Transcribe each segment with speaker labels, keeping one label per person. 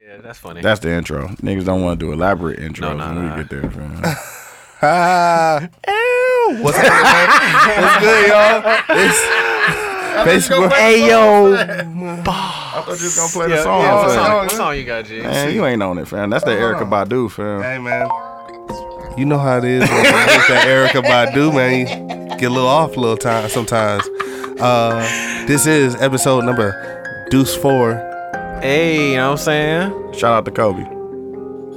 Speaker 1: Yeah, that's funny.
Speaker 2: That's the intro. Niggas don't want to do elaborate intros
Speaker 1: no,
Speaker 2: when
Speaker 1: no.
Speaker 2: we get there, fam.
Speaker 3: Ah,
Speaker 2: What's good, y'all? It's Facebook. Hey, yo. I thought you was going to play the song.
Speaker 1: yeah, what,
Speaker 2: fam.
Speaker 1: song, what song you got, G?
Speaker 2: Man, you ain't on it, fam. That's the Erica Badu, fam.
Speaker 3: hey man, you know how it is. When you with that Erica Badu, man, you get a little off a little time sometimes. Uh, this is episode number Deuce Four.
Speaker 1: Hey, you know what I'm saying?
Speaker 2: Shout out to Kobe.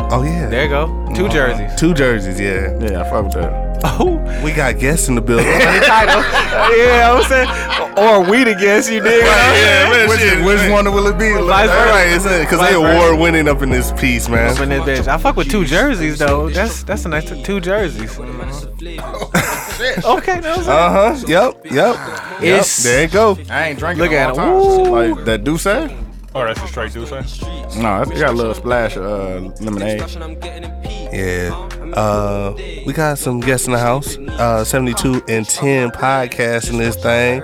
Speaker 3: Oh yeah,
Speaker 1: There you go. Two jerseys.
Speaker 3: two jerseys. Yeah,
Speaker 2: Yeah, I fuck with that.
Speaker 1: Oh,
Speaker 3: we got guests in the building. yeah,
Speaker 1: yeah, I'm saying. Or we to guess, you dig?
Speaker 3: man, which,
Speaker 2: shit,
Speaker 3: which
Speaker 2: man.
Speaker 3: one will it be?
Speaker 1: vice versa.
Speaker 3: because they
Speaker 1: Vice versa.
Speaker 3: award winning up in this piece, man.
Speaker 1: Up in this bitch. I fuck with two jerseys though. That's that's a nice t- two jerseys. Oh, okay, that was it.
Speaker 3: Uh huh. Yep. Yep. Yep.
Speaker 1: It's-
Speaker 3: There you go.
Speaker 2: I ain't drinking
Speaker 1: Look
Speaker 2: in a
Speaker 1: at
Speaker 2: long
Speaker 1: him.
Speaker 2: time. Like, that do say?
Speaker 4: Oh, that's a straight dude, say?
Speaker 2: No, it got a little splash of uh, lemonade.
Speaker 3: Yeah. Uh, we got some guests in the house. Uh, 72 and 10 podcast in this thing.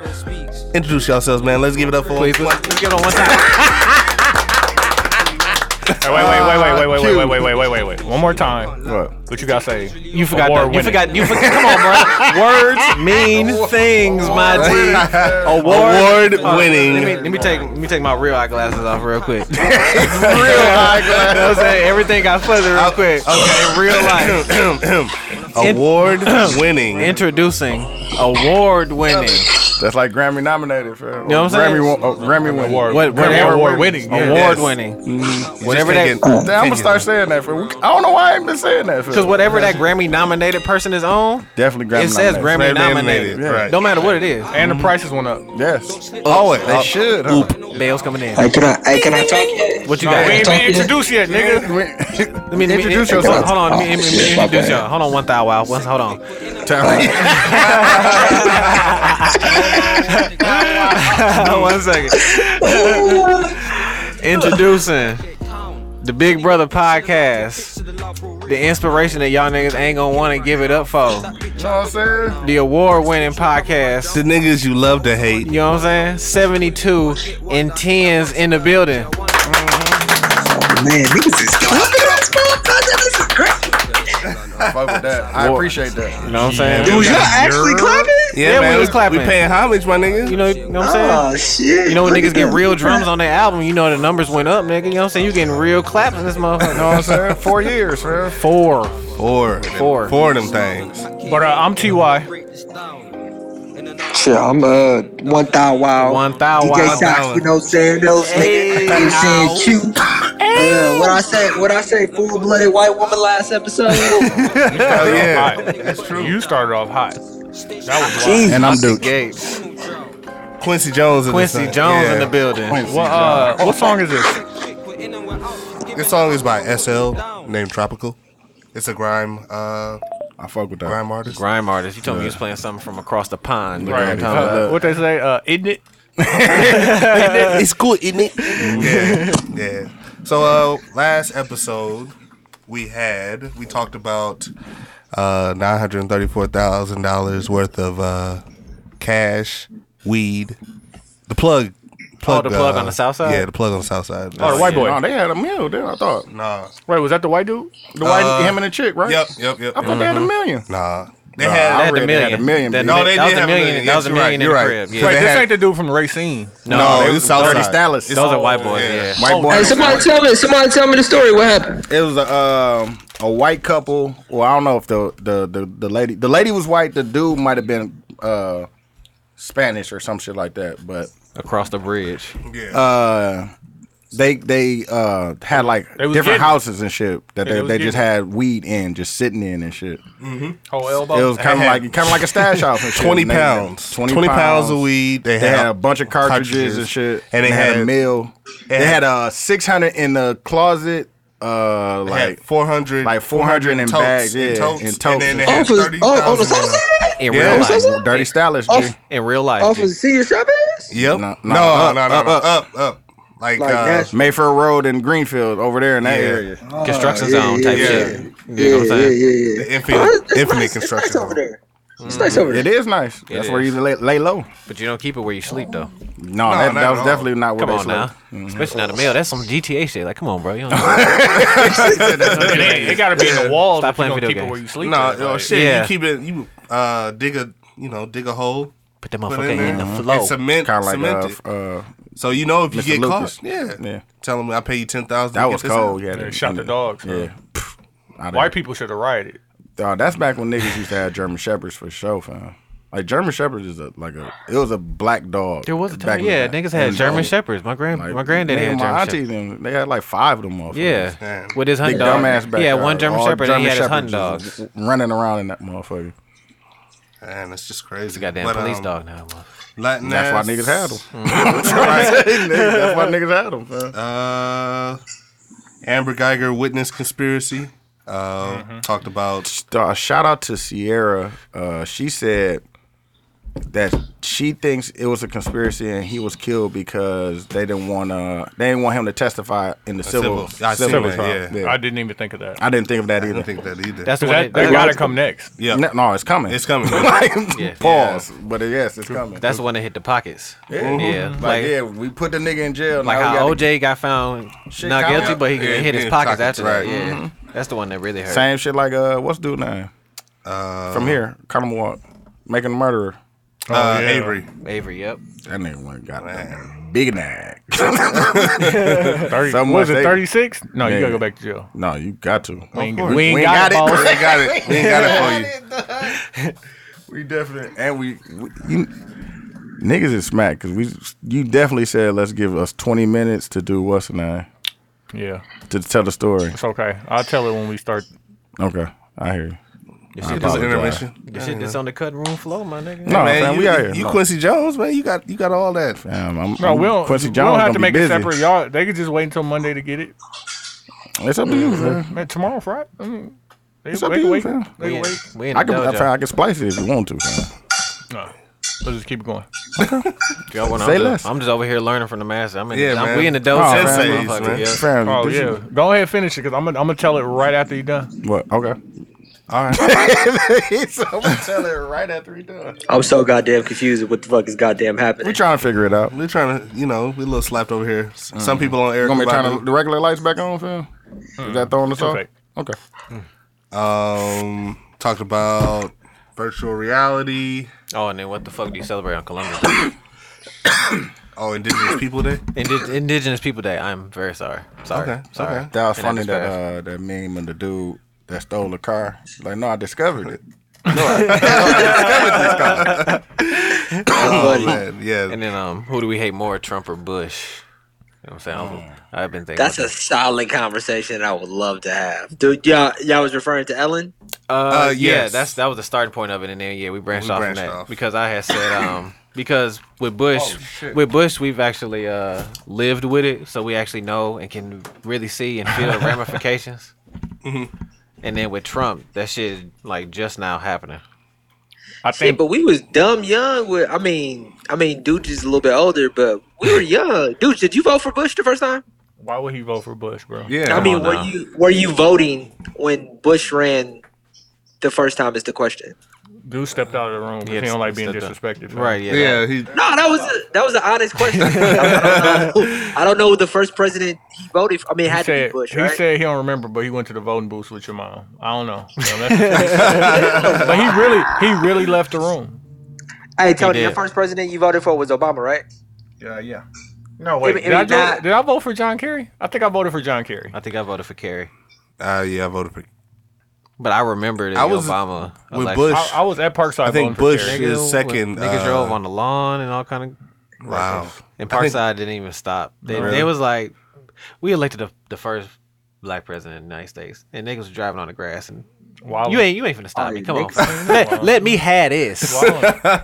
Speaker 3: Introduce yourselves, man. Let's give it up for
Speaker 1: Please, let's, let's get on one time.
Speaker 4: Hey, wait, wait, wait, wait, wait, wait, wait, wait, wait, wait, wait, wait. One more time.
Speaker 2: What?
Speaker 4: What you gotta say?
Speaker 1: You forgot. The,
Speaker 4: Award
Speaker 1: you
Speaker 4: winning.
Speaker 1: forgot. You forgot. Come on, bro. Words mean things, my G. Award,
Speaker 3: Award winning.
Speaker 1: Uh, Let me, let me take let me take my real eyeglasses off real quick. real eyeglasses. I'm saying everything got fuzzy real quick. Okay, real life.
Speaker 3: award winning.
Speaker 1: Introducing award winning.
Speaker 2: That's like Grammy nominated, fam. You
Speaker 1: know what I'm saying?
Speaker 2: Grammy, wa- uh, Grammy winning.
Speaker 4: Award-
Speaker 1: What- what-
Speaker 4: Grammy
Speaker 1: award
Speaker 4: award winning. yeah.
Speaker 1: Award
Speaker 3: Yes.
Speaker 1: winning.
Speaker 3: Just
Speaker 1: Whatever that.
Speaker 3: can't get
Speaker 2: Damn, I'm gonna start
Speaker 3: opinions.
Speaker 2: saying that, fam. I don't know why I ain't been saying that, fam.
Speaker 1: Because whatever that Grammy nominated person is on,
Speaker 2: Definitely Grammy
Speaker 1: it says
Speaker 2: nominated.
Speaker 1: Grammy
Speaker 3: Grammy
Speaker 1: nominated.
Speaker 3: nominated, right.
Speaker 1: Don't matter what it is.
Speaker 4: And the prices went up. No,
Speaker 2: Yes.
Speaker 3: Oh, it.
Speaker 2: They should. Huh?
Speaker 1: Bells coming in.
Speaker 5: I cannot, I cannot talk yet.
Speaker 1: What you
Speaker 4: we
Speaker 1: got?
Speaker 4: ain't
Speaker 1: Let
Speaker 4: been introduced yet, nigga.
Speaker 1: me, let me-
Speaker 2: Introduce
Speaker 1: hold
Speaker 2: yourself.
Speaker 1: on, Hold on. Let me, let me- let me
Speaker 5: Oh, shit, my
Speaker 1: introduce
Speaker 5: bad.
Speaker 1: y'all. Hold on one thou while. Once, hold on. one second. Introducing the Big Brother podcast. The inspiration that y'all niggas ain't gonna want to give it up for.
Speaker 2: You know what I'm saying?
Speaker 1: The award winning podcast.
Speaker 3: The niggas you love to hate.
Speaker 1: You know what I'm saying? 72 and 10s in the building.
Speaker 5: Man, niggas is looking at us, bro. This is great.
Speaker 2: Fuck with that. I appreciate that.
Speaker 1: You know what I'm saying?
Speaker 5: Was y'all actually clapping?
Speaker 1: Yeah, we
Speaker 3: man.
Speaker 1: was clapping.
Speaker 3: We paying homage, my nigga.
Speaker 1: You know, you know what I'm saying?
Speaker 6: Ah.
Speaker 5: Oh, shit.
Speaker 1: You know when
Speaker 5: Look
Speaker 1: niggas
Speaker 5: at
Speaker 1: get
Speaker 5: them.
Speaker 1: real drums on their album, you know the numbers went up, nigga. You know what I'm saying? You getting real claps in this motherfucker.
Speaker 2: You know what I'm saying? Four years, man.
Speaker 1: Four.
Speaker 3: Four.
Speaker 1: Four.
Speaker 3: Four of them things.
Speaker 4: But uh, I'm TY.
Speaker 5: Shit, I'm uh, one thou wow.
Speaker 1: One thou wow.
Speaker 5: DJ Sox, you know, saying those niggas. You saying cute. Uh, what I say? What I say? Full blooded white woman last episode.
Speaker 3: Hell yeah.
Speaker 4: Hot. That's true. You started off hot. That was wild.
Speaker 5: Jeez.
Speaker 2: And I'm Duke.
Speaker 1: Gates.
Speaker 3: Quincy Jones. in this
Speaker 1: Quincy
Speaker 3: thing.
Speaker 1: Jones in
Speaker 3: Yeah.
Speaker 1: the building.
Speaker 4: What, uh, what song is this?
Speaker 3: This song is by SL named Tropical. It's a grime, uh,
Speaker 2: I fuck with that.
Speaker 3: grime artist.
Speaker 1: Grime artist. You told me you was playing something from across the pond. You know what I'm
Speaker 4: Right.
Speaker 1: talking about?
Speaker 4: Uh, what they say? Uh, isn't it?
Speaker 3: it's cool, isn't it? yeah, yeah. So uh, last episode we had we talked about uh, nine hundred thirty-four thousand dollars worth of uh, cash, weed, the plug.
Speaker 1: Oh,
Speaker 3: uh,
Speaker 1: the plug on the south side?
Speaker 3: Yeah, the plug on the south side.
Speaker 4: Oh, the white boy.
Speaker 2: No, they had a meal there, I thought.
Speaker 3: nah,
Speaker 4: Wait, was that the white dude?
Speaker 2: The white, him and the chick, right?
Speaker 3: yep, yep, yep. Mm-hmm.
Speaker 2: I thought they had a million.
Speaker 3: Nah, they
Speaker 1: They
Speaker 3: had.
Speaker 1: had the
Speaker 2: read they had a
Speaker 1: million.
Speaker 2: million.
Speaker 1: That-
Speaker 2: No,
Speaker 3: they
Speaker 1: that was
Speaker 3: did
Speaker 1: the
Speaker 3: have a
Speaker 1: million.
Speaker 3: million.
Speaker 1: That was a
Speaker 3: Yes, you're
Speaker 1: million in the
Speaker 3: right,
Speaker 1: crib.
Speaker 3: you're
Speaker 1: Yeah.
Speaker 4: Wait,
Speaker 3: they
Speaker 4: this
Speaker 3: had-
Speaker 4: ain't the dude from Racine.
Speaker 1: No,
Speaker 3: No,
Speaker 1: they-
Speaker 3: it was Southside.
Speaker 2: Dirty Dallas.
Speaker 1: those are white boys.
Speaker 3: yeah.
Speaker 1: Yeah.
Speaker 2: White boy.
Speaker 5: Hey, somebody tell me. Somebody tell me the story. What happened?
Speaker 2: It was a um, a white couple. Well, I don't know if the the the, the lady the lady was white. The dude might have been uh, Spanish or some shit like that. But
Speaker 1: Across the bridge.
Speaker 3: Yeah.
Speaker 2: uh, they they uh, had like
Speaker 4: They was
Speaker 2: different
Speaker 4: getting-
Speaker 2: houses and shit that
Speaker 4: Yeah,
Speaker 2: they,
Speaker 4: they
Speaker 2: they,
Speaker 4: was
Speaker 2: just
Speaker 4: getting-
Speaker 2: had weed in, just sitting in and shit.
Speaker 4: Whole
Speaker 2: It
Speaker 4: Oh, elbow.
Speaker 2: was kind of
Speaker 3: had
Speaker 2: like kind of like a stash house. And shit.
Speaker 3: Twenty
Speaker 2: And they-
Speaker 3: pounds.
Speaker 2: 20,
Speaker 3: pounds of weed. They,
Speaker 2: They had a bunch of cartridges, and shit,
Speaker 3: And they,
Speaker 2: had,
Speaker 3: had,
Speaker 2: a meal. They had,
Speaker 3: had-
Speaker 2: uh six hundred in the closet. Uh,
Speaker 3: They had
Speaker 2: like
Speaker 3: 400,
Speaker 2: like 400 in
Speaker 3: totes,
Speaker 2: bags, yeah,
Speaker 3: and totes,
Speaker 2: in totes.
Speaker 3: and then they
Speaker 5: Oh,
Speaker 3: had
Speaker 5: for,
Speaker 3: thirty
Speaker 5: oh, on the
Speaker 3: thousand.
Speaker 5: south side.
Speaker 1: In
Speaker 3: Yeah.
Speaker 1: real
Speaker 3: What's
Speaker 1: life.
Speaker 2: dirty stylist.
Speaker 5: Oh,
Speaker 2: G.
Speaker 1: In real life.
Speaker 5: Oh, for senior shop ass.
Speaker 3: Yep.
Speaker 2: No, no,
Speaker 3: No, no,
Speaker 2: up,
Speaker 3: no, no,
Speaker 2: up,
Speaker 3: no,
Speaker 2: up.
Speaker 3: up, up. Like,
Speaker 5: Like
Speaker 3: uh,
Speaker 5: that.
Speaker 2: Mayfair Road in Greenfield over there in that
Speaker 3: Yeah.
Speaker 2: area.
Speaker 1: Construction
Speaker 5: yeah,
Speaker 1: zone
Speaker 5: yeah,
Speaker 1: type
Speaker 3: yeah.
Speaker 1: shit.
Speaker 5: Yeah,
Speaker 1: You know what I'm
Speaker 5: yeah,
Speaker 1: saying?
Speaker 5: yeah, yeah.
Speaker 3: infinite,
Speaker 5: Oh, it's- it's
Speaker 3: infinite
Speaker 5: nice- it's nice
Speaker 3: construction.
Speaker 5: over there. It's nice over
Speaker 2: It
Speaker 5: there.
Speaker 2: is nice. That's where you
Speaker 1: is.
Speaker 2: lay, lay low.
Speaker 1: But you don't keep it where you sleep though.
Speaker 2: No,
Speaker 3: No,
Speaker 2: that,
Speaker 3: not
Speaker 2: that
Speaker 3: at
Speaker 2: was
Speaker 3: all.
Speaker 2: definitely not where
Speaker 1: Come
Speaker 2: they
Speaker 1: on
Speaker 2: slept.
Speaker 1: now, especially not a male. That's some GTA shit. Like, come on, bro. You don't
Speaker 4: It, ain't- it gotta be in the walls.
Speaker 1: Stop
Speaker 4: Stop
Speaker 1: playing
Speaker 4: playing
Speaker 1: video
Speaker 4: keep it
Speaker 1: games.
Speaker 4: where you sleep.
Speaker 3: No,
Speaker 4: at,
Speaker 3: oh,
Speaker 4: like-
Speaker 3: shit.
Speaker 1: Yeah.
Speaker 3: You keep it. You uh, dig a you know dig a hole.
Speaker 1: put that
Speaker 3: Put
Speaker 1: motherfucker
Speaker 3: it in
Speaker 1: in,
Speaker 3: there.
Speaker 1: the
Speaker 3: and
Speaker 1: flow.
Speaker 3: cement,
Speaker 2: Kind of like
Speaker 3: cement it.
Speaker 2: uh, uh,
Speaker 3: So you know if you
Speaker 2: Mr.
Speaker 3: get
Speaker 2: Lucas.
Speaker 3: caught, yeah,
Speaker 2: Yeah.
Speaker 3: Tell them I pay you ten thousand.
Speaker 2: that was cold. Yeah,
Speaker 4: They shot the dogs.
Speaker 2: Yeah.
Speaker 4: Yeah.
Speaker 2: I didn't-
Speaker 4: White people should have rioted.
Speaker 2: Dawg, that's back when niggas used to have German shepherds for show, fam. Like German shepherds is a like a it was a black dog.
Speaker 1: There was a
Speaker 2: back
Speaker 1: time,
Speaker 2: in the
Speaker 1: yeah,
Speaker 2: day.
Speaker 1: niggas had
Speaker 2: And,
Speaker 1: German
Speaker 2: like,
Speaker 1: shepherds. My grand, my granddad
Speaker 2: man,
Speaker 1: had
Speaker 2: my
Speaker 1: German
Speaker 2: auntie
Speaker 1: shepherds.
Speaker 2: them, they had like five of them motherfuckers.
Speaker 1: Yeah,
Speaker 3: Damn.
Speaker 1: with his hunting
Speaker 2: Big
Speaker 1: dog.
Speaker 2: dumbass back
Speaker 1: yeah,
Speaker 2: there.
Speaker 1: one German
Speaker 2: All
Speaker 1: shepherd and he had his
Speaker 2: German
Speaker 1: hunting
Speaker 2: shepherds
Speaker 1: dogs.
Speaker 2: just running around in that motherfucker.
Speaker 3: Man, that's just crazy. It's
Speaker 1: Goddamn police dog now. man.
Speaker 3: Latin
Speaker 2: That's
Speaker 3: ass,
Speaker 2: why niggas had them.
Speaker 1: Mm.
Speaker 3: Right.
Speaker 2: that's why niggas had them. Fam.
Speaker 3: Uh, Amber Geiger witness conspiracy. Uh, talked about
Speaker 2: Dawg, uh, shout out to Sierra. Uh, she said that she thinks it was a conspiracy and he was killed because they didn't want to. They didn't want him to testify in the civil
Speaker 3: civil. I seen that,
Speaker 2: trial.
Speaker 3: yeah.
Speaker 4: I didn't even think of that.
Speaker 2: I didn't think of that
Speaker 3: I
Speaker 2: either.
Speaker 3: don't think that either.
Speaker 1: That's the
Speaker 4: 'Cause
Speaker 1: one.
Speaker 4: that,
Speaker 1: That,
Speaker 4: that gotta come next.
Speaker 3: yeah,
Speaker 2: No, no, it's coming.
Speaker 3: it's coming.
Speaker 2: like,
Speaker 1: Yeah.
Speaker 2: pause. But uh, yes, it's coming.
Speaker 1: that's the one that hit the pockets. Yeah,
Speaker 2: like,
Speaker 1: like
Speaker 2: yeah, we put the nigga in jail.
Speaker 1: like
Speaker 2: now Oh, we
Speaker 1: how
Speaker 2: gotta-
Speaker 1: OJ got found
Speaker 2: Shit
Speaker 1: not
Speaker 2: count.
Speaker 1: guilty, but he
Speaker 3: Yeah,
Speaker 1: hit
Speaker 3: yeah,
Speaker 1: his pockets
Speaker 3: pockets,
Speaker 1: after that.
Speaker 3: right.
Speaker 1: Yeah, that's the one that really hurt.
Speaker 2: Same shit like uh, what's dude name
Speaker 3: Uh,
Speaker 2: from here? Call him what? Making a murderer.
Speaker 3: uh,
Speaker 4: yeah.
Speaker 3: Avery.
Speaker 1: Avery, yep.
Speaker 2: That nigga went got that big nag.
Speaker 4: 30,
Speaker 2: Some
Speaker 4: was
Speaker 2: mistake.
Speaker 4: it 36? No,
Speaker 2: Yeah.
Speaker 4: you gotta go back to jail.
Speaker 2: no, you got to.
Speaker 4: We ain't,
Speaker 3: course.
Speaker 4: we ain't got, it. boss.
Speaker 3: We ain't got it. We ain't got it for you.
Speaker 2: We definitely and we, we you, niggas is smack because we you definitely said let's give us twenty minutes to do what's in there
Speaker 4: Yeah,
Speaker 2: to tell the story.
Speaker 4: it's okay. I'll tell it when we start.
Speaker 2: Okay, I hear you.
Speaker 1: You
Speaker 2: I
Speaker 1: shit,
Speaker 3: Just
Speaker 1: that's,
Speaker 2: apologize.
Speaker 3: intermission.
Speaker 1: the shit that's on the cutting room floor, my nigga.
Speaker 2: No,
Speaker 3: Man,
Speaker 2: fam,
Speaker 3: you,
Speaker 2: we out here.
Speaker 3: you
Speaker 2: No.
Speaker 3: Quincy Jones, man. You got you got all that.
Speaker 2: Damn, I'm,
Speaker 4: No,
Speaker 2: I'm-
Speaker 4: we don't.
Speaker 2: Quincy
Speaker 4: we
Speaker 2: Jones
Speaker 4: don't
Speaker 2: gonna
Speaker 4: have to
Speaker 2: be
Speaker 4: make
Speaker 2: busy.
Speaker 4: it separate. Y'all, they could just wait until Monday to get it.
Speaker 2: It's up to you, fam.
Speaker 4: Man, tomorrow, Friday. I mean, they,
Speaker 2: It's
Speaker 4: they
Speaker 2: up to
Speaker 4: can
Speaker 2: you,
Speaker 4: wait.
Speaker 2: fam.
Speaker 4: They
Speaker 1: We
Speaker 4: can
Speaker 1: in,
Speaker 4: wait.
Speaker 1: we in
Speaker 2: I
Speaker 1: the
Speaker 2: can,
Speaker 1: dojo.
Speaker 2: I, I can splice it if you want to. Fam.
Speaker 4: No, let's just keep it going.
Speaker 1: Y'all want-
Speaker 2: Say
Speaker 1: I'm,
Speaker 2: less.
Speaker 1: Just, I'm just over here learning from the master. I'm in.
Speaker 3: Yeah,
Speaker 1: the, I'm,
Speaker 3: man.
Speaker 1: we in the
Speaker 2: Oh,
Speaker 1: dojo.
Speaker 2: man.
Speaker 1: motherfucker,
Speaker 3: man.
Speaker 1: yeah.
Speaker 2: Fam,
Speaker 4: Oh
Speaker 2: this
Speaker 4: yeah, go ahead and finish it because I'm gonna I'm gonna tell it right after you done.
Speaker 2: is- What? Okay.
Speaker 3: All right.
Speaker 2: so I'm gonna tell it right after we done.
Speaker 5: I'm so goddamn confused at what the fuck is goddamn
Speaker 2: We
Speaker 5: happening.
Speaker 2: trying to figure it out.
Speaker 3: We're trying to, you know, we a little slapped over here. S- Some people on Eric.
Speaker 2: Gonna be
Speaker 3: Badu.
Speaker 2: trying to the regular lights back on, fam. Is that throwing us off?
Speaker 4: Okay.
Speaker 2: Okay.
Speaker 3: Um, talked about virtual reality.
Speaker 1: Oh, and then what the fuck do you celebrate on Columbus Day?
Speaker 3: Oh, Indigenous People Day.
Speaker 1: Indi- Indigenous People Day. I'm very sorry. Sorry.
Speaker 3: Okay,
Speaker 1: Sorry.
Speaker 3: okay.
Speaker 2: That was
Speaker 1: And I
Speaker 2: funny that
Speaker 1: just
Speaker 2: uh, that meme of the dude that stole the car. Like, no, I discovered it.
Speaker 3: Oh man, yeah.
Speaker 1: And then um, who do we hate more, Trump or Bush? You know what I'm saying? I've been thinking.
Speaker 5: That's a solid conversation I would love to have. Dude, y'all, y'all was referring to Ellen?
Speaker 1: Uh, yeah,
Speaker 3: yes.
Speaker 1: that's that was the starting point of it, and then yeah, we branched
Speaker 3: We
Speaker 1: off
Speaker 3: branched
Speaker 1: from that
Speaker 3: off.
Speaker 1: because I had said um because with Bush with Bush we've actually uh lived with it, so we actually know and can really see and feel the ramifications.
Speaker 3: Mm-hmm.
Speaker 1: And then with Trump, that shit like just now happening.
Speaker 4: I
Speaker 5: Yeah,
Speaker 4: think
Speaker 5: but we was dumb young. With I mean, I mean, Dooch is a little bit older, but we were young. Dooch, did you vote for Bush the first time?
Speaker 4: why would he vote for Bush, bro?
Speaker 3: yeah.
Speaker 5: I mean,
Speaker 1: on
Speaker 5: were
Speaker 1: now.
Speaker 5: you were you voting when Bush ran the first time? Is the question?
Speaker 4: Dude stepped out of the room because
Speaker 1: Yeah,
Speaker 4: he don't like being
Speaker 1: stepped out.
Speaker 4: disrespected. fam.
Speaker 1: Right? Yeah.
Speaker 3: yeah, he
Speaker 5: No, that was a, that was an honest question. I, don't know, I don't know who the first president he voted. For. I mean, it
Speaker 4: He
Speaker 5: had to
Speaker 4: said,
Speaker 5: be Bush,
Speaker 4: he
Speaker 5: right?
Speaker 4: said he don't remember, but he went to the voting booth with your mom. I don't know. You know, that's- but he really, he really left the room.
Speaker 5: hey, Tony, your
Speaker 1: did.
Speaker 5: first president you voted for was Obama, right?
Speaker 4: Yeah, yeah. No wait,
Speaker 5: It- it
Speaker 4: did, I
Speaker 5: was
Speaker 4: do-
Speaker 5: not-
Speaker 4: did I vote for John Kerry? I think I voted for John Kerry.
Speaker 1: I think I voted for Kerry,
Speaker 3: Uh, yeah, I voted for.
Speaker 1: but I remember that
Speaker 3: I was
Speaker 1: Obama
Speaker 3: with
Speaker 1: election.
Speaker 3: Bush.
Speaker 4: I, I was at Parkside.
Speaker 3: I think
Speaker 4: voting for
Speaker 3: Bush
Speaker 4: Kerry.
Speaker 1: Nigga,
Speaker 3: is
Speaker 1: when
Speaker 3: second.
Speaker 1: Niggas
Speaker 3: uh,
Speaker 1: drove on the lawn and all kind of.
Speaker 3: Wow.
Speaker 1: And
Speaker 3: I think-
Speaker 1: Parkside didn't even stop. They, they was like, we elected the, the first black president of the United States, and niggas was driving on the grass. And
Speaker 4: Wow.
Speaker 1: you ain't you ain't finna stop me.
Speaker 5: you
Speaker 1: Come on, let, let me have this.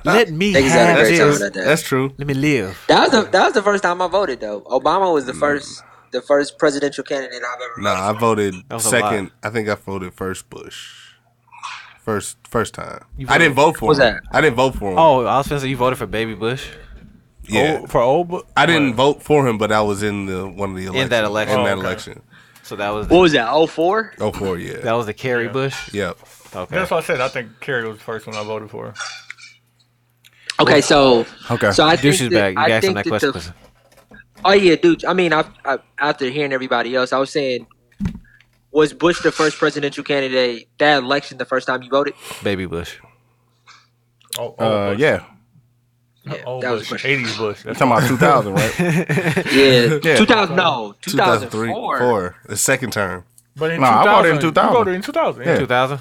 Speaker 1: let me
Speaker 5: Niggas had a
Speaker 1: have
Speaker 5: great time
Speaker 1: this.
Speaker 5: that day.
Speaker 3: That's true.
Speaker 1: Let me live.
Speaker 5: That was the, that was the first time I voted though. Obama was the first the first presidential candidate I've ever.
Speaker 3: No, I voted
Speaker 1: was a
Speaker 3: second. I think I voted first Bush. First, first time. I
Speaker 1: voted-
Speaker 3: didn't vote for
Speaker 5: What's
Speaker 3: him.
Speaker 5: that?
Speaker 3: I didn't vote for him.
Speaker 1: Oh, I was finna say you voted for Baby Bush
Speaker 3: yeah.
Speaker 4: for old. Bu-
Speaker 3: I didn't vote for him, but I was in the one of the elections.
Speaker 1: that election.
Speaker 3: In
Speaker 1: Oh,
Speaker 3: that
Speaker 1: okay.
Speaker 3: election.
Speaker 1: so that was
Speaker 5: What
Speaker 1: the,
Speaker 5: was that? 04?
Speaker 3: Oh, four. Yeah.
Speaker 1: that was the Kerry Bush.
Speaker 3: Yep.
Speaker 1: Okay.
Speaker 4: That's why I said I think Kerry was the first one I voted for.
Speaker 6: Okay, so
Speaker 2: Okay.
Speaker 6: so I think
Speaker 1: Deuces
Speaker 6: that-
Speaker 1: back. You
Speaker 6: I
Speaker 1: asked him
Speaker 6: think
Speaker 1: that
Speaker 6: that
Speaker 1: question.
Speaker 6: the- oh yeah, dude. I mean, I, I after hearing everybody else, I was saying, was Bush the first presidential candidate that election the first time you voted?
Speaker 1: Baby Bush.
Speaker 4: Oh, oh,
Speaker 2: Uh, yeah.
Speaker 6: Yeah,
Speaker 4: oh,
Speaker 6: that was
Speaker 4: Bush,
Speaker 6: Bush.
Speaker 4: 80s Bush. That's
Speaker 2: You're talking about 2000, right?
Speaker 6: Yeah,
Speaker 2: Yeah.
Speaker 6: two thousand no, two thousand
Speaker 3: 2003,
Speaker 6: four.
Speaker 3: four, the second term.
Speaker 4: But in
Speaker 2: No,
Speaker 4: 2000,
Speaker 2: I voted in
Speaker 4: You
Speaker 2: 2000.
Speaker 4: voted in 2000. Yeah.
Speaker 2: Yeah.
Speaker 1: Two thousand.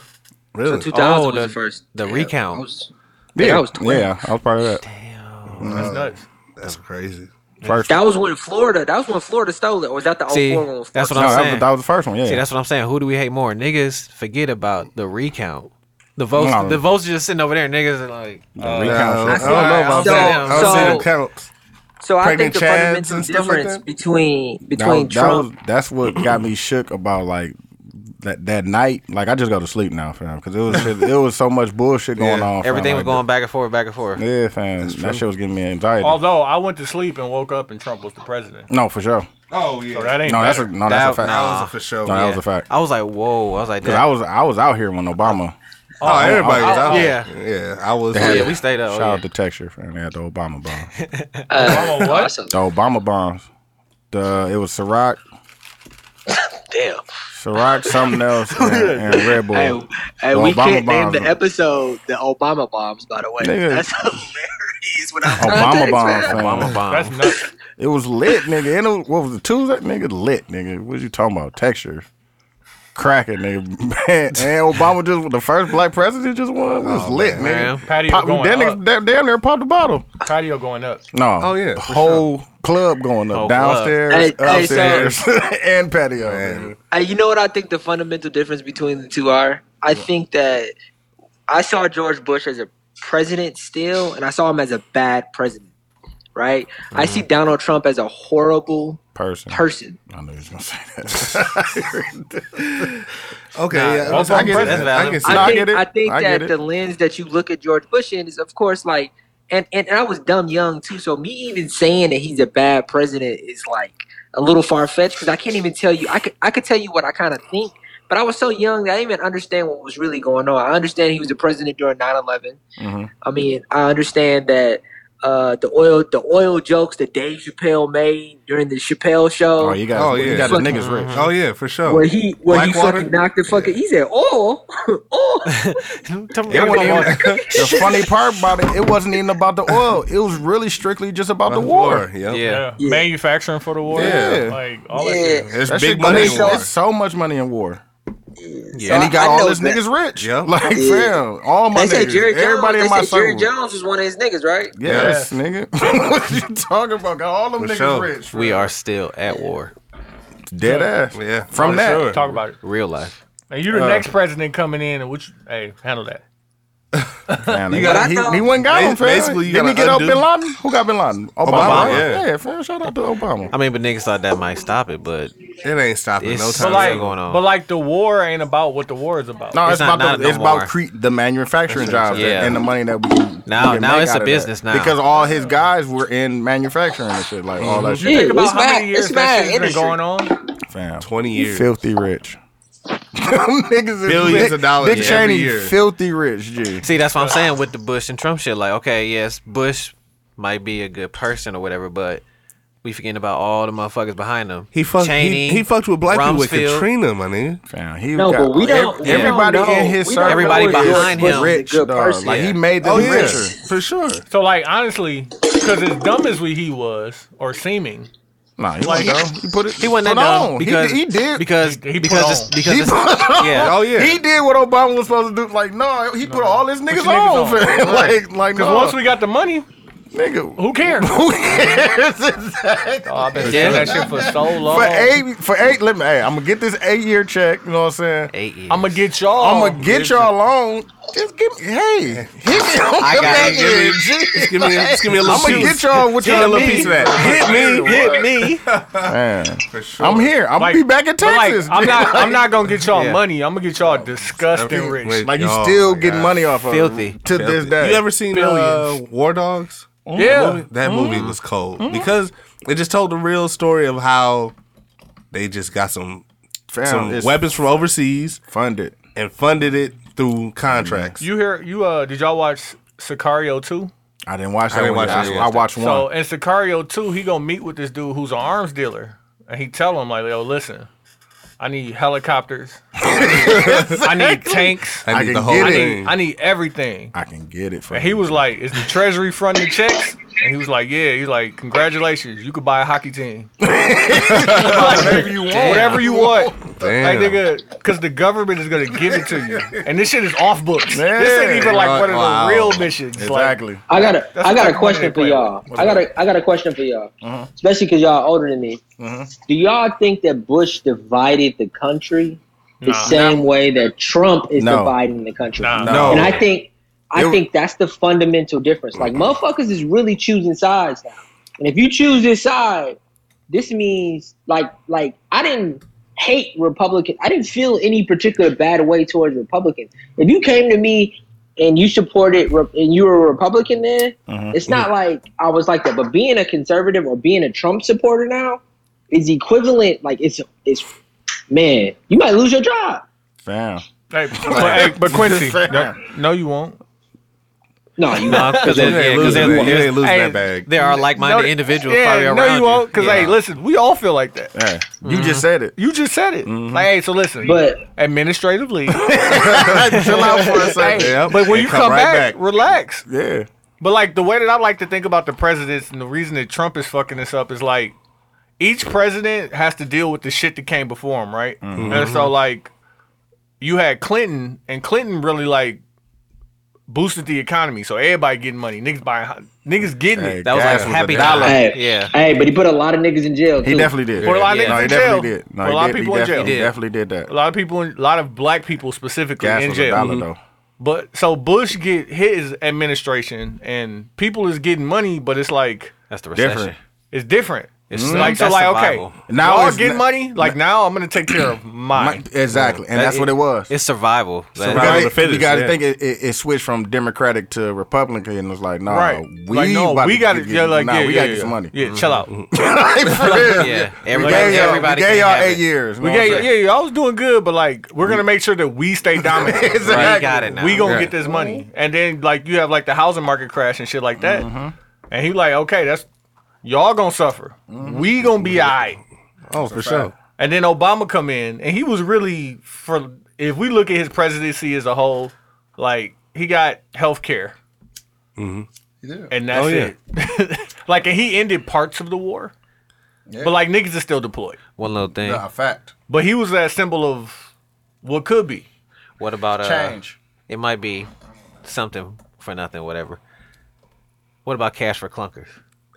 Speaker 3: Really?
Speaker 6: Two thousand
Speaker 1: Oh,
Speaker 6: was the,
Speaker 1: the-
Speaker 6: first.
Speaker 1: the
Speaker 6: Yeah,
Speaker 1: recount.
Speaker 6: I was-
Speaker 2: Yeah,
Speaker 6: I was 20.
Speaker 2: yeah, I was part of that.
Speaker 4: That's
Speaker 2: Uh-huh.
Speaker 4: nuts.
Speaker 3: That's crazy.
Speaker 2: First,
Speaker 6: That was when Florida. That was when Florida stole it, or was that the
Speaker 1: See,
Speaker 6: 04 one?
Speaker 1: that's what
Speaker 2: no,
Speaker 1: I'm
Speaker 2: that
Speaker 1: saying.
Speaker 2: was, that was the first one. Yeah,
Speaker 1: See, that's what I'm saying. Who do we hate more? Niggas forget about the recount. The votes.
Speaker 2: No.
Speaker 1: The votes just sitting over there. Niggas are like.
Speaker 2: The
Speaker 3: Yeah,
Speaker 2: recount
Speaker 3: I,
Speaker 2: shit.
Speaker 3: don't know about
Speaker 6: So-
Speaker 3: that. I
Speaker 6: so-
Speaker 3: don't see the counts.
Speaker 6: So I
Speaker 3: Pregnant
Speaker 6: think the
Speaker 3: Chads
Speaker 6: fundamental
Speaker 3: and stuff like
Speaker 6: difference
Speaker 3: that?
Speaker 6: between
Speaker 2: That
Speaker 6: between
Speaker 2: was- that
Speaker 6: Trump.
Speaker 2: was- that's what got me shook about like that that night. Like I just go to sleep now, fam, because it was it was so much bullshit going
Speaker 3: Yeah.
Speaker 2: on. fam,
Speaker 1: Everything was
Speaker 2: like,
Speaker 1: going back and forth, back and forth.
Speaker 2: Yeah, fam, that shit was giving me anxiety.
Speaker 4: Although I went to sleep and woke up and Trump was the president.
Speaker 2: no, for sure.
Speaker 3: Oh yeah,
Speaker 4: So that ain't
Speaker 2: No, that's a,
Speaker 4: better.
Speaker 2: no, that's a
Speaker 1: That-
Speaker 2: fact.
Speaker 3: that
Speaker 1: nah.
Speaker 3: was a for sure.
Speaker 2: No, that was
Speaker 1: Yeah.
Speaker 2: a fact.
Speaker 1: I was like, whoa. I was like,
Speaker 2: Cause
Speaker 1: that.
Speaker 2: I was I was out here when Obama.
Speaker 3: oh, everybody was out.
Speaker 1: yeah.
Speaker 3: yeah, I was.
Speaker 1: Oh, yeah,
Speaker 3: yeah.
Speaker 1: we stayed up.
Speaker 2: Shout
Speaker 1: Oh,
Speaker 2: out to Texture, fam. They had the Obama bomb.
Speaker 6: Uh,
Speaker 4: Obama what?
Speaker 6: that's a-
Speaker 2: The Obama bombs. The it was Ciroc,
Speaker 6: Damn.
Speaker 2: Ciroc, something else, and, and Red Bull.
Speaker 6: Hey, hey,
Speaker 2: The
Speaker 6: we
Speaker 2: Obama
Speaker 6: can't name
Speaker 2: bombs
Speaker 6: the
Speaker 2: are-
Speaker 6: episode the Obama bombs, by the way.
Speaker 2: Nigga.
Speaker 6: That's hilarious. Without
Speaker 2: Obama
Speaker 6: context,
Speaker 2: bombs,
Speaker 6: man.
Speaker 2: fam.
Speaker 1: Obama bomb.
Speaker 4: That's nuts.
Speaker 2: It was lit, nigga. And it was, what was it, Tuesday? Nigga, lit, nigga. What you talking about? Texture. Cracking, nigga. Man, and Obama just, the first black president just won. It was lit,
Speaker 1: Oh, man.
Speaker 2: nigga.
Speaker 4: Patio
Speaker 2: Pop,
Speaker 4: going
Speaker 2: that
Speaker 4: up.
Speaker 2: nigga da- damn near popped the bottle.
Speaker 4: Patio going up.
Speaker 2: No.
Speaker 3: Oh, yeah,
Speaker 2: The
Speaker 3: for
Speaker 2: whole club going up.
Speaker 1: Whole club.
Speaker 2: downstairs,
Speaker 6: Hey, hey, so-
Speaker 2: upstairs, and patio. nigga.
Speaker 6: Hey, you know what I think the fundamental difference between the two are? I think that I saw George Bush as a president still, and I saw him as a bad president. Right? I see Donald Trump as a horrible
Speaker 2: Person.
Speaker 6: person.
Speaker 2: I knew he was going to say that.
Speaker 3: Okay,
Speaker 1: Nah,
Speaker 3: yeah,
Speaker 1: both
Speaker 3: I, get
Speaker 1: of them
Speaker 3: it.
Speaker 1: presidents.
Speaker 3: I can see
Speaker 6: I,
Speaker 2: No, I
Speaker 3: that.
Speaker 6: think,
Speaker 2: get it.
Speaker 6: I think
Speaker 2: I
Speaker 6: that
Speaker 2: get it.
Speaker 6: the lens that you look at George Bush in is, of course, like, and, and, and I was dumb young too. So me even saying that he's a bad president is like a little far fetched because I can't even tell you. I could I could tell you what I kind of think, but I was so young that I didn't even understand what was really going on. I understand he was the president during 9-11.
Speaker 2: Mhm.
Speaker 6: I mean, I understand that. Uh, the oil, the oil jokes that Dave Chappelle made during the Chappelle show,
Speaker 2: Oh, you got,
Speaker 3: Oh,
Speaker 2: you
Speaker 3: yeah.
Speaker 2: got the
Speaker 6: Fucking-
Speaker 2: niggas rich.
Speaker 3: Oh yeah, for
Speaker 6: where
Speaker 3: sure.
Speaker 6: he, where he
Speaker 3: Blackwater?
Speaker 6: fucking knocked the fucking, he said, "Oh, oh,
Speaker 1: Tell me-
Speaker 2: It
Speaker 1: tell me
Speaker 2: wasn't
Speaker 1: about-
Speaker 2: even, the funny part about it, it wasn't even about the oil. It was really strictly just about the war.
Speaker 3: Yep.
Speaker 1: Yeah.
Speaker 4: Yeah.
Speaker 6: Yeah.
Speaker 4: Manufacturing for the war.
Speaker 2: Yeah.
Speaker 4: Like all that
Speaker 6: yeah."
Speaker 4: shit.
Speaker 3: There's
Speaker 2: That
Speaker 3: big
Speaker 2: shit-
Speaker 3: money
Speaker 2: there's
Speaker 3: in war.
Speaker 2: so- so much money in war.
Speaker 1: Yeah.
Speaker 2: and he got
Speaker 6: I
Speaker 2: all
Speaker 6: know
Speaker 2: his
Speaker 6: that.
Speaker 2: niggas rich.
Speaker 3: Yeah.
Speaker 2: Like,
Speaker 6: Yeah.
Speaker 2: fam, all my
Speaker 6: They say
Speaker 2: niggas,
Speaker 6: Jerry Jones.
Speaker 2: everybody
Speaker 6: they
Speaker 2: in my
Speaker 6: say Jerry
Speaker 2: circle.
Speaker 6: Jones was one of his niggas, right?
Speaker 2: Yes, nigga. what you talking about? Got all them
Speaker 3: For
Speaker 2: niggas
Speaker 3: sure.
Speaker 2: rich.
Speaker 1: We are still at war.
Speaker 2: dead ass.
Speaker 3: Yeah.
Speaker 2: From
Speaker 3: For
Speaker 2: that,
Speaker 3: sure.
Speaker 4: Talk about it.
Speaker 1: Real life.
Speaker 4: And you the
Speaker 2: Uh,
Speaker 4: next president coming in and which hey, handle that.
Speaker 2: Man,
Speaker 3: You
Speaker 2: he,
Speaker 3: gotta-
Speaker 2: he, he went got him, fam.
Speaker 3: Basically, you
Speaker 2: Didn't he
Speaker 3: gotta
Speaker 2: get up
Speaker 3: undo-
Speaker 2: Bin Laden? Who got Bin Laden? Obama.
Speaker 3: Obama,
Speaker 2: yeah.
Speaker 3: yeah.
Speaker 2: fam. Shout out to Obama.
Speaker 1: I mean, but niggas thought that might stop it, but
Speaker 3: It ain't stopping
Speaker 1: It's
Speaker 3: no
Speaker 1: so
Speaker 3: time.
Speaker 4: But
Speaker 1: What's
Speaker 4: like,
Speaker 1: going on?
Speaker 4: but like the war ain't about what the war is about.
Speaker 2: No, it's,
Speaker 1: It's not-
Speaker 2: about the,
Speaker 1: not no
Speaker 2: it's about
Speaker 1: more.
Speaker 2: cre- the manufacturing jobs
Speaker 1: Yeah.
Speaker 2: and the money that we we
Speaker 1: Now-
Speaker 2: can
Speaker 1: now
Speaker 2: make
Speaker 1: it's
Speaker 2: out
Speaker 1: a
Speaker 2: of that.
Speaker 1: business now.
Speaker 2: because all his guys were in manufacturing and shit like all that
Speaker 4: You
Speaker 2: shit.
Speaker 4: think about
Speaker 6: it's
Speaker 4: how
Speaker 6: bad-
Speaker 4: many years
Speaker 6: it's
Speaker 4: that
Speaker 6: bad
Speaker 4: shit's been
Speaker 6: industry.
Speaker 4: going on.
Speaker 2: Fam,
Speaker 3: 20 years.
Speaker 2: filthy rich. Niggas is
Speaker 3: Billions
Speaker 2: Dick-
Speaker 3: of dollars
Speaker 2: Dick
Speaker 3: every
Speaker 2: Cheney,
Speaker 3: year.
Speaker 2: filthy rich. G.
Speaker 1: see, that's what I'm saying with the Bush and Trump shit. Like, okay, yes, Bush might be a good person or whatever, but we forgetting about all the motherfuckers behind him.
Speaker 3: He fucked.
Speaker 1: Cheney,
Speaker 3: he, he fucked with black people with
Speaker 1: Rumsfeld.
Speaker 3: Katrina, my nigga.
Speaker 2: Fam, he
Speaker 6: No,
Speaker 2: got
Speaker 6: but we don't-
Speaker 2: ev-
Speaker 6: we don't
Speaker 2: everybody
Speaker 6: know-
Speaker 2: in his
Speaker 6: we don't
Speaker 2: circle.
Speaker 1: Everybody
Speaker 2: was
Speaker 1: behind him.
Speaker 2: rich,
Speaker 6: He's a good
Speaker 2: dog.
Speaker 6: person.
Speaker 2: Like he
Speaker 1: Yeah.
Speaker 2: made them
Speaker 3: Oh yeah,
Speaker 2: richer.
Speaker 3: for sure.
Speaker 4: So like honestly, because as dumb as we he was or seeming,
Speaker 2: Nah, he
Speaker 4: Like-
Speaker 2: wasn't dumb. He put it.
Speaker 1: He wasn't that
Speaker 2: put on.
Speaker 1: dumb because
Speaker 2: he, he did.
Speaker 1: because
Speaker 4: He- he put
Speaker 1: because
Speaker 4: on.
Speaker 1: it's, because
Speaker 2: He
Speaker 1: it's,
Speaker 2: put on.
Speaker 1: yeah.
Speaker 3: Oh yeah.
Speaker 2: He did what Obama was supposed to do. Like, no, he put all his niggas
Speaker 4: your niggas
Speaker 2: on,
Speaker 4: on.
Speaker 2: fam.
Speaker 4: Right.
Speaker 2: Like, like,
Speaker 4: because
Speaker 2: no,
Speaker 4: once we got the money,
Speaker 2: nigga.
Speaker 4: who cares?
Speaker 2: Who cares? Exactly.
Speaker 4: Oh, I've been
Speaker 1: Yeah.
Speaker 4: saying that shit for so long.
Speaker 2: For eight, for eight, let me. Hey, I'm gonna get this eight year check. You know what I'm saying?
Speaker 1: Eight years.
Speaker 4: I'm gonna get y'all.
Speaker 2: I'm gonna get y'all loan. Just give me, hey, hit me on I
Speaker 1: gotta give
Speaker 3: me- Just give me, just give me a little
Speaker 2: I'm gonna
Speaker 3: piece.
Speaker 2: get y'all with
Speaker 3: Give me a
Speaker 2: y'all
Speaker 3: little
Speaker 2: need.
Speaker 3: piece of that.
Speaker 4: hit me, hit me.
Speaker 2: Man,
Speaker 3: For sure.
Speaker 2: I'm here. I'm
Speaker 4: Like-
Speaker 2: gonna be back in
Speaker 4: but, like,
Speaker 2: Texas.
Speaker 4: I'm not. I'm not gonna get y'all
Speaker 1: Yeah.
Speaker 4: money. I'm gonna get y'all disgusting
Speaker 3: Wait,
Speaker 4: rich.
Speaker 2: Like you
Speaker 3: Oh,
Speaker 2: still
Speaker 3: my
Speaker 2: getting
Speaker 3: God.
Speaker 2: money off of it
Speaker 1: Filthy.
Speaker 2: to this day.
Speaker 3: You ever seen uh,
Speaker 4: Billions.
Speaker 3: War Dogs?
Speaker 4: Yeah.
Speaker 3: That movie was cold because it just told the real story of how they just got some
Speaker 2: Fam,
Speaker 3: some
Speaker 2: it's
Speaker 3: weapons from overseas
Speaker 2: funded?
Speaker 3: and funded it through contracts.
Speaker 4: You hear you uh did y'all watch Sicario 2?
Speaker 2: I didn't watch that
Speaker 3: didn't
Speaker 2: one.
Speaker 3: watch
Speaker 2: I,
Speaker 3: that yet.
Speaker 2: I watched one.
Speaker 4: So in Sicario 2, he gonna meet with this dude who's an arms dealer. And he tell him like, yo, listen, I need helicopters. I need tanks.
Speaker 3: I need
Speaker 2: can
Speaker 3: the whole
Speaker 2: get it.
Speaker 4: I
Speaker 3: thing.
Speaker 4: need I need everything.
Speaker 2: I can get it. From
Speaker 4: And he was like, Is the treasury fronting the checks? And he was like, Yeah, he's like, Congratulations, you could buy a hockey team. whatever you want. Whatever you want.
Speaker 3: Damn.
Speaker 4: Like nigga, cause the government is gonna give it to you, and this shit is off books. This
Speaker 2: Yeah.
Speaker 4: ain't even like one of
Speaker 3: Wow.
Speaker 4: the real missions. Like,
Speaker 2: exactly.
Speaker 6: I got a,
Speaker 4: That's
Speaker 6: I
Speaker 4: the
Speaker 6: got
Speaker 4: type
Speaker 6: a
Speaker 4: of
Speaker 6: question for
Speaker 4: money they play
Speaker 6: y'all. I got a, I got a question for y'all,
Speaker 4: Uh-huh.
Speaker 6: especially because y'all older than me. Do y'all think that Bush divided the country the
Speaker 4: Nah.
Speaker 6: same way that Trump is
Speaker 2: No.
Speaker 6: dividing the country?
Speaker 4: Nah.
Speaker 3: No.
Speaker 6: And I think, I
Speaker 2: It-
Speaker 6: think that's the fundamental difference. Like motherfuckers is really choosing sides now. And if you choose this side, this means like, like I didn't hate Republicans. I didn't feel any particular bad way towards Republicans. If you came to me and you supported Re- and you were a Republican then, it's not like I was like that. But being a conservative or being a Trump supporter now is equivalent. Like it's it's man, you might lose your job.
Speaker 2: Fam.
Speaker 4: hey, but, hey, but Quincy, no, no, you won't.
Speaker 6: No, you
Speaker 1: No, because
Speaker 3: You ain't losing that- you ain't losing that bag.
Speaker 1: There are like-minded
Speaker 4: no,
Speaker 1: individuals
Speaker 4: yeah,
Speaker 1: probably around
Speaker 4: No, you won't. Because hey,
Speaker 1: Yeah.
Speaker 4: listen, we all feel like that.
Speaker 2: Yeah.
Speaker 4: Mm-hmm.
Speaker 2: You just said it.
Speaker 4: You just said it. Like, hey, so listen,
Speaker 6: But-
Speaker 4: administratively,
Speaker 2: Chill out for a second.
Speaker 3: Yep.
Speaker 4: but when
Speaker 3: And
Speaker 4: you come,
Speaker 3: right
Speaker 4: back, relax.
Speaker 2: Yeah.
Speaker 4: But like the way that I like to think about the presidents and the reason that Trump is fucking this up is like each president has to deal with the shit that came before him, right? And so like you had Clinton and Clinton really like boosted the economy. So everybody getting money. Niggas buying niggas getting
Speaker 2: Hey,
Speaker 4: it.
Speaker 1: That was
Speaker 2: Gas
Speaker 1: like
Speaker 2: was a
Speaker 1: happy
Speaker 2: dollar.
Speaker 1: dollar.
Speaker 6: Hey.
Speaker 1: Yeah.
Speaker 6: Hey, but he put a lot of niggas in jail.
Speaker 2: He
Speaker 6: too.
Speaker 2: definitely did.
Speaker 4: Put a lot of
Speaker 2: no,
Speaker 4: niggas
Speaker 2: he
Speaker 4: in jail.
Speaker 2: definitely did. No,
Speaker 4: Put
Speaker 2: he
Speaker 4: a lot of
Speaker 2: did.
Speaker 4: people
Speaker 2: he
Speaker 4: in jail.
Speaker 2: definitely,
Speaker 1: He did.
Speaker 2: definitely did that.
Speaker 4: A lot of people in, a lot of black people specifically
Speaker 2: Gas
Speaker 4: in
Speaker 2: was a
Speaker 4: jail. Mm-hmm.
Speaker 2: dollar though.
Speaker 4: But so Bush get his administration and people is getting money, but it's like
Speaker 1: That's the recession.
Speaker 2: Different.
Speaker 4: it's different. It's
Speaker 2: Mm-hmm.
Speaker 1: Mm.
Speaker 4: like so
Speaker 1: That's
Speaker 4: like
Speaker 1: survival.
Speaker 4: okay.
Speaker 2: Now
Speaker 4: Now I
Speaker 2: it's
Speaker 4: get
Speaker 2: not-
Speaker 4: money. Like now I'm gonna take care of mine.
Speaker 2: My- exactly, and
Speaker 1: That-
Speaker 2: that's what it was.
Speaker 1: It's survival. That-
Speaker 2: You gotta-
Speaker 7: Survival of the
Speaker 2: you got to
Speaker 7: fittest,
Speaker 2: think it, it, it switched from Democratic to Republican, and it was like, nah,
Speaker 4: right.
Speaker 2: we
Speaker 4: like no,
Speaker 2: about
Speaker 4: we
Speaker 2: to
Speaker 4: gotta
Speaker 2: get-
Speaker 4: yeah, like
Speaker 2: nah,
Speaker 4: yeah,
Speaker 2: we
Speaker 4: yeah,
Speaker 2: gotta
Speaker 4: yeah.
Speaker 2: get some money. Mm-hmm.
Speaker 4: Yeah, chill out.
Speaker 2: Like, for real.
Speaker 1: Yeah.
Speaker 2: we
Speaker 1: Everybody.
Speaker 2: gave y'all,
Speaker 1: everybody
Speaker 2: we gave
Speaker 1: can
Speaker 2: y'all
Speaker 1: have
Speaker 2: eight
Speaker 1: it.
Speaker 2: years.
Speaker 4: We got, yeah, yeah, I was doing good, but like we're gonna make sure that we stay dominant.
Speaker 2: Exactly.
Speaker 1: We got it now.
Speaker 4: We gonna
Speaker 3: Right.
Speaker 4: get this money, and then like you have like the housing market crash and shit like that,
Speaker 2: Mm-hmm.
Speaker 4: and he like okay, that's y'all gonna suffer.
Speaker 2: Mm-hmm.
Speaker 4: We gonna be alright.
Speaker 3: Oh, for sure.
Speaker 4: And then Obama come in, and he was really for if we look at his presidency as a whole, like he got health care.
Speaker 3: Mm-hmm.
Speaker 4: And that's
Speaker 7: Oh, yeah.
Speaker 4: it. like and he ended parts of the war. But like niggas is still deployed.
Speaker 1: One little thing.
Speaker 3: Nah, fact.
Speaker 4: But he was that symbol of what could be.
Speaker 1: What about uh,
Speaker 2: Change.
Speaker 1: It might be something for nothing, whatever. What about cash for clunkers?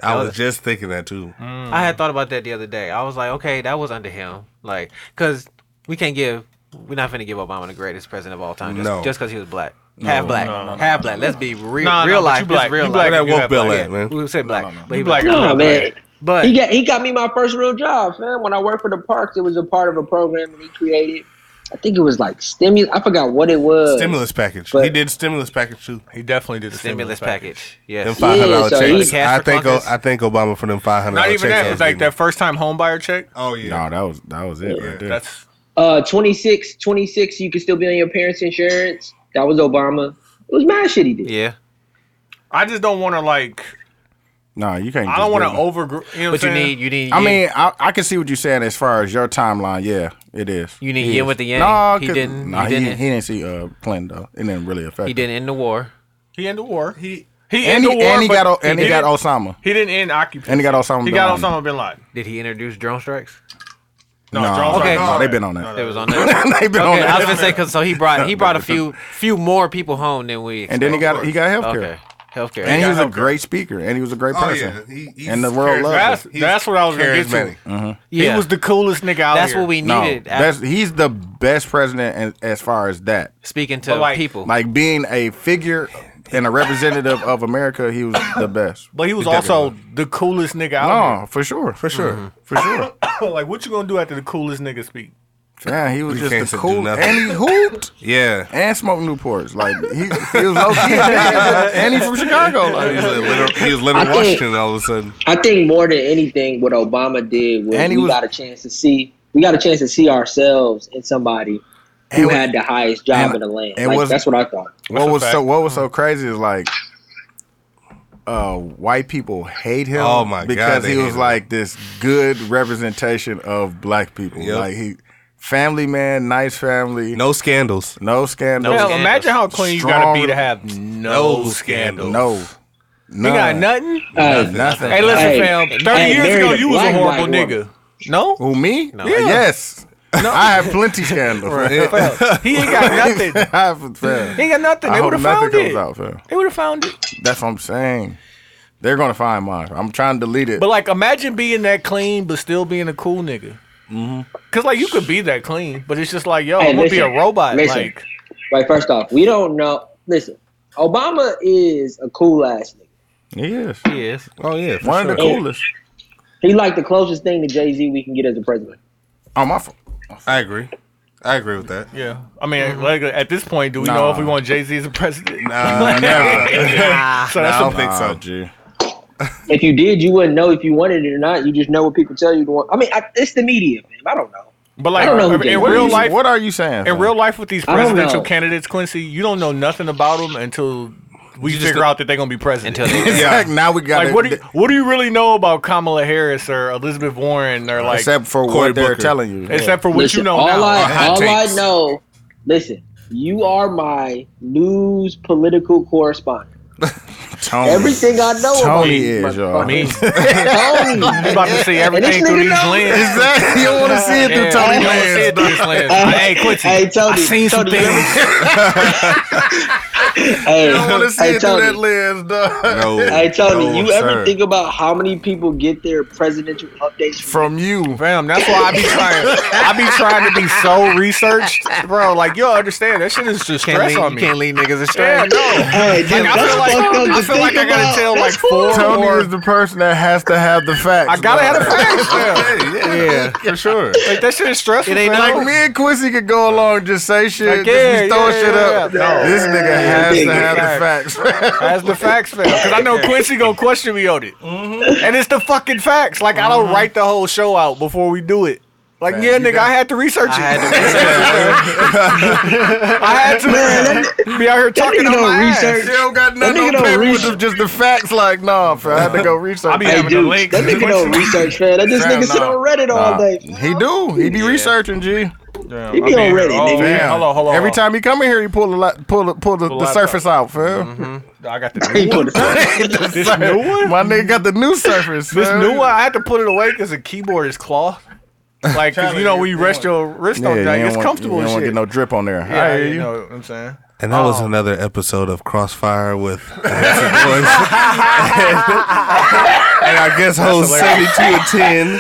Speaker 3: I was just thinking that too.
Speaker 1: I had thought about that the other day. I was like, okay, that was under him, like, cause we can't give, we're not finna give Obama the greatest president of all time, just
Speaker 3: No.
Speaker 1: just cause he was black, half black, half black. Let's be real,
Speaker 4: Nah, nah,
Speaker 1: real
Speaker 4: but
Speaker 1: life,
Speaker 4: you
Speaker 1: just
Speaker 4: black.
Speaker 1: real
Speaker 4: You
Speaker 1: life. Oh,
Speaker 3: Where
Speaker 4: black.
Speaker 3: that
Speaker 4: you
Speaker 3: woke
Speaker 4: have
Speaker 3: bill
Speaker 4: black.
Speaker 3: at, man?
Speaker 1: We would say black, but he
Speaker 4: You black.
Speaker 1: black.
Speaker 6: No, man.
Speaker 1: But
Speaker 6: He got he got me my first real job, man. When I worked for the parks, it was a part of a program that he created. I think it was like stimulus. I forgot what it was.
Speaker 3: Stimulus package.
Speaker 6: But-
Speaker 3: he did stimulus package too.
Speaker 4: He definitely did the
Speaker 1: stimulus package,
Speaker 3: Them
Speaker 1: yes.
Speaker 3: five hundred dollar
Speaker 6: so he-
Speaker 3: checks.
Speaker 1: Cash
Speaker 3: I
Speaker 1: for
Speaker 3: think
Speaker 1: clunkers.
Speaker 3: I think Obama for them five hundred.
Speaker 4: Not even that. It's like that first time homebuyer check.
Speaker 3: Oh yeah.
Speaker 2: No, that was that was it right there.
Speaker 4: That's
Speaker 6: Uh, 26, 26, You could still be on your parents' insurance. That was Obama. It was mad shit he did.
Speaker 1: yeah.
Speaker 4: I just don't want to like.
Speaker 2: nah, you can't.
Speaker 4: I
Speaker 2: just
Speaker 4: don't want to
Speaker 2: give it-
Speaker 4: over. You know what
Speaker 1: But you
Speaker 4: I'm saying?
Speaker 1: need, you need.
Speaker 2: I
Speaker 1: yin-
Speaker 2: mean, I, I can see what you're saying as far as your timeline. Yeah, it is.
Speaker 1: You need
Speaker 2: It
Speaker 1: yin
Speaker 2: is.
Speaker 1: with the yang.
Speaker 2: Nah,
Speaker 1: He
Speaker 2: 'cause-
Speaker 1: didn't-
Speaker 2: Nah,
Speaker 1: he
Speaker 2: he,
Speaker 1: didn't.
Speaker 2: he didn't see uh, Clinton though. It didn't really affect.
Speaker 1: he
Speaker 2: him.
Speaker 1: didn't end the war.
Speaker 4: He ended the war. He he
Speaker 2: And
Speaker 4: ended
Speaker 2: he,
Speaker 4: the war.
Speaker 2: and he
Speaker 4: but
Speaker 2: got O- and he, got
Speaker 4: didn't-
Speaker 2: Osama.
Speaker 4: He didn't end occupation.
Speaker 2: And he got Osama.
Speaker 4: He
Speaker 2: bin
Speaker 4: got
Speaker 2: Laden.
Speaker 4: Osama bin Laden.
Speaker 1: Did he introduce drone strikes?
Speaker 4: No,
Speaker 2: No,
Speaker 4: Charles
Speaker 1: Okay.
Speaker 4: Brown.
Speaker 2: no, they've been on that.
Speaker 1: It was on that.
Speaker 2: they've been on
Speaker 1: Okay, I was
Speaker 2: that.
Speaker 1: gonna say because so he brought he brought a few few more people home than we.
Speaker 2: And then he got he got healthcare.
Speaker 1: okay healthcare.
Speaker 2: And he
Speaker 1: Yeah.
Speaker 2: was a great speaker, and he was a great
Speaker 3: Oh
Speaker 2: person.
Speaker 3: yeah. He, he's
Speaker 2: And the world Mm-hmm.
Speaker 3: charismatic.
Speaker 2: loves
Speaker 4: That's
Speaker 2: him.
Speaker 3: He's
Speaker 4: that's what I was gonna get to.
Speaker 3: charismatic.
Speaker 4: He was the coolest nigga out
Speaker 1: That's
Speaker 4: here.
Speaker 1: what we
Speaker 2: No,
Speaker 1: needed. at-
Speaker 2: that's he's the best president as, as far as that.
Speaker 1: speaking to
Speaker 4: But, like-
Speaker 1: people.
Speaker 2: Like being a figure and a representative of America, he was the best.
Speaker 4: But he was also the coolest nigga out
Speaker 2: No, for sure, for sure, for sure.
Speaker 4: here. like, what you gonna do after the coolest nigga speak?
Speaker 1: Mm-hmm.
Speaker 2: Yeah, he was
Speaker 3: You can't
Speaker 2: just the
Speaker 3: do
Speaker 2: cool,
Speaker 3: nothing.
Speaker 2: and he hooped
Speaker 3: Yeah.
Speaker 2: and smoked Newports. Like he, he was low key, and he's from Chicago.
Speaker 3: He was
Speaker 2: Like,
Speaker 3: a little, he was little
Speaker 6: I think-
Speaker 3: Washington all of a sudden.
Speaker 6: I think more than anything, what Obama did was
Speaker 2: And he
Speaker 6: we
Speaker 2: was-
Speaker 6: got a chance to see we got a chance to see ourselves in somebody who
Speaker 2: And-
Speaker 6: had the highest job
Speaker 2: and-
Speaker 6: in the land.
Speaker 2: and
Speaker 6: Like,
Speaker 2: was-
Speaker 6: that's what I thought.
Speaker 2: What
Speaker 4: That's a
Speaker 2: was so
Speaker 4: fact.
Speaker 2: what was so crazy is like uh white people hate him
Speaker 3: Oh my God,
Speaker 2: because
Speaker 3: they
Speaker 2: he
Speaker 3: hate
Speaker 2: was
Speaker 3: him.
Speaker 2: like this good representation of black people.
Speaker 3: Yep.
Speaker 2: Like he family man, nice family, no,
Speaker 3: No scandals.
Speaker 2: no scandal.
Speaker 1: No
Speaker 4: Hell,
Speaker 1: scandals.
Speaker 4: imagine how clean you gotta be
Speaker 2: Strong-
Speaker 4: to have no,
Speaker 3: No
Speaker 4: scandal.
Speaker 3: scandals.
Speaker 2: No.
Speaker 4: You got
Speaker 2: None.
Speaker 4: nothing?
Speaker 6: Hey,
Speaker 2: Nothing.
Speaker 4: Hey, listen,
Speaker 6: Hey,
Speaker 4: fam. 30
Speaker 6: hey,
Speaker 4: years
Speaker 6: married
Speaker 4: ago,
Speaker 6: a
Speaker 4: you was a
Speaker 6: black,
Speaker 4: horrible
Speaker 6: black
Speaker 4: nigga. No?
Speaker 2: Who me?
Speaker 1: No.
Speaker 2: Yeah. Yes. I have plenty scandals.
Speaker 4: Fam, he ain't got nothing.
Speaker 2: I have fam.
Speaker 4: He ain't got nothing.
Speaker 2: I
Speaker 4: They
Speaker 2: hope
Speaker 4: would
Speaker 2: nothing
Speaker 4: have found
Speaker 2: comes
Speaker 4: it.
Speaker 2: out, fam.
Speaker 4: They would have found it.
Speaker 2: That's what I'm saying. They're gonna find mine. I'm trying to delete it.
Speaker 4: But, like, imagine being that clean, but still being a cool nigga. Because, like, you could be that clean, but it's just like, yo,
Speaker 6: Hey,
Speaker 4: I'm going to be a
Speaker 6: listen,
Speaker 4: robot.
Speaker 6: listen.
Speaker 4: Like,
Speaker 6: Right, first off, we don't know. Listen, Obama is a cool ass nigga.
Speaker 2: yes.
Speaker 1: Yes.
Speaker 3: Oh yeah, for
Speaker 2: One of the
Speaker 6: sure.
Speaker 2: coolest.
Speaker 6: He like the closest thing to Jay Z we can get as a president.
Speaker 2: Oh my fault.
Speaker 3: I agree. I agree with that.
Speaker 4: yeah. I mean, like, at this point, do we know
Speaker 2: Nah.
Speaker 4: if we want Jay Z as a president?
Speaker 3: Nah, never.
Speaker 4: so
Speaker 3: I
Speaker 4: that's
Speaker 3: don't
Speaker 4: a,
Speaker 3: think so.
Speaker 2: G.
Speaker 6: If you did, you wouldn't know if you wanted it or not. You just know what people tell you to want. I mean, I, it's the media, man. I don't know.
Speaker 4: but like
Speaker 6: I don't know who
Speaker 4: in
Speaker 6: Jay-Z
Speaker 4: in
Speaker 6: is.
Speaker 4: real
Speaker 2: you-
Speaker 4: life,
Speaker 2: What are you saying?
Speaker 4: in
Speaker 2: fam?
Speaker 4: real life with these
Speaker 6: I don't
Speaker 4: presidential
Speaker 6: know.
Speaker 4: candidates, Quincy, you don't know nothing about them until we
Speaker 3: just
Speaker 4: figure
Speaker 3: go-
Speaker 4: out that they're gonna be president.
Speaker 1: Until they-
Speaker 2: Exact- Now we got
Speaker 4: like,
Speaker 2: it,
Speaker 4: what do you, what do you really know about Kamala Harris or Elizabeth Warren or like except,
Speaker 2: except for
Speaker 3: Cory
Speaker 2: what they're
Speaker 3: Booker.
Speaker 2: telling you.
Speaker 4: for what
Speaker 6: listen,
Speaker 4: you know
Speaker 6: all
Speaker 4: now? uh,
Speaker 6: I,
Speaker 3: Hot
Speaker 6: all
Speaker 3: takes.
Speaker 6: I know, listen, you are my news political correspondent.
Speaker 2: Yeah. Tony.
Speaker 6: Everything I know about
Speaker 2: Tony
Speaker 6: you,
Speaker 2: is y'all.
Speaker 6: motherfucker.
Speaker 4: Me, you
Speaker 6: Tony.
Speaker 4: about to see everything
Speaker 6: nigga
Speaker 4: through these
Speaker 6: know-
Speaker 4: lenses?
Speaker 2: Exactly. You don't want to see it
Speaker 4: Yeah,
Speaker 2: through
Speaker 4: you
Speaker 2: Tony
Speaker 4: don't see
Speaker 2: Lance.
Speaker 4: it through this lens. But, Hey, Quincy,
Speaker 6: Hey, Tony.
Speaker 4: I seen some
Speaker 6: Tony, you remember-
Speaker 4: things.
Speaker 6: Hey,
Speaker 2: You don't want to see
Speaker 6: hey,
Speaker 2: it through that
Speaker 6: Tony.
Speaker 2: lens, dog.
Speaker 3: No.
Speaker 6: Hey, Tony.
Speaker 3: No,
Speaker 6: you
Speaker 3: sir.
Speaker 6: ever think about how many people get their presidential updates from?
Speaker 2: From you.
Speaker 4: Fam, that's why I be trying. I be trying to be so researched, bro. Like you understand that shit is just
Speaker 1: Can't
Speaker 4: stress
Speaker 1: leave,
Speaker 4: on
Speaker 1: you
Speaker 4: me.
Speaker 1: can't leave niggas
Speaker 4: yeah,
Speaker 1: astray.
Speaker 4: no.
Speaker 6: Hey, dude,
Speaker 4: Like, I
Speaker 6: that's
Speaker 4: feel like-
Speaker 6: fucked
Speaker 4: I
Speaker 6: up to
Speaker 4: feel like
Speaker 6: think
Speaker 4: I gotta
Speaker 6: about.
Speaker 4: tell,
Speaker 6: That's
Speaker 4: like, four-
Speaker 6: horrible.
Speaker 2: Tony
Speaker 4: Or-
Speaker 2: is the person that has to have the facts.
Speaker 4: I gotta have the
Speaker 2: dog.
Speaker 4: facts. fam.
Speaker 3: yeah,
Speaker 2: Yeah.
Speaker 3: for sure.
Speaker 4: Like that shit is stressful.
Speaker 1: It ain't
Speaker 4: fam.
Speaker 2: Like me and Quincy could go along and just say shit,
Speaker 4: Like,
Speaker 2: just
Speaker 4: yeah,
Speaker 2: be throwing
Speaker 4: yeah,
Speaker 2: shit
Speaker 4: yeah,
Speaker 2: up.
Speaker 4: yeah.
Speaker 2: This nigga has to
Speaker 6: Yeah,
Speaker 2: have the facts.
Speaker 4: That's the facts, fam. Because I know Quincy gonna question me on it, and it's the fucking facts. Like I don't write the whole show out before we do it. Like yeah, nigga, I had to research it. I
Speaker 1: I
Speaker 4: had
Speaker 1: had to
Speaker 4: to, be out here talking
Speaker 6: nigga
Speaker 4: on
Speaker 6: don't
Speaker 4: my
Speaker 6: research.
Speaker 4: research.
Speaker 2: They don't got nothing
Speaker 6: nigga
Speaker 2: on
Speaker 6: don't
Speaker 2: paper with
Speaker 6: research.
Speaker 2: the- just the facts. Like, nah, fam, I had to go research.
Speaker 4: I be
Speaker 2: that.
Speaker 6: Hey,
Speaker 4: having a
Speaker 6: dude,
Speaker 4: link.
Speaker 6: that nigga no research, man. That this
Speaker 2: Fam,
Speaker 6: nigga sit
Speaker 2: nah.
Speaker 6: on Reddit all
Speaker 2: Nah,
Speaker 6: day.
Speaker 2: He do. He be researching, G.
Speaker 4: Damn,
Speaker 6: He be
Speaker 4: I mean,
Speaker 6: on Reddit,
Speaker 4: oh,
Speaker 6: nigga.
Speaker 4: man,
Speaker 2: Damn.
Speaker 4: Hold on, hold on.
Speaker 2: Every
Speaker 4: hold on.
Speaker 2: time he come in here, he pull the lot, pull the, pull the,
Speaker 4: Pull Mm-hmm.
Speaker 2: the
Speaker 4: out
Speaker 2: surface out, fam.
Speaker 4: I got
Speaker 6: He
Speaker 4: the
Speaker 6: put it-
Speaker 4: this new one.
Speaker 2: My nigga got the new surface.
Speaker 4: This
Speaker 2: fam.
Speaker 4: new one, I had to put it away because the keyboard is cloth. Like, 'cause you know, when you rest your wrist
Speaker 2: Yeah,
Speaker 4: on
Speaker 2: you
Speaker 4: that,
Speaker 2: don't
Speaker 4: it's
Speaker 2: want-
Speaker 4: comfortable
Speaker 2: You
Speaker 4: and
Speaker 2: don't want
Speaker 4: shit.
Speaker 2: to get no drip on there.
Speaker 4: yeah,
Speaker 2: I hear
Speaker 4: you
Speaker 2: you.
Speaker 4: know what I'm saying.
Speaker 3: And that was
Speaker 6: Oh.
Speaker 3: another episode of Crossfire with the Message Boys. and I guess host 72 and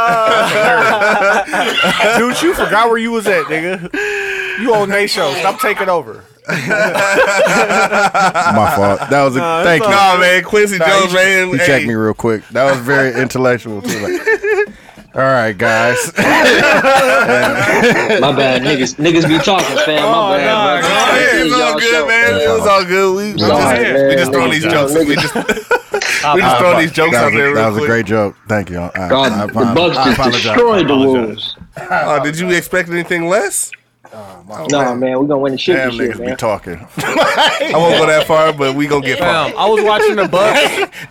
Speaker 3: 10.
Speaker 4: Dude, you forgot where you was at, nigga. You on Nate show. Stop taking over.
Speaker 2: My fault. That was a thank you.
Speaker 3: Nah, man, Quincy Jones, man.
Speaker 2: You
Speaker 3: hey,
Speaker 2: checked me real quick. That was very intellectual too. Like, All right, guys.
Speaker 6: My bad, niggas. Niggas be talking, fam. My bad, bro.
Speaker 3: Oh, yeah, it's all good, man. It was all good. We, we
Speaker 2: Sorry,
Speaker 3: just, we
Speaker 6: man.
Speaker 3: just throwing these jokes. We just, we just throwing these jokes
Speaker 2: Ah, that was,
Speaker 3: out there
Speaker 2: a, that was
Speaker 3: real
Speaker 2: a
Speaker 3: quick.
Speaker 2: great joke. Thank you. I, I, I
Speaker 6: God, the
Speaker 2: apologize.
Speaker 6: Bucks
Speaker 2: I
Speaker 6: just
Speaker 2: apologize.
Speaker 6: destroyed the Wolves.
Speaker 3: Oh, did you expect anything less?
Speaker 4: Oh,
Speaker 6: Nah, man, we gonna win the
Speaker 2: Damn
Speaker 6: championship,
Speaker 2: niggas be
Speaker 6: man.
Speaker 2: talking.
Speaker 3: I won't go that far, but we gonna get far.
Speaker 4: Damn, I was watching the Bucks.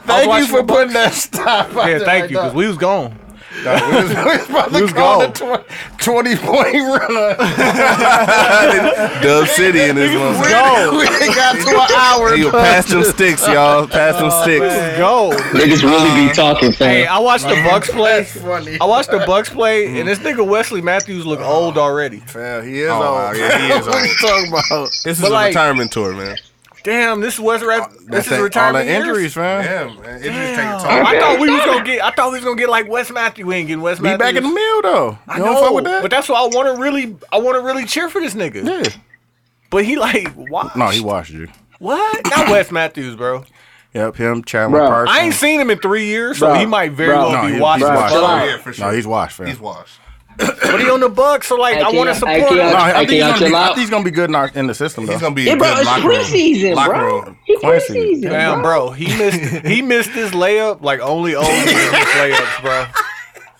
Speaker 2: Thank you
Speaker 4: watching
Speaker 2: for
Speaker 4: the Bucks.
Speaker 2: putting that stop. out
Speaker 4: Yeah,
Speaker 2: there
Speaker 4: thank
Speaker 2: like
Speaker 4: you, because
Speaker 2: that.
Speaker 4: we was gone.
Speaker 2: No, we was, we was about to
Speaker 4: was
Speaker 2: call the 20, 20 point runner.
Speaker 3: Dub City in this
Speaker 2: We,
Speaker 3: one.
Speaker 2: we got to an hour.
Speaker 3: You
Speaker 2: dog.
Speaker 3: pass them sticks, y'all. Pass them
Speaker 4: Oh,
Speaker 3: sticks.
Speaker 4: Go.
Speaker 6: Niggas really be talking,
Speaker 4: Hey,
Speaker 6: fam.
Speaker 4: I watched the Bucks play.
Speaker 2: funny.
Speaker 4: I watched the Bucks play,
Speaker 2: Mm.
Speaker 4: and this nigga Wesley Matthews look old already.
Speaker 2: Fam, he is
Speaker 3: Oh, wow,
Speaker 2: old.
Speaker 3: yeah, he is
Speaker 2: what you talking about?
Speaker 3: This is
Speaker 4: But
Speaker 3: a
Speaker 4: like-
Speaker 3: retirement tour, man.
Speaker 4: Damn, this West Rap, this is
Speaker 2: All the
Speaker 4: retirement years?
Speaker 2: injuries, fam.
Speaker 3: Yeah, man. It just takes
Speaker 4: Damn. I thought we was gonna get. I thought we was gonna get like Wes Matthews. We ain't getting Wes
Speaker 2: Be
Speaker 4: Matthews.
Speaker 2: back in the mill though. You
Speaker 4: I
Speaker 2: don't
Speaker 4: know,
Speaker 2: fuck with that.
Speaker 4: but that's why I want to really, I want to really cheer for this nigga.
Speaker 2: yeah.
Speaker 4: But he like, why?
Speaker 2: No, he watched you.
Speaker 4: What? Not Wes Matthews, bro.
Speaker 2: Yep, him, Chandler
Speaker 6: Bruh,
Speaker 2: Parsons.
Speaker 4: I ain't seen him in three years, so
Speaker 6: Bro,
Speaker 4: he might very
Speaker 6: bro.
Speaker 2: no,
Speaker 4: well be
Speaker 2: he- he's
Speaker 4: watching.
Speaker 6: bro,
Speaker 2: washed.
Speaker 6: chill out.
Speaker 3: Yeah, for sure.
Speaker 2: No, he's washed, fam.
Speaker 3: He's washed.
Speaker 4: But he on the Bucks, so like,
Speaker 6: Hey,
Speaker 4: I
Speaker 6: can
Speaker 4: want to
Speaker 6: y'all-
Speaker 4: support
Speaker 6: hey, can
Speaker 4: him.
Speaker 6: y'all-
Speaker 2: no, I
Speaker 6: Hey,
Speaker 2: think
Speaker 6: can
Speaker 2: he's
Speaker 6: y'all
Speaker 2: gonna,
Speaker 6: chill
Speaker 2: be, I
Speaker 6: out?
Speaker 2: think he's gonna be good in, our, in the system though.
Speaker 3: He's gonna be
Speaker 6: Hey,
Speaker 3: a
Speaker 6: bro,
Speaker 3: good
Speaker 6: it's
Speaker 3: locker room.
Speaker 6: preseason,
Speaker 3: Locker
Speaker 6: bro.
Speaker 3: room.
Speaker 6: He
Speaker 2: Quincy.
Speaker 6: preseason,
Speaker 4: Damn,
Speaker 6: bro.
Speaker 4: bro, he missed he missed this layup like only old niggas miss layups, bro.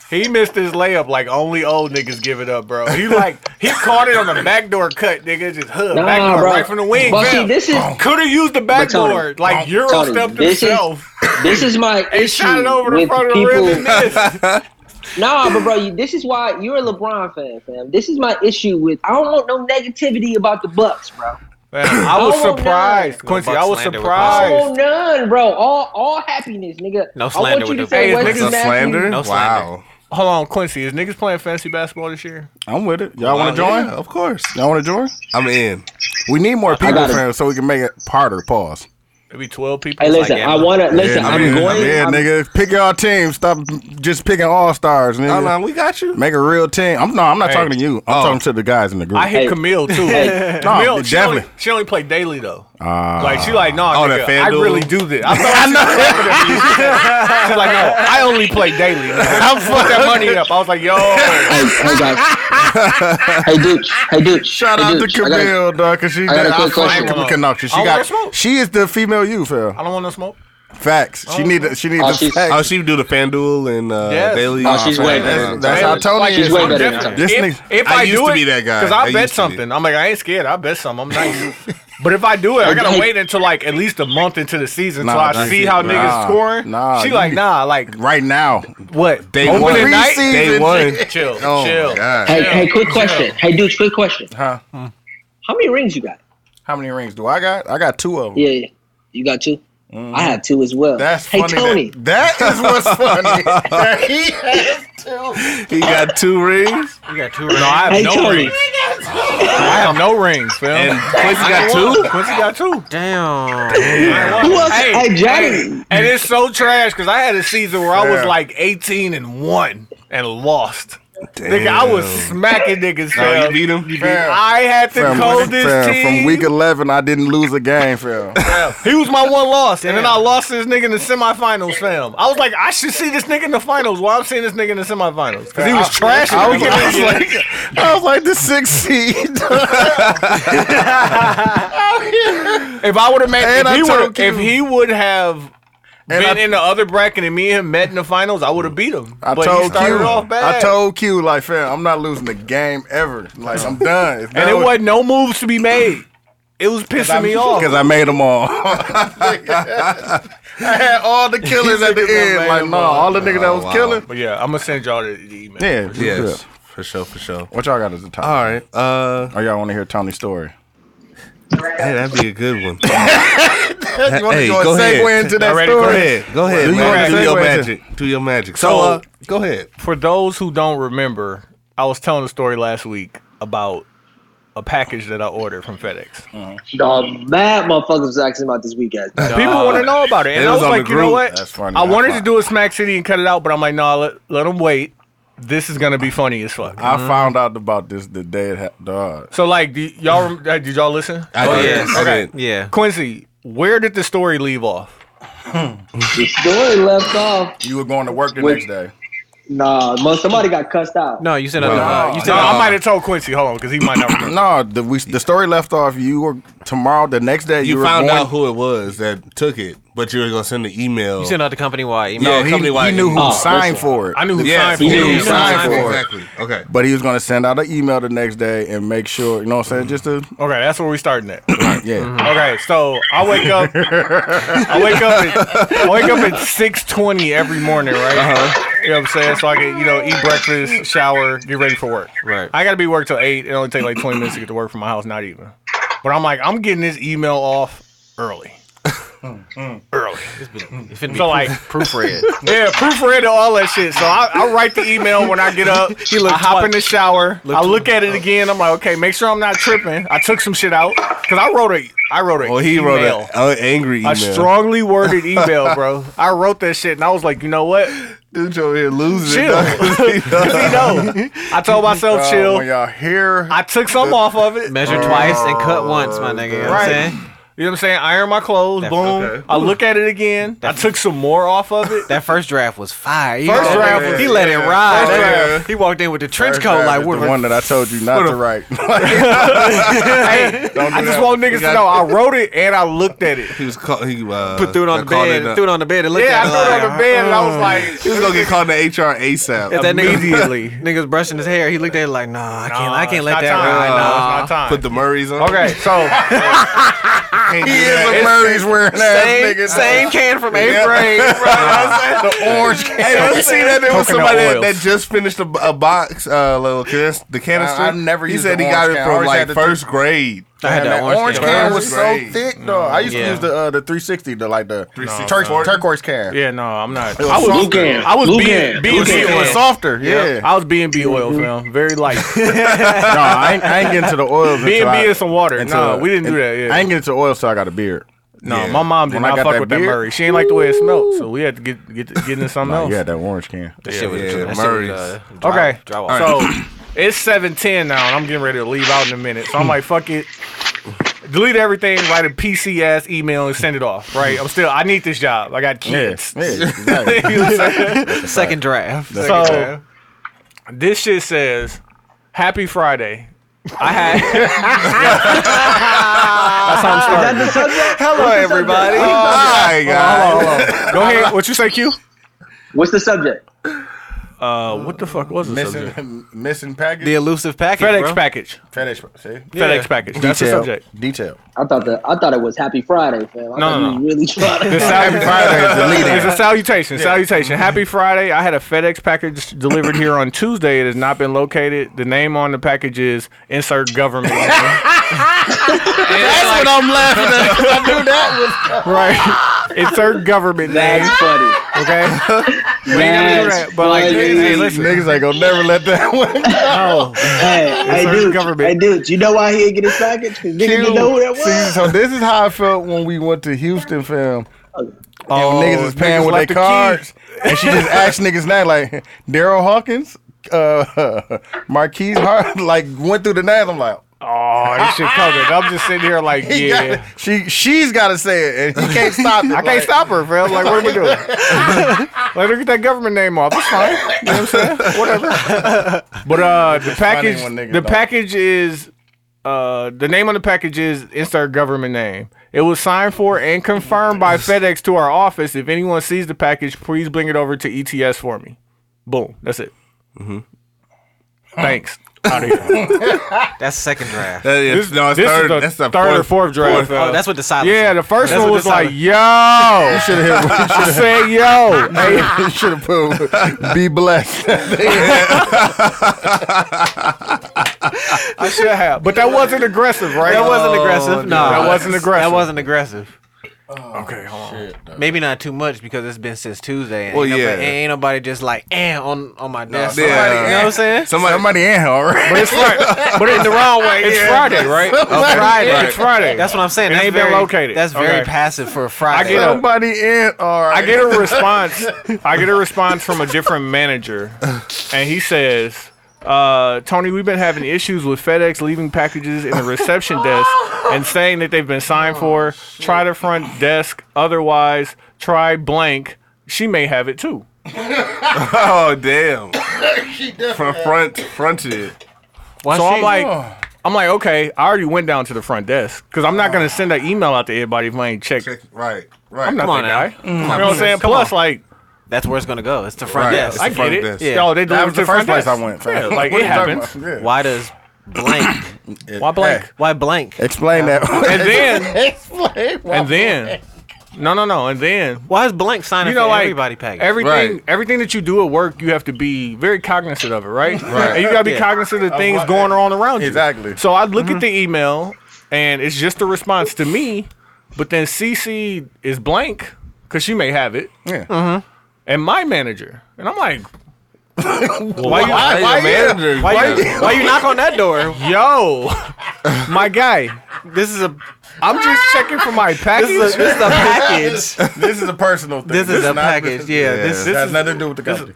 Speaker 4: He missed his layup like only old niggas give it up, bro. He like he caught it on the backdoor cut, nigga. Just hood
Speaker 5: Nah,
Speaker 4: backdoor
Speaker 5: bro.
Speaker 4: right from the wing.
Speaker 5: But see,
Speaker 4: fam.
Speaker 5: this is-
Speaker 4: could have used the
Speaker 5: Tony,
Speaker 4: backdoor like Euro
Speaker 5: Tony,
Speaker 4: stepped
Speaker 5: this is-
Speaker 4: himself.
Speaker 5: This is my
Speaker 4: He
Speaker 5: issue
Speaker 4: shot it over the
Speaker 5: with
Speaker 4: front of the
Speaker 5: people.
Speaker 4: rim and missed.
Speaker 5: Nah, but bro, you, this is why you're a LeBron fan, fam. This is my issue with. I don't want no negativity about the Bucks, bro.
Speaker 4: Man, I was
Speaker 5: Oh, no.
Speaker 4: surprised, Quincy. I
Speaker 1: Bucks
Speaker 4: was
Speaker 1: slander with
Speaker 5: I
Speaker 4: surprised.
Speaker 5: want none, bro. All all happiness, nigga.
Speaker 1: No
Speaker 5: I
Speaker 1: slander
Speaker 5: want you
Speaker 1: with
Speaker 5: to
Speaker 1: the
Speaker 5: say
Speaker 4: Bucks.
Speaker 5: Wesley
Speaker 4: Hey,
Speaker 3: No
Speaker 4: is
Speaker 5: Matthews-
Speaker 3: slander?
Speaker 1: No
Speaker 3: wow.
Speaker 1: slander.
Speaker 4: Hold on, Quincy. Is niggas playing fantasy basketball this year?
Speaker 2: I'm with it. Y'all want to
Speaker 3: Wow,
Speaker 2: join?
Speaker 3: yeah, of course.
Speaker 2: Y'all want to join?
Speaker 3: I'm in.
Speaker 2: We need more people,
Speaker 5: gotta-
Speaker 2: fam, so we can make it harder. Pause.
Speaker 4: Maybe twelve people.
Speaker 5: Hey, listen,
Speaker 1: like
Speaker 5: I
Speaker 1: Emma.
Speaker 5: want to listen.
Speaker 3: Yeah,
Speaker 5: I'm
Speaker 3: mean,
Speaker 5: going.
Speaker 2: Yeah,
Speaker 5: I'm-
Speaker 2: nigga, pick y'all team. Stop just picking all stars, nigga.
Speaker 3: Oh, no, we got you.
Speaker 2: Make a real team. I'm no, I'm not
Speaker 4: Hey.
Speaker 2: talking to you. I'm talking to the guys in the group.
Speaker 4: I hit
Speaker 5: Hey.
Speaker 4: Camille too.
Speaker 5: Hey.
Speaker 4: Camille,
Speaker 2: No,
Speaker 4: she, only,
Speaker 2: definitely.
Speaker 4: she only played daily though.
Speaker 2: Ah.
Speaker 4: like she like, nah,
Speaker 3: Oh,
Speaker 4: nigga,
Speaker 3: that fan
Speaker 4: I
Speaker 3: dude.
Speaker 4: really do this. I thought she was laughing at me. She's like, no, I only play daily. nigga. I fucked that money up. I was like, yo,
Speaker 5: Hey, hey guys. hey, dude. Hey, dude.
Speaker 2: Shout
Speaker 5: hey,
Speaker 2: out to
Speaker 5: Dooch. I gotta-
Speaker 2: Camille, dog, cause she
Speaker 5: got a quick
Speaker 2: I fuck
Speaker 5: question.
Speaker 2: with Oh, Camille Knox. She
Speaker 4: I wanna
Speaker 2: got
Speaker 4: smoke.
Speaker 2: she is the female you, fam.
Speaker 4: I don't want no smoke.
Speaker 2: Facts. She need the, she need
Speaker 5: Oh,
Speaker 2: the
Speaker 5: she's-
Speaker 3: Oh,
Speaker 2: facts.
Speaker 3: she do the FanDuel and uh,
Speaker 4: Yes.
Speaker 3: daily.
Speaker 5: Oh, she's way better.
Speaker 2: That's,
Speaker 5: than Tony.
Speaker 2: that's how Tony
Speaker 5: Like, she's
Speaker 2: is.
Speaker 5: way
Speaker 2: I'm
Speaker 5: better than
Speaker 2: just-
Speaker 5: Tony.
Speaker 2: This
Speaker 4: if,
Speaker 2: nigga,
Speaker 4: if
Speaker 3: I
Speaker 4: I,
Speaker 3: used
Speaker 4: do
Speaker 3: to
Speaker 4: it,
Speaker 3: be that guy.
Speaker 4: because
Speaker 3: I
Speaker 4: I,
Speaker 3: used
Speaker 4: bet
Speaker 3: to be.
Speaker 4: something. I'm like, I ain't scared. I bet something. I'm nice. but if I do it, I gotta
Speaker 5: Hey,
Speaker 4: wait until like at least a month into the season
Speaker 2: Nah,
Speaker 4: so I
Speaker 2: nah,
Speaker 4: see how
Speaker 2: nah,
Speaker 4: niggas scoring.
Speaker 2: nah,
Speaker 4: she
Speaker 2: you-
Speaker 4: like, nah, like
Speaker 2: right now.
Speaker 4: what?
Speaker 3: Day
Speaker 4: Open
Speaker 3: one.
Speaker 4: at night?
Speaker 2: Preseason.
Speaker 3: Day one.
Speaker 4: Chill,
Speaker 3: Oh,
Speaker 4: chill.
Speaker 3: my God.
Speaker 5: Hey,
Speaker 4: Yeah.
Speaker 5: hey, quick
Speaker 4: Yeah.
Speaker 5: question. Hey, dude, quick question.
Speaker 2: Huh?
Speaker 5: How many rings you got?
Speaker 2: How many rings do I got? I got two of them.
Speaker 5: Yeah, yeah. you got 2
Speaker 4: Mm.
Speaker 5: I have two as well.
Speaker 2: That's
Speaker 5: hey,
Speaker 2: funny.
Speaker 5: Tony.
Speaker 2: That, that is what's funny. That he has
Speaker 3: He got two rings.
Speaker 1: You got two
Speaker 4: No, I have
Speaker 5: Hey,
Speaker 4: no
Speaker 5: Tony.
Speaker 4: rings. I have no rings, fam.
Speaker 3: And Quincy got two?
Speaker 4: Quincy got two.
Speaker 1: Damn.
Speaker 5: Who else? Hey, Johnny.
Speaker 4: And it's so trash because I had a season where I was
Speaker 2: Fair.
Speaker 4: like 18 and one and lost. Nigga, I was smacking niggas.
Speaker 3: Oh,
Speaker 4: Fam.
Speaker 3: you beat him? You beat him?
Speaker 4: I had the coldest
Speaker 2: fam,
Speaker 4: team.
Speaker 2: from week 11, I didn't lose a game, fam.
Speaker 4: He was my one loss, and then I lost to this nigga in the semifinals, fam. I was like, I should see this nigga in the finals. Why I'm seeing this nigga in the semifinals? Because he was trash.
Speaker 2: I was, I was like, I was like the sixth seed.
Speaker 4: If I would have met,
Speaker 2: And
Speaker 4: if
Speaker 2: I
Speaker 4: he,
Speaker 2: told
Speaker 4: would,
Speaker 2: you.
Speaker 4: if he would have been
Speaker 2: I-
Speaker 4: in the other bracket and me and him met in the finals, I would have beat him.
Speaker 2: I
Speaker 4: but he
Speaker 2: told
Speaker 4: started
Speaker 2: Q,
Speaker 4: off bad.
Speaker 2: I told Q, like, fam, I'm not losing the game ever. Like, I'm done. It's
Speaker 4: and it wasn't no moves to be made. It was pissing me off.
Speaker 2: because I made them all. I had all the killers at the
Speaker 4: Niggas done
Speaker 2: end.
Speaker 4: made
Speaker 2: Like,
Speaker 4: them
Speaker 2: no,
Speaker 4: all.
Speaker 2: all the niggas that
Speaker 3: Oh,
Speaker 2: was
Speaker 3: wow.
Speaker 2: killing.
Speaker 4: But yeah, I'm gonna send y'all the, the email.
Speaker 2: Yeah,
Speaker 3: Yes.
Speaker 2: yeah.
Speaker 3: For sure, for sure.
Speaker 2: What y'all got as the top?
Speaker 3: All right. Uh,
Speaker 2: Or y'all want to hear Tony's story?
Speaker 3: hey, that'd be a good one.
Speaker 2: you want
Speaker 3: hey,
Speaker 2: to go
Speaker 3: go
Speaker 2: and segue
Speaker 3: ahead.
Speaker 2: into that
Speaker 4: Already,
Speaker 2: story?
Speaker 4: go
Speaker 3: Go ahead. Go ahead.
Speaker 2: Do you
Speaker 3: man.
Speaker 2: wanna
Speaker 3: Do your
Speaker 2: segue into-
Speaker 3: magic. Do your magic. So, uh, go ahead.
Speaker 4: For those who don't remember, I was telling a story last week about a package that I ordered from FedEx.
Speaker 5: Dog, mad motherfuckers was asking about this week, guys.
Speaker 4: People want to know about it, and
Speaker 3: It
Speaker 4: I
Speaker 3: was
Speaker 4: was
Speaker 3: on the
Speaker 4: like, you know
Speaker 3: group.
Speaker 4: what?
Speaker 2: That's funny.
Speaker 4: I
Speaker 2: That's
Speaker 4: wanted to
Speaker 2: fine.
Speaker 4: do a Smack City and cut it out, but I'm like, nah, let, let them wait. This is gonna be funny as fuck.
Speaker 2: I
Speaker 3: Mm-hmm.
Speaker 2: found out about this the day it happened. Dog.
Speaker 4: So like, do y'all rem- uh, did y'all listen?
Speaker 1: Oh,
Speaker 3: did.
Speaker 1: yes.
Speaker 3: I
Speaker 1: Okay.
Speaker 3: did.
Speaker 1: Yeah.
Speaker 4: Quincy, where did the story leave off?
Speaker 5: The story left off.
Speaker 2: You were going to work the
Speaker 5: Wait.
Speaker 2: next day.
Speaker 5: Nah, mo- somebody got cussed out.
Speaker 1: No, you said other.
Speaker 2: Wow.
Speaker 1: uh, you
Speaker 4: No,
Speaker 1: said
Speaker 4: I might have told Quincy. Hold on, because he might not remember.
Speaker 2: No, the we the story left off. You were tomorrow, the next day. You,
Speaker 3: You
Speaker 2: were
Speaker 3: found
Speaker 2: going,
Speaker 3: out who it was that took it, but you were going to send the email.
Speaker 1: you sent out the company wide email.
Speaker 2: No,
Speaker 3: Yeah,
Speaker 2: he, he
Speaker 3: company-wide
Speaker 2: knew who
Speaker 5: email.
Speaker 2: signed
Speaker 5: Oh,
Speaker 2: for it.
Speaker 4: I knew who
Speaker 3: Yes,
Speaker 4: signed for
Speaker 5: knew
Speaker 4: it.
Speaker 5: who
Speaker 3: yeah,
Speaker 2: signed for it.
Speaker 3: Exactly. Okay.
Speaker 2: but he was going to send out an email the next day and make sure. You know what I'm saying? Just to
Speaker 4: Okay, that's where we starting at.
Speaker 3: Mm-hmm.
Speaker 2: yeah.
Speaker 4: Okay, so I wake up. I wake up. At, I wake up at six twenty every morning, right?
Speaker 1: Uh-huh.
Speaker 4: You know what I'm saying? So I can, you know, eat breakfast, shower, get ready for work.
Speaker 1: Right.
Speaker 4: I gotta be work till eight. It only take like twenty minutes to get to work from my house, not even. But I'm like, I'm getting this email off early. early.
Speaker 1: It's finna be
Speaker 4: So like.
Speaker 1: proofread.
Speaker 4: Yeah, proofread and all that shit. So I, I write the email when I get up. I hop in the shower. I look at it again. I'm like, okay, make sure I'm not tripping. I took some shit out because I wrote a, I wrote a
Speaker 3: Well, he wrote
Speaker 4: email.
Speaker 3: an
Speaker 2: Oh,
Speaker 3: uh, angry email.
Speaker 4: A strongly worded email, bro. I wrote that shit and I was like, you know what?
Speaker 3: dude over here losing.
Speaker 4: Chill. No. I told myself,
Speaker 3: Oh,
Speaker 2: Uh,
Speaker 4: chill.
Speaker 2: When y'all hear,
Speaker 4: I took some off of it.
Speaker 1: Measure twice and cut once, my nigga. You know what
Speaker 4: Right.
Speaker 1: I'm saying?
Speaker 4: You know what I'm saying? Iron my clothes.
Speaker 1: That's-
Speaker 4: boom.
Speaker 3: okay.
Speaker 4: I look at it again. I took some more off of it.
Speaker 1: That first draft was fire.
Speaker 4: First
Speaker 1: first
Speaker 4: draft
Speaker 1: draft,
Speaker 4: was-
Speaker 1: he let
Speaker 3: yeah.
Speaker 1: it ride.
Speaker 3: First
Speaker 1: That-
Speaker 3: draft.
Speaker 1: He walked in with the trench
Speaker 2: First
Speaker 1: coat
Speaker 2: draft
Speaker 1: like
Speaker 2: is
Speaker 1: we're
Speaker 2: the one that I told you not to write.
Speaker 4: hey,
Speaker 2: Don't do
Speaker 4: I just
Speaker 2: that.
Speaker 4: want
Speaker 3: You
Speaker 4: niggas to
Speaker 3: got-
Speaker 4: know I wrote it and I looked at it.
Speaker 3: He was called. He uh,
Speaker 1: put through it on the
Speaker 3: got called
Speaker 1: bed,
Speaker 3: in
Speaker 1: threw it on the bed, and looked
Speaker 4: Yeah, I
Speaker 1: at it.
Speaker 4: threw it
Speaker 1: like,
Speaker 4: on the bed and I was like,
Speaker 3: He was gonna get called in the HR ASAP.
Speaker 1: If that
Speaker 4: Immediately.
Speaker 1: nigga, nigga's brushing his hair, he looked at it like, nah, I can't, I can't let that
Speaker 4: time.
Speaker 1: ride.
Speaker 4: No,
Speaker 1: Nah.
Speaker 4: it's not time.
Speaker 3: Put the Murrays on.
Speaker 4: okay, so
Speaker 3: Can't do
Speaker 2: He is
Speaker 3: that.
Speaker 2: a Murray's wearing that
Speaker 1: Same,
Speaker 2: nigga.
Speaker 1: same can from eighth
Speaker 3: Yeah.
Speaker 1: grade.
Speaker 2: the orange.
Speaker 3: Hey, you seen that? There was
Speaker 4: Coconut
Speaker 3: somebody that,
Speaker 4: oils.
Speaker 3: that just finished a, a box, uh, little can- the canister.
Speaker 2: Uh, I've never
Speaker 3: He
Speaker 2: used
Speaker 3: said
Speaker 2: the
Speaker 3: he got
Speaker 2: orange
Speaker 3: it
Speaker 2: can. I
Speaker 3: from
Speaker 2: always
Speaker 3: like
Speaker 2: had the
Speaker 3: first grade.
Speaker 1: I had that
Speaker 2: That orange
Speaker 1: orange
Speaker 2: can
Speaker 1: can.
Speaker 2: was so
Speaker 3: Great.
Speaker 2: thick though. I used to
Speaker 1: Yeah.
Speaker 2: use the uh, the 360, the like the tur- turquoise can.
Speaker 4: yeah, no, I'm not.
Speaker 2: was
Speaker 4: I was,
Speaker 6: Lucan.
Speaker 4: I was being
Speaker 6: Lucan.
Speaker 4: B
Speaker 6: Lucan.
Speaker 2: It was
Speaker 4: oil.
Speaker 2: softer. Yeah.
Speaker 4: I was B and B oil, fam. Very light.
Speaker 2: no, I ain't, I ain't getting to the oils.
Speaker 4: B
Speaker 2: until
Speaker 4: and B
Speaker 2: I-
Speaker 4: and some water.
Speaker 2: until-
Speaker 4: No, we didn't do
Speaker 2: and-
Speaker 4: that. Yeah.
Speaker 2: I ain't getting to oils till I got a beard.
Speaker 4: No,
Speaker 3: Yeah.
Speaker 4: my mom did
Speaker 2: When I
Speaker 4: not
Speaker 2: got
Speaker 4: fuck
Speaker 2: that
Speaker 4: with that
Speaker 2: beard-
Speaker 4: Murray. She ain't like the way it smelled, so we had to get get get into something
Speaker 2: No,
Speaker 4: else.
Speaker 2: you had that orange can.
Speaker 1: That shit was,
Speaker 3: Yeah,
Speaker 1: that shit was,
Speaker 3: Murray's.
Speaker 1: uh,
Speaker 4: Okay.
Speaker 1: dry- dry-
Speaker 4: So it's seven ten now, and I'm getting ready to leave out in a minute. So I'm like, fuck it. Delete everything, write a PC ass email, and send it off. Right? I'm still. I need this job. I got
Speaker 2: Yeah,
Speaker 4: kids.
Speaker 2: yeah, exactly.
Speaker 4: You know what I'm saying?
Speaker 1: Second draft.
Speaker 4: So this shit says, "Happy Friday." I had. That's how I'm starting.
Speaker 1: Hello, everybody.
Speaker 3: My God.
Speaker 4: Go ahead. What you say, Q?
Speaker 6: What's the subject?
Speaker 4: Uh, what the fuck was the subject?
Speaker 2: missing missing package.
Speaker 1: the elusive package.
Speaker 4: FedEx
Speaker 1: bro.
Speaker 4: package.
Speaker 2: FedEx. See?
Speaker 4: FedEx package. That's the
Speaker 2: Detail.
Speaker 4: subject.
Speaker 2: Detail.
Speaker 6: I thought that I thought it was Happy Friday, fam. I
Speaker 4: No,
Speaker 6: thought
Speaker 4: no,
Speaker 6: you
Speaker 4: no.
Speaker 6: really trying to
Speaker 4: Happy
Speaker 2: Friday is
Speaker 4: It's a salutation. Salutation. Happy Friday. I had a FedEx package delivered here on Tuesday. It has not been located. The name on the package is insert government. That's what I'm laughing at. I knew that was right. Insert government name.
Speaker 6: That's funny.
Speaker 4: Okay.
Speaker 6: That's
Speaker 4: But like,
Speaker 6: funny.
Speaker 4: hey, listen.
Speaker 2: Niggas ain't gonna never let that one.
Speaker 6: Hey, hey,
Speaker 4: our
Speaker 6: dude,
Speaker 4: government.
Speaker 6: hey, dude, you know why he didn't get his package? Because nigga didn't know who that
Speaker 2: See,
Speaker 6: was.
Speaker 2: so this is how I felt when we went to Houston, fam.
Speaker 4: Oh,
Speaker 2: and niggas is paying
Speaker 4: niggas
Speaker 2: with
Speaker 4: left
Speaker 2: their
Speaker 4: the
Speaker 2: cards. and she just asked niggas now, like, Daryl Hawkins, uh, Marquise Hart, like, went through the names. I'm like,
Speaker 4: Oh, this shit coming. I'm just sitting here like,
Speaker 2: he
Speaker 4: yeah.
Speaker 2: gotta- she, she's got to say it, and he can't stop it.
Speaker 4: I can't stop her, fam. Like, what are we doing? like, look at that government name off. It's fine. You know what I'm saying? Whatever. But uh, the package,
Speaker 2: when niggas
Speaker 4: the
Speaker 2: don't.
Speaker 4: package is, uh, the name on the package is insert government name. It was signed for and confirmed by FedEx to our office. If anyone sees the package, please bring it over to ETS for me. Boom. That's it.
Speaker 3: Mm-hmm.
Speaker 4: Thanks. Outta here.
Speaker 1: That's second draft.
Speaker 3: That is-
Speaker 4: This,
Speaker 3: no, it's
Speaker 4: this
Speaker 3: third.
Speaker 4: is the
Speaker 3: that's the
Speaker 4: third or fourth draft.
Speaker 3: fourth.
Speaker 4: fam.
Speaker 1: Oh, that's what the silence.
Speaker 4: yeah,
Speaker 1: is.
Speaker 4: the first
Speaker 1: That's
Speaker 4: one
Speaker 1: what
Speaker 4: was
Speaker 1: the
Speaker 4: like,
Speaker 1: silence-
Speaker 4: yo. I
Speaker 2: Should have
Speaker 4: said, yo. Hey,
Speaker 2: should have put be blessed.
Speaker 4: I should have. But that wasn't aggressive, right? Oh.
Speaker 1: That wasn't aggressive. No,
Speaker 4: That wasn't aggressive.
Speaker 1: That wasn't aggressive.
Speaker 4: Okay, hold on.
Speaker 1: Maybe not too much because it's been since Tuesday. And
Speaker 3: Well,
Speaker 1: ain't
Speaker 3: yeah.
Speaker 1: Nobody, ain't nobody just like eh, on on my desk.
Speaker 3: somebody-
Speaker 1: Somebody- eh. You know what I'm saying?
Speaker 2: Somebody, somebody in here, all right?
Speaker 4: But it's Friday. but in the wrong way. It's Friday, right? Oh.
Speaker 1: It's Friday.
Speaker 4: It's Friday.
Speaker 1: eh. That's what I'm saying.
Speaker 4: It
Speaker 1: That's
Speaker 4: ain't been
Speaker 1: very-
Speaker 4: located.
Speaker 1: That's very
Speaker 4: Okay.
Speaker 1: passive for a Friday.
Speaker 4: get a-
Speaker 2: Somebody in, all right?
Speaker 4: I get a response. I get a response from a different manager, and he says, uh, "Tony, we've been having issues with FedEx leaving packages in the reception desk and saying that they've been signed for. Try the front desk. Otherwise, try blank. She may have it too."
Speaker 3: Oh damn! From front fronted.
Speaker 1: Why
Speaker 4: So I'm
Speaker 1: she-
Speaker 2: Oh.
Speaker 4: like, I'm like, okay, I already went down to the front desk because I'm not gonna send that email out to everybody if I ain't checked.
Speaker 3: Check- Right, right.
Speaker 4: I'm not
Speaker 1: Come on
Speaker 4: that
Speaker 1: now.
Speaker 4: guy. You know what I'm saying? Plus, like,
Speaker 1: that's where it's gonna go. It's the front
Speaker 3: Right.
Speaker 1: desk.
Speaker 3: It's
Speaker 4: I
Speaker 3: the
Speaker 4: get
Speaker 3: front
Speaker 4: it.
Speaker 3: desk.
Speaker 4: Yeah. Oh, they
Speaker 2: That
Speaker 4: delivered
Speaker 2: was the
Speaker 4: front
Speaker 2: first place
Speaker 4: desk.
Speaker 2: I went. fam.
Speaker 4: Yeah, like,
Speaker 2: What
Speaker 4: it
Speaker 2: are you talking
Speaker 4: happens.
Speaker 2: about? Yeah.
Speaker 1: Why does blank?
Speaker 4: Why blank?
Speaker 1: why blank?
Speaker 2: Explain that.
Speaker 4: And then,
Speaker 2: Explain why.
Speaker 4: and then, no, no, no, and then.
Speaker 1: Why is blank signing
Speaker 4: You know,
Speaker 1: for
Speaker 4: like
Speaker 1: everybody package?
Speaker 4: everything,
Speaker 3: Right.
Speaker 4: everything that you do at work, you have to be very cognizant of it, right?
Speaker 3: Right.
Speaker 4: And you gotta be
Speaker 1: Yeah.
Speaker 4: cognizant of things
Speaker 2: what-
Speaker 4: going on around you.
Speaker 2: Exactly.
Speaker 4: So I look
Speaker 2: Mm-hmm.
Speaker 4: at the email, and it's just a response to me, but then CC is blank because she may have it.
Speaker 2: Yeah.
Speaker 4: and my manager. And I'm like,
Speaker 3: Why,
Speaker 4: you-
Speaker 3: why,
Speaker 2: why
Speaker 3: your manager?
Speaker 1: why, you, why you knock on that door?
Speaker 4: yo, my guy,
Speaker 1: This is a
Speaker 4: I'm just checking for my package.
Speaker 1: this is a, this is a package.
Speaker 2: this is a personal thing.
Speaker 1: This is a
Speaker 2: not-
Speaker 1: package. Yeah,
Speaker 3: yeah.
Speaker 1: this
Speaker 2: This
Speaker 1: is
Speaker 2: has nothing to do with the company.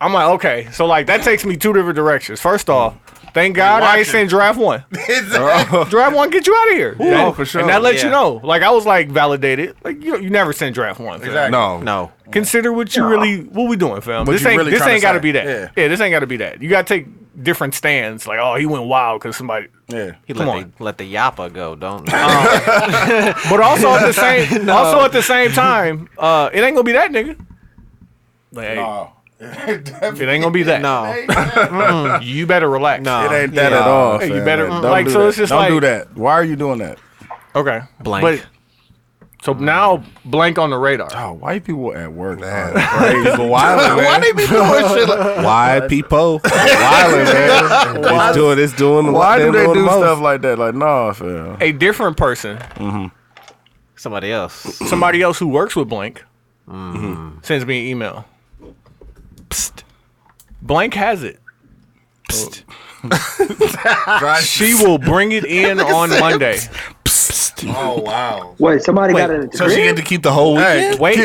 Speaker 4: I'm like, okay, so like that takes me two different directions. First off, Thank God I ain't seen draft one.
Speaker 3: Exactly.
Speaker 4: Draft one get you out of here.
Speaker 3: Oh, for sure.
Speaker 4: And that lets you
Speaker 1: Yeah.
Speaker 4: know. Like I was like validated. Like you, you never sent draft one. fam.
Speaker 3: Exactly. No.
Speaker 1: No.
Speaker 4: Consider what you really what we doing, fam.
Speaker 3: What
Speaker 4: this
Speaker 3: you
Speaker 4: ain't
Speaker 3: really
Speaker 4: this
Speaker 3: tryna
Speaker 4: ain't got to
Speaker 3: say.
Speaker 4: be that.
Speaker 2: Yeah.
Speaker 4: Yeah. this ain't got to be that. You got to take different stands. Like oh, he went wild because somebody.
Speaker 2: Yeah.
Speaker 1: He
Speaker 4: Come
Speaker 1: let
Speaker 4: on.
Speaker 1: the let the yappa go, don't
Speaker 4: Oh, But also at the same also at the same time, uh, it ain't gonna be that nigga. Like,
Speaker 2: Oh.
Speaker 4: It ain't gonna be that. Mm,
Speaker 1: no.
Speaker 4: You better relax.
Speaker 1: No.
Speaker 2: It ain't that
Speaker 1: Yeah.
Speaker 2: at all.
Speaker 4: Hey, you
Speaker 2: fam.
Speaker 4: better-
Speaker 2: Don't
Speaker 4: like,
Speaker 2: do
Speaker 4: so
Speaker 2: that.
Speaker 4: it's just
Speaker 2: don't
Speaker 4: like-
Speaker 2: do that. Why are you doing that?
Speaker 4: Okay.
Speaker 1: Blank.
Speaker 4: so now blank on the radar.
Speaker 2: Oh, white people at work.
Speaker 3: Man,
Speaker 2: are crazy.
Speaker 3: Why,
Speaker 2: Why
Speaker 3: they be doing shit like Why people? Why, man? It's doing, it's doing
Speaker 2: Why do they
Speaker 3: doing the
Speaker 2: do
Speaker 3: most.
Speaker 2: stuff like that? Like, nah, fam.
Speaker 4: A different person,
Speaker 1: Somebody else.
Speaker 4: somebody else who works with blank, sends me an email. Psst. Blank has it.
Speaker 3: Dry-
Speaker 4: She will bring it in on Monday.
Speaker 3: Oh, wow.
Speaker 6: Wait, somebody got it. at the
Speaker 3: So she
Speaker 6: crib?
Speaker 3: had to keep the whole
Speaker 2: Hey,
Speaker 3: weekend?
Speaker 4: Wait,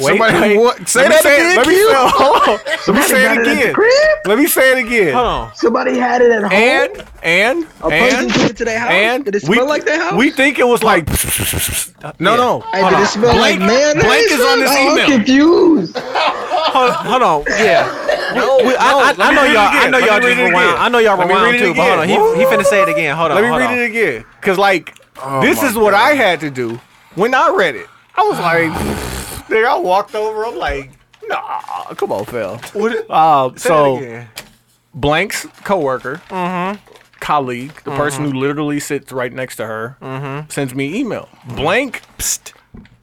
Speaker 3: Somebody
Speaker 4: wait.
Speaker 3: what- say
Speaker 4: Let me
Speaker 3: that
Speaker 4: it-
Speaker 3: again,
Speaker 4: Let me,
Speaker 3: Q.
Speaker 4: say- hold on. Let me
Speaker 6: Somebody
Speaker 4: say it
Speaker 6: got it at the
Speaker 4: again.
Speaker 6: crib?
Speaker 4: Let me say it again.
Speaker 1: Hold on.
Speaker 6: Somebody had it at home.
Speaker 4: And and
Speaker 6: a person
Speaker 4: and
Speaker 6: took it to their house.
Speaker 4: and
Speaker 6: did it smell like their house?
Speaker 4: We think it was like no no.
Speaker 6: Hey, did it smell
Speaker 4: Blank-
Speaker 6: like mayonnaise?
Speaker 4: Blank is on this
Speaker 6: Oh,
Speaker 4: email.
Speaker 6: I'm confused.
Speaker 1: Hold, hold on. Yeah. We- I, I, I know
Speaker 4: read it
Speaker 1: y'all. I
Speaker 4: again.
Speaker 1: know
Speaker 4: Let me
Speaker 1: y'all
Speaker 4: read
Speaker 1: just
Speaker 4: it again.
Speaker 1: rewound. I know y'all
Speaker 4: Let me
Speaker 1: rewound
Speaker 4: read it
Speaker 1: too. But hold on. He,
Speaker 4: again.
Speaker 1: he finna say it again. Hold on.
Speaker 4: Let me
Speaker 1: hold
Speaker 4: read
Speaker 1: on.
Speaker 4: it again, cause like this
Speaker 2: my
Speaker 4: is what I had to do when I read it. I was like, nigga, I walked over. I'm like, nah, come on, Phil. Uh, so Blank's coworker,
Speaker 6: Mm-hmm.
Speaker 4: colleague, the person who literally sits right next to her,
Speaker 6: Mm-hmm.
Speaker 4: sends me email. Blank psst,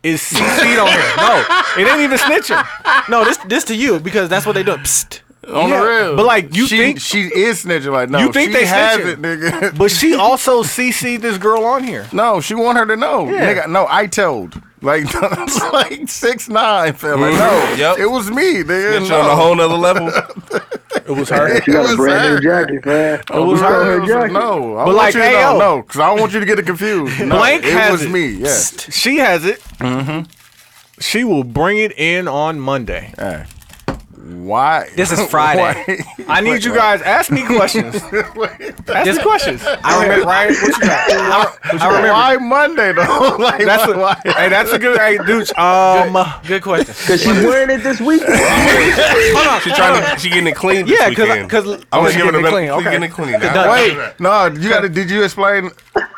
Speaker 4: is CC'd on here. No, it ain't even snitching.
Speaker 1: No, this this to you because that's what they doing. Psst.
Speaker 2: On
Speaker 4: Yeah,
Speaker 2: the real.
Speaker 4: but, like, you
Speaker 2: she,
Speaker 4: think-
Speaker 2: she is snitching? Like, no,
Speaker 4: You think
Speaker 2: she
Speaker 4: they
Speaker 2: has
Speaker 4: snitching.
Speaker 2: it, nigga?
Speaker 4: But she also CC'd this girl on here.
Speaker 2: no, she want her to know, nigga. No, I told. Like, it's like six nine, fam. Like, no,
Speaker 3: Mhm. Yep.
Speaker 2: it was me, nigga.
Speaker 3: Bitch
Speaker 2: No.
Speaker 3: on a whole nother level.
Speaker 4: It was her.
Speaker 6: She
Speaker 2: It
Speaker 6: got
Speaker 2: was
Speaker 6: a brand
Speaker 2: her.
Speaker 6: new jacket, man.
Speaker 4: Oh,
Speaker 2: It was
Speaker 6: She got
Speaker 2: her. It was-
Speaker 6: jacket.
Speaker 2: no, I
Speaker 4: But
Speaker 2: want
Speaker 4: like,
Speaker 2: you to
Speaker 4: hey,
Speaker 2: know,
Speaker 4: yo.
Speaker 2: no, because I don't want you to get it confused. No,
Speaker 4: Blank
Speaker 2: it
Speaker 4: has
Speaker 2: was
Speaker 4: it.
Speaker 2: me. Yes.
Speaker 4: She has it. She will bring it in on Monday.
Speaker 2: Hey, why?
Speaker 1: This is Friday.
Speaker 2: Why?
Speaker 4: I need you guys ask me questions. ask me questions. I remember Ryan, what you got? I remember.
Speaker 2: Why Monday though? like,
Speaker 4: That's
Speaker 2: why,
Speaker 4: a,
Speaker 2: why?
Speaker 4: hey, that's a good hey, dude. Um,
Speaker 1: Good question.
Speaker 6: Cause she's wearing it this weekend.
Speaker 3: She trying to, she getting it clean. this
Speaker 4: yeah, because
Speaker 3: weekend.
Speaker 4: because
Speaker 3: I was giving it
Speaker 4: it
Speaker 3: better-
Speaker 4: clean.
Speaker 3: Getting
Speaker 4: Okay.
Speaker 3: it clean. Now,
Speaker 2: Wait, no, you got to. Did you explain?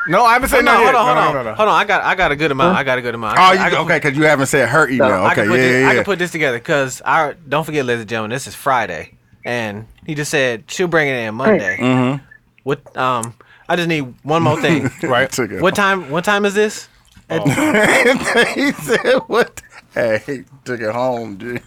Speaker 4: No, I haven't said
Speaker 1: No,
Speaker 4: no.
Speaker 1: hold
Speaker 4: yet.
Speaker 1: on, hold
Speaker 4: no,
Speaker 1: on,
Speaker 4: no, no, no.
Speaker 1: hold on. I got I got a good amount. I got a good amount.
Speaker 2: Oh,
Speaker 1: I,
Speaker 2: you,
Speaker 1: I, can
Speaker 2: okay, because you haven't said her email.
Speaker 1: I
Speaker 2: okay,
Speaker 1: can
Speaker 2: yeah,
Speaker 1: put this,
Speaker 2: yeah,
Speaker 1: I
Speaker 2: yeah.
Speaker 1: can put this together because I don't forget, ladies and gentlemen, this is Friday, and he just said she'll bring it in Monday.
Speaker 2: Mm-hmm.
Speaker 1: What? Um, I just need one more thing.
Speaker 2: right. Took it.
Speaker 1: what time? What time is this?
Speaker 2: he said? What? Hey, he took it home, dude.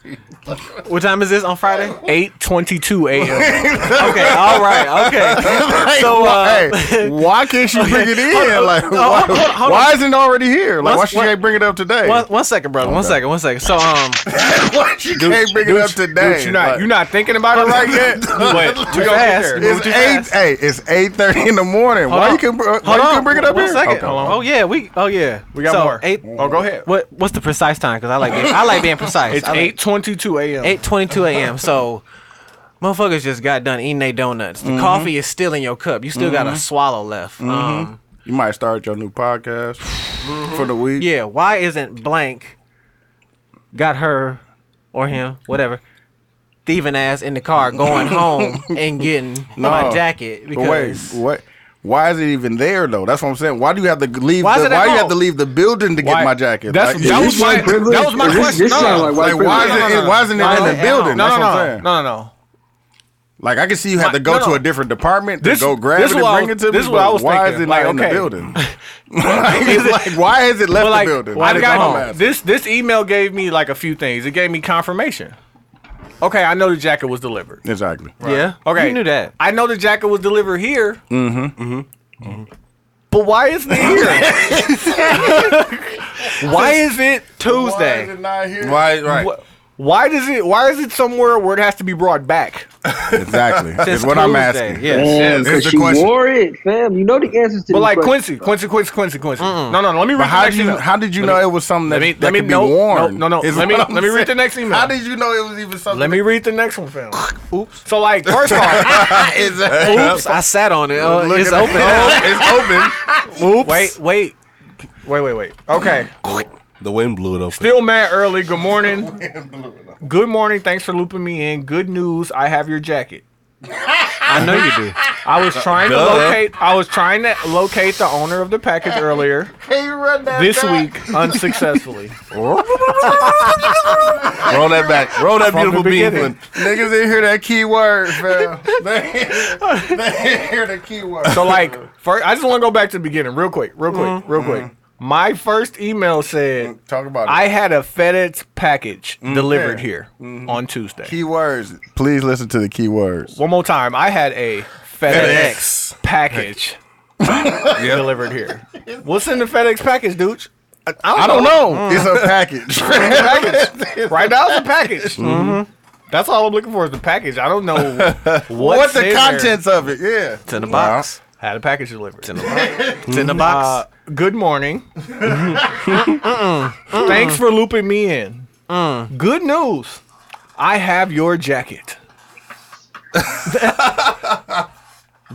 Speaker 1: What time is this on Friday?
Speaker 4: Eight twenty-two a.m.
Speaker 1: Okay. All right. Okay.
Speaker 2: Like,
Speaker 1: So,
Speaker 2: why,
Speaker 1: uh,
Speaker 2: hey, why can't she bring it in? Like, why,
Speaker 1: hold- hold on.
Speaker 2: why isn't it already here? Like, why
Speaker 1: Once-
Speaker 2: she
Speaker 1: one-
Speaker 2: can't bring it up today?
Speaker 1: One, one second, brother. One second. One second. So, um,
Speaker 2: Why she can't bring it up today?
Speaker 4: Dude, you're not
Speaker 2: Like-
Speaker 4: you're not thinking about it right yet. But we gonna get
Speaker 1: fast.
Speaker 4: there.
Speaker 1: Moving
Speaker 2: It's
Speaker 1: too
Speaker 2: eight.
Speaker 1: fast.
Speaker 2: Hey, it's eight thirty in the morning. why
Speaker 1: on.
Speaker 2: you can? br- Why
Speaker 1: hold
Speaker 2: Oh, you
Speaker 1: on.
Speaker 2: can bring it up
Speaker 1: one
Speaker 2: here?
Speaker 1: second.
Speaker 2: Okay.
Speaker 1: Oh yeah, we. Oh yeah, we
Speaker 4: got more.
Speaker 1: Eight,
Speaker 4: Oh, go ahead.
Speaker 1: What What's the precise time? Because I like being, I like being precise.
Speaker 4: It's
Speaker 1: I like-
Speaker 4: eight twenty-two a.m.
Speaker 1: eight twenty two a.m. So motherfuckers just got done eating they donuts. The
Speaker 2: Mm-hmm.
Speaker 1: coffee is still in your cup. You still got a swallow left. Um,
Speaker 2: You might start your new podcast for the week.
Speaker 1: yeah. Why isn't blank got her or him whatever thieving ass in the car going home and getting my
Speaker 2: No.
Speaker 1: jacket
Speaker 2: But wait,
Speaker 1: because
Speaker 2: what? Why is it even there though? That's what I'm saying. Why do you have to leave?
Speaker 1: Why
Speaker 2: Why,
Speaker 1: is
Speaker 2: the,
Speaker 1: it at
Speaker 2: why you have
Speaker 1: home?
Speaker 2: to leave the building to
Speaker 4: Why-
Speaker 2: get my jacket?
Speaker 4: That's-
Speaker 2: like,
Speaker 4: that
Speaker 2: is
Speaker 4: was
Speaker 2: this
Speaker 4: my-
Speaker 2: like-
Speaker 4: that was my
Speaker 6: This-
Speaker 4: question.
Speaker 6: This sound
Speaker 4: No.
Speaker 6: like
Speaker 2: Like
Speaker 6: white
Speaker 2: why
Speaker 6: privilege.
Speaker 2: is it?
Speaker 1: no, no.
Speaker 2: it- Why isn't it
Speaker 1: Why
Speaker 2: in
Speaker 1: is
Speaker 2: the
Speaker 1: it at
Speaker 2: building?
Speaker 1: home?
Speaker 2: That's
Speaker 4: no,
Speaker 2: what I'm
Speaker 4: no, no,
Speaker 2: saying.
Speaker 4: no, no, no.
Speaker 2: Like I can see you have to go
Speaker 4: no,
Speaker 2: to
Speaker 4: no.
Speaker 2: a different department
Speaker 4: This-
Speaker 2: to go grab
Speaker 4: this
Speaker 2: it
Speaker 4: is
Speaker 2: and
Speaker 4: what I
Speaker 2: bring it
Speaker 4: was-
Speaker 2: to me.
Speaker 4: this is what I
Speaker 2: but
Speaker 4: was
Speaker 2: Why is
Speaker 4: thinking.
Speaker 2: it not
Speaker 4: Like,
Speaker 2: in the
Speaker 4: okay.
Speaker 2: building? like, like, why is it left
Speaker 4: But like,
Speaker 2: the building?
Speaker 4: I've
Speaker 2: Like,
Speaker 4: got-
Speaker 2: dumbass.
Speaker 4: this this email gave me like a few things. It gave me confirmation. Okay, I know the jacket was delivered.
Speaker 2: exactly.
Speaker 1: yeah.
Speaker 4: Okay,
Speaker 1: you knew that.
Speaker 4: I know the jacket was delivered here. Mm-hmm. Mm-hmm. But why isn't it here? why is it
Speaker 1: Tuesday.
Speaker 2: Why is it not here?
Speaker 3: Why? Right.
Speaker 4: Wh- Why does it? Why is it somewhere where it has to be brought back?
Speaker 2: Exactly.
Speaker 1: Since
Speaker 2: It's what I'm
Speaker 1: Tuesday,
Speaker 2: asking.
Speaker 1: yes.
Speaker 6: Damn,
Speaker 3: It's
Speaker 6: because
Speaker 3: the
Speaker 6: she
Speaker 3: question.
Speaker 6: wore it, fam. You know the answers to
Speaker 4: But
Speaker 6: these
Speaker 4: like
Speaker 6: questions.
Speaker 4: Quincy, Quincy, Quincy, Quincy, Quincy. No, no, no. Let me read
Speaker 2: But
Speaker 4: the
Speaker 2: how
Speaker 4: next
Speaker 2: did you
Speaker 4: email.
Speaker 2: how did you know it was something that,
Speaker 4: let me-
Speaker 2: that
Speaker 4: let me-
Speaker 2: could
Speaker 4: no,
Speaker 2: be
Speaker 4: no,
Speaker 2: worn?
Speaker 4: no, no.
Speaker 2: is
Speaker 4: Let me-
Speaker 2: what I'm
Speaker 4: let me read the
Speaker 2: saying.
Speaker 4: next email.
Speaker 2: How did you know it was even something?
Speaker 4: Let me read the next one, fam.
Speaker 1: Oops.
Speaker 4: So like, first off,
Speaker 2: Exactly.
Speaker 1: Oops. I sat on it. Uh,
Speaker 2: Look
Speaker 1: it's
Speaker 2: at
Speaker 1: open.
Speaker 2: that. it's open. Oops.
Speaker 1: Wait, wait.
Speaker 4: wait, wait, wait. Okay.
Speaker 3: The wind blew it open.
Speaker 4: Still mad early. Good morning. Good morning. Thanks for looping me in. Good news. I have your jacket.
Speaker 1: I know you do.
Speaker 4: I
Speaker 2: Uh,
Speaker 4: was trying to
Speaker 3: Duh.
Speaker 4: locate. I was trying to locate the owner of the package earlier
Speaker 2: Can you run that
Speaker 4: this
Speaker 2: back?
Speaker 4: week, unsuccessfully.
Speaker 3: Roll that back. Roll that
Speaker 4: From the
Speaker 3: beautiful bean.
Speaker 4: beginning.
Speaker 2: Niggas didn't hear that key word, fam. They didn't they didn't hear the key word.
Speaker 4: So like, first, I just want to go back to the beginning, real quick, real quick, real quick. My first email said
Speaker 2: Mm-hmm. Mm, talk about it. Mm-hmm.
Speaker 4: I had a FedEx package delivered here on Tuesday.
Speaker 2: key words. Please listen to the key words.
Speaker 4: One more time, I had a FedEx, package delivered here. What's in the FedEx package, dude? I,
Speaker 2: I don't know. It's a package.
Speaker 4: package. right now it's a package.
Speaker 2: Mm-hmm.
Speaker 4: That's all I'm looking for is the package. I don't know what's
Speaker 2: What's
Speaker 4: in
Speaker 2: the
Speaker 4: there.
Speaker 2: contents of it? Yeah.
Speaker 1: It's in the box.
Speaker 4: Had a package delivered.
Speaker 1: It's in the box. It's in the box.
Speaker 4: Uh, good morning. Thanks for looping me in. Good news. I have your jacket.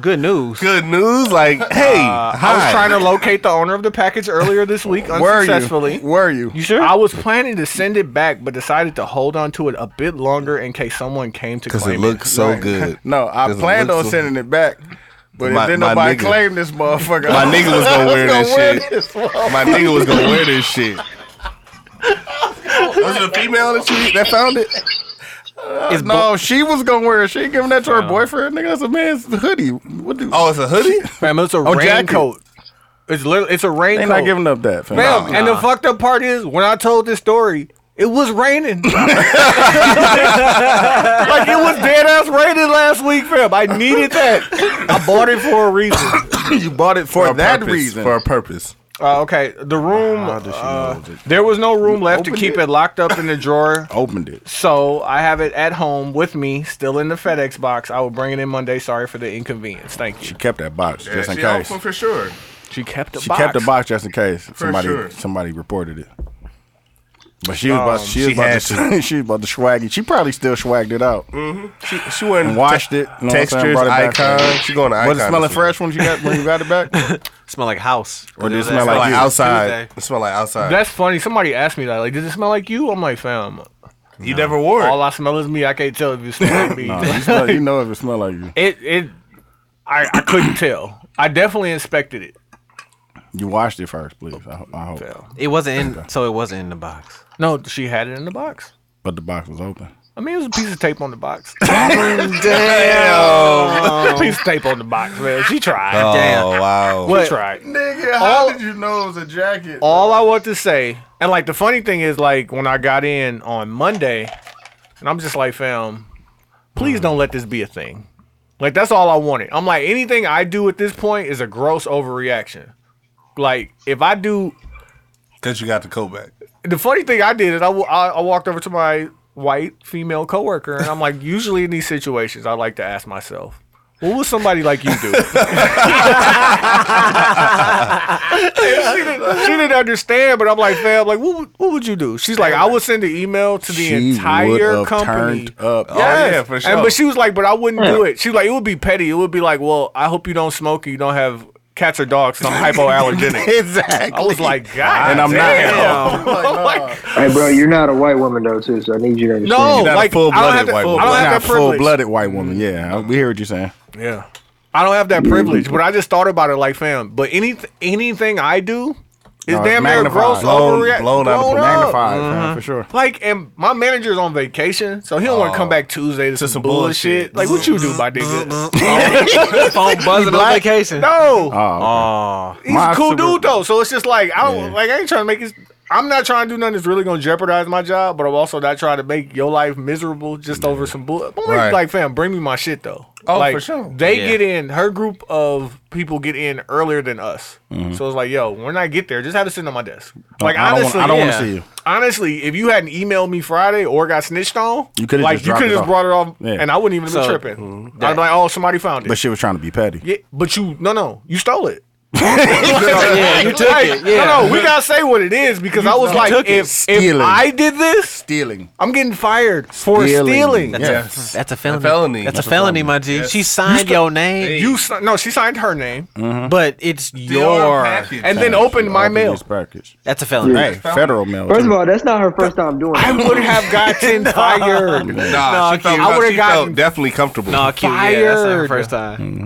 Speaker 1: Good news.
Speaker 3: Good news. Like, hey,
Speaker 4: I was
Speaker 3: hi.
Speaker 4: trying to locate the owner of the package earlier this week
Speaker 2: Were
Speaker 4: unsuccessfully.
Speaker 2: you? Were you?
Speaker 1: You sure?
Speaker 4: I was planning to send it back, but decided to hold on to it a bit longer in case someone came to
Speaker 3: Because
Speaker 4: claim
Speaker 3: it looks so good.
Speaker 2: No, I
Speaker 3: Doesn't
Speaker 2: planned
Speaker 3: look
Speaker 2: on
Speaker 3: so-
Speaker 2: sending it back. But
Speaker 3: My-
Speaker 2: if then
Speaker 3: my
Speaker 2: nobody
Speaker 3: nigga.
Speaker 2: claimed this motherfucker.
Speaker 3: My nigga was gonna wear
Speaker 2: gonna
Speaker 3: that shit. My nigga was gonna wear this shit. Was it a female that she that found it?
Speaker 4: Uh,
Speaker 1: It's
Speaker 2: No, she was gonna wear it. She ain't giving that to her boyfriend. Nigga, that's a man's hoodie. What do?
Speaker 3: Oh, it's a hoodie.
Speaker 4: Fam, it's a
Speaker 2: jacket.
Speaker 4: raincoat. It's literally, it's a
Speaker 2: they
Speaker 4: raincoat.
Speaker 2: not giving up that. Fam.
Speaker 4: Fam,
Speaker 2: Nah.
Speaker 4: and the fucked up part is when I told this story, it was raining. like it was dead ass raining last week, fam. I needed that. I bought it for a reason.
Speaker 2: you bought it for,
Speaker 3: a
Speaker 2: that
Speaker 3: purpose,
Speaker 2: reason.
Speaker 3: For a purpose.
Speaker 4: Uh, okay, the room. uh, there was no room left to keep it. locked up in the drawer,
Speaker 2: Opened it.
Speaker 4: so I have it at home with me, still in the FedEx box. I will bring it in Monday. Sorry for the inconvenience. Thank you.
Speaker 2: Kept that box just in case.
Speaker 3: for sure.
Speaker 4: She kept the
Speaker 2: She
Speaker 4: box.
Speaker 2: kept the box just in case somebody
Speaker 3: sure.
Speaker 2: somebody reported it. But she was about Um, she was
Speaker 3: she
Speaker 2: about
Speaker 3: had
Speaker 2: to she was about to swag it. She probably still swagged it out.
Speaker 3: She, she went
Speaker 2: And washed it. you know what I'm saying,
Speaker 3: Textures,
Speaker 2: brought it back
Speaker 3: icon.
Speaker 2: to her.
Speaker 3: She going to icon.
Speaker 2: Was it smelling
Speaker 3: this week.
Speaker 2: fresh when you got when you got it back?
Speaker 1: smell like house.
Speaker 2: Or did it
Speaker 1: Because
Speaker 2: smell
Speaker 1: was-
Speaker 3: Smell like
Speaker 2: you.
Speaker 3: outside.
Speaker 1: Tuesday.
Speaker 3: It smell like outside.
Speaker 4: That's funny. Somebody asked me that. Like, does it smell like you? I'm like, fam.
Speaker 3: you never wore it.
Speaker 4: All I smell is me. I can't tell if it smells like me.
Speaker 2: No, you, smell, you know if it smelled like you.
Speaker 4: It it I, I couldn't tell. I definitely inspected it.
Speaker 2: You washed it first, please. I, ho- I hope.
Speaker 1: It wasn't in, so it wasn't in the box.
Speaker 4: No, she had it in the box.
Speaker 2: But the box was open.
Speaker 4: I mean, it was a piece of tape on the box.
Speaker 3: Damn.
Speaker 4: piece of tape on the box, man. She tried.
Speaker 3: Oh wow.
Speaker 4: She tried.
Speaker 2: Nigga, how
Speaker 4: All-
Speaker 2: did you know it was a jacket?
Speaker 4: All I want to say, and like the funny thing is, like when I got in on Monday, and I'm just like, fam, please don't let this be a thing. Like that's all I wanted. I'm like, anything I do at this point is a gross overreaction. Like if I do
Speaker 3: Because you got the coat back.
Speaker 4: the funny thing I did is I, wa- I, I walked over to my white female coworker and I'm like, usually in these situations, I like to ask myself, what would somebody like you do? And she, didn't, she didn't understand, but I'm like, fam, like, what would, what would you do? She's like, I would send an email to the
Speaker 2: She would
Speaker 4: entire
Speaker 2: have
Speaker 4: company.
Speaker 2: turned up.
Speaker 4: Yes.
Speaker 3: Oh, yeah, for
Speaker 4: And
Speaker 3: sure.
Speaker 4: but she was like, but I wouldn't do it. She was like, it would be petty. It would be like, well, I hope you don't smoke and you don't have cats or dogs. 'cause I'm hypoallergenic.
Speaker 2: exactly.
Speaker 4: I was like, God,
Speaker 2: And I'm not.
Speaker 4: damn. I'm like,
Speaker 6: Hey, bro, you're not a white woman though, too. So I need you to understand.
Speaker 4: No,
Speaker 3: not a
Speaker 4: like I
Speaker 3: full-blooded
Speaker 4: don't have that,
Speaker 3: white woman.
Speaker 4: I don't
Speaker 2: Not
Speaker 4: have that privilege.
Speaker 2: full-blooded white woman. Yeah, I- we hear what you're saying.
Speaker 4: Yeah, I don't have that privilege. But I just thought about it, like, fam. But any anything I do is
Speaker 2: No, it's
Speaker 4: damn near
Speaker 2: magnified.
Speaker 4: gross,
Speaker 3: Blown-
Speaker 4: overreact,
Speaker 3: blown out of
Speaker 4: blown up.
Speaker 2: Magnified,
Speaker 4: Mm-hmm.
Speaker 2: fam, for sure.
Speaker 4: Like, and my manager's on vacation, so he don't want
Speaker 2: Oh.
Speaker 4: to come back Tuesday to some,
Speaker 3: some
Speaker 4: bullshit.
Speaker 3: bullshit.
Speaker 4: Mm-hmm. Like, what you do, my nigga?
Speaker 1: Phone buzzing on vacation.
Speaker 4: no,
Speaker 2: Oh,
Speaker 1: Oh,
Speaker 4: he's
Speaker 2: my
Speaker 4: a cool
Speaker 2: super-
Speaker 4: dude though. So it's just like I don't
Speaker 2: Yeah.
Speaker 4: like. I ain't trying to make it. I'm not trying to do nothing that's really gonna jeopardize my job, but I'm also not trying to make your life miserable just over some bull. I'm like,
Speaker 3: Right.
Speaker 4: like, fam, bring me my shit though.
Speaker 3: Oh,
Speaker 4: like,
Speaker 3: for sure.
Speaker 4: They
Speaker 1: Yeah.
Speaker 4: get in. Her group of people get in earlier than us. So it's like, yo, when I get there, just have it sitting on my desk. Like
Speaker 2: Mm-hmm. I don't wanna-
Speaker 4: honestly,
Speaker 2: I don't wanna
Speaker 4: yeah.
Speaker 2: see you.
Speaker 4: Honestly, if you hadn't emailed me Friday or got snitched on,
Speaker 2: You coulda
Speaker 4: like
Speaker 2: just
Speaker 4: you
Speaker 2: dropped
Speaker 4: could
Speaker 2: it
Speaker 4: have just
Speaker 2: off.
Speaker 4: brought it off,
Speaker 2: Yeah.
Speaker 4: and I wouldn't even have
Speaker 1: So,
Speaker 4: been tripping. I'd be like, oh, somebody found it.
Speaker 2: But she was trying to be petty.
Speaker 4: yeah, but you, no, no, you stole it.
Speaker 1: yeah, you took
Speaker 4: Like,
Speaker 1: it. Yeah.
Speaker 4: No, no, we gotta say what it is because I was like,
Speaker 1: took it.
Speaker 4: if, if
Speaker 2: Stealing.
Speaker 4: I did this,
Speaker 2: Stealing.
Speaker 4: I'm getting fired for
Speaker 2: Stealing.
Speaker 4: stealing.
Speaker 2: That's
Speaker 1: That's,
Speaker 3: Yes.
Speaker 1: a, that's a felony.
Speaker 3: felony.
Speaker 1: That's,
Speaker 3: That's
Speaker 1: a felony, my G. She signed your name,
Speaker 4: You si- no, she signed her name
Speaker 1: but it's
Speaker 3: Your
Speaker 1: your.
Speaker 3: package.
Speaker 4: and then opened my
Speaker 2: Open
Speaker 4: mail.
Speaker 2: this package.
Speaker 1: That's a felony.
Speaker 2: Hey, federal mail.
Speaker 6: First
Speaker 2: too.
Speaker 6: of all, that's not her first time doing
Speaker 4: I
Speaker 6: it.
Speaker 4: would have gotten fired.
Speaker 3: Nah, she felt,
Speaker 4: I
Speaker 3: I
Speaker 4: would've
Speaker 3: she felt
Speaker 4: gotten
Speaker 3: definitely comfortable.
Speaker 1: No, cute. Yeah, that's not her
Speaker 4: Fired.
Speaker 1: first
Speaker 2: Mm.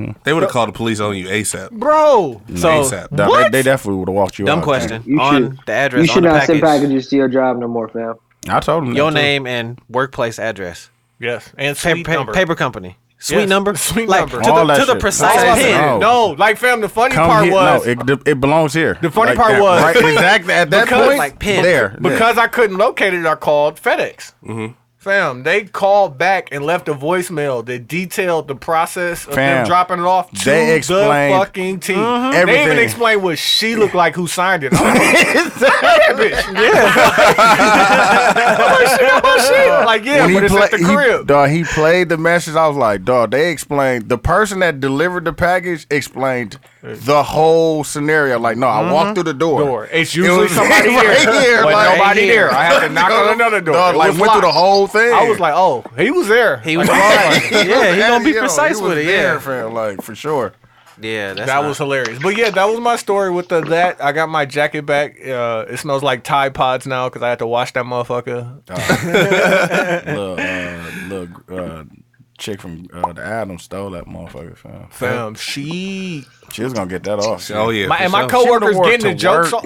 Speaker 1: time.
Speaker 3: They would have called the police on you ASAP.
Speaker 4: Bro,
Speaker 1: So
Speaker 3: ASAP.
Speaker 2: Nah,
Speaker 4: What?
Speaker 2: They, they definitely would have walked you
Speaker 1: dumb
Speaker 2: out.
Speaker 1: question
Speaker 6: You
Speaker 1: on
Speaker 6: should-
Speaker 1: the address.
Speaker 6: You should
Speaker 1: on the
Speaker 6: not
Speaker 1: package.
Speaker 6: send packages to your job no more, fam.
Speaker 2: I told him
Speaker 1: Your
Speaker 2: that, too.
Speaker 1: name and workplace address.
Speaker 4: yes, and
Speaker 1: Pa-
Speaker 4: sweet
Speaker 1: pa-
Speaker 4: number.
Speaker 1: paper company. Sweet
Speaker 4: Yes.
Speaker 1: number.
Speaker 4: Sweet
Speaker 1: like,
Speaker 4: number. Oh,
Speaker 1: To
Speaker 2: All
Speaker 1: the,
Speaker 2: that
Speaker 1: to the
Speaker 2: shit.
Speaker 1: precise
Speaker 2: All that
Speaker 1: pin.
Speaker 2: shit.
Speaker 1: No.
Speaker 4: No, like fam, the funny
Speaker 2: Come
Speaker 4: part
Speaker 2: here.
Speaker 4: was
Speaker 2: no, it, it belongs here.
Speaker 4: The funny part was-
Speaker 2: right, exactly at that
Speaker 4: Because,
Speaker 2: point,
Speaker 1: like, pin.
Speaker 2: there
Speaker 4: because I couldn't locate it. I called FedEx.
Speaker 2: Mm-hmm.
Speaker 4: Fam, they called back and left a voicemail that detailed the process of them
Speaker 2: Fam,
Speaker 4: dropping it off to
Speaker 2: they
Speaker 4: the
Speaker 2: explained Mm-hmm.
Speaker 4: fucking team. They even
Speaker 2: everything.
Speaker 4: explained what she looked like who signed it. I'm like, that bitch. Yeah. I'm like, she got my shit. Like, yeah,
Speaker 2: When
Speaker 4: but it's
Speaker 2: play-
Speaker 4: at the crib.
Speaker 2: dawg, he played the message. I was like, dog, they explained the person that delivered the package explained the whole scenario. Like, no, I walked through the door.
Speaker 4: Mm-hmm. door. It's usually
Speaker 2: was
Speaker 4: somebody
Speaker 2: right
Speaker 4: here,
Speaker 2: here,
Speaker 4: but
Speaker 2: like-
Speaker 4: nobody
Speaker 1: here.
Speaker 4: there. I had to knock on another door.
Speaker 2: Dawg,
Speaker 4: It
Speaker 2: like
Speaker 4: was
Speaker 2: went through the
Speaker 4: locked.
Speaker 2: whole thing.
Speaker 4: I was like, oh, he was there.
Speaker 1: He was right. Yeah, he gonna be
Speaker 2: Yo, he
Speaker 1: precise
Speaker 2: was
Speaker 1: with it.
Speaker 2: there,
Speaker 1: Yeah.
Speaker 2: fam, like for sure.
Speaker 1: Yeah, that's
Speaker 4: that
Speaker 1: not-
Speaker 4: was hilarious. But yeah, that was my story with the that. I got my jacket back. Uh, it smells like Tide Pods now because I had to wash that motherfucker.
Speaker 2: Uh-huh. Little, uh, little uh, chick from uh, the Adam stole that motherfucker, fam.
Speaker 4: Fam, she
Speaker 2: She was gonna get that off.
Speaker 3: Oh yeah,
Speaker 4: my,
Speaker 3: for
Speaker 4: and
Speaker 3: sure.
Speaker 4: my coworkers
Speaker 2: wore
Speaker 4: getting
Speaker 2: to
Speaker 4: the jokes.
Speaker 2: work.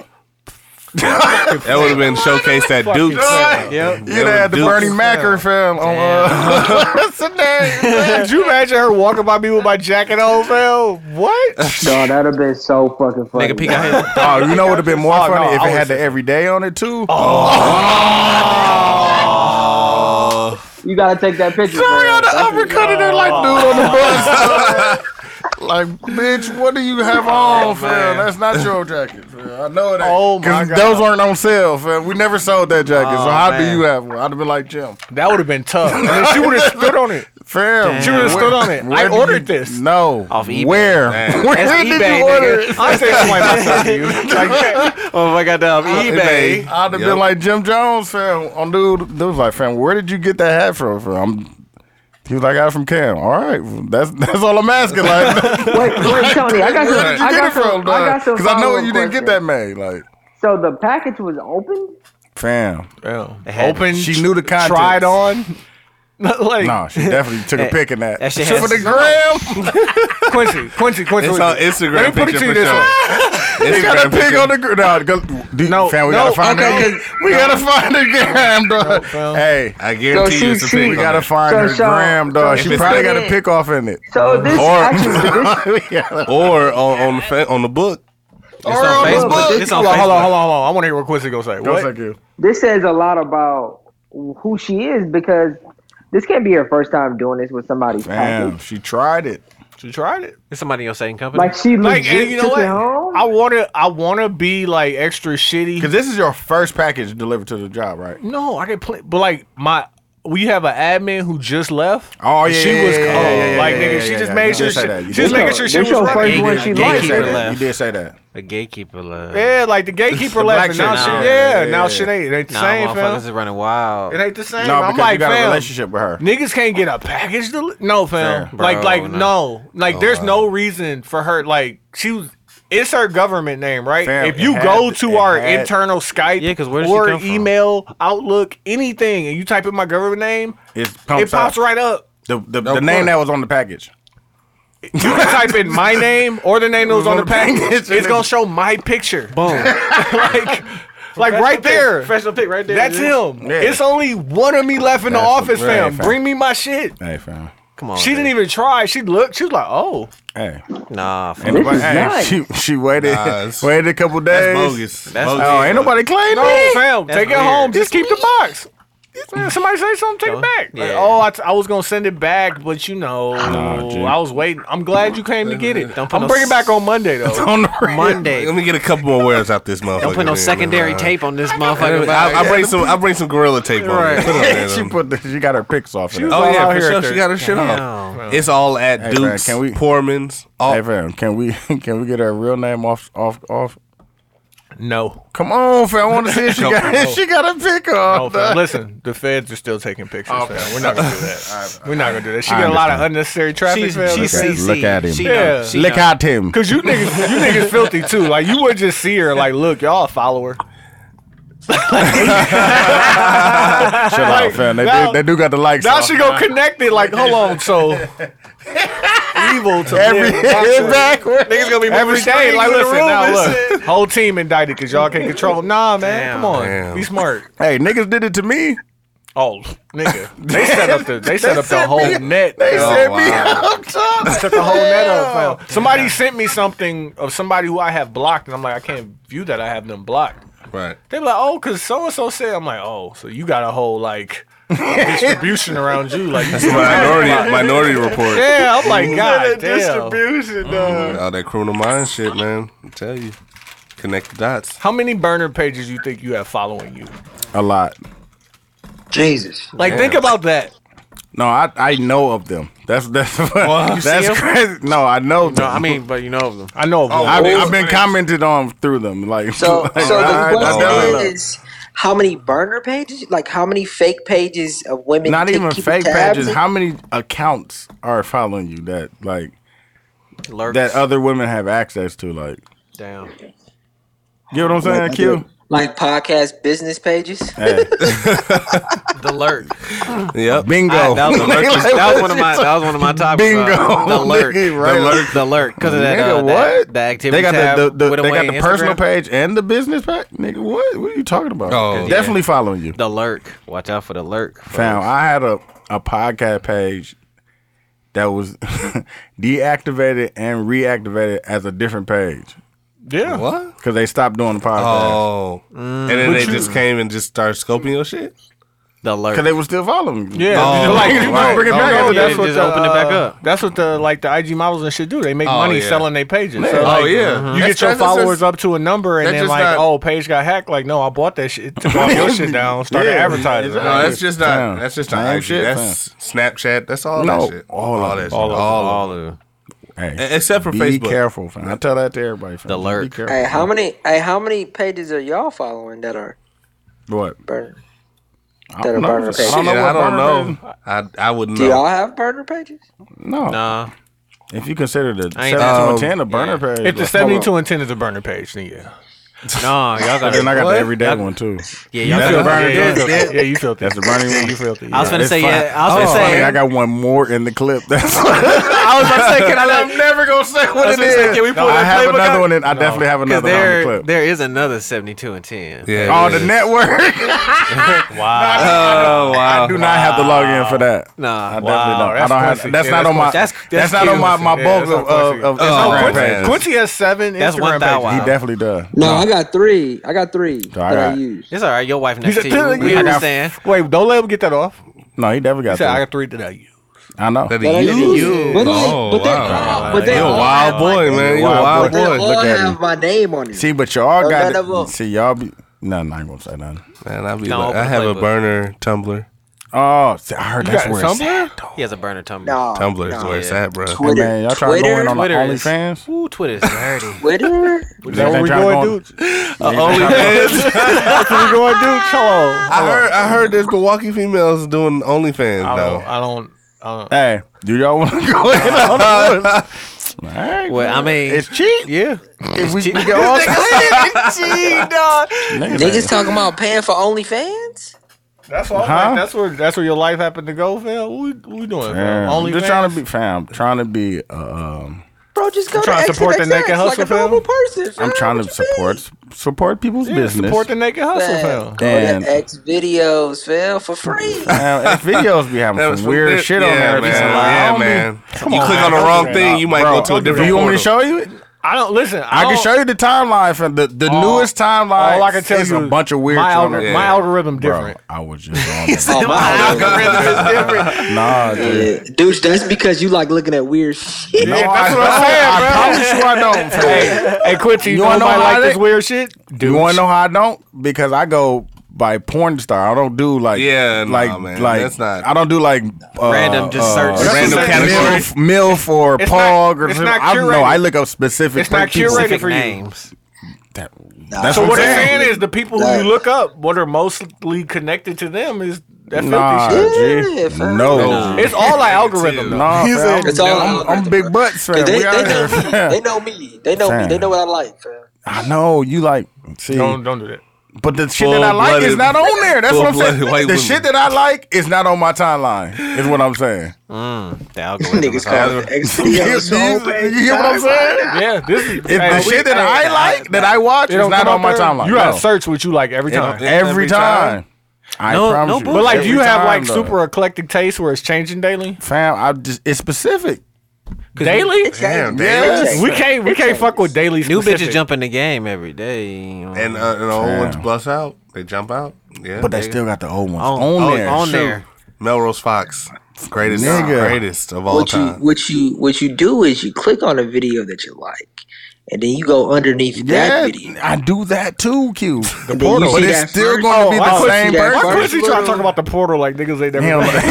Speaker 4: off.
Speaker 3: that would have been showcased at Duke's.
Speaker 4: Yep.
Speaker 2: You had the
Speaker 3: Duke's.
Speaker 2: Bernie Macker film on uh, what's the name?
Speaker 4: Could you imagine her walking by me with my jacket on, fam? What?
Speaker 6: No, that'd have been so fucking funny.
Speaker 1: Nigga, peek out his
Speaker 2: Oh, you know what would have been more
Speaker 4: Oh, no,
Speaker 2: funny if
Speaker 4: I
Speaker 2: it had
Speaker 4: was-
Speaker 2: the everyday on it too.
Speaker 6: You gotta take that picture. Sorry,
Speaker 2: the uppercut in there like dude on the bus. like, bitch, what do you have on, fam? That's not your jacket, fam. I know that.
Speaker 4: Oh, my God.
Speaker 2: those weren't on sale, fam. We never sold that jacket. so
Speaker 1: Oh,
Speaker 2: how
Speaker 1: man.
Speaker 2: do you have one? I'd have been like, Jim,
Speaker 4: That would have been tough. And then she would have stood on it.
Speaker 2: fam.
Speaker 4: She would've
Speaker 2: where-
Speaker 4: stood on it. I
Speaker 2: where do
Speaker 4: ordered
Speaker 2: you-
Speaker 4: this.
Speaker 2: No,
Speaker 1: Off eBay.
Speaker 2: Where?
Speaker 3: Man.
Speaker 2: Where
Speaker 1: That's
Speaker 2: did
Speaker 1: eBay,
Speaker 2: you order
Speaker 1: nigga.
Speaker 2: it?
Speaker 4: I said explain myself to you. Like, yeah.
Speaker 1: Oh my god, um,
Speaker 4: Uh,
Speaker 1: eBay.
Speaker 3: eBay.
Speaker 2: I'd have
Speaker 3: Yep.
Speaker 2: been like Jim Jones, fam. On dude, dude was like, fam, where did you get that hat from? from? I'm, he was like, I got it from Cam. All right, that's that's all I'm asking. Like,
Speaker 6: Wait, wait,
Speaker 2: where
Speaker 6: Tony, I got some.
Speaker 2: did you
Speaker 6: I
Speaker 2: get
Speaker 6: got
Speaker 2: it from?
Speaker 6: some. I got some.
Speaker 2: Because I, know
Speaker 6: follow-up
Speaker 2: you didn't get that
Speaker 6: questions.
Speaker 2: made. Like,
Speaker 6: So the package was opened.
Speaker 2: fam,
Speaker 1: had-
Speaker 4: Open.
Speaker 2: she knew the content.
Speaker 4: Tried on. like
Speaker 2: No, she definitely took a pic in that.
Speaker 1: that shit
Speaker 2: Shit
Speaker 1: has-
Speaker 2: for the gram.
Speaker 4: Quincy, Quincy, Quincy.
Speaker 3: It's
Speaker 4: Quincy.
Speaker 3: on Instagram
Speaker 4: Let me put it
Speaker 3: picture
Speaker 4: to you
Speaker 3: for
Speaker 4: this
Speaker 3: sure.
Speaker 4: way.
Speaker 2: She got a pig on the gram. No, go- do-
Speaker 4: No,
Speaker 2: fam, we
Speaker 4: no,
Speaker 2: gotta find
Speaker 4: okay,
Speaker 2: it. We gotta find the gram, dog.
Speaker 4: fam.
Speaker 2: Hey,
Speaker 3: I guarantee
Speaker 6: So
Speaker 3: you
Speaker 6: she-
Speaker 3: it's a
Speaker 6: she-
Speaker 3: pig.
Speaker 2: we
Speaker 3: on
Speaker 2: gotta
Speaker 3: it.
Speaker 2: find her
Speaker 6: So, so-
Speaker 2: gram, dog.
Speaker 6: so
Speaker 2: She
Speaker 3: it's
Speaker 2: probably
Speaker 6: good.
Speaker 2: got a pic off in it.
Speaker 6: So this
Speaker 3: Or-
Speaker 6: actually, this,
Speaker 2: We gotta-
Speaker 3: or on, on the fa- on the book.
Speaker 1: It's on Facebook. It's on
Speaker 4: Hold on, hold on,
Speaker 1: Facebook.
Speaker 4: hold on, hold on. I want to hear what Quincy gonna say.
Speaker 2: Go
Speaker 4: What?
Speaker 2: suck you.
Speaker 6: this says a lot about who she is because this can't be her first time doing this with somebody's
Speaker 2: Damn,
Speaker 6: package.
Speaker 2: she tried it.
Speaker 4: She tried it.
Speaker 1: It's somebody in your same company.
Speaker 6: Like she
Speaker 4: Like,
Speaker 6: legit
Speaker 4: and you know
Speaker 6: took
Speaker 4: what?
Speaker 6: it home.
Speaker 4: I wanna, I wanna be like extra shitty.
Speaker 2: Because this is your first package delivered to the job, right?
Speaker 4: No, I can play, but like my. We have an admin who just left.
Speaker 2: Oh,
Speaker 4: and
Speaker 2: yeah,
Speaker 4: she
Speaker 2: yeah,
Speaker 4: was
Speaker 2: yeah, yeah,
Speaker 4: cold.
Speaker 2: yeah, yeah,
Speaker 4: like
Speaker 2: yeah,
Speaker 4: nigga,
Speaker 2: yeah,
Speaker 4: she
Speaker 2: yeah,
Speaker 4: just
Speaker 2: yeah. You
Speaker 4: made
Speaker 2: did
Speaker 4: sure
Speaker 2: say
Speaker 4: she,
Speaker 2: that. You
Speaker 4: she was
Speaker 2: did
Speaker 4: making
Speaker 2: say
Speaker 4: sure
Speaker 6: that.
Speaker 4: she
Speaker 6: This
Speaker 4: was
Speaker 6: your
Speaker 4: right.
Speaker 6: first one
Speaker 1: Gatekeeper-
Speaker 6: she
Speaker 1: gatekeeper
Speaker 6: liked.
Speaker 1: left.
Speaker 2: You did say that.
Speaker 1: The gatekeeper left.
Speaker 4: Yeah, like the gatekeeper left,
Speaker 2: black
Speaker 4: and now
Speaker 1: chick,
Speaker 4: shit.
Speaker 1: nah.
Speaker 4: Yeah,
Speaker 2: Yeah,
Speaker 4: now
Speaker 2: yeah,
Speaker 4: shit
Speaker 2: yeah.
Speaker 4: ain't it ain't the
Speaker 1: Nah,
Speaker 4: same,
Speaker 1: motherfuckers
Speaker 4: fam.
Speaker 1: is running wild.
Speaker 4: It ain't the same.
Speaker 2: No,
Speaker 4: I'm
Speaker 2: because
Speaker 4: like,
Speaker 2: you got
Speaker 4: fam,
Speaker 2: a relationship with her.
Speaker 4: Niggas can't get a package deli- No, fam.
Speaker 2: Fair.
Speaker 4: like,
Speaker 1: Bro,
Speaker 4: like
Speaker 1: no.
Speaker 4: no, like there's no reason for her. Like she was. It's her government name, right?
Speaker 2: Fam,
Speaker 4: if you
Speaker 2: it
Speaker 4: go
Speaker 2: had-
Speaker 4: to
Speaker 2: it
Speaker 4: our
Speaker 2: had-
Speaker 4: internal Skype
Speaker 1: Yeah, 'cause where does she
Speaker 4: or
Speaker 1: come from?
Speaker 4: email, Outlook, anything, and you type in my government name,
Speaker 2: It
Speaker 4: it
Speaker 2: pumps
Speaker 4: pops
Speaker 2: up.
Speaker 4: right up.
Speaker 2: The, the, the name that was on the package.
Speaker 4: You can type in my name or the name that was on the package.
Speaker 2: package.
Speaker 4: It's gonna show my picture. Boom. like, like right there.
Speaker 1: Professional pick right there.
Speaker 4: That's him.
Speaker 2: Yeah.
Speaker 4: It's only one of me left in the
Speaker 2: That's what-
Speaker 4: office,
Speaker 2: right,
Speaker 4: fam.
Speaker 2: fam.
Speaker 4: Bring me my shit.
Speaker 2: Hey, fam.
Speaker 1: Come on.
Speaker 4: She didn't
Speaker 1: dude.
Speaker 4: even try. She looked. She was like, "Oh,
Speaker 2: Hey.
Speaker 1: Nah, fuck.
Speaker 2: Ain't nobody-
Speaker 6: is
Speaker 2: hey,
Speaker 6: nice.
Speaker 2: she, she waited
Speaker 3: Nah, it's-
Speaker 2: waited a couple days.
Speaker 3: That's bogus.
Speaker 1: That's
Speaker 3: bogus.
Speaker 2: Oh, ain't nobody claimed
Speaker 4: no,
Speaker 2: it.
Speaker 4: fam,
Speaker 1: That's
Speaker 4: take it
Speaker 1: weird.
Speaker 4: home. Just keep the box." Yeah, Somebody say something, take
Speaker 1: Go.
Speaker 4: it back. Like,
Speaker 1: Yeah.
Speaker 4: oh, I, t- I was gonna send it back, but you know,
Speaker 2: G.
Speaker 4: I was waiting. I'm glad you came to get it.
Speaker 1: Don't put
Speaker 4: I'm
Speaker 1: no
Speaker 4: bringing it
Speaker 1: s-
Speaker 4: back on Monday though.
Speaker 3: on the real.
Speaker 1: Monday.
Speaker 3: Let me get a couple more words out this motherfucker.
Speaker 1: Don't put no
Speaker 3: man.
Speaker 1: secondary
Speaker 3: Nah.
Speaker 1: tape on this motherfucker.
Speaker 3: I, I bring some. I bring some gorilla tape on. Right.
Speaker 2: she put the, she got her pics off. Of that.
Speaker 4: was-
Speaker 3: oh
Speaker 4: all
Speaker 3: yeah,
Speaker 4: out
Speaker 3: for
Speaker 4: here
Speaker 3: sure.
Speaker 4: at
Speaker 3: She
Speaker 4: the-
Speaker 3: got her shit
Speaker 1: Damn.
Speaker 3: off. It's all at
Speaker 2: Hey, Brad,
Speaker 3: Duke's,
Speaker 2: can we-
Speaker 3: Poorman's.
Speaker 5: Oh.
Speaker 3: All,
Speaker 2: Hey fam, can we can we get her real name off off off?
Speaker 4: no,
Speaker 2: Come on, fam. I want to see if she
Speaker 3: Go,
Speaker 2: got
Speaker 3: go.
Speaker 2: if she got a pick off.
Speaker 4: no, Oh, fam. listen, the feds are still taking pictures. Fam. We're not gonna do that. We're not gonna do that. She
Speaker 2: I
Speaker 4: got a lot of
Speaker 2: understand.
Speaker 4: unnecessary traffic.
Speaker 1: She's,
Speaker 4: fam.
Speaker 1: she's
Speaker 2: Look
Speaker 1: CC.
Speaker 2: at- look at him.
Speaker 1: She
Speaker 4: Yeah.
Speaker 1: Know, she
Speaker 2: Look
Speaker 1: know.
Speaker 2: at him.
Speaker 4: Cause you niggas, you niggas filthy too. Like you would just see her, like, look, y'all a follower.
Speaker 2: Chill out, fam. They,
Speaker 4: now-
Speaker 2: do, they do got the likes.
Speaker 4: Now
Speaker 2: off.
Speaker 4: she go connect it. Like, hold on, so evil to
Speaker 2: every
Speaker 4: live. That's a-
Speaker 2: backward.
Speaker 1: Niggas gonna be
Speaker 4: Every day, like, listen, now
Speaker 1: look.
Speaker 4: look, whole team indicted because y'all can't control. Nah, man,
Speaker 1: Damn.
Speaker 4: come on,
Speaker 3: Damn.
Speaker 4: be smart.
Speaker 2: Hey, niggas did it to me.
Speaker 4: Oh, nigga, they set up the they set up the
Speaker 2: sent
Speaker 4: whole
Speaker 2: me-
Speaker 4: net.
Speaker 2: They
Speaker 4: fam.
Speaker 2: sent me
Speaker 3: wow.
Speaker 2: up top.
Speaker 4: Set the whole net up, fam. Somebody sent me something of somebody who I have blocked, and I'm like, I can't view that. I have them blocked.
Speaker 3: right.
Speaker 4: They be like, oh, cause so and so said. I'm like, oh, so you got a whole like distribution around you, like you
Speaker 3: Minority Minority Report.
Speaker 4: Yeah, I'm like, god damn.
Speaker 3: All that criminal mind shit, man. I tell you, connect the dots.
Speaker 4: How many burner pages you think you have following you?
Speaker 2: A lot.
Speaker 5: Jesus.
Speaker 4: Like, think about that.
Speaker 2: No, I I know of them. That's that's
Speaker 1: see
Speaker 2: that's
Speaker 1: 'em?
Speaker 2: crazy. No, I know. Them.
Speaker 1: No, I mean, but you know of them.
Speaker 4: I know. Of one.
Speaker 2: I've, I've been commented on through them. Like
Speaker 5: So,
Speaker 2: like,
Speaker 5: so
Speaker 2: I- I
Speaker 5: the
Speaker 2: don't
Speaker 5: question
Speaker 2: know.
Speaker 5: is, how many burner pages? Like, how many fake pages of women?
Speaker 2: not
Speaker 5: you take-
Speaker 2: even
Speaker 5: keep
Speaker 2: fake
Speaker 5: tabs
Speaker 2: pages.
Speaker 5: in?
Speaker 2: How many accounts are following you that like
Speaker 1: Lurks.
Speaker 2: that other women have access to? Like,
Speaker 1: Damn.
Speaker 2: you know what I'm saying, Q?
Speaker 5: like podcast business pages?
Speaker 2: Hey,
Speaker 1: The lurk.
Speaker 3: Yep.
Speaker 2: bingo.
Speaker 1: I- that, was the lurk. that was one of my. That was one of my topics.
Speaker 2: Bingo.
Speaker 1: the lurk.
Speaker 2: Nigga, right.
Speaker 1: The lurk. The lurk. Because of that.
Speaker 2: Nigga,
Speaker 1: uh, That,
Speaker 2: what?
Speaker 1: that activity
Speaker 2: They got
Speaker 1: tab
Speaker 2: the, the, the
Speaker 1: with
Speaker 2: they
Speaker 1: away
Speaker 2: got the
Speaker 1: on
Speaker 2: personal
Speaker 1: Instagram.
Speaker 2: page and the business page. Nigga, what? What are you talking about?
Speaker 3: Oh.
Speaker 2: Oh, definitely following you.
Speaker 1: The lurk. Watch out for the lurk.
Speaker 2: Found. I had a a podcast page that was deactivated and reactivated as a different page
Speaker 4: Yeah.
Speaker 3: What?
Speaker 2: because they stopped doing the podcast
Speaker 3: Oh, and then they just came and just started scoping your shit.
Speaker 1: The
Speaker 2: because
Speaker 1: lurk.
Speaker 2: they were still following you.
Speaker 4: Yeah.
Speaker 3: Oh,
Speaker 4: like, you
Speaker 2: right.
Speaker 4: know, bring it
Speaker 2: Oh,
Speaker 4: back.
Speaker 2: no,
Speaker 4: that's
Speaker 1: yeah,
Speaker 4: what
Speaker 1: just
Speaker 4: the,
Speaker 1: open it back
Speaker 4: uh,
Speaker 1: up.
Speaker 4: That's what the like the IG models and shit do. They make
Speaker 3: Oh,
Speaker 4: money
Speaker 3: yeah.
Speaker 4: selling their pages. So,
Speaker 2: Yeah.
Speaker 4: like,
Speaker 3: Oh, yeah.
Speaker 4: You
Speaker 3: That's-
Speaker 4: get your
Speaker 3: that's-
Speaker 4: followers
Speaker 3: that's-
Speaker 4: up to a number, and
Speaker 3: that's
Speaker 4: then
Speaker 3: just
Speaker 4: like,
Speaker 3: not-
Speaker 4: oh, page got hacked. Like, no, I bought that shit. Took all your shit down. Started
Speaker 2: Yeah.
Speaker 4: advertising.
Speaker 2: Yeah.
Speaker 3: No, that's just not.
Speaker 2: Damn.
Speaker 3: That's just not
Speaker 2: Damn
Speaker 3: IG.
Speaker 2: shit,
Speaker 3: That's Snapchat. That's all
Speaker 2: No,
Speaker 3: that shit.
Speaker 2: all of
Speaker 3: that
Speaker 2: them.
Speaker 3: shit.
Speaker 4: All of them.
Speaker 3: all of
Speaker 1: All of
Speaker 2: Hey,
Speaker 3: E- except for
Speaker 2: be
Speaker 3: Facebook.
Speaker 2: careful, fam. I tell that to everybody. Fam.
Speaker 1: The
Speaker 2: Be
Speaker 1: lurk.
Speaker 2: careful.
Speaker 5: Hey, how many? Hey, how many pages are y'all following that are
Speaker 2: What?
Speaker 5: burner?
Speaker 2: I
Speaker 5: That a
Speaker 2: don't know.
Speaker 5: burner page.
Speaker 2: I don't know.
Speaker 3: Shit,
Speaker 2: what
Speaker 3: I don't
Speaker 2: burner
Speaker 3: know. I I wouldn't
Speaker 5: Do
Speaker 3: know.
Speaker 5: y'all have burner pages?
Speaker 2: page- No.
Speaker 1: Nah.
Speaker 2: If you consider the
Speaker 1: I ain't-
Speaker 2: 72 and 10 a burner page,
Speaker 4: If the
Speaker 2: like,
Speaker 4: seventy-two and ten is a burner page, then yeah.
Speaker 1: Nah. Y'all got.
Speaker 2: then I got
Speaker 1: What?
Speaker 2: the everyday one too.
Speaker 1: Yeah. Y'all
Speaker 2: That's
Speaker 1: got
Speaker 2: a burner
Speaker 4: yeah,
Speaker 2: page.
Speaker 4: yeah, yeah, you filthy.
Speaker 2: That's the burning one.
Speaker 4: you filthy.
Speaker 1: I was
Speaker 4: yeah.
Speaker 1: finna say yeah. I was finna
Speaker 2: Oh,
Speaker 1: say.
Speaker 2: I got one more in the clip. That's
Speaker 1: I was about to say, can I let,
Speaker 2: never gonna say what
Speaker 1: it is. Can we pull
Speaker 2: I
Speaker 1: that
Speaker 2: have
Speaker 1: playbook
Speaker 2: another
Speaker 1: out?
Speaker 2: one. In, I definitely have
Speaker 1: Because
Speaker 2: another one in the
Speaker 1: there,
Speaker 2: clip.
Speaker 1: there is another 72 and 10.
Speaker 3: Yeah.
Speaker 2: On
Speaker 3: it
Speaker 2: the
Speaker 3: is.
Speaker 2: network,
Speaker 4: wow.
Speaker 3: Oh wow.
Speaker 2: I do not have to log in for that. I
Speaker 1: Nah.
Speaker 2: definitely don't. I
Speaker 4: that's
Speaker 2: don't have.
Speaker 4: pussy.
Speaker 2: That's
Speaker 4: Yeah,
Speaker 2: not
Speaker 4: that's
Speaker 2: on my.
Speaker 4: pussy.
Speaker 2: That's,
Speaker 1: That's- that's
Speaker 2: not on my
Speaker 1: pussy.
Speaker 2: my
Speaker 4: Yeah,
Speaker 2: bulk
Speaker 4: that's
Speaker 2: of,
Speaker 4: not pussy.
Speaker 2: of, of
Speaker 3: Oh,
Speaker 2: Instagram
Speaker 3: pussy.
Speaker 2: pages.
Speaker 4: Quincy has seven
Speaker 1: That's
Speaker 4: Instagram
Speaker 1: one thou
Speaker 4: pages.
Speaker 1: wow.
Speaker 2: He definitely does.
Speaker 5: No, I got three. I got three that I
Speaker 2: right.
Speaker 5: use.
Speaker 1: It's all right. Your wife next
Speaker 4: said,
Speaker 1: to you.
Speaker 4: "Tell
Speaker 1: We
Speaker 4: you."
Speaker 1: understand.
Speaker 4: Wait, don't let him get that off.
Speaker 2: No, he definitely got
Speaker 4: He said, I
Speaker 2: that.
Speaker 4: got three that I use.
Speaker 2: I know.
Speaker 3: That
Speaker 5: That I
Speaker 3: he used.
Speaker 5: use. But they,
Speaker 3: Oh,
Speaker 5: but they,
Speaker 3: wow.
Speaker 5: but they
Speaker 3: You're a
Speaker 5: all have
Speaker 3: wild
Speaker 5: my-
Speaker 3: boy, man. You're a wild
Speaker 5: But they
Speaker 3: boy.
Speaker 5: all
Speaker 2: Look at
Speaker 5: have
Speaker 2: him.
Speaker 5: my name on it.
Speaker 2: See, but y'all
Speaker 5: Or
Speaker 2: got
Speaker 5: none of them.
Speaker 2: it. See, y'all be. No, no, I ain't gonna say nothing.
Speaker 3: Man, I be
Speaker 1: No,
Speaker 3: like,
Speaker 1: open
Speaker 3: I
Speaker 1: the
Speaker 3: have a
Speaker 1: playbook.
Speaker 3: burner Tumblr.
Speaker 2: Oh, see, I heard that's
Speaker 4: got
Speaker 2: where it's
Speaker 4: Tumblr?
Speaker 2: at, though.
Speaker 1: He has a burner tumbler.
Speaker 5: no,
Speaker 3: Tumblr is
Speaker 5: no.
Speaker 3: where it's at, bro.
Speaker 2: Hey,
Speaker 5: Twitter,
Speaker 2: man, y'all trying to go
Speaker 5: Twitter,
Speaker 2: in on the
Speaker 1: Twitter is-
Speaker 2: OnlyFans?
Speaker 1: Ooh, Twitter's dirty.
Speaker 5: Twitter.
Speaker 4: Is that what we
Speaker 2: They tryna go
Speaker 4: going, Oh,
Speaker 2: on-
Speaker 4: dude?
Speaker 3: OnlyFans.
Speaker 4: That's what we going, dude? Hello.
Speaker 3: I heard. I heard there's Milwaukee females doing OnlyFans
Speaker 4: I don't.
Speaker 3: though.
Speaker 4: I don't. I don't.
Speaker 2: Hey, do y'all want to go in on the Alright,
Speaker 1: Well, I mean,
Speaker 2: it's cheap.
Speaker 1: yeah.
Speaker 2: If we can go on,
Speaker 1: Oh,
Speaker 2: Niggas
Speaker 5: Niggas
Speaker 2: ain't-
Speaker 5: talking about paying for OnlyFans?
Speaker 4: That's what. I'm
Speaker 2: Huh?
Speaker 4: like, that's where. That's where your life happened to go, Phil. What we, what we doing?
Speaker 2: Damn,
Speaker 4: Phil? Only
Speaker 2: I'm just trying to be, fam. Trying to be, uh, um,
Speaker 5: Bro, just go
Speaker 4: trying
Speaker 5: to
Speaker 4: to support the
Speaker 5: XXX
Speaker 4: naked hustle,
Speaker 5: like a
Speaker 4: fam.
Speaker 5: normal person.
Speaker 2: I'm
Speaker 5: fam.
Speaker 2: trying
Speaker 5: What
Speaker 2: to
Speaker 5: you
Speaker 2: support support people's
Speaker 4: yeah,
Speaker 2: business.
Speaker 4: support the naked hustle,
Speaker 5: mean?
Speaker 4: Phil.
Speaker 5: Fam, Go
Speaker 2: And-
Speaker 5: to X videos, fam, for free.
Speaker 6: Oh,
Speaker 2: Fam, and videos be
Speaker 3: That
Speaker 2: having
Speaker 3: was
Speaker 2: some weird
Speaker 3: it.
Speaker 2: shit on
Speaker 3: yeah,
Speaker 2: there. every
Speaker 3: Man.
Speaker 2: once in a while. I
Speaker 3: Yeah,
Speaker 2: don't be-
Speaker 3: man. You click on the wrong thing, you might
Speaker 2: Bro,
Speaker 3: go to a different.
Speaker 2: Do you want me to
Speaker 3: portal.
Speaker 2: show you it?
Speaker 4: I don't listen. I,
Speaker 2: I can
Speaker 4: don't-
Speaker 2: show you the timeline from the, the
Speaker 4: All-
Speaker 2: newest timeline.
Speaker 4: Oh. all I can tell
Speaker 2: is
Speaker 4: you
Speaker 2: a
Speaker 4: is
Speaker 2: bunch of weird.
Speaker 4: my
Speaker 2: shit on
Speaker 4: algor-
Speaker 2: there.
Speaker 4: my algorithm
Speaker 2: Bro,
Speaker 4: different.
Speaker 2: I was just on that.
Speaker 6: Oh, my
Speaker 4: algorithm is different.
Speaker 2: Nah, dude.
Speaker 6: Yeah. Dude, that's because you like looking at weird shit.
Speaker 2: No,
Speaker 4: that's
Speaker 2: I
Speaker 4: what I'm
Speaker 2: don't.
Speaker 4: saying,
Speaker 2: I
Speaker 4: bro.
Speaker 2: promise you I don't. fam.
Speaker 4: Hey, hey, Quincy, you
Speaker 2: You wanna
Speaker 4: nobody
Speaker 2: know how
Speaker 4: like
Speaker 2: they-
Speaker 4: this weird shit.
Speaker 2: Do you want to know how I don't? Because I go by porn star. I don't do like
Speaker 3: Yeah, nah,
Speaker 2: like
Speaker 3: man.
Speaker 2: like
Speaker 3: That's not-
Speaker 2: I don't do like uh,
Speaker 1: Random, just
Speaker 2: uh,
Speaker 1: search.
Speaker 3: Random
Speaker 2: milf-
Speaker 3: category.
Speaker 2: milf or
Speaker 4: It's
Speaker 2: pog
Speaker 4: not-
Speaker 2: or
Speaker 4: it's
Speaker 2: something.
Speaker 4: not
Speaker 2: I don't know.
Speaker 4: curated.
Speaker 2: I look up specific.
Speaker 4: It's not
Speaker 2: people.
Speaker 4: curated for you.
Speaker 1: names.
Speaker 2: That-
Speaker 6: Nah.
Speaker 2: That's
Speaker 4: So
Speaker 2: what
Speaker 4: what
Speaker 2: I'm
Speaker 4: it's
Speaker 2: saying.
Speaker 4: saying is the people who you look up, what are mostly connected to them is that filthy
Speaker 2: Nah,
Speaker 4: shit.
Speaker 2: G.
Speaker 6: Yeah, fam.
Speaker 2: no,
Speaker 4: It's all our algorithm. though.
Speaker 2: Nah,
Speaker 3: He's
Speaker 2: fam.
Speaker 3: a-
Speaker 6: It's all
Speaker 2: I'm, I'm
Speaker 6: algorithm,
Speaker 2: big
Speaker 6: bro.
Speaker 2: butts, fam.
Speaker 6: Cause They,
Speaker 2: We out
Speaker 6: they,
Speaker 2: here,
Speaker 6: know me.
Speaker 2: fam.
Speaker 6: they know me. They know me. They know what I like, fam.
Speaker 2: I know you like. See,
Speaker 4: Don't don't do that.
Speaker 2: but the shit that I like is
Speaker 3: Full-blooded-
Speaker 2: not on there. That's what I'm saying. The
Speaker 3: full-blooded white
Speaker 2: shit
Speaker 3: women.
Speaker 2: that I like is not on my timeline. Is what I'm saying.
Speaker 1: Mm, the algorithm. is
Speaker 6: Niggas
Speaker 1: hard.
Speaker 6: call it
Speaker 2: Do you, do you-
Speaker 6: XPO.
Speaker 2: you hear what I'm saying?
Speaker 4: Yeah, this is
Speaker 2: If the shit that I like, that I watch, is not on my timeline.
Speaker 4: You
Speaker 2: No.
Speaker 4: gotta search what you like every time.
Speaker 3: don't-
Speaker 2: every,
Speaker 3: every
Speaker 2: time. I
Speaker 1: No-
Speaker 2: promise
Speaker 1: no
Speaker 2: you.
Speaker 1: bull-
Speaker 4: but like, do you
Speaker 2: Every
Speaker 4: have
Speaker 2: time,
Speaker 4: like
Speaker 2: though.
Speaker 4: super eclectic taste where it's changing daily?
Speaker 2: fam? I just it's specific.
Speaker 4: Daily?
Speaker 3: Damn,
Speaker 2: Yes.
Speaker 3: yes.
Speaker 4: We can't we can't fuck with daily.
Speaker 1: New
Speaker 4: specific.
Speaker 1: bitches jump in the game every day. you know.
Speaker 3: And uh, and the old
Speaker 2: Damn.
Speaker 3: ones bust out. They jump out. Yeah.
Speaker 2: But they still got the old ones
Speaker 1: on,
Speaker 2: on,
Speaker 1: oh,
Speaker 2: there.
Speaker 1: on
Speaker 2: Shoot.
Speaker 1: there.
Speaker 3: Melrose Fox, greatest,
Speaker 2: Nigga.
Speaker 3: greatest of all
Speaker 6: What you
Speaker 3: time.
Speaker 6: what you what you do is you click on a video that you like, and then you go underneath that
Speaker 2: Yeah,
Speaker 6: video.
Speaker 2: I do that too, Q.
Speaker 6: And then you
Speaker 2: But
Speaker 6: see
Speaker 2: it's
Speaker 6: that
Speaker 2: still
Speaker 6: first-
Speaker 2: going to be
Speaker 4: Oh, I
Speaker 2: the
Speaker 4: put-
Speaker 2: same
Speaker 6: yeah,
Speaker 2: person.
Speaker 4: Why
Speaker 6: first-
Speaker 4: Quincy trying to talk about the portal like niggas ain't
Speaker 2: Damn,
Speaker 4: never?
Speaker 2: like,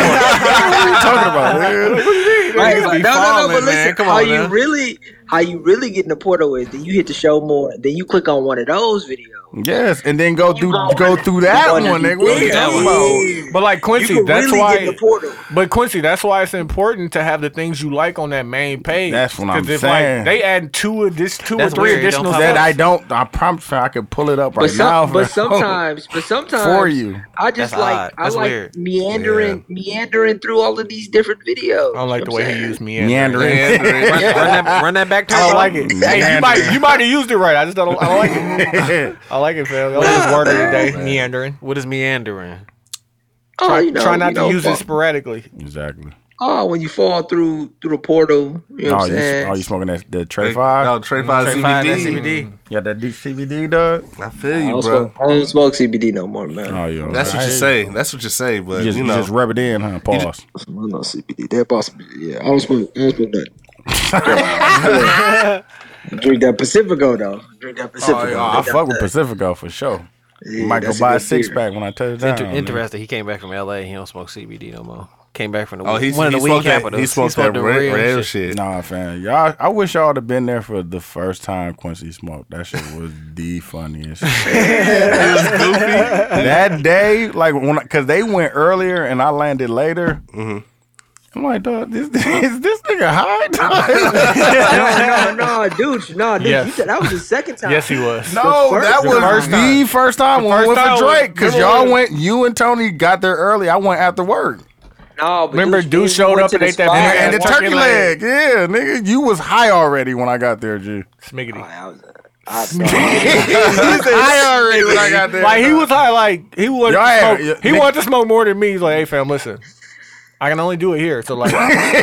Speaker 2: what are you talking about? man?
Speaker 6: Right,
Speaker 1: Niggas
Speaker 6: but
Speaker 1: be
Speaker 6: no, no, no,
Speaker 1: falling, man.
Speaker 6: but listen,
Speaker 1: Come
Speaker 6: how
Speaker 1: on,
Speaker 6: you
Speaker 1: man.
Speaker 6: really how you really get in the portal is then you hit the show more, then you click on one of those videos.
Speaker 2: Yes, and then go through
Speaker 6: go-
Speaker 2: go through that
Speaker 6: You
Speaker 2: one,
Speaker 6: go
Speaker 2: nigga.
Speaker 6: underneath
Speaker 2: What are you
Speaker 6: that
Speaker 2: talking
Speaker 6: one.
Speaker 2: about?
Speaker 4: But like
Speaker 6: You
Speaker 4: Quincy,
Speaker 6: can
Speaker 4: that's
Speaker 6: really
Speaker 4: why
Speaker 6: get in the portal.
Speaker 4: But Quincy, that's why it's important to have the things you like on that main page.
Speaker 2: That's what I'm
Speaker 4: 'Cause if,
Speaker 2: saying.
Speaker 4: Like, they add two of this, two
Speaker 1: That's
Speaker 4: or three
Speaker 1: weird. It don't
Speaker 4: additional.
Speaker 1: pop
Speaker 2: That
Speaker 1: up.
Speaker 2: I don't. I promise you, I could pull it up
Speaker 6: But,
Speaker 2: right
Speaker 6: some,
Speaker 2: now.
Speaker 6: but
Speaker 2: fam.
Speaker 6: sometimes, but sometimes
Speaker 2: for you.
Speaker 6: I just
Speaker 1: That's odd.
Speaker 6: like I
Speaker 1: That's
Speaker 6: like
Speaker 1: weird.
Speaker 6: meandering, meandering through all of these different videos.
Speaker 4: I don't like
Speaker 6: You
Speaker 4: the
Speaker 6: know what
Speaker 4: way
Speaker 6: I'm
Speaker 4: he used me.
Speaker 2: meandering.
Speaker 1: Run, run that, run that back to
Speaker 4: I don't
Speaker 1: the-
Speaker 4: like it. Hey, you might you might have used it right. I just don't. I don't like it. I like it, fam. That was his word of the day. Meandering.
Speaker 1: What is meandering?
Speaker 6: saying?
Speaker 4: Try,
Speaker 6: oh, you know,
Speaker 4: try not
Speaker 6: you
Speaker 4: to
Speaker 6: know,
Speaker 4: use it
Speaker 6: fuck.
Speaker 4: sporadically.
Speaker 2: exactly.
Speaker 6: Oh, when you fall through through the portal, you know
Speaker 2: Oh,
Speaker 6: what I'm
Speaker 2: you,
Speaker 6: saying?
Speaker 2: oh, you smoking that the Trey Five?
Speaker 3: No, oh, Trey Five
Speaker 1: Trey Five, that
Speaker 3: CBD.
Speaker 1: CBD.
Speaker 2: Yeah, that deep CBD, dog.
Speaker 3: I feel
Speaker 6: I
Speaker 3: you, bro.
Speaker 6: don't, smoke, I don't smoke CBD no more, man.
Speaker 2: Oh, yeah.
Speaker 3: That's what you
Speaker 2: Right.
Speaker 3: say. That's what you say. But
Speaker 2: You just,
Speaker 3: you
Speaker 2: you
Speaker 3: know,
Speaker 2: just rub it in, huh? Pause.
Speaker 6: I don't know CBD. That boss, yeah. I don't smoke. I don't smoke that. Drink that Pacifico though. Drink that Pacifico.
Speaker 2: oh, yeah, I
Speaker 6: Drink that- uh,
Speaker 2: fuck with Pacifico for sure.
Speaker 6: yeah,
Speaker 2: Might go
Speaker 6: that's
Speaker 2: buy a
Speaker 6: good
Speaker 2: six
Speaker 6: beer.
Speaker 2: pack when I touch it down.
Speaker 1: Inter- interesting. He came back from L.A. He don't smoke CBD no more. Came back from the
Speaker 3: oh, he's,
Speaker 1: one of
Speaker 3: he
Speaker 1: the weed
Speaker 3: smoked that.
Speaker 1: capitals.
Speaker 3: He smoked that
Speaker 1: the
Speaker 3: red,
Speaker 1: real
Speaker 3: red
Speaker 1: shit.
Speaker 3: shit.
Speaker 2: Nah, fam. Y'all, I wish y'all would have been there for the first time Quincy smoked. That shit was the funniest. that day, like when, I- cause they went earlier and I landed later. I'm like, dog, this, is this nigga high? dog?"
Speaker 6: No, no, no, dude, no, dude.
Speaker 4: Yes.
Speaker 6: You said that was the second time.
Speaker 4: Yes, he was.
Speaker 2: No,
Speaker 6: The
Speaker 2: that was
Speaker 6: first- the
Speaker 4: first
Speaker 2: the
Speaker 4: time.
Speaker 2: first time when
Speaker 4: first
Speaker 2: we went
Speaker 4: time
Speaker 2: for
Speaker 4: was-
Speaker 2: Drake because
Speaker 4: remember
Speaker 2: y'all
Speaker 4: when-
Speaker 2: went. You and Tony got there early. I went after work
Speaker 6: No, but
Speaker 4: Remember,
Speaker 6: Deuce
Speaker 4: dude
Speaker 6: Deuce
Speaker 4: showed
Speaker 6: went
Speaker 4: up
Speaker 6: to
Speaker 4: and
Speaker 6: the
Speaker 4: ate that
Speaker 6: spot.
Speaker 4: big
Speaker 2: and, and the
Speaker 4: Turkey
Speaker 2: turkey leg.
Speaker 4: leg.
Speaker 2: Yeah, nigga, you was high already when I got there, G.
Speaker 4: Smiggity.
Speaker 6: I was, I saw-
Speaker 2: high already when I got there.
Speaker 4: Like he was high. Like he wanted.
Speaker 2: Y'all
Speaker 4: to
Speaker 2: had-
Speaker 4: smoke,
Speaker 2: yeah,
Speaker 4: he
Speaker 2: nigga-
Speaker 4: wanted to smoke more than me. He's like, hey, fam, listen. I can only do it here. So like, I'm like,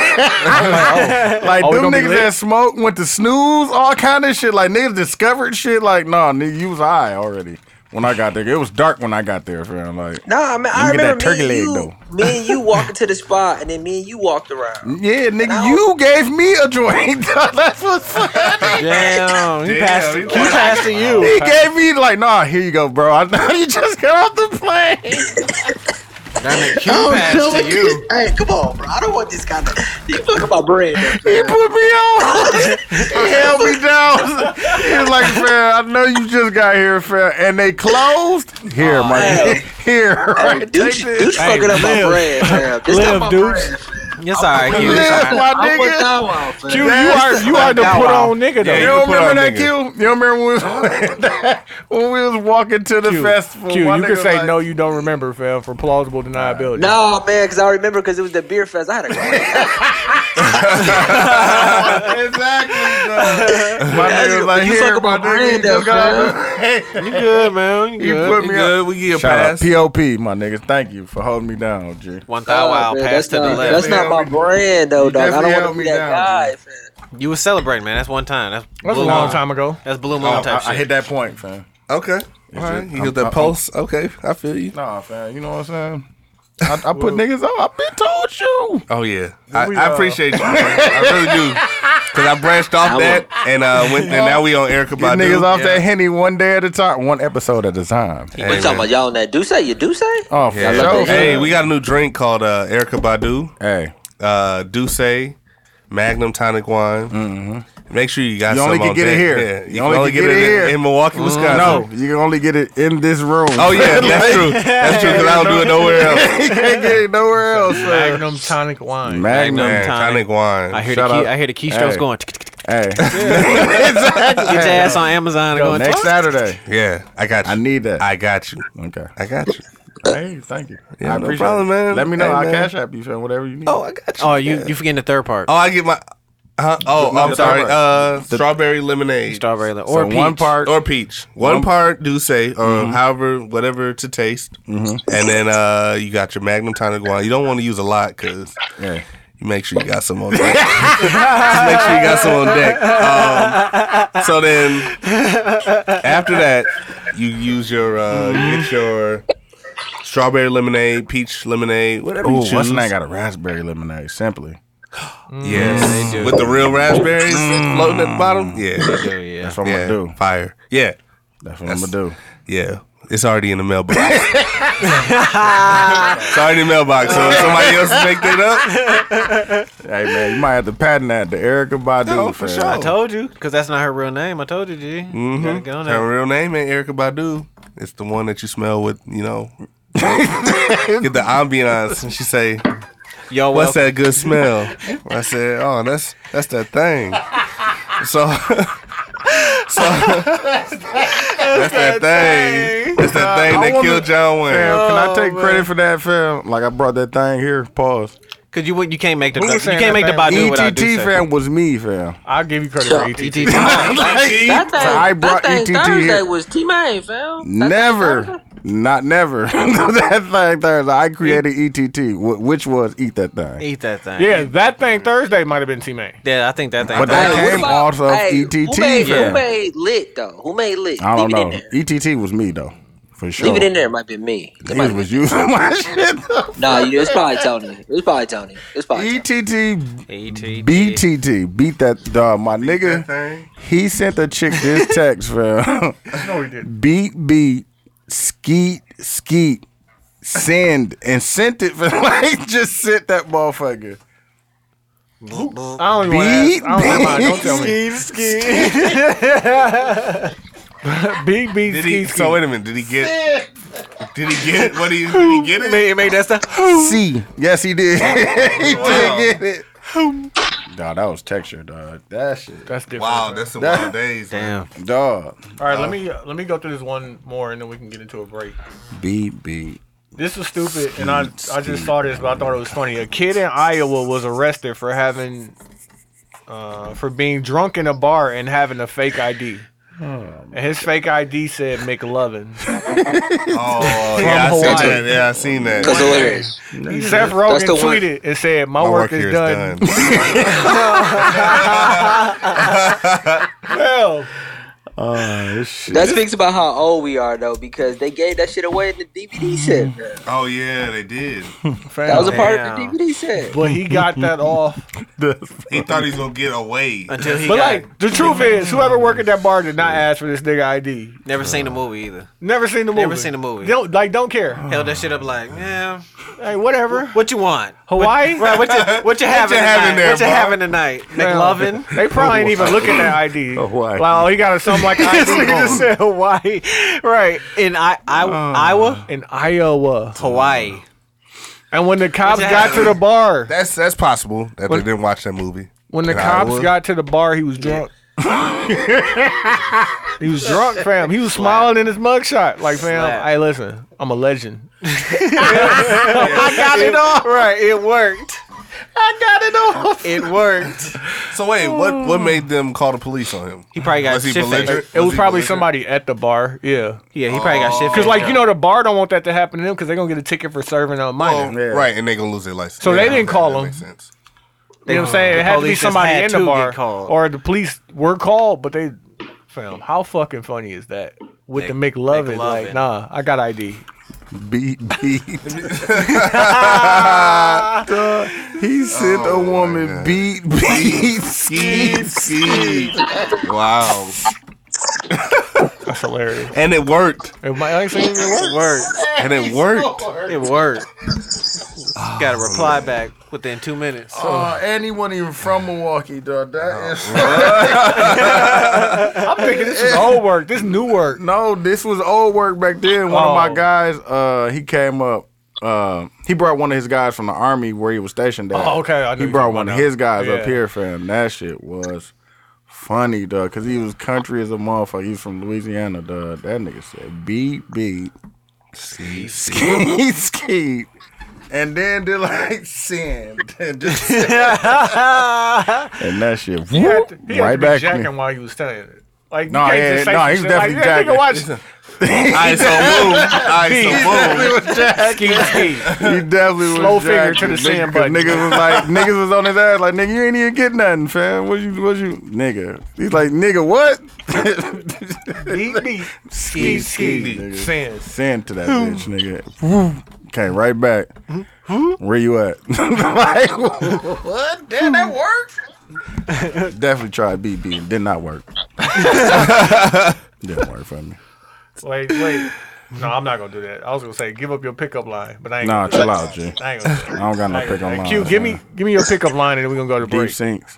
Speaker 4: oh.
Speaker 2: Like
Speaker 4: Oh, we
Speaker 2: them
Speaker 4: gonna be
Speaker 2: niggas
Speaker 4: lit?
Speaker 2: that smoked went to snooze, all kind of shit. Like niggas discovered shit. Like nah, nigga, you was high already when I got there. It was dark when I got there, fam. Like
Speaker 6: Nah, man, I
Speaker 2: Let me get
Speaker 6: remember
Speaker 2: that turkey
Speaker 6: me, and
Speaker 2: leg,
Speaker 6: you, me and you walking to the spot, and then me and you walked around.
Speaker 2: yeah, nigga,
Speaker 6: Now-
Speaker 2: you gave me a joint. That's what's funny.
Speaker 1: Damn, he
Speaker 3: Damn,
Speaker 1: passed.
Speaker 3: he
Speaker 1: He
Speaker 3: like-
Speaker 1: passed to you.
Speaker 2: He gave me like, nah, here you go, bro. I know you just got off the plane.
Speaker 1: That nigga Q passed to you.
Speaker 6: Hey, come on, bro. I don't want this kind of. You fuck about bread.
Speaker 2: He put me on. he held me down. He was like, fam, I know you just got here, fam. And they closed. Here,
Speaker 6: hell.
Speaker 2: my here, right?
Speaker 6: Hey, dude,
Speaker 2: Take
Speaker 6: you-
Speaker 2: this.
Speaker 6: dude, you fucking up my bread, man. This
Speaker 4: Live,
Speaker 6: not my
Speaker 4: dude.
Speaker 6: bread.
Speaker 1: It's all right. Q.
Speaker 2: Live,
Speaker 1: It's all right.
Speaker 2: my
Speaker 6: I'm with
Speaker 2: nigga.
Speaker 6: Thou Wow, fam.
Speaker 4: You, you are you are the put on nigga though.
Speaker 2: You
Speaker 3: Yeah,
Speaker 2: don't
Speaker 3: put
Speaker 2: remember
Speaker 3: on
Speaker 2: that
Speaker 3: nigga.
Speaker 2: Q? You don't remember when we was, when we was walking to the
Speaker 4: Q,
Speaker 2: festival?
Speaker 4: Q,
Speaker 2: my
Speaker 4: you can
Speaker 2: nigga
Speaker 4: say
Speaker 2: like,
Speaker 4: no, you don't remember, fam, for plausible deniability.
Speaker 6: No, man, because I remember because it was the beer fest. I had a great
Speaker 2: exactly. dog. my
Speaker 6: That's-
Speaker 2: nigga was like,
Speaker 6: you
Speaker 2: here,
Speaker 6: fuck
Speaker 2: my
Speaker 6: about
Speaker 2: nigga, you
Speaker 6: brand
Speaker 2: just
Speaker 6: up,
Speaker 2: got
Speaker 6: man.
Speaker 2: off the-
Speaker 1: You good, man? You
Speaker 2: You
Speaker 1: good?
Speaker 2: put me up.
Speaker 3: We get a
Speaker 2: Shout out
Speaker 3: pass.
Speaker 2: POP, my niggas. Thank you for holding me down, G.
Speaker 1: One thou wow
Speaker 6: Oh, man,
Speaker 1: pass
Speaker 6: that's
Speaker 1: to the
Speaker 6: not-
Speaker 1: left.
Speaker 6: That's not
Speaker 5: my brand though,
Speaker 3: You
Speaker 5: dog. I don't
Speaker 3: definitely
Speaker 5: want
Speaker 3: held
Speaker 5: to
Speaker 3: me
Speaker 5: be that
Speaker 3: down,
Speaker 5: guy. fam.
Speaker 1: You was celebrating, man. That's one time. That's,
Speaker 4: That's a
Speaker 1: blue
Speaker 4: long
Speaker 1: moon.
Speaker 4: time ago.
Speaker 1: That's blue moon
Speaker 2: Oh, I,
Speaker 1: type
Speaker 2: I
Speaker 1: shit.
Speaker 2: hit that point, fam.
Speaker 3: Okay. All right. You hit that pulse. Okay. I feel you.
Speaker 2: Nah, fam. You know what I'm saying? I, I put niggas on. I've been told you.
Speaker 3: Oh yeah, I,
Speaker 2: we,
Speaker 3: I
Speaker 2: uh,
Speaker 3: appreciate you. man. I really do, because I branched off that and uh, went and now we on Erica
Speaker 2: Get
Speaker 3: Badu.
Speaker 2: niggas off
Speaker 3: Yeah.
Speaker 2: that henny one day at a time, one episode at a time.
Speaker 5: We talking about y'all on that do say you do say?
Speaker 2: Oh, for
Speaker 3: Yeah.
Speaker 2: sure.
Speaker 3: Hey, we got a new drink called uh, Erica Badu,
Speaker 2: Hey,
Speaker 3: uh, Douce Magnum Tonic Wine.
Speaker 2: Mm-hmm.
Speaker 3: Make sure you got.
Speaker 2: You only
Speaker 3: some
Speaker 2: can
Speaker 3: on
Speaker 2: get it
Speaker 3: deck.
Speaker 2: here.
Speaker 3: Yeah.
Speaker 2: You only can get it
Speaker 3: in-
Speaker 2: here.
Speaker 3: in Milwaukee,
Speaker 2: Mm-hmm.
Speaker 3: Wisconsin.
Speaker 2: no, you can only get it in this room.
Speaker 3: Oh yeah, that's true. That's true. Because I don't do it nowhere else.
Speaker 2: you can't get it nowhere else. fam.
Speaker 4: Magnum tonic wine.
Speaker 2: Magnum.
Speaker 1: Magnum.
Speaker 3: Man, tonic wine.
Speaker 1: I hear
Speaker 2: Shout
Speaker 1: the key,
Speaker 2: out.
Speaker 1: I hear the keystrokes
Speaker 2: Hey.
Speaker 1: going.
Speaker 2: Hey,
Speaker 1: Get your ass on Amazon and going.
Speaker 2: next Saturday.
Speaker 3: yeah, I got you.
Speaker 2: I need that.
Speaker 3: I got you.
Speaker 2: okay.
Speaker 3: I got you.
Speaker 2: Hey, thank you.
Speaker 3: Yeah,
Speaker 2: I
Speaker 3: no
Speaker 2: appreciate
Speaker 3: problem,
Speaker 2: it.
Speaker 3: man.
Speaker 2: Let me know.
Speaker 3: Hey,
Speaker 2: I'll
Speaker 3: man.
Speaker 2: cash app you, fam. Whatever you need.
Speaker 3: Oh, I got you.
Speaker 1: Oh, you you forgetting the third part?
Speaker 3: Oh, I get my. Huh? Oh, I'm
Speaker 2: the
Speaker 3: sorry.
Speaker 2: strawberry.
Speaker 3: Uh, strawberry lemonade
Speaker 1: Strawberry lemon
Speaker 2: or
Speaker 1: or peach.
Speaker 2: one part.
Speaker 3: or peach. One
Speaker 2: One- Mm-hmm.
Speaker 3: part do say, or however, whatever to taste, and then uh, you got your Magnum tonic wine. You don't want to use a lot because
Speaker 2: Yeah.
Speaker 3: you make sure you got some on deck. Just make sure you got some on deck. Um, so then, after that, you use your uh, you get your strawberry lemonade, peach lemonade, whatever
Speaker 2: Ooh,
Speaker 3: you choose.
Speaker 2: what's the name? Got a raspberry lemonade. Simply.
Speaker 3: Yes, with the real raspberries floating at the bottom. Yeah.
Speaker 1: Yeah, Oh, yeah.
Speaker 2: Mm. That's what
Speaker 3: yeah,
Speaker 2: I'm gonna do.
Speaker 3: Fire. Yeah.
Speaker 2: That's what I'm gonna do.
Speaker 3: Yeah. It's already in the mailbox. it's already in the mailbox. So if somebody else make that up,
Speaker 2: Hey man, you might have to patent that the Erica Badu.
Speaker 3: No, for
Speaker 2: fam.
Speaker 3: sure.
Speaker 1: I told you, cause that's not her real name. I told you, G.
Speaker 2: Mm-hmm.
Speaker 1: You gotta get on that.
Speaker 3: Mm-hmm. her real name ain't Erica Badu. It's the one that you smell with, you know. get the ambiance and she say,
Speaker 1: Yo,
Speaker 3: What's
Speaker 1: what's
Speaker 3: that good smell? I said, Oh, that's that's that thing. So So that's that thing. That's that thing
Speaker 2: I
Speaker 3: that
Speaker 2: wanna-
Speaker 3: killed John
Speaker 2: Fam,
Speaker 3: Wayne.
Speaker 2: can I take credit for that, fam? Like I brought that thing here. Pause.
Speaker 1: Cause you wouldn't- you can't make the
Speaker 4: Who was
Speaker 1: you
Speaker 4: saying
Speaker 1: can't make the
Speaker 4: that thing?
Speaker 1: Badu without E
Speaker 2: ETT
Speaker 1: Duce.
Speaker 2: fam was me, fam.
Speaker 4: I'll give you credit
Speaker 5: Sure.
Speaker 4: for E ETT.
Speaker 1: ETT. Come on.
Speaker 5: That thing,
Speaker 2: I brought
Speaker 5: that
Speaker 2: ETT
Speaker 5: thing
Speaker 2: here.
Speaker 5: Thursday was T Main, fam. That thing
Speaker 2: Never,
Speaker 5: Thursday?
Speaker 2: not never. that thing Thursday, I created ETT, wh- which was eat that thing.
Speaker 1: Eat that thing.
Speaker 4: Yeah, that thing Thursday might have been T Main.
Speaker 1: Yeah, I think that thing.
Speaker 2: But that
Speaker 5: Hey,
Speaker 2: came
Speaker 5: what about-
Speaker 2: off of
Speaker 5: hey,
Speaker 2: ETT,
Speaker 5: Who made,
Speaker 1: yeah.
Speaker 5: who made lit though? Who made lit?
Speaker 2: I don't
Speaker 5: Leave it in
Speaker 2: know.
Speaker 5: there.
Speaker 2: ETT was me though, for sure.
Speaker 5: Leave it in there. It might be me. It might
Speaker 2: Niggas
Speaker 5: be
Speaker 2: was using my shit. though. E
Speaker 5: No, you it's probably Tony. It's probably Tony. It's probably Tony.
Speaker 2: ETT,
Speaker 1: ETT.
Speaker 2: BTT, beat that dog. My nigga,
Speaker 3: That thing.
Speaker 2: he sent the chick this text, fam.
Speaker 4: No, he didn't.
Speaker 2: beat beat skeet skeet send and sent it for like just sent that motherfucker
Speaker 4: I don't even
Speaker 2: beat
Speaker 4: want to ask. I don't, never mind. don't tell me.
Speaker 2: beat skeet skeet
Speaker 4: Big B
Speaker 3: Did he?
Speaker 4: ski
Speaker 3: So
Speaker 4: ski.
Speaker 3: wait a minute. Did he get? Did he get? What do you? Did he get it?
Speaker 1: It made that stuff.
Speaker 2: C. yes he did he
Speaker 3: Wow.
Speaker 2: did get it dog that was texture dog that shit
Speaker 4: That's different.
Speaker 3: Wow,
Speaker 4: man.
Speaker 3: that's some
Speaker 2: That-
Speaker 3: wild days. man.
Speaker 1: Damn.
Speaker 2: dog
Speaker 4: All right, let me let me go through this one more, and then we can get into a break.
Speaker 2: beat beat
Speaker 4: This was stupid, and I I just saw this, but I thought it was funny. A kid in Iowa was arrested for having, uh, for being drunk in a bar and having a fake ID. and his fake ID said McLovin.
Speaker 3: Oh, yeah, I seen
Speaker 4: Hawaii.
Speaker 3: that. Yeah, I seen that.
Speaker 5: That's hilarious.
Speaker 4: Seth Rogen
Speaker 5: the one-
Speaker 4: tweeted and said, "My,
Speaker 3: My
Speaker 4: work, is, done." Well,
Speaker 2: oh shit
Speaker 5: That speaks about how old we are though, because they gave that shit away in the DVD set. man.
Speaker 3: oh yeah, they did.
Speaker 5: That was a part
Speaker 1: Damn.
Speaker 5: of the DVD set.
Speaker 4: but he got that off.
Speaker 3: He thought he was gonna get away.
Speaker 1: Until he
Speaker 4: But
Speaker 1: got,
Speaker 4: like, the truth is, whoever worked at that bar did not ask for this nigga ID.
Speaker 1: never seen the movie either.
Speaker 4: Never seen the movie.
Speaker 1: Never seen the movie.
Speaker 4: Don't like, don't care.
Speaker 1: Held that shit up like, man,
Speaker 4: Hey, whatever.
Speaker 1: what you want?
Speaker 4: Hawaii.
Speaker 1: Right, what you what you having
Speaker 3: you having
Speaker 1: tonight?
Speaker 3: there,
Speaker 1: what you
Speaker 3: bro?
Speaker 1: having tonight? McLovin.
Speaker 4: They probably ain't even looking at ID.
Speaker 2: Hawaii.
Speaker 4: Like, oh, he got a something like ID.
Speaker 1: This nigga just
Speaker 4: said Hawaii. Right.
Speaker 1: In I, I Iowa,
Speaker 4: In Iowa.
Speaker 1: Hawaii.
Speaker 4: And when the cops
Speaker 1: What's
Speaker 4: got to the bar,
Speaker 3: That's that's possible that they didn't watch that movie.
Speaker 4: when the
Speaker 3: In
Speaker 4: cops
Speaker 3: Iowa.
Speaker 4: got to the bar, he was drunk. he was drunk, fam. He was smiling in his mugshot. Like, fam,
Speaker 1: Slap.
Speaker 4: hey, listen, I'm a legend.
Speaker 1: I got it all.
Speaker 4: right, it worked. I got it off.
Speaker 1: It worked.
Speaker 3: So wait, what what made them call the police on him?
Speaker 1: He probably got
Speaker 3: Was he
Speaker 1: shit faced.
Speaker 3: belligerent?
Speaker 4: It was
Speaker 3: he
Speaker 4: probably
Speaker 3: belligerent?
Speaker 4: somebody at the bar. Yeah.
Speaker 1: Yeah, he probably got shit
Speaker 4: Because,
Speaker 1: faced,
Speaker 4: like,
Speaker 1: yeah.
Speaker 4: you know, the bar don't want that to happen to them because they're going to get a ticket for serving a
Speaker 3: Well,
Speaker 4: minor.
Speaker 2: Yeah.
Speaker 3: Oh, Right, and they gonna lose their license.
Speaker 4: So they
Speaker 3: Yeah,
Speaker 4: didn't
Speaker 3: that-
Speaker 4: call
Speaker 3: that
Speaker 4: him.
Speaker 3: makes sense.
Speaker 4: You know what I'm saying? It had to be
Speaker 1: police just
Speaker 4: somebody
Speaker 1: had
Speaker 4: in the
Speaker 1: to get
Speaker 4: bar,
Speaker 1: called.
Speaker 4: or the police were called, but they, fam, how fucking funny is that with the McLovin? Like,
Speaker 1: McLovin.
Speaker 4: nah, I got ID.
Speaker 2: Beat, beat. Duh, he sent
Speaker 4: Oh,
Speaker 2: a woman beat, beat, skeet, skeet.
Speaker 3: Wow,
Speaker 4: That's hilarious.
Speaker 3: and it worked.
Speaker 4: It might actually even work.
Speaker 3: And it worked.
Speaker 1: It worked. got a reply back within two minutes.
Speaker 2: Uh, and he wasn't even from Milwaukee, dog. That is
Speaker 4: I'm thinking this is old work. This new work.
Speaker 2: no. This was old work back then. One of
Speaker 4: Oh.
Speaker 2: my guys, uh, he came up. Uh, he brought one of his guys from the army where he was stationed at.
Speaker 4: Oh, okay. I know
Speaker 2: he
Speaker 4: you're
Speaker 2: brought
Speaker 4: talking
Speaker 2: one
Speaker 4: about
Speaker 2: of
Speaker 4: now.
Speaker 2: his guys
Speaker 4: Yeah.
Speaker 2: up here, fam. That shit was funny, dog, because he was country as a motherfucker. He was from Louisiana, dog. That nigga said beat, beat, skeet, skeet, and then did like send, and, just and that shit
Speaker 4: He had to, he had
Speaker 2: right
Speaker 4: to be
Speaker 2: back.
Speaker 4: jacking
Speaker 2: me.
Speaker 4: while he was telling it. Like, you
Speaker 2: Nah,
Speaker 4: can't
Speaker 2: yeah,
Speaker 4: just say
Speaker 2: nah,
Speaker 4: some
Speaker 2: he was
Speaker 4: shit
Speaker 2: definitely
Speaker 4: like, yeah, nigga,
Speaker 2: jacking.
Speaker 4: watch-
Speaker 3: I so move. I so move.
Speaker 4: Ski, ski.
Speaker 2: He definitely was
Speaker 4: Slow finger to the
Speaker 2: jacking,
Speaker 4: sand
Speaker 2: nigga, 'cause
Speaker 4: button.
Speaker 2: Niggas was like, niggas was on his ass like, nigga, you ain't even get nothing, fam. What you, what you, nigga? He's like, nigga, what?
Speaker 4: Beat me. Ski, ski.
Speaker 2: nigga.
Speaker 4: Sins.
Speaker 2: Send to that bitch, nigga. Okay, right back. Where you at? like, what? Damn, that worked. Definitely tried BB. It Did not work. Didn't work for me.
Speaker 4: Wait, wait. No, I'm not gonna do that. I was gonna say give up your pickup line, but I ain't.
Speaker 2: Nah,
Speaker 4: gonna do
Speaker 2: chill
Speaker 4: that.
Speaker 2: out, G.
Speaker 4: I ain't gonna. Do
Speaker 2: I
Speaker 4: that.
Speaker 2: don't got no
Speaker 4: I ain't
Speaker 2: pick
Speaker 4: gonna
Speaker 2: on
Speaker 4: do that.
Speaker 2: mine.
Speaker 4: Q, give me give me your pickup line, and then we're gonna go to
Speaker 2: deep
Speaker 4: break.
Speaker 2: sinks.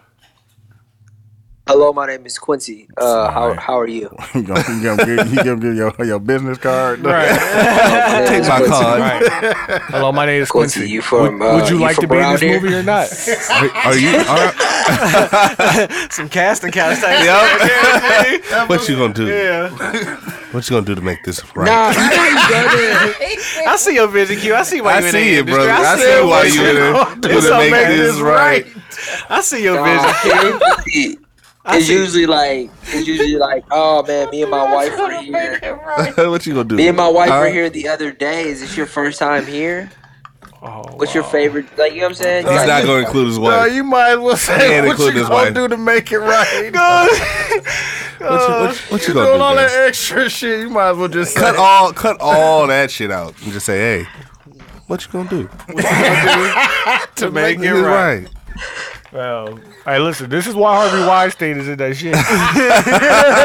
Speaker 5: Hello, my name is Quincy. Uh, how, how are you?
Speaker 2: you gonna, you gonna give, you gonna give your, your business card?
Speaker 4: Right.
Speaker 5: My name
Speaker 3: Take
Speaker 5: is
Speaker 3: my
Speaker 5: Quincy.
Speaker 3: card.
Speaker 4: right. Hello, my name is
Speaker 5: Quincy,
Speaker 4: Quincy.
Speaker 5: you from,
Speaker 4: would,
Speaker 5: uh,
Speaker 4: would you
Speaker 5: you
Speaker 4: like to
Speaker 5: from
Speaker 4: be in
Speaker 5: around
Speaker 4: this
Speaker 5: here?
Speaker 4: movie or not?
Speaker 3: Are you? Are,
Speaker 1: Some casting couch type.
Speaker 3: what you gonna do? What you gonna do to make this right?
Speaker 5: Nah, you know you done it.
Speaker 1: I see your vision, Q. I see why
Speaker 3: I
Speaker 1: you in
Speaker 3: see
Speaker 1: the
Speaker 3: it,
Speaker 1: industry.
Speaker 3: brother. I
Speaker 1: said,
Speaker 3: see why
Speaker 1: what
Speaker 3: you gonna do to make this right.
Speaker 1: I see your
Speaker 5: Nah,
Speaker 1: vision, Q.
Speaker 5: it's usually- It's usually like it's usually like oh man, me and my wife are here.
Speaker 3: What you gonna do?
Speaker 5: Me and my wife
Speaker 3: Huh?
Speaker 5: were here the other day. Is this your first time here?
Speaker 4: Oh,
Speaker 5: What's your favorite? Like you know what I'm saying?
Speaker 3: He's
Speaker 5: Like,
Speaker 3: not gonna include his
Speaker 2: No,
Speaker 3: wife.
Speaker 2: you might as well say
Speaker 3: And
Speaker 2: what
Speaker 3: include
Speaker 2: you
Speaker 3: his
Speaker 2: gonna
Speaker 3: wife.
Speaker 2: do to make it right.
Speaker 3: What you, what you- what you
Speaker 2: uh, Doing all
Speaker 3: gonna do?
Speaker 2: that
Speaker 3: man?
Speaker 2: extra shit, you might as well just
Speaker 3: Cut
Speaker 2: say,
Speaker 3: all, cut all that shit out, and just say, "Hey, what you gonna do
Speaker 1: To make it
Speaker 3: this
Speaker 1: right.
Speaker 4: Well, hey, listen. This is why Harvey Weinstein is in that shit. I'm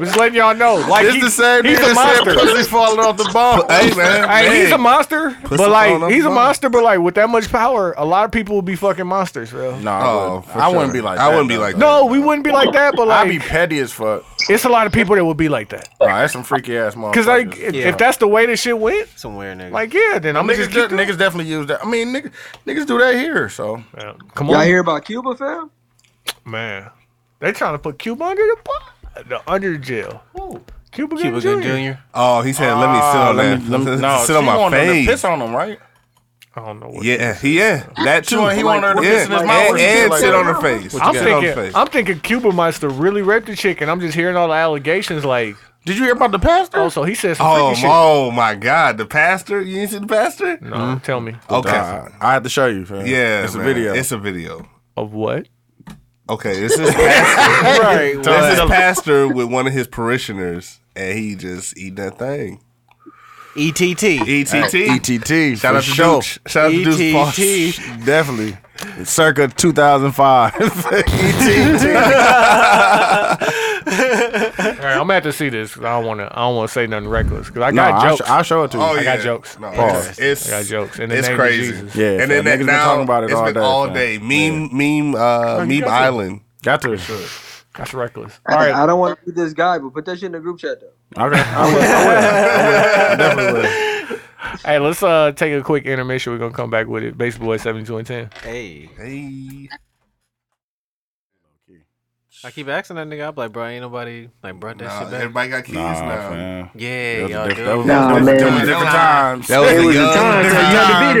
Speaker 4: just letting y'all know. Like
Speaker 2: It's
Speaker 4: he-
Speaker 2: the same
Speaker 4: he's
Speaker 2: nigga that
Speaker 4: a monster.
Speaker 2: said pussy falling off the ball.
Speaker 3: Hey man,
Speaker 4: Hey,
Speaker 3: man.
Speaker 4: he's a monster, but
Speaker 3: some
Speaker 4: like
Speaker 3: on up
Speaker 4: he's a
Speaker 3: front.
Speaker 4: monster, but like with that much power, a lot of people would be fucking monsters, bro.
Speaker 2: No, I,
Speaker 3: Oh,
Speaker 2: wouldn't.
Speaker 3: for
Speaker 2: I
Speaker 3: sure.
Speaker 2: wouldn't be like
Speaker 3: I
Speaker 2: that.
Speaker 3: wouldn't be
Speaker 2: though.
Speaker 3: like that.
Speaker 4: No, we wouldn't be like that, but
Speaker 2: I'd be
Speaker 4: like
Speaker 2: petty as fuck.
Speaker 4: it's a lot of people that would be like that.
Speaker 2: Nah, that's some freaky ass motherfuckers.
Speaker 4: Cause like if,
Speaker 1: Yeah.
Speaker 4: if that's the way this shit went,
Speaker 1: Somewhere, nigga.
Speaker 4: like yeah, then I'm gonna
Speaker 2: niggas,
Speaker 4: just
Speaker 2: de-
Speaker 4: keep doing
Speaker 2: niggas definitely use that. I mean, niggas, niggas do that here. So
Speaker 4: it. Yeah. Come
Speaker 5: Y'all
Speaker 4: on,
Speaker 5: hear about Cuba, fam?
Speaker 4: man. They trying to put Cuba under the pot, the under jail. Cuba,
Speaker 1: Cuba
Speaker 4: Cuba
Speaker 1: Gooding
Speaker 4: Jr.
Speaker 1: Jr.
Speaker 3: Oh, he said, "Let me sit on
Speaker 2: Ah, Uh, let
Speaker 3: that.
Speaker 2: me, let me
Speaker 3: no,
Speaker 2: no,
Speaker 3: sit on
Speaker 2: she
Speaker 3: my
Speaker 2: wanted him to piss
Speaker 3: face."
Speaker 2: on them, right?
Speaker 4: I don't know what.
Speaker 3: Yeah, he- yeah, that
Speaker 2: She
Speaker 3: too.
Speaker 2: wanted- he wanted her to
Speaker 3: yeah.
Speaker 2: piss in his
Speaker 3: and,
Speaker 2: mouth or some shit
Speaker 3: and
Speaker 2: like
Speaker 3: sit
Speaker 2: that.
Speaker 3: on her face.
Speaker 4: I'm
Speaker 3: Sit on her
Speaker 4: thinking,
Speaker 3: face.
Speaker 4: I'm thinking Cuba must have really raped the chick, and I'm just hearing all the allegations. Like,
Speaker 2: Did you hear about the pastor?
Speaker 4: oh, so he said some
Speaker 3: Oh,
Speaker 4: freaky shit.
Speaker 3: oh my God, the pastor! You didn't see the pastor?
Speaker 4: No, tell me
Speaker 3: Okay,
Speaker 2: Nah, I have to show you. Fam.
Speaker 3: yeah,
Speaker 2: it's
Speaker 3: man.
Speaker 2: a video.
Speaker 3: It's a video.
Speaker 4: of what?
Speaker 3: Okay, this is pastor.
Speaker 4: right.
Speaker 3: this is pastor with one of his parishioners, and he just eat that thing. Uh, E
Speaker 1: ETT.
Speaker 4: E
Speaker 3: ETT.
Speaker 2: ETT.
Speaker 3: Shout
Speaker 2: E for
Speaker 3: out to
Speaker 2: sure.
Speaker 3: Deuce. Shout out to Deuce Paul.
Speaker 1: ETT.
Speaker 2: Definitely. Circa 2005.
Speaker 3: E
Speaker 2: ETT.
Speaker 4: All right, I'm gonna have to see this. 'cause I don't want to. I don't want to say nothing reckless because I
Speaker 2: No,
Speaker 4: got
Speaker 2: I'll,
Speaker 4: jokes.
Speaker 2: I'll show it to you.
Speaker 3: Oh,
Speaker 4: I
Speaker 3: yeah.
Speaker 4: got jokes.
Speaker 3: No,
Speaker 4: Pause.
Speaker 3: it's, it's,
Speaker 4: I got jokes. In the
Speaker 3: it's
Speaker 4: name of
Speaker 3: crazy.
Speaker 4: Jesus.
Speaker 2: Yeah,
Speaker 3: and
Speaker 2: fam,
Speaker 3: then that
Speaker 2: niggas been
Speaker 3: now,
Speaker 2: talking about it
Speaker 3: it's
Speaker 2: all
Speaker 3: been
Speaker 2: day,
Speaker 3: all
Speaker 2: fam.
Speaker 3: day. Meme, meme,
Speaker 4: Oh,
Speaker 3: uh, meme island.
Speaker 2: Got to.
Speaker 4: That's reckless.
Speaker 5: All
Speaker 4: All
Speaker 5: right. I
Speaker 4: right.
Speaker 5: don't want to be this guy, but put that shit in the group chat though.
Speaker 2: Okay. I will. I will. I definitely will.
Speaker 4: Hey, let's uh take a quick intermission. We're gonna come back with it. Baseball boy seventy two and ten.
Speaker 1: Hey.
Speaker 3: Hey.
Speaker 1: I keep asking that nigga. I'm like, bro, ain't nobody like brought that
Speaker 3: Nah,
Speaker 1: shit back.
Speaker 3: everybody got keys
Speaker 2: Nah,
Speaker 3: now.
Speaker 2: fam.
Speaker 1: Yeah,
Speaker 2: That was a
Speaker 1: y'all
Speaker 2: different-
Speaker 1: do.
Speaker 2: that
Speaker 6: Nah,
Speaker 2: was-
Speaker 6: man.
Speaker 2: that was different times.
Speaker 3: That
Speaker 6: It
Speaker 3: a
Speaker 6: was a
Speaker 3: young
Speaker 6: time,
Speaker 3: different
Speaker 6: so you had to be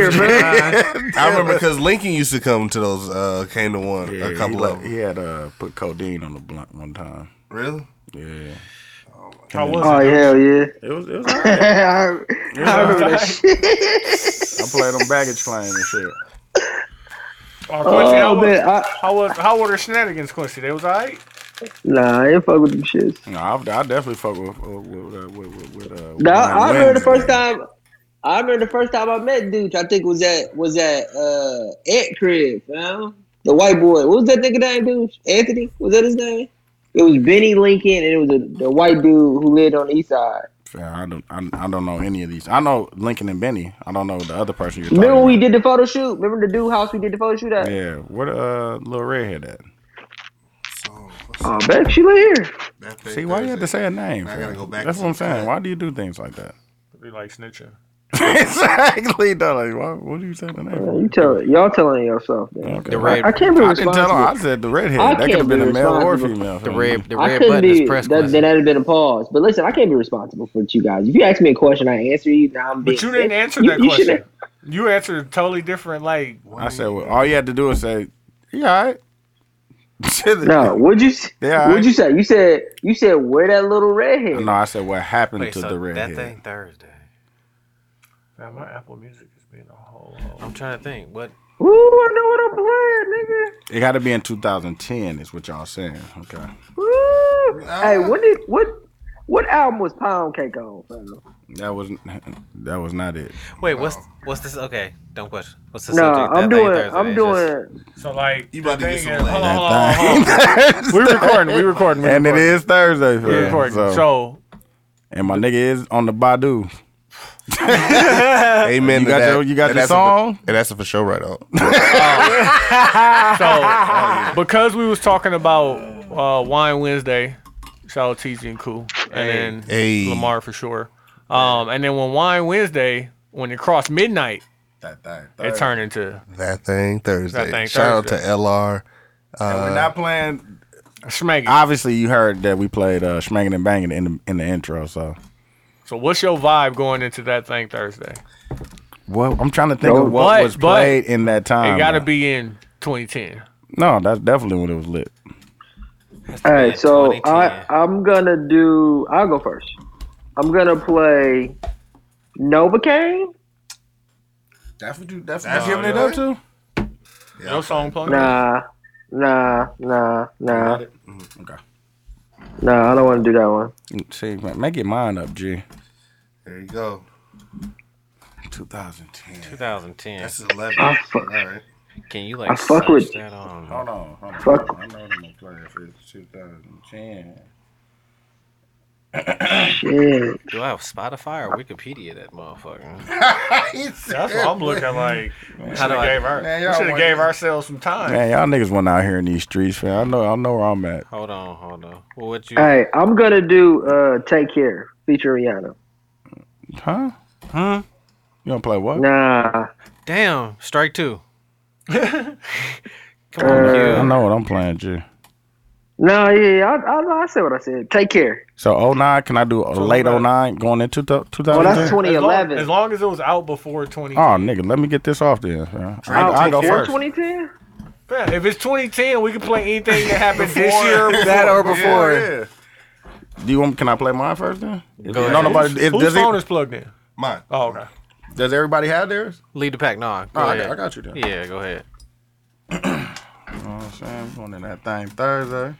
Speaker 6: there, bro.
Speaker 3: I remember because Lincoln used to come to those, uh, came to one,
Speaker 2: Yeah,
Speaker 3: a
Speaker 2: he,
Speaker 3: couple
Speaker 2: let-
Speaker 3: of them.
Speaker 2: he had uh, put codeine on the blunt one time.
Speaker 3: Really?
Speaker 2: Yeah,
Speaker 4: How was
Speaker 6: Oh
Speaker 4: it?
Speaker 6: hell yeah!
Speaker 2: it was. It was all right.
Speaker 6: I, I remember that
Speaker 2: I
Speaker 6: shit.
Speaker 2: played on baggage claim and shit.
Speaker 4: Oh, Quincy, how,
Speaker 6: oh
Speaker 4: was,
Speaker 6: man, I,
Speaker 4: how was how were the shenanigans, Quincy? They was alright.
Speaker 6: nah, I ain't fuck with them shits.
Speaker 2: No, I, I definitely fuck with uh, with uh, with, with, with uh,
Speaker 6: No,
Speaker 2: Wayne
Speaker 6: I remember the first
Speaker 2: Wednesday.
Speaker 6: time. I remember the first time I met Duke. I think was at was at uh Ant Crib, fam. The white boy. What was that nigga name, dude? Anthony? Was that his name? It was Benny Lincoln, and it was a, the white dude who lived on the east side.
Speaker 2: Fam, I don't I, I don't know any of these. I know Lincoln and Benny. I don't know the other person you're
Speaker 6: Remember when we
Speaker 2: talking
Speaker 6: did the photo shoot? Remember the dude house we did the photo shoot
Speaker 2: about.
Speaker 6: at?
Speaker 2: Yeah, where the uh, little redhead at?
Speaker 3: So, what's
Speaker 6: Oh, babe, she live here.
Speaker 3: that thing
Speaker 2: See, why you have to
Speaker 3: Thursday?
Speaker 2: say a name?
Speaker 3: I gotta
Speaker 2: fam?
Speaker 3: go back
Speaker 2: That's
Speaker 3: to
Speaker 2: what I'm
Speaker 3: the
Speaker 2: saying.
Speaker 3: chat.
Speaker 2: Why do you do things like that?
Speaker 4: Be like snitching.
Speaker 2: exactly, dog. Like, why, what do you say the name?
Speaker 6: Man,
Speaker 2: for?
Speaker 6: you tell y'all telling yourself. Man.
Speaker 2: Okay.
Speaker 1: The red,
Speaker 6: I can't be
Speaker 2: I can tell.
Speaker 6: responsible.
Speaker 2: I said the redhead.
Speaker 6: I
Speaker 2: that
Speaker 6: can't
Speaker 2: could have been
Speaker 6: be
Speaker 2: a male or
Speaker 6: responsible.
Speaker 2: female.
Speaker 1: the
Speaker 2: fam.
Speaker 1: red, the
Speaker 6: I
Speaker 1: red
Speaker 6: couldn't
Speaker 1: button
Speaker 6: be.
Speaker 1: is press
Speaker 6: That, then
Speaker 1: question.
Speaker 6: that'd have been a pause. But listen, I can't be responsible for you guys. If you ask me a question, I answer you. Now I'm being.
Speaker 4: But you didn't answer
Speaker 6: You-
Speaker 4: that
Speaker 6: you
Speaker 4: question.
Speaker 6: shouldn't-
Speaker 4: You answered totally different. Like
Speaker 2: I said, well, all you had to do is say, "Yeah, all right."
Speaker 6: No, what'd you? s-
Speaker 2: Yeah,
Speaker 6: what'd
Speaker 2: I-
Speaker 6: you say? You said you said where that little redhead.
Speaker 2: No, I said what happened
Speaker 1: Wait,
Speaker 2: to
Speaker 1: so
Speaker 2: the
Speaker 1: that
Speaker 2: redhead.
Speaker 1: thing Thursday.
Speaker 4: man, my Apple Music is being a whole. whole.
Speaker 1: I'm trying to think. What?
Speaker 6: Ooh, I know what I'm playing, nigga.
Speaker 2: It got to be in 2010, is what y'all saying. Okay.
Speaker 6: Ooh. Hey, when did what? What album was Pound Cake on? fam?
Speaker 2: That was that was not it.
Speaker 1: Wait, what's
Speaker 2: Oh.
Speaker 1: what's this? Okay, don't question. What's the
Speaker 6: No,
Speaker 1: subject? That
Speaker 6: I'm
Speaker 1: thing
Speaker 6: doing.
Speaker 1: Thursday,
Speaker 6: I'm
Speaker 1: it's just-
Speaker 6: doing.
Speaker 4: So like
Speaker 3: You about
Speaker 4: the
Speaker 3: to get
Speaker 4: thing
Speaker 3: some
Speaker 4: is- hold on, hold on, hold on.
Speaker 2: That thing.
Speaker 4: We recording, we recording, we
Speaker 2: and it
Speaker 4: recording.
Speaker 2: is Thursday. fam,
Speaker 4: We're recording.
Speaker 2: so-
Speaker 4: So
Speaker 2: and my nigga is on the Badu.
Speaker 3: Amen.
Speaker 2: You
Speaker 3: to
Speaker 2: got
Speaker 3: that.
Speaker 2: your- you got your
Speaker 3: And that's a for-
Speaker 2: song?
Speaker 3: and that's a for sure right out.
Speaker 4: So, because we was talking about uh, Wine Wednesday, shout out TZ and Cool, and then
Speaker 3: Hey.
Speaker 4: Lamar for sure. Um, and then when Wine Wednesday, when it crossed midnight,
Speaker 2: That thing.
Speaker 4: it turned into
Speaker 3: That thing Thursday.
Speaker 4: That thing
Speaker 3: Shout out
Speaker 4: Thursday.
Speaker 3: to LR.
Speaker 2: we're not playing.
Speaker 4: smaggy.
Speaker 2: Uh, Obviously, you heard that we played uh, Schmangin' and Bangin' in the in the intro. So,
Speaker 4: so, what's your vibe going into that thing Thursday?
Speaker 2: what I'm trying to think
Speaker 6: No,
Speaker 2: of what
Speaker 4: but-
Speaker 2: was
Speaker 4: but-
Speaker 2: played in that time.
Speaker 4: It got to
Speaker 2: though.
Speaker 4: be in 2010.
Speaker 2: No, that's definitely when it was lit.
Speaker 6: All right, so
Speaker 1: 2010.
Speaker 6: I I'm gonna do. I'll go first. I'm gonna play Novocaine.
Speaker 2: That's what you. That's,
Speaker 3: what you giving it up
Speaker 2: to.
Speaker 4: No song playing.
Speaker 6: Nah, nah, nah, nah,
Speaker 4: Mm,
Speaker 2: Okay.
Speaker 6: nah. I don't want to do that one.
Speaker 2: Mm, See, man, make your mind up, G.
Speaker 3: There you go.
Speaker 2: 2010.
Speaker 1: 2010.
Speaker 3: That's 11.
Speaker 6: I fuck-
Speaker 3: All right.
Speaker 1: Can you like
Speaker 6: I fuck
Speaker 1: search
Speaker 6: with-
Speaker 1: that on?
Speaker 2: Hold on. Hold on.
Speaker 6: Fuck.
Speaker 2: I know them players. It's 2010.
Speaker 6: Shit.
Speaker 1: Do I have Spotify or Wikipedia? That motherfucker.
Speaker 4: That's what I'm looking like. We should
Speaker 1: do I-
Speaker 4: have gave, our,
Speaker 2: Man,
Speaker 4: we
Speaker 2: y'all
Speaker 4: should've
Speaker 2: want-
Speaker 4: gave ourselves some time.
Speaker 2: Man, y'all niggas went out here in these streets, man. I know, I know where I'm at.
Speaker 1: Hold on, hold on. Well, what you?
Speaker 6: All right, I'm gonna do uh, "Take Care" featuring Rihanna.
Speaker 2: Huh?
Speaker 1: Huh?
Speaker 2: You don't play what?
Speaker 6: Nah,
Speaker 1: Damn, strike two. Come
Speaker 6: Uh,
Speaker 1: on,
Speaker 2: I
Speaker 1: Q.
Speaker 2: know what I'm playing, G.
Speaker 6: nah, yeah, I, I, I said what I said. Take care.
Speaker 2: So 09, can I do a late
Speaker 4: about-
Speaker 2: 09 going into
Speaker 6: Well, that's
Speaker 2: 2010?
Speaker 6: 2011.
Speaker 4: As long as, long as it was out before 2010.
Speaker 2: Oh, nigga, let me get this off then. man. I,
Speaker 6: Out
Speaker 2: I go
Speaker 6: before
Speaker 2: first.
Speaker 6: 2010.
Speaker 4: Yeah, if it's 2010, we can play anything that happened this year.
Speaker 1: That or before.
Speaker 2: Do you want? Can I play mine first then? If-
Speaker 1: ahead.
Speaker 2: No, nobody. if-
Speaker 4: Whose
Speaker 2: does,
Speaker 4: phone
Speaker 2: it,
Speaker 4: is plugged in?
Speaker 3: Mine.
Speaker 4: Oh, okay.
Speaker 2: does everybody have theirs?
Speaker 1: Lead the pack. No, go
Speaker 2: Oh, I
Speaker 1: ahead.
Speaker 2: got, I got you then.
Speaker 1: Yeah, go ahead.
Speaker 2: You know what I'm saying? Going in that thing Thursday.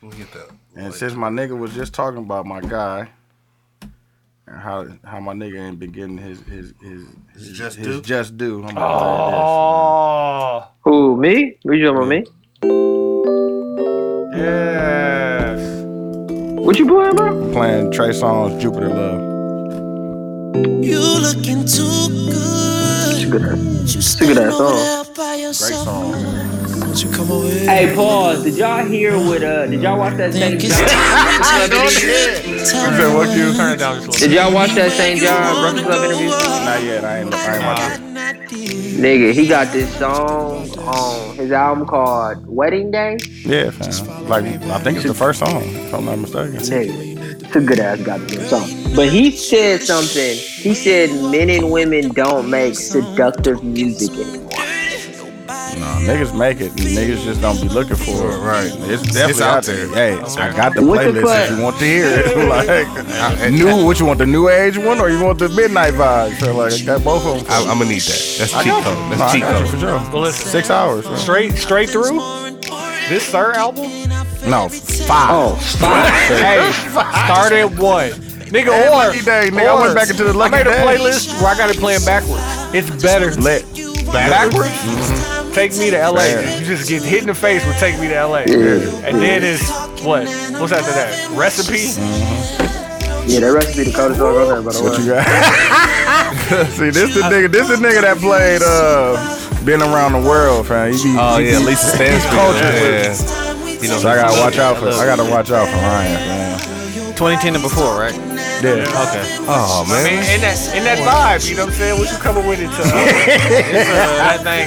Speaker 3: We'll get that.
Speaker 2: And since my nigga was just talking about my guy and how how my nigga ain't been getting his his his, his
Speaker 3: just
Speaker 2: his
Speaker 3: due?
Speaker 2: just due, I'm gonna
Speaker 4: Oh,
Speaker 6: Who me? What you talking about me?
Speaker 4: yes.
Speaker 6: What you playing, bro?
Speaker 2: play this. Playing Trey Songz Jupiter Love.
Speaker 8: You looking too good.
Speaker 6: Good ass.
Speaker 8: You
Speaker 6: good
Speaker 8: standing
Speaker 6: ass
Speaker 8: over
Speaker 6: song.
Speaker 8: there by yourself.
Speaker 2: song.
Speaker 8: Won't you come over here?
Speaker 6: Hey, pause. Did y'all hear what? Uh, did y'all watch that Saint
Speaker 8: Think it's
Speaker 6: John?
Speaker 8: time to take it. Tell me
Speaker 2: what you
Speaker 4: Turn it down just a little.
Speaker 6: Did y'all watch that Saint
Speaker 8: you
Speaker 6: John
Speaker 8: wanna
Speaker 6: Breakfast Club
Speaker 8: go
Speaker 6: interview?
Speaker 8: up.
Speaker 2: Not yet, I ain't I ain't watching.
Speaker 8: Got not
Speaker 6: Nigga, he got this song on his album called Wedding Day.
Speaker 2: Yeah, fam. Like I think it's the first song, if I'm not mistaken.
Speaker 6: Nigga, it's a good ass goddamn song. But he said something. He said men and women don't make seductive music anymore.
Speaker 2: Nah, niggas make it. and Niggas just don't be looking for it. Right. It's definitely
Speaker 3: It's
Speaker 2: out there. Hey, I got the
Speaker 6: What the
Speaker 2: playlist
Speaker 6: fuck?
Speaker 2: if you want to hear it. like new what you want, the new age one or you want the midnight vibe? So like I got both of them.
Speaker 3: I, I'm gonna need that. That's cheat
Speaker 2: got
Speaker 3: code.
Speaker 2: you. Nah,
Speaker 3: That's
Speaker 2: I
Speaker 3: cheat
Speaker 2: got you
Speaker 3: code.
Speaker 2: for sure.
Speaker 4: Well, listen,
Speaker 2: Six hours. man.
Speaker 4: straight straight through this third album.
Speaker 2: No, five.
Speaker 4: Hey, start at one. Nigga,
Speaker 2: Hey,
Speaker 4: or,
Speaker 2: Lucky Day, nigga, I
Speaker 4: or-
Speaker 2: went back into the Lucky
Speaker 4: I made a
Speaker 2: Day.
Speaker 4: playlist where I got it playing backwards. It's better.
Speaker 2: Let
Speaker 4: backwards? Mm-hmm. Take me to LA.
Speaker 2: Yeah.
Speaker 4: You just get hit in the face with Take Me to LA. And then it's what? What's after that? Recipe?
Speaker 6: Yeah, that recipe the coldest song on there, by the
Speaker 2: what you got. See, this the nigga. This the nigga that played. uh Been around the world, fam. He be,
Speaker 3: Oh
Speaker 2: he
Speaker 3: yeah,
Speaker 2: be-
Speaker 3: Lisa Stansfield. Yeah. You know,
Speaker 2: So I gotta watch out for. I gotta watch out for Ryan, fam.
Speaker 1: 2010 and before, right?
Speaker 2: Yeah.
Speaker 1: Okay.
Speaker 3: Oh
Speaker 4: I mean,
Speaker 3: man.
Speaker 4: in that in that vibe, you know what I'm saying? What you coming with it to? It's, uh, that thing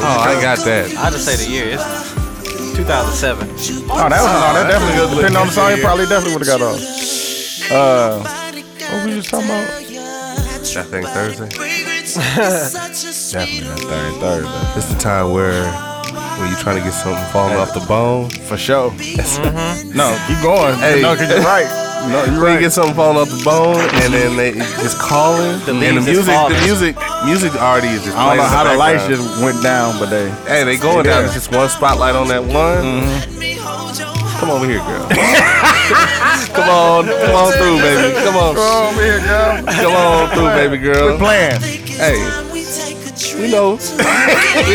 Speaker 3: Oh,
Speaker 2: Yeah.
Speaker 3: I got that.
Speaker 1: I just say the year. It's 2007.
Speaker 2: Oh, that was no, that definitely depending on the song. It probably definitely would have got off. Uh, what we just talking about?
Speaker 3: I think Thursday.
Speaker 2: Definitely that third Thursday
Speaker 3: It's the time where when you trying to get something falling off the bone.
Speaker 2: for sure.
Speaker 3: Mm-hmm.
Speaker 2: no, keep going.
Speaker 3: Hey.
Speaker 2: no, 'cause you're right. No, you're
Speaker 3: When you
Speaker 2: right.
Speaker 3: get something falling off the bone, and then they it's calling,
Speaker 1: The
Speaker 3: and the
Speaker 1: leaves is
Speaker 3: music, the
Speaker 1: falling.
Speaker 3: music, music already is just.
Speaker 2: I don't
Speaker 3: playing
Speaker 2: know
Speaker 3: in
Speaker 2: how the lights
Speaker 3: background.
Speaker 2: just went down, but they.
Speaker 3: Hey, they going
Speaker 2: Yeah.
Speaker 3: down.
Speaker 2: Mm-hmm.
Speaker 3: It's just one spotlight on that one. Come over here, girl. come on, come on through, baby. Come on,
Speaker 2: Oh man, girl.
Speaker 3: come on through, baby
Speaker 2: We're
Speaker 3: girl.
Speaker 2: playing.
Speaker 3: Hey, we know. we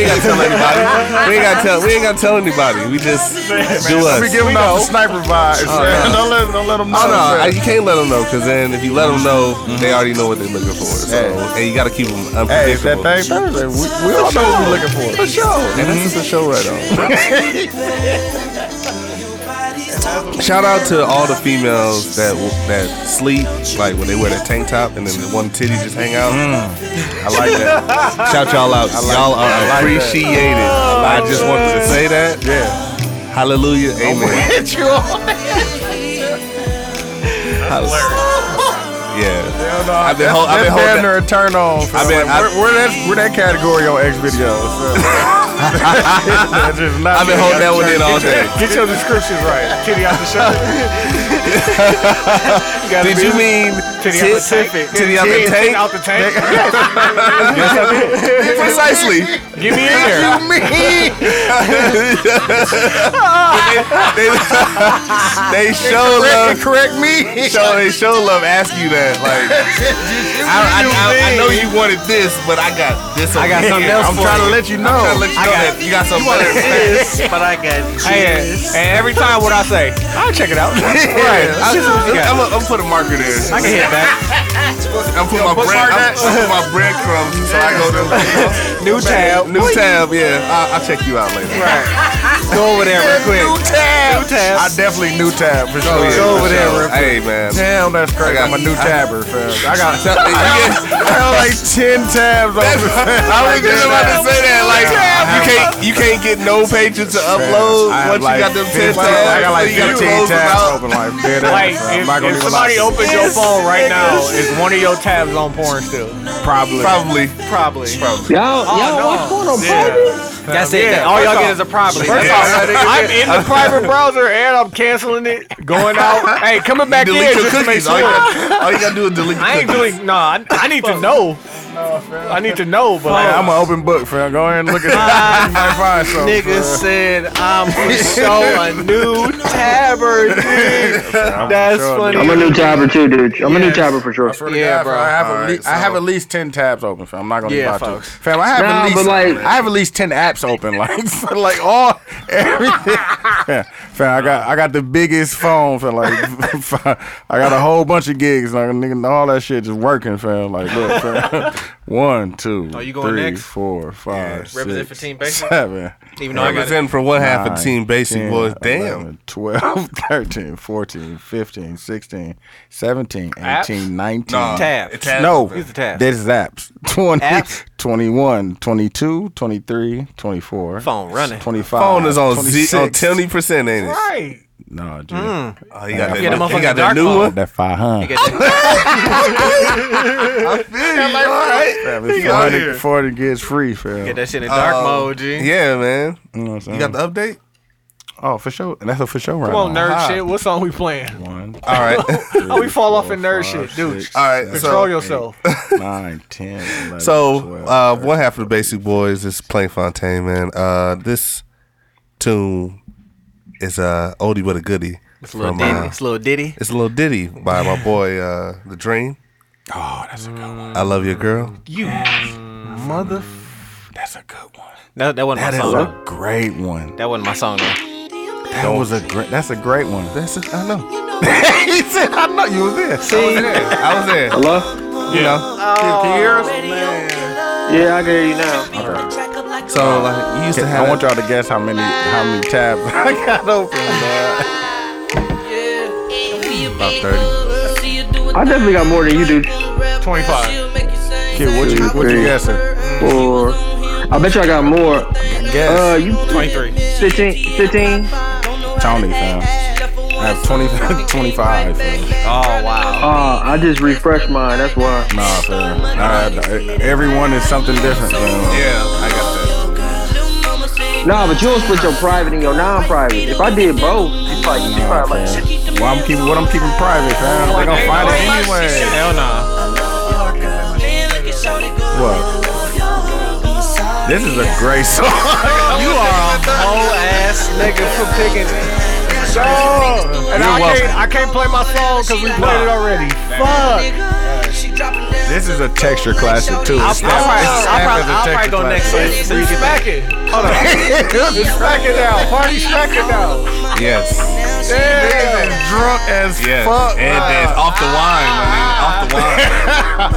Speaker 3: ain't gotta tell anybody. We ain't gotta tell. We ain't gotta tell anybody. We just do us.
Speaker 2: We Oh, giving out the sniper vibes. man. Don't let don't let them know.
Speaker 3: Oh no, I-
Speaker 2: man.
Speaker 3: you can't let them know because then if you let them know, they already know what they're looking for. So,
Speaker 2: Hey.
Speaker 3: and you gotta keep them
Speaker 2: Hey, it's that
Speaker 3: unpredictable.
Speaker 2: thing Thursday. We, we all know what we're looking for. For sure. And this is the show right on.
Speaker 3: Shout out to all the females that that sleep like when they wear that tank top and then the one titty just hang out. I like that. Shout y'all out. y'all are
Speaker 2: Mm. that.
Speaker 3: appreciated. I, just wanted to say that.
Speaker 2: Yeah.
Speaker 3: Hallelujah. Amen.
Speaker 2: Hit you on.
Speaker 3: Yeah.
Speaker 2: Hell no.
Speaker 3: I've been
Speaker 2: That's-
Speaker 3: hol-
Speaker 2: that's
Speaker 3: I've been holding-
Speaker 2: damn near a turn on. fam.
Speaker 3: I've been-
Speaker 2: Like,
Speaker 3: I've-
Speaker 2: where, where that where that category on X videos? That's just not-
Speaker 3: I've been holding that one in all day.
Speaker 4: Get your descriptions right. Kitty out the shirt. You gotta
Speaker 3: Did
Speaker 4: be-
Speaker 3: you mean
Speaker 4: Titty out the tank.
Speaker 3: tank? Titty out the
Speaker 4: Titty
Speaker 3: tank?
Speaker 4: out the tank.
Speaker 3: Precisely.
Speaker 4: Get me in there.
Speaker 3: They, they show love. Correct me. Show they show love. Ask you that. Like I, I, I, I know you wanted this, but I got this. I
Speaker 1: got something else
Speaker 3: I'm
Speaker 1: for
Speaker 3: trying
Speaker 1: you.
Speaker 3: to let you know. I'm trying to let you know that you got something better.
Speaker 1: but I got
Speaker 4: Hey, and every time what I say, I'll check it out.
Speaker 3: Right.
Speaker 4: I'll see what you got.
Speaker 3: I'm gonna put a marker there.
Speaker 1: I can hit back.
Speaker 3: I'm putting my bread. I'm, I'm putting my breadcrumbs. So I go to
Speaker 4: New tab.
Speaker 3: new tab. Yeah, I, I'll check you out later.
Speaker 4: Go over there real quick. New tab. New tab.
Speaker 2: I definitely new tab for sure.
Speaker 3: Oh, yeah,
Speaker 2: Go over
Speaker 3: for
Speaker 2: there.
Speaker 3: sure.
Speaker 2: real quick.
Speaker 3: Hey man.
Speaker 2: Damn, that's
Speaker 3: I
Speaker 2: crazy.
Speaker 3: got-
Speaker 2: I'm a new
Speaker 3: I-
Speaker 2: tabber, fam. I got,
Speaker 3: Yes.
Speaker 2: I got like ten tabs on
Speaker 3: That's- I was just about to say that. Like you can't you can't get no pages to upload
Speaker 2: I
Speaker 3: once
Speaker 2: have
Speaker 3: you
Speaker 2: like
Speaker 3: got them ten
Speaker 2: 15 I got
Speaker 3: tabs,
Speaker 2: like
Speaker 3: so you gotta
Speaker 2: 15
Speaker 3: close them
Speaker 2: tabs
Speaker 3: out.
Speaker 2: open. Like, dead
Speaker 4: Like,
Speaker 2: ass, fam. I'm
Speaker 4: if,
Speaker 2: not gonna
Speaker 4: if
Speaker 2: even lie.
Speaker 4: somebody opens your phone right now, is one of your tabs on porn still?
Speaker 2: Probably.
Speaker 3: Probably.
Speaker 4: Probably.
Speaker 6: Y'all, y'all
Speaker 4: no.
Speaker 6: watch porn on
Speaker 4: Yeah.
Speaker 6: private?
Speaker 1: That's it.
Speaker 4: Yeah,
Speaker 1: All y'all
Speaker 4: first
Speaker 1: get is
Speaker 4: off-
Speaker 1: a problem.
Speaker 4: First
Speaker 1: That's
Speaker 4: off, I'm in the private browser and I'm canceling it, going out. Hey, coming back in
Speaker 3: Delete your
Speaker 4: just to make
Speaker 3: cookies. All you,
Speaker 4: sure.
Speaker 3: gotta, all you gotta do is delete
Speaker 4: I
Speaker 3: your
Speaker 4: ain't
Speaker 3: cookies.
Speaker 4: doing. Nah, I, I need to know. I need to know, but
Speaker 2: Hey,
Speaker 4: like,
Speaker 2: I'm an open book, fam. Go ahead and look at that. you might find
Speaker 1: all.
Speaker 2: something.
Speaker 1: Nigga
Speaker 2: fam.
Speaker 1: said I'm for sure a new tabber, dude.
Speaker 2: I'm
Speaker 1: That's
Speaker 2: sure,
Speaker 1: funny.
Speaker 2: nigga.
Speaker 6: I'm a new tabber too, dude. I'm a new tabber for sure.
Speaker 2: I swear to
Speaker 1: Yeah,
Speaker 2: God,
Speaker 1: bro.
Speaker 2: fam, I have,
Speaker 3: All
Speaker 2: at
Speaker 3: right,
Speaker 2: least, I have
Speaker 3: so-
Speaker 2: at least ten tabs open, fam. I'm not gonna
Speaker 1: Yeah,
Speaker 2: lie to you.
Speaker 1: folks.
Speaker 2: fam. I have
Speaker 6: Nah,
Speaker 2: at least,
Speaker 6: but like-
Speaker 2: I have at least ten apps open, like, for, like all everything. fam, fam, I got, I got the biggest phone, fam. Like, fam, I got a whole bunch of gigs, like, nigga, all that shit just working, fam. Like, look, fam. One, two,
Speaker 1: Oh, you going
Speaker 2: three,
Speaker 1: next?
Speaker 2: four, five,
Speaker 1: Represent
Speaker 2: six,
Speaker 1: for Team Basic?
Speaker 2: seven,
Speaker 1: Even though I got it.
Speaker 3: Representing for one half of
Speaker 2: nine,
Speaker 3: Team Basic
Speaker 2: 10,
Speaker 3: was damn.
Speaker 2: 11, 12, 13, 14, 15, 16, 17, 18, 19.
Speaker 1: Tab.
Speaker 3: it's half
Speaker 2: No,
Speaker 3: of it.
Speaker 1: Use the tab.
Speaker 2: There's apps. 20,
Speaker 1: Apps?
Speaker 2: 21, 22, 23, 24.
Speaker 1: Phone running.
Speaker 2: 25.
Speaker 3: phone is on Z, on
Speaker 2: 26.
Speaker 3: twenty percent, ain't it?
Speaker 4: Right.
Speaker 2: No, dude.
Speaker 3: Oh, you got
Speaker 2: Yeah,
Speaker 3: that,
Speaker 2: the
Speaker 3: you
Speaker 1: motherfucking
Speaker 3: got that
Speaker 1: dark
Speaker 3: new
Speaker 1: phone.
Speaker 3: one.
Speaker 2: That 500.
Speaker 1: You got that-
Speaker 2: Fam, it's 400, 400 gets free, fam.
Speaker 1: get that shit in dark
Speaker 3: Uh,
Speaker 1: mode, G.
Speaker 3: Yeah, man.
Speaker 2: You know what I'm saying?
Speaker 3: You got the update?
Speaker 2: oh, for sure. And that's a for sure right
Speaker 4: Come on, nerd
Speaker 3: Aha.
Speaker 4: shit. What song we playing?
Speaker 2: One,
Speaker 3: All right.
Speaker 4: Oh, we fall off in
Speaker 2: four,
Speaker 4: nerd
Speaker 2: five,
Speaker 4: shit, dude.
Speaker 2: six,
Speaker 3: All right.
Speaker 4: Control
Speaker 3: So,
Speaker 4: yourself.
Speaker 2: nine, 10, 11,
Speaker 3: so
Speaker 2: 12,
Speaker 3: uh, one half of the Basic Boys is Plain Fontaine, man. Uh, this tune is a oldie but a goodie.
Speaker 1: It's a little
Speaker 3: from, uh,
Speaker 1: ditty. It's a little ditty.
Speaker 3: It's a little ditty by my boy uh, The Dream.
Speaker 2: Oh, that's a good one.
Speaker 3: I love your girl.
Speaker 1: You mother.
Speaker 2: That's a good one.
Speaker 1: No, that wasn't
Speaker 2: That
Speaker 1: my
Speaker 2: is
Speaker 1: song.
Speaker 2: a great one.
Speaker 1: That wasn't my song. Though.
Speaker 2: That was a great. That's a great one.
Speaker 3: That's it. I know.
Speaker 2: he said, "I know you was there."
Speaker 3: I was there.
Speaker 6: Hello?
Speaker 3: You know.
Speaker 6: Yeah, I can hear you now.
Speaker 3: So like you used to have.
Speaker 2: I want y'all to guess how many how many tabs I got open. dog.
Speaker 3: about thirty.
Speaker 6: I definitely got more than you do.
Speaker 4: 25.
Speaker 2: Kid, what you what you guessing?
Speaker 6: Or I bet you I got more. Uh,
Speaker 2: Guess
Speaker 6: you
Speaker 1: 23.
Speaker 6: 15, 15.
Speaker 2: Tony fam. I have 20, 25 fam.
Speaker 1: Oh wow.
Speaker 6: Uh, I just refreshed mine. That's why.
Speaker 2: Nah fam. I, I, everyone is something different. Fam.
Speaker 3: Yeah, I got
Speaker 6: Nah, but you don't split your private and your non-private. If I did both, it's like you probably like
Speaker 2: Well, I'm keeping what I'm keeping private fam. They gonna find it
Speaker 1: Oh,
Speaker 2: anyway.
Speaker 1: Hell no.
Speaker 2: What? This is a great song.
Speaker 1: You are a whole ass nigga for picking.
Speaker 4: And I can't, I can't play my song because we played it already. Fuck.
Speaker 2: This is a texture classic too.
Speaker 1: I'll, I'll,
Speaker 2: Snap-
Speaker 1: probably- I'll,
Speaker 2: Snap is a
Speaker 1: probably- I'll probably
Speaker 2: texture
Speaker 1: go next.
Speaker 2: classic.
Speaker 1: So, so you get back.
Speaker 4: Smack it. Hold on. Smack it now. Party smack it now.
Speaker 3: that. Yes.
Speaker 4: Yeah.
Speaker 2: Niggas is drunk as
Speaker 3: Yes.
Speaker 2: fuck.
Speaker 3: and
Speaker 2: man.
Speaker 3: that's off the wine, my nigga. Off the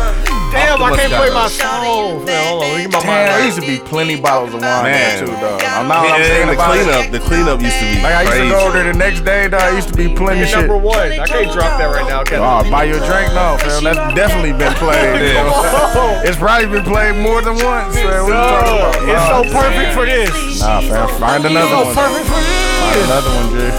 Speaker 3: wine.
Speaker 4: Damn, I
Speaker 3: Optimus
Speaker 4: can't play
Speaker 3: got
Speaker 4: my
Speaker 3: us.
Speaker 4: song. Man, hold on. Let me get my mind
Speaker 2: Damn, there
Speaker 4: right.
Speaker 2: used to be plenty bottles of wine
Speaker 3: Man.
Speaker 2: there too, dog. I'm not I'm saying
Speaker 3: And the
Speaker 2: about it.
Speaker 3: cleanup. The cleanup used to be
Speaker 2: Like I used to
Speaker 3: crazy.
Speaker 2: go over there the next day, dog. It used to be plenty shit.
Speaker 4: Number one. I can't drop that right now. Can I?
Speaker 2: Oh, buy you a drink? No, fam. That's definitely been played.
Speaker 3: Yeah.
Speaker 4: Oh,
Speaker 2: fam. it's probably been played more than once, fam. What you talking
Speaker 4: Duh,
Speaker 2: about?
Speaker 4: it's
Speaker 2: Nah,
Speaker 4: so perfect for this.
Speaker 2: Nah, fam. Find another one. Find another one, G.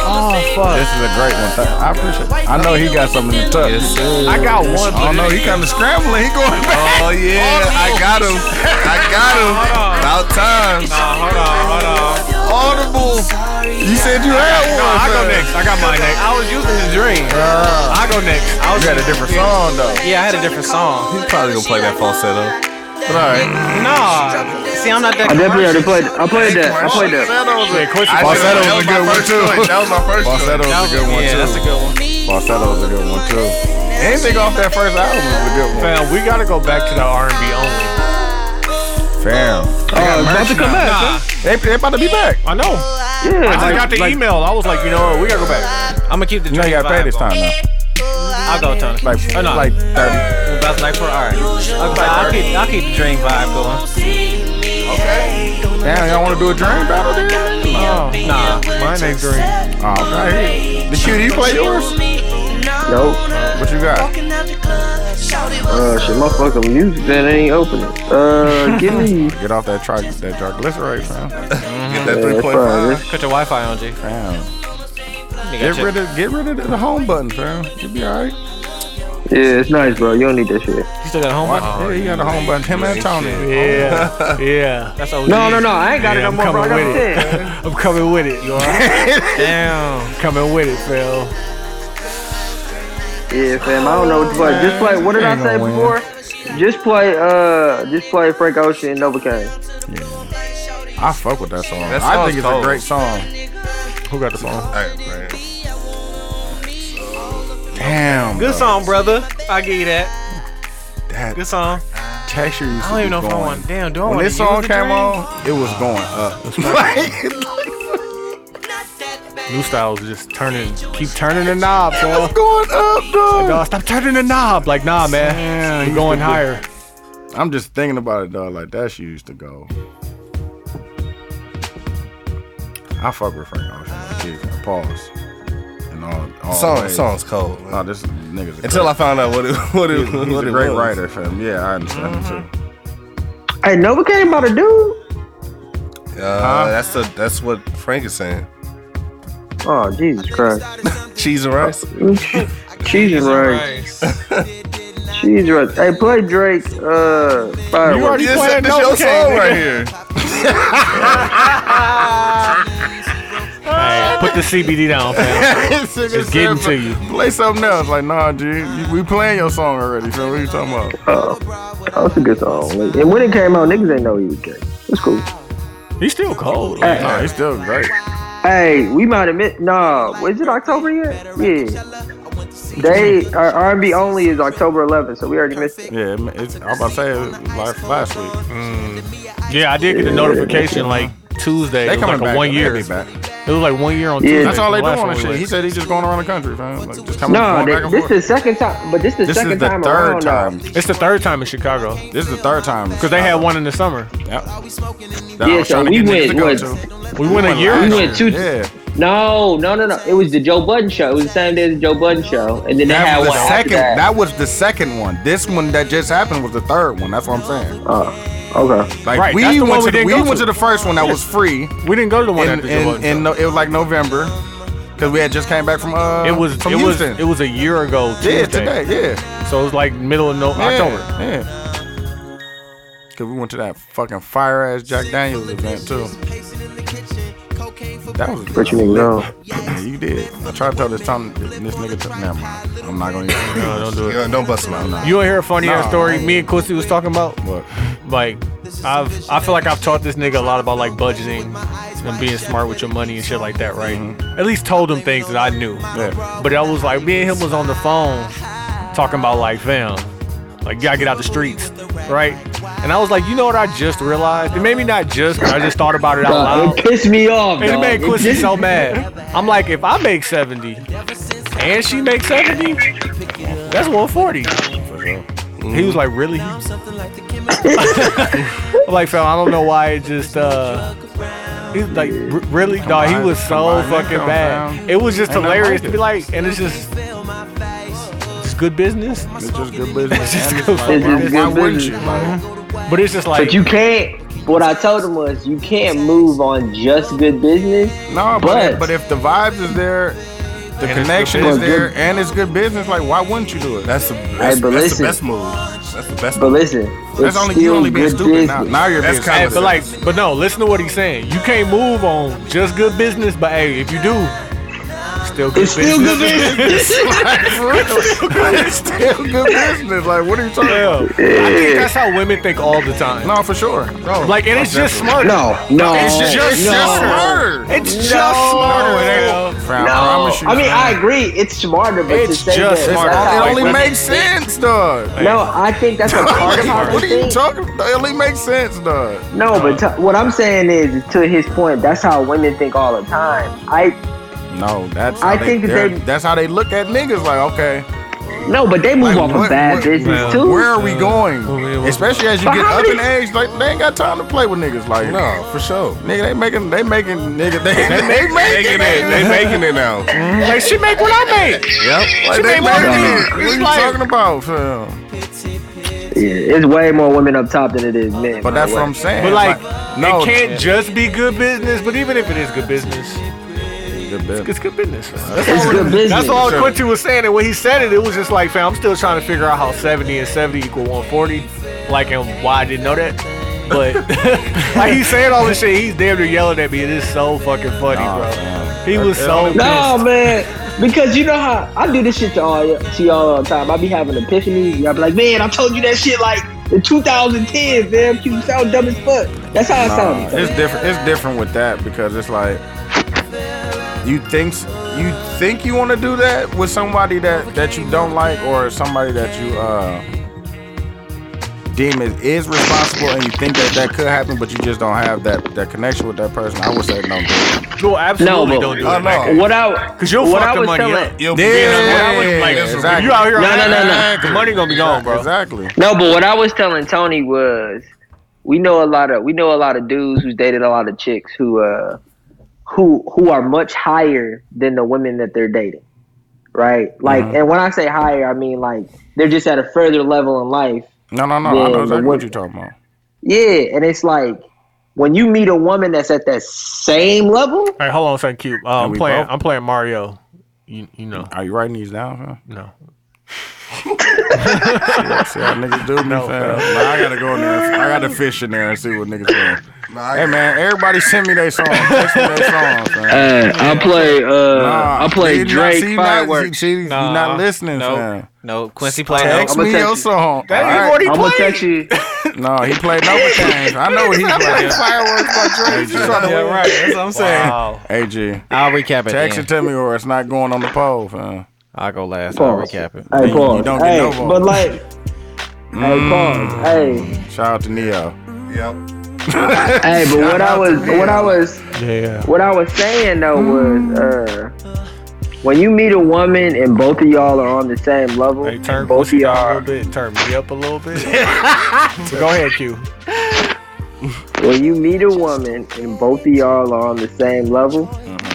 Speaker 4: Oh, fuck.
Speaker 2: This is a great one. Th- I appreciate it. I know he got something to tuck.
Speaker 4: I got one.
Speaker 2: I don't know. He kind of scrambling. He going back.
Speaker 3: Oh yeah, I got him. I got him. About time.
Speaker 4: hold on, hold on.
Speaker 3: Audible.
Speaker 2: You said you had one.
Speaker 4: I go
Speaker 2: fam.
Speaker 4: next. I got mine next. I was using his dream. I go next. I was
Speaker 2: You had a different song though.
Speaker 1: Yeah, I had a different song.
Speaker 3: He's probably gonna play that falsetto.
Speaker 2: But all right.
Speaker 1: Nah. See, I'm not that.
Speaker 6: I definitely
Speaker 1: commercial.
Speaker 6: already played. I played that. I played that.
Speaker 2: Falsetto was a good one, too.
Speaker 3: That was my first
Speaker 2: Falsetto
Speaker 3: choice.
Speaker 2: was a good one
Speaker 1: Yeah,
Speaker 2: too.
Speaker 1: that's a good one.
Speaker 2: Falsetto was a good one too. Anything off that first album was a good one.
Speaker 4: Man, we gotta go back to the R&B only.
Speaker 2: Fam.
Speaker 6: Oh, it's about to come back.
Speaker 4: Nah,
Speaker 2: They, they about to be back.
Speaker 4: I know.
Speaker 6: Yeah,
Speaker 4: I just
Speaker 6: like-
Speaker 4: got the
Speaker 6: like-
Speaker 4: email. I was like, you know what? We gotta go back.
Speaker 1: I'm gonna keep the
Speaker 2: You know
Speaker 1: dream
Speaker 2: you got paid
Speaker 1: vibe
Speaker 2: this
Speaker 1: going.
Speaker 2: time now.
Speaker 1: I'll go, Tony.
Speaker 2: Like,
Speaker 1: Oh, no.
Speaker 2: like 30.
Speaker 1: That's like for all right. Okay, I'll keep I'll keep the dream vibe going.
Speaker 2: Damn, y'all want to do a dream battle there?
Speaker 1: Oh, nah.
Speaker 4: Mine ain't green.
Speaker 2: Oh, right here. The shooter, you play yours?
Speaker 6: Nope.
Speaker 2: What you got?
Speaker 6: Uh, shit, my fucking music that ain't opening. Uh, give me.
Speaker 2: Get off that truck, that triglyceride, fam.
Speaker 3: Get that
Speaker 6: Yeah, that's all
Speaker 3: 3.5.
Speaker 6: right.
Speaker 1: Put your Wi-Fi on, G. You
Speaker 2: Fam.
Speaker 1: got
Speaker 2: Get
Speaker 1: your-
Speaker 2: rid of, get rid of the home button, fam. You'll be all right.
Speaker 6: Yeah, it's nice, bro. You don't need that shit.
Speaker 1: you still got homework?
Speaker 2: yeah, you got a home button. Him and Tony.
Speaker 4: Yeah, yeah.
Speaker 1: That's OG.
Speaker 6: No, no, no. I ain't got
Speaker 4: Yeah,
Speaker 6: it no
Speaker 4: I'm
Speaker 6: more, bro. I got
Speaker 4: coming with
Speaker 6: the 10.
Speaker 4: I'm coming with it. You are
Speaker 1: Damn.
Speaker 4: coming with it, Phil.
Speaker 6: Yeah, fam. I don't know what to play. Just play. What did I
Speaker 2: Ain't
Speaker 6: say
Speaker 2: gonna win.
Speaker 6: before? Just play. Uh, just play Frank Ocean and Novocaine.
Speaker 2: I fuck with that song.
Speaker 3: That
Speaker 2: I
Speaker 3: song's
Speaker 2: think it's a
Speaker 3: cold.
Speaker 2: great song.
Speaker 4: Who got the song?
Speaker 3: All right, man.
Speaker 2: Damn.
Speaker 1: Good
Speaker 2: bro.
Speaker 1: song, brother. I give you that.
Speaker 2: That
Speaker 1: Good song.
Speaker 2: texture used to
Speaker 1: I don't even
Speaker 2: be
Speaker 1: know if I
Speaker 2: going.
Speaker 1: want. Damn, do I
Speaker 2: When
Speaker 1: want
Speaker 2: this
Speaker 1: to use
Speaker 2: song
Speaker 1: the
Speaker 2: came
Speaker 1: dream?
Speaker 2: on, it was going up.
Speaker 4: New styles just turning, keep turning the knob, Phil.
Speaker 2: going up, dog.
Speaker 4: No, stop turning the knob. Like, nah, man. We're going higher.
Speaker 2: I'm just thinking about it, dog. Like that's used to go. I fuck with Frank Ocean. Like, yeah, pause. And all, all
Speaker 3: Song,
Speaker 2: ways.
Speaker 3: song's cold. man.
Speaker 2: Oh, this nigga's a
Speaker 3: Until I found out what it, what
Speaker 2: great,
Speaker 3: it,
Speaker 2: he's, he's
Speaker 3: what
Speaker 2: a
Speaker 3: it
Speaker 2: great
Speaker 3: was. Mm-hmm.
Speaker 2: writer, fam. Yeah, I understand him too.
Speaker 6: Hey, Nova came about a dude.
Speaker 3: Uh, That's the that's what Frank is saying.
Speaker 6: Oh Jesus Christ!
Speaker 3: Cheese and rice.
Speaker 6: Cheese and rice.
Speaker 4: Nice.
Speaker 6: Cheese and rice. Hey, play Drake. Uh,
Speaker 4: You
Speaker 6: fireworks.
Speaker 4: already
Speaker 3: This,
Speaker 4: playing
Speaker 3: this your
Speaker 4: Novocaine,
Speaker 3: song right
Speaker 4: nigga.
Speaker 3: here.
Speaker 4: Hey, put the CBD down, fam.
Speaker 2: It's
Speaker 4: getting to you.
Speaker 2: Play something else. Like, nah, G, you- we playing your song already, fam. What you talking about?
Speaker 6: Oh, that's a good song. Like, And when it came out, niggas ain't know he was gay. It's cool.
Speaker 4: He's still cold.
Speaker 6: Hey,
Speaker 2: Nah, he's still great.
Speaker 6: hey, we might admit. No, is it October yet? Yeah. They our R&B only is October 11th, so we already missed it.
Speaker 2: Yeah, it- it's, I'm about to say it last, last week.
Speaker 4: Yeah, I did get the notification like Tuesday.
Speaker 2: They
Speaker 4: it was
Speaker 2: coming
Speaker 4: like a
Speaker 2: back.
Speaker 4: one
Speaker 2: They
Speaker 4: year.
Speaker 2: be
Speaker 4: It
Speaker 2: back.
Speaker 4: was like one year on
Speaker 6: Yeah.
Speaker 4: Tuesday.
Speaker 2: That's all they
Speaker 4: from
Speaker 2: doing
Speaker 4: last
Speaker 2: on this
Speaker 4: one,
Speaker 2: shit. He
Speaker 4: like-
Speaker 2: said he's just going around the country, fam. Like, just coming
Speaker 6: No,
Speaker 2: going back
Speaker 6: they,
Speaker 2: and
Speaker 6: this
Speaker 2: forth.
Speaker 6: the second time, but this the
Speaker 2: This
Speaker 6: second
Speaker 2: is the
Speaker 6: time
Speaker 2: third
Speaker 6: around. now.
Speaker 2: time.
Speaker 4: It's the third time in Chicago
Speaker 2: This is the third time.
Speaker 4: because they had one in the summer.
Speaker 2: that I
Speaker 6: Yeah,
Speaker 2: was
Speaker 6: so
Speaker 2: trying to
Speaker 6: we
Speaker 2: get niggas
Speaker 6: went,
Speaker 2: to go
Speaker 6: what,
Speaker 2: to.
Speaker 4: We went a year.
Speaker 6: We
Speaker 4: ago.
Speaker 6: went two.
Speaker 2: Yeah.
Speaker 6: No, no, no, no. It was the Joe Budden show. It was the same day as the Joe Budden show, and then they
Speaker 2: That
Speaker 6: had
Speaker 2: was
Speaker 6: one
Speaker 2: the
Speaker 6: after
Speaker 2: second.
Speaker 6: that.
Speaker 2: That was the second one. This one that just happened was the third one. That's what I'm saying.
Speaker 6: Oh, okay.
Speaker 2: Like
Speaker 4: Right,
Speaker 2: we
Speaker 4: that's the
Speaker 2: went
Speaker 4: one
Speaker 2: to
Speaker 4: we
Speaker 2: the,
Speaker 4: didn't
Speaker 2: we
Speaker 4: go
Speaker 2: went
Speaker 4: to.
Speaker 2: to the first one that was free
Speaker 4: We didn't go to the one
Speaker 2: in,
Speaker 4: after the
Speaker 2: in,
Speaker 4: one.
Speaker 2: in no, it was like November because we had just came back from uh
Speaker 4: it was
Speaker 2: from
Speaker 4: it was
Speaker 2: Houston.
Speaker 4: it was a year ago. Tuesday.
Speaker 2: yeah, today, yeah,
Speaker 4: So it was like middle of no-
Speaker 2: yeah,
Speaker 4: October.
Speaker 2: yeah. Cause we went to that fucking fire ass Jack Daniels event too. That was
Speaker 6: What you mean, no?
Speaker 2: Yeah, you did. I tried to tell this time this nigga. T- never mind. I'm not gonna. Even,
Speaker 4: No, don't do it.
Speaker 3: Yeah, don't bust him out.
Speaker 4: You want to hear a funny ass
Speaker 2: Nah.
Speaker 4: story? Me and Quincy was talking about.
Speaker 2: what?
Speaker 4: like I've I feel like I've taught this nigga a lot about like budgeting and being smart with your money and shit like that, right? At least told him things that I knew.
Speaker 2: Mm-hmm. Yeah.
Speaker 4: But I was like, me and him was on the phone talking about like, fam, like you gotta get out the streets, right? And I was like, you know what I just realized? And maybe not just, but I just thought about it out
Speaker 6: Dog,
Speaker 4: loud.
Speaker 6: it pissed me off.
Speaker 4: And it
Speaker 6: dog.
Speaker 4: made
Speaker 6: It
Speaker 4: Quincy
Speaker 6: pissed-
Speaker 4: so mad. I'm like, if I make 70 and she makes 70, that's 140. He was like, really? I'm like, fam, I don't know why it just, uh, he's like, "R- really? Dog, he was
Speaker 2: Combine-
Speaker 4: so
Speaker 2: combine
Speaker 4: fucking
Speaker 2: income,
Speaker 4: bad.
Speaker 2: fam.
Speaker 4: It was just
Speaker 2: Ain't nothing
Speaker 4: hilarious
Speaker 2: like
Speaker 4: to be
Speaker 2: it.
Speaker 4: like, and it's just, it's good business.
Speaker 2: It's just good business.
Speaker 4: It's
Speaker 2: man. It's like,
Speaker 4: just
Speaker 6: good
Speaker 2: why- why
Speaker 6: business.
Speaker 2: wouldn't you? Like,
Speaker 4: But it's just like,
Speaker 6: But you can't. What I told him was, you can't move on just good business.
Speaker 2: no, but
Speaker 6: But-
Speaker 2: but if the vibes is there, the
Speaker 4: it's
Speaker 2: connection
Speaker 4: good
Speaker 2: is
Speaker 6: business.
Speaker 2: there, and it's good business, like why wouldn't you do it?
Speaker 3: That's the that's,
Speaker 6: but
Speaker 3: that's the
Speaker 6: listen.
Speaker 3: best move. That's the best.
Speaker 6: But
Speaker 3: move.
Speaker 6: listen,
Speaker 2: That's
Speaker 6: it's
Speaker 2: only
Speaker 6: still
Speaker 2: you only being
Speaker 6: good
Speaker 2: stupid now.
Speaker 6: business.
Speaker 2: Now you're
Speaker 3: That's
Speaker 2: being
Speaker 3: kind
Speaker 4: Hey,
Speaker 2: stupid.
Speaker 3: of
Speaker 4: but like, but no, listen to what he's saying. You can't move on just good business, but hey, if you do, still good business.
Speaker 6: It's still good business.
Speaker 2: it's still good business. Like what are you talking about?
Speaker 4: Yeah. I think that's how women think all the time.
Speaker 2: No, for sure. No.
Speaker 4: Like, and it's just smart.
Speaker 6: no, no,
Speaker 2: it's just, it's
Speaker 6: no.
Speaker 2: just smarter.
Speaker 4: It's just
Speaker 2: It's smarter.
Speaker 4: smarter.
Speaker 2: It
Speaker 4: yo.
Speaker 2: ain't. Fam,
Speaker 6: No,
Speaker 2: I
Speaker 6: I,
Speaker 2: promise you.
Speaker 6: mean
Speaker 2: fam.
Speaker 6: I agree. It's smarter, but
Speaker 4: It's
Speaker 6: to say
Speaker 4: just
Speaker 6: that,
Speaker 4: smarter.
Speaker 6: that's
Speaker 2: It
Speaker 6: how
Speaker 2: only
Speaker 6: women-
Speaker 2: makes sense, dog.
Speaker 6: No, I think that's a part of how
Speaker 2: Like, what are
Speaker 6: they
Speaker 2: you
Speaker 6: think.
Speaker 2: talking? It only makes sense, dog.
Speaker 6: No, but t- what I'm saying is, to his point, that's how women think all the time. I
Speaker 2: No, that's
Speaker 6: I
Speaker 2: how
Speaker 6: think that
Speaker 2: they're-
Speaker 6: they-
Speaker 2: that's how they look at niggas. Like, okay,
Speaker 6: no, but they move
Speaker 2: Like,
Speaker 6: off
Speaker 2: what-
Speaker 6: of bad
Speaker 2: what-
Speaker 6: business
Speaker 4: well,
Speaker 6: too.
Speaker 2: where
Speaker 3: Uh,
Speaker 2: are we going?
Speaker 4: yeah, well-
Speaker 2: Especially as you
Speaker 6: But
Speaker 2: get
Speaker 6: how
Speaker 2: up
Speaker 6: many-
Speaker 2: in age, like they ain't got time to play with niggas. Like,
Speaker 3: No, for sure.
Speaker 2: nigga, they making, they making, nigga, they, they, making,
Speaker 3: Making it, they making it now.
Speaker 4: Like, she make what I make.
Speaker 2: Yep, like,
Speaker 4: She
Speaker 2: they
Speaker 4: made more
Speaker 2: making
Speaker 4: than
Speaker 2: it.
Speaker 4: me.
Speaker 2: What
Speaker 4: It's
Speaker 2: you
Speaker 4: like-
Speaker 2: talking about, fam?
Speaker 6: Yeah, it's way more women up top than it is men.
Speaker 2: But
Speaker 6: by
Speaker 2: that's
Speaker 6: the
Speaker 2: what
Speaker 6: way.
Speaker 2: I'm saying.
Speaker 4: But like,
Speaker 2: no,
Speaker 4: it can't just be good business. But even if it is good business,
Speaker 2: Good business.
Speaker 4: it's good business.
Speaker 6: It's good business.
Speaker 4: That's all
Speaker 2: Sure.
Speaker 4: Quincy was saying, and when he said it, it was just like, fam, I'm still trying to figure out how 70 and 70 equal 140, like, and why I didn't know that. But like he's saying all this shit, he's damn near yelling at me. It is so fucking funny,
Speaker 2: Nah,
Speaker 4: bro.
Speaker 2: man.
Speaker 4: He was so
Speaker 6: No man, because you know how I do this shit to all y- to y'all all the time. I be having epiphanies. Y'all be like, man, I told you that shit like in 2010, man. You sound dumb as fuck. That's how I
Speaker 2: Nah,
Speaker 6: sound.
Speaker 2: Um, it's different. It's different with that because it's like you think you think you want to do that with somebody that that you don't like or somebody that you uh demons is responsible and you think that that could happen, but you just don't have that, that connection with that person, I would say no. Dude.
Speaker 4: You absolutely
Speaker 6: but-
Speaker 4: don't do
Speaker 3: Oh,
Speaker 4: it.
Speaker 3: no.
Speaker 6: What I
Speaker 4: Because you'll
Speaker 6: what
Speaker 4: fuck
Speaker 6: I
Speaker 4: the
Speaker 6: was
Speaker 4: money
Speaker 6: telling-
Speaker 4: up.
Speaker 3: You'll
Speaker 2: Yeah,
Speaker 3: yeah,
Speaker 4: yeah,
Speaker 3: like,
Speaker 4: yeah,
Speaker 2: exactly.
Speaker 4: You out here,
Speaker 6: No, no, no, no.
Speaker 4: the money gonna be gone, bro.
Speaker 2: Exactly.
Speaker 6: no, but what I was telling Tony was, we know a lot of we know a lot of dudes who's dated a lot of chicks who uh who who are much higher than the women that they're dating, right? Like, and when I say higher, I mean like they're just at a further level in life
Speaker 2: No, no, no. I know
Speaker 6: Yeah,
Speaker 2: exactly
Speaker 6: but
Speaker 2: what
Speaker 6: what-
Speaker 2: you're talking about.
Speaker 6: Yeah, and it's like when you meet a woman that's at that same level,
Speaker 4: All right, hold on a second, Cube. Uh, I'm
Speaker 2: we
Speaker 4: playing.
Speaker 2: broke?
Speaker 4: I'm playing Mario. You, you know,
Speaker 2: Are you writing these down, fam?
Speaker 4: no.
Speaker 2: See how niggas do me,
Speaker 4: No,
Speaker 2: fam. Nah, I gotta go in there. I gotta fish in there and see what niggas doing.
Speaker 3: Nah,
Speaker 2: Hey man, everybody send me their song. Text me their song, fam.
Speaker 6: uh, I play uh,
Speaker 2: Nah,
Speaker 6: I play
Speaker 2: you not-
Speaker 6: Drake
Speaker 2: see, you not-
Speaker 6: fireworks.
Speaker 2: see, you
Speaker 4: Nah,
Speaker 2: not listening,
Speaker 1: No,
Speaker 2: fam.
Speaker 1: no, Quincy played
Speaker 2: Text
Speaker 6: I'ma
Speaker 2: me
Speaker 6: text
Speaker 2: your
Speaker 6: you.
Speaker 2: song.
Speaker 4: That ain't
Speaker 2: Alright.
Speaker 4: what he
Speaker 6: I'm gonna
Speaker 4: played.
Speaker 6: text you.
Speaker 2: No, he played Nova Kings. I know what he played.
Speaker 1: fireworks by
Speaker 2: Hey, G.
Speaker 1: Yeah, right. That's what I'm saying.
Speaker 4: Wow.
Speaker 2: Hey, G.
Speaker 1: I'll recap it.
Speaker 2: Text
Speaker 1: Then.
Speaker 2: it to me or it's not going on the poll, fam.
Speaker 1: I'll go last. I'll
Speaker 6: Pause.
Speaker 1: recap it.
Speaker 6: Hey, pause.
Speaker 2: You don't get
Speaker 6: hey,
Speaker 2: no vote.
Speaker 6: but like,
Speaker 2: Mm.
Speaker 6: hey,
Speaker 2: Shout out to Neo.
Speaker 3: Yep.
Speaker 6: hey, but what I
Speaker 2: out to
Speaker 6: was, what I was,
Speaker 4: Yeah.
Speaker 6: what I was saying though
Speaker 2: Mm.
Speaker 6: was, uh, when you meet a woman and both of y'all are on the same level,
Speaker 4: Hey, turn
Speaker 6: and both
Speaker 4: Quincy
Speaker 6: of
Speaker 4: down a
Speaker 6: y'all,
Speaker 4: little bit. Turn me up a little bit. Go ahead, Q.
Speaker 6: when you meet a woman and both of y'all are on the same level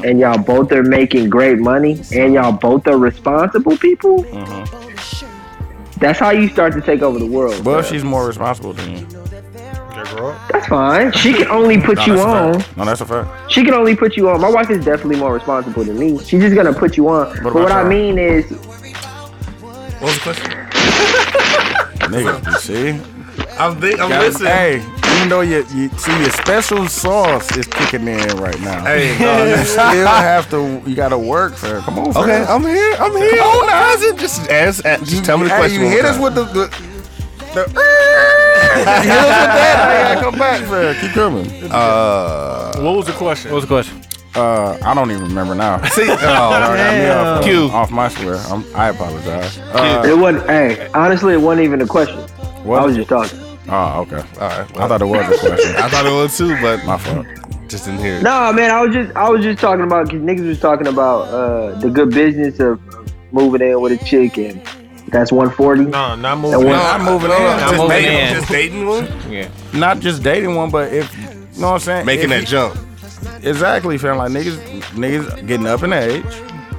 Speaker 6: and y'all both are making great money and y'all both are responsible people that's how you start to take over the world
Speaker 2: Well,
Speaker 6: bro.
Speaker 2: she's more responsible than you.
Speaker 6: that's fine she can only put
Speaker 2: No,
Speaker 6: you
Speaker 2: that's a
Speaker 6: on
Speaker 2: fact. No, that's a fact.
Speaker 6: she can only put you on my wife is definitely more responsible than me she's just gonna put you on but
Speaker 2: about
Speaker 6: what i
Speaker 2: y'all?
Speaker 6: mean is
Speaker 3: What was the question?
Speaker 2: Nigga, you see?
Speaker 3: I'm, think, I'm
Speaker 2: Gotta-
Speaker 3: listening. Hey,
Speaker 2: Hey, even though you, you see your special sauce is kicking in right now.
Speaker 3: no,
Speaker 2: You
Speaker 3: this-
Speaker 2: still have to. You gotta work, fam. Come on, fam.
Speaker 3: okay, I'm here. I'm here. Oh, no, just ask. ask- Just tell me the
Speaker 2: hey,
Speaker 3: question.
Speaker 2: You
Speaker 3: one
Speaker 2: hit
Speaker 3: more
Speaker 2: us
Speaker 3: time.
Speaker 2: with the. the, the you hit us with that. I gotta come back, fam. Keep coming.
Speaker 3: Uh,
Speaker 4: What was the question?
Speaker 1: What was the question?
Speaker 2: Uh, I don't even remember now.
Speaker 3: see, oh,
Speaker 2: Sorry, got me off, uh,
Speaker 1: Cute.
Speaker 2: off my square. I'm, I apologize. Uh,
Speaker 6: it wasn't hey honestly it wasn't even a question i
Speaker 2: what?
Speaker 6: was just talking
Speaker 2: oh, okay.
Speaker 3: all right.
Speaker 2: I thought it was a question.
Speaker 3: I thought it was too, but
Speaker 2: My fault.
Speaker 3: just didn't hear it.
Speaker 6: No, man, I was just I was just talking about cause niggas was talking about uh, the good business of moving in with a chick and that's 140.
Speaker 4: No, not
Speaker 6: And
Speaker 4: moving.
Speaker 6: when-
Speaker 4: on.
Speaker 2: I'm moving
Speaker 3: no,
Speaker 2: in.
Speaker 3: no,
Speaker 2: I'm
Speaker 3: just,
Speaker 1: moving
Speaker 3: dating,
Speaker 1: in.
Speaker 3: just dating one,
Speaker 1: Yeah.
Speaker 2: Not just dating one, but if you know what I'm saying,
Speaker 3: making
Speaker 2: if
Speaker 3: that jump.
Speaker 2: you- exactly, fam. Like niggas, niggas getting up in age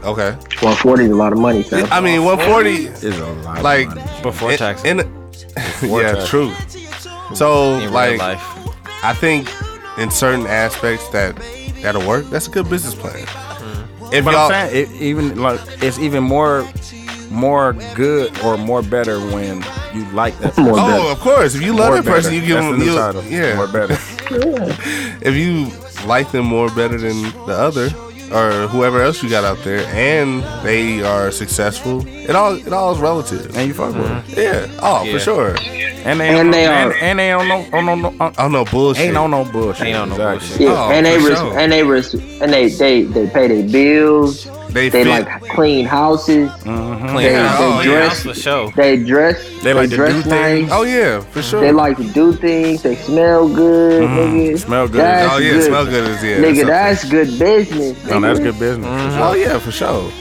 Speaker 3: Okay.
Speaker 6: 140 is a lot of money, son.
Speaker 3: I mean, 140
Speaker 2: is a lot. of
Speaker 3: Like,
Speaker 2: money.
Speaker 1: Before
Speaker 3: in-
Speaker 1: taxes.
Speaker 3: in- yeah,
Speaker 2: taxes.
Speaker 3: true. So,
Speaker 1: in
Speaker 3: like,
Speaker 1: real life.
Speaker 3: I think in certain aspects that that'll work. That's a good business plan. If
Speaker 2: Mm-hmm. But
Speaker 3: y'all,
Speaker 2: I'm saying it even like it's even more more good or more better when you like that.
Speaker 6: More
Speaker 2: person.
Speaker 6: better.
Speaker 3: oh, of course, if you love
Speaker 2: More
Speaker 3: that person, you
Speaker 2: better.
Speaker 3: give
Speaker 2: That's
Speaker 3: them,
Speaker 2: the new
Speaker 3: you,
Speaker 2: title. more
Speaker 3: yeah.
Speaker 2: better.
Speaker 3: If you like them more better than the other or whoever else you got out there, and they are successful, it all it all is relative.
Speaker 2: And you fuck with them.
Speaker 3: Yeah, oh
Speaker 1: Yeah.
Speaker 3: for sure. Mm-hmm.
Speaker 2: And they
Speaker 6: And
Speaker 2: on-
Speaker 6: they
Speaker 2: and,
Speaker 6: are-
Speaker 2: and they on no on no, on,
Speaker 3: Oh no bullshit.
Speaker 2: ain't on no bullshit.
Speaker 1: Ain't on no bullshit.
Speaker 6: Yeah,
Speaker 3: oh,
Speaker 6: and they
Speaker 3: for
Speaker 6: res-
Speaker 3: sure.
Speaker 6: and they res- and they they they pay their bills.
Speaker 3: They,
Speaker 6: They
Speaker 3: fit. Mm.
Speaker 6: like clean houses.
Speaker 2: Mm-hmm.
Speaker 1: Clean
Speaker 6: They,
Speaker 1: house.
Speaker 3: oh,
Speaker 6: they
Speaker 3: yeah,
Speaker 1: That's
Speaker 6: dress.
Speaker 1: for sure.
Speaker 6: They dress.
Speaker 2: They like to
Speaker 6: dress
Speaker 2: do
Speaker 6: nice.
Speaker 2: things.
Speaker 3: oh yeah, for sure.
Speaker 6: They like to do things. They smell good, nigga.
Speaker 2: Smell good.
Speaker 6: That's
Speaker 3: oh yeah,
Speaker 6: good.
Speaker 3: smell good is yeah.
Speaker 6: Nigga,
Speaker 3: something.
Speaker 6: that's good business. Nigga.
Speaker 2: No, that's good business. for sure.
Speaker 3: Oh yeah, for sure.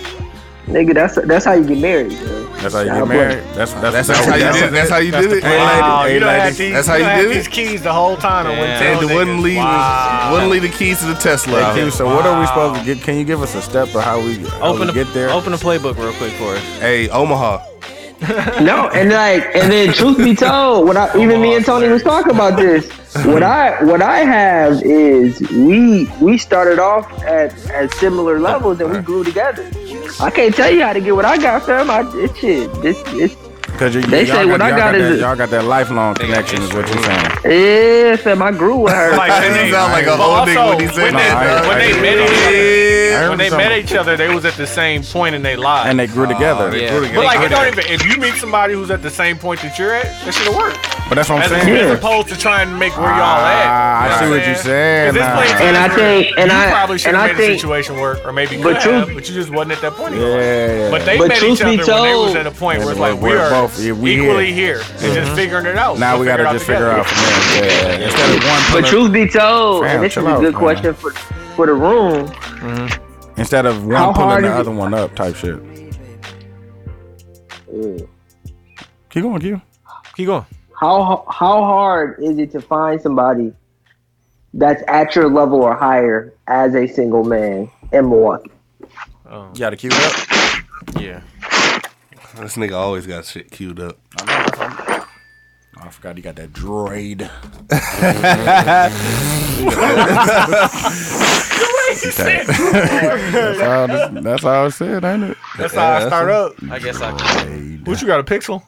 Speaker 6: Nigga, that's that's how you get married. Bro.
Speaker 2: That's how you get
Speaker 6: Y'all play.
Speaker 2: married. That's that's,
Speaker 3: That's, how you did. it. That's how you did it.
Speaker 4: Wow,
Speaker 2: Hey,
Speaker 4: you done
Speaker 2: lady.
Speaker 4: had these,
Speaker 3: That's how
Speaker 4: you
Speaker 3: you
Speaker 4: done had
Speaker 3: do it?
Speaker 4: these keys the whole time and wouldn't
Speaker 1: Damn.
Speaker 4: tell
Speaker 3: And the wouldn't
Speaker 4: niggas.
Speaker 3: lead,
Speaker 4: Oh, Wow.
Speaker 3: wouldn't lead the keys to the Tesla. out
Speaker 2: Thank you.
Speaker 3: here.
Speaker 2: So what are we supposed to get? Can you give us a step of how we, how
Speaker 1: Open
Speaker 2: we
Speaker 1: the,
Speaker 2: get there?
Speaker 1: open the playbook real quick for us.
Speaker 3: Hey, Omaha.
Speaker 6: No, and like, and then truth be told, what I even me and Tony was talking about this. What I what I have is we we started off at at similar levels and we grew together. I can't tell you how to get what I got, fam. I it's shit. This it's
Speaker 2: Cause you,
Speaker 6: They
Speaker 2: y'all
Speaker 6: say what I
Speaker 2: y'all
Speaker 6: got is
Speaker 2: that,
Speaker 6: a-
Speaker 2: y'all got that lifelong connection is what you're saying.
Speaker 6: yeah, fam. I grew with her.
Speaker 4: Like,
Speaker 3: That
Speaker 4: they-
Speaker 3: sound like a
Speaker 4: but
Speaker 3: whole nigga
Speaker 4: also,
Speaker 3: when he said
Speaker 4: when they-
Speaker 2: that.
Speaker 4: when they
Speaker 2: I-
Speaker 4: met each other-
Speaker 3: Yeah.
Speaker 4: when they met each other, they was at the same point in their lives.
Speaker 2: and they grew together.
Speaker 1: yeah.
Speaker 4: but like, it don't even. If you meet somebody who's at the same point that you're at, that should have worked.
Speaker 2: But that's what I'm
Speaker 4: As,
Speaker 2: saying.
Speaker 4: as opposed to trying to make where y'all at.
Speaker 2: Ah, I see what you're saying.
Speaker 4: 'Cause this
Speaker 2: now.
Speaker 4: place-
Speaker 6: And I think- and
Speaker 4: you
Speaker 6: I-
Speaker 4: probably should
Speaker 6: and I
Speaker 4: have made the
Speaker 6: think-
Speaker 4: situation work, or maybe could
Speaker 6: but
Speaker 4: have,
Speaker 6: truth-
Speaker 4: but you just wasn't at that point.
Speaker 2: Yeah,
Speaker 4: But they
Speaker 6: But
Speaker 4: met each
Speaker 6: truth be
Speaker 4: other when they was
Speaker 6: told-
Speaker 4: at a point
Speaker 2: Yeah,
Speaker 4: where it's
Speaker 2: we're-
Speaker 4: like we
Speaker 2: we're
Speaker 4: are
Speaker 2: know if, if we
Speaker 4: Equally
Speaker 2: here.
Speaker 4: here, and just figuring it out.
Speaker 2: Now
Speaker 4: We'll
Speaker 2: we gotta
Speaker 4: it
Speaker 2: just figure
Speaker 4: together.
Speaker 2: out from there. Yeah, yeah. Instead of one
Speaker 6: But
Speaker 2: pulling-
Speaker 6: truth be told,
Speaker 2: Fam,
Speaker 6: and this is
Speaker 2: chill
Speaker 6: a
Speaker 2: out,
Speaker 6: good
Speaker 2: man.
Speaker 6: question for for the room.
Speaker 2: instead of
Speaker 6: How
Speaker 2: one pulling
Speaker 6: hard
Speaker 2: the
Speaker 6: is it-
Speaker 2: other one up type shit. Keep going, Q.
Speaker 1: Keep going.
Speaker 6: How how hard is it to find somebody that's at your level or higher as a single man in Milwaukee?
Speaker 2: You gotta keep it up.
Speaker 1: Yeah.
Speaker 3: This nigga always got shit queued up.
Speaker 2: Oh, I forgot you got that droid. that's, all, this- that's all I said, ain't it?
Speaker 4: That's how I start up.
Speaker 1: I guess I can.
Speaker 4: What you got a pixel?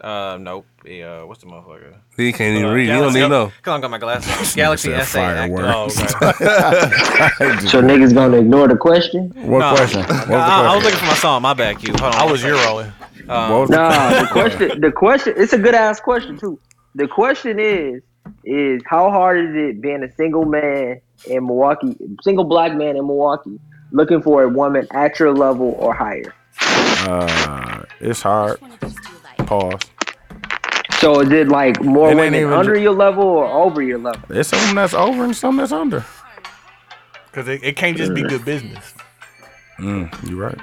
Speaker 1: Uh, nope. Yeah, what's the motherfucker?
Speaker 3: He can't even read. He don't
Speaker 1: Galaxy-
Speaker 3: even know.
Speaker 1: Come on, got my glasses. Galaxy
Speaker 2: said
Speaker 1: S8 Active.
Speaker 2: fireworks.
Speaker 1: Oh, okay.
Speaker 6: So niggas gonna ignore the question?
Speaker 2: What
Speaker 1: Nah.
Speaker 2: question? What was the
Speaker 1: I, I was
Speaker 2: question?
Speaker 1: looking for my song. My bad, Q. Hold on.
Speaker 4: I was euroing.
Speaker 2: What was the-
Speaker 6: Nah, the question the question it's a good ass question too. The question is is how hard is it being a single man in Milwaukee, single black man in Milwaukee, looking for a woman at your level or higher?
Speaker 2: Uh, it's hard. Pause.
Speaker 6: So is it like more
Speaker 2: It ain't
Speaker 6: women
Speaker 2: even-
Speaker 6: under your level or over your level?
Speaker 2: It's something that's over and something that's under.
Speaker 4: Because it, it can't just be good business.
Speaker 2: Mm, you right.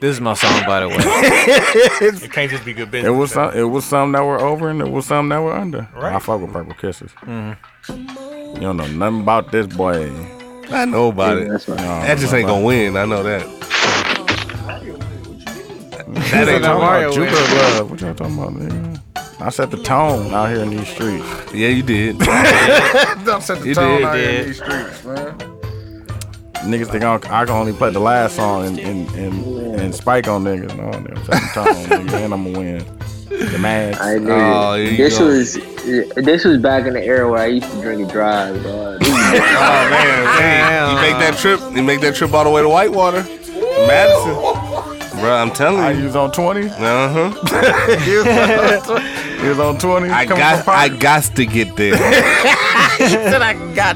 Speaker 1: This is my song, by the way.
Speaker 4: It can't just be good
Speaker 2: It
Speaker 4: business.
Speaker 2: was some. It was some that were over and it was some that were under.
Speaker 4: Right.
Speaker 2: I fuck with purple kisses. You don't know nothing about this boy.
Speaker 3: I know about it.
Speaker 6: That's right.
Speaker 3: That just ain't gonna win. I know that. that ain't
Speaker 2: Talking
Speaker 3: gonna
Speaker 2: about
Speaker 4: Mario
Speaker 2: Jupiter love. What y'all talking about, man? I set the tone out here in these streets.
Speaker 3: Yeah, you did. you
Speaker 1: out
Speaker 3: did.
Speaker 1: here.
Speaker 2: in these streets, man. Niggas think I, I can only play the last song and and, and, and spike on niggas. No, nigga, I'm setting the tone, nigga, and I'm gonna win. The mads.
Speaker 6: I knew
Speaker 3: Oh,
Speaker 6: it.
Speaker 3: here you
Speaker 6: This
Speaker 3: go.
Speaker 6: was this was back in the era where I used to drink and drive. dog. This
Speaker 3: Oh
Speaker 6: is-
Speaker 3: man, hey, you make that trip. You make that trip all the way to Whitewater, Madison, bro. I'm
Speaker 2: I
Speaker 3: telling you.
Speaker 2: was on 20.
Speaker 3: Uh huh.
Speaker 2: He was on 20.
Speaker 3: I got. I got to get there.
Speaker 2: got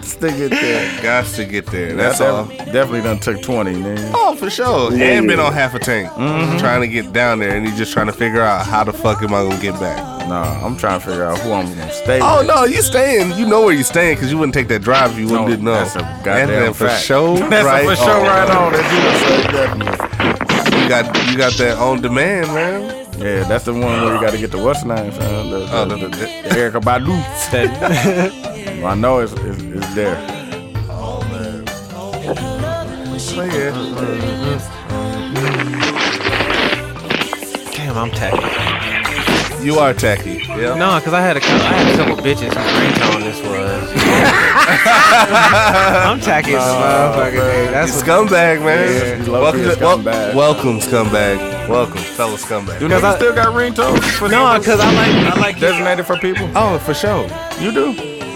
Speaker 2: to get there.
Speaker 3: got to get there.
Speaker 2: That's
Speaker 3: That's all.
Speaker 2: Definitely done took 20, nigga.
Speaker 3: Oh, for sure. And been on half a tank,
Speaker 2: Mm-hmm.
Speaker 3: trying to get down there, and you just trying to figure out how the fuck am I gonna get back?
Speaker 2: Nah, I'm trying to figure out who I'm gonna stay
Speaker 3: Oh
Speaker 2: with.
Speaker 3: no, you staying. You know where you staying because you wouldn't take that drive if you wouldn't
Speaker 2: No,
Speaker 3: do no.
Speaker 2: that's a goddamn
Speaker 3: That's a for
Speaker 2: fact.
Speaker 3: sure.
Speaker 2: That's
Speaker 3: right
Speaker 2: for sure
Speaker 3: on.
Speaker 2: right on. That's you definitely.
Speaker 3: You got you got that on demand, man.
Speaker 2: Yeah, that's the one where you gotta get the what's her name, son. The,
Speaker 3: Oh,
Speaker 2: the,
Speaker 3: the-
Speaker 2: the Erica Badu.
Speaker 1: That-
Speaker 2: I know it's, it's, it's there.
Speaker 3: So yeah,
Speaker 1: Damn, I'm tacky.
Speaker 3: you are tacky. Yeah.
Speaker 1: No, because I had a cou- I had a couple bitches whose ringtone this was. I'm tacky as a
Speaker 2: Uh,
Speaker 1: motherfucker, dude.
Speaker 3: You
Speaker 1: That's what,
Speaker 3: scumbag, man.
Speaker 2: Yeah, you
Speaker 3: welcome,
Speaker 2: low-key a
Speaker 3: to- wel-
Speaker 2: scumbag.
Speaker 3: welcome, scumbag. Welcome, fellow scumbag.
Speaker 2: You niggas still got ringtones? For
Speaker 1: no, because I like I like
Speaker 2: designated for people?
Speaker 3: Oh, for sure.
Speaker 2: You do.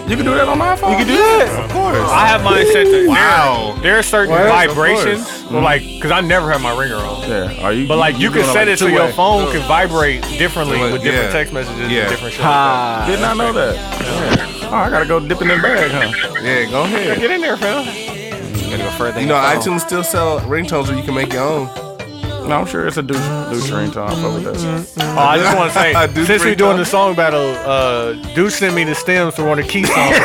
Speaker 2: You can do that on my phone. You can do
Speaker 3: Of course.
Speaker 4: I have mine set to.
Speaker 3: Wow.
Speaker 4: There, there are certain
Speaker 2: Well, of
Speaker 4: vibrations, but like, because I never have my ringer on.
Speaker 2: Yeah. Are you?
Speaker 4: But like, you can
Speaker 2: doing,
Speaker 4: set it so your
Speaker 2: two-way?
Speaker 4: phone can vibrate differently
Speaker 3: Two-way,
Speaker 4: with different
Speaker 3: yeah.
Speaker 4: text messages
Speaker 3: Yeah.
Speaker 4: and different shit. like
Speaker 1: Ah,
Speaker 2: Did not know that. Yeah. Oh, I gotta go dip in the bag, huh?
Speaker 3: Yeah, go
Speaker 4: that.
Speaker 3: ahead.
Speaker 4: Get in there, fam.
Speaker 1: gotta go further.
Speaker 3: You know, iTunes still sell ringtones where you can make your own.
Speaker 2: No, I'm sure it's a douche, douche ringtone. I fuck with that.
Speaker 4: Oh, I just want to
Speaker 3: I
Speaker 4: say,
Speaker 3: do
Speaker 4: since we're
Speaker 3: drink
Speaker 4: doing
Speaker 3: up.
Speaker 4: the song battle, uh, Dude sent me the stems for one of the key songs.
Speaker 6: This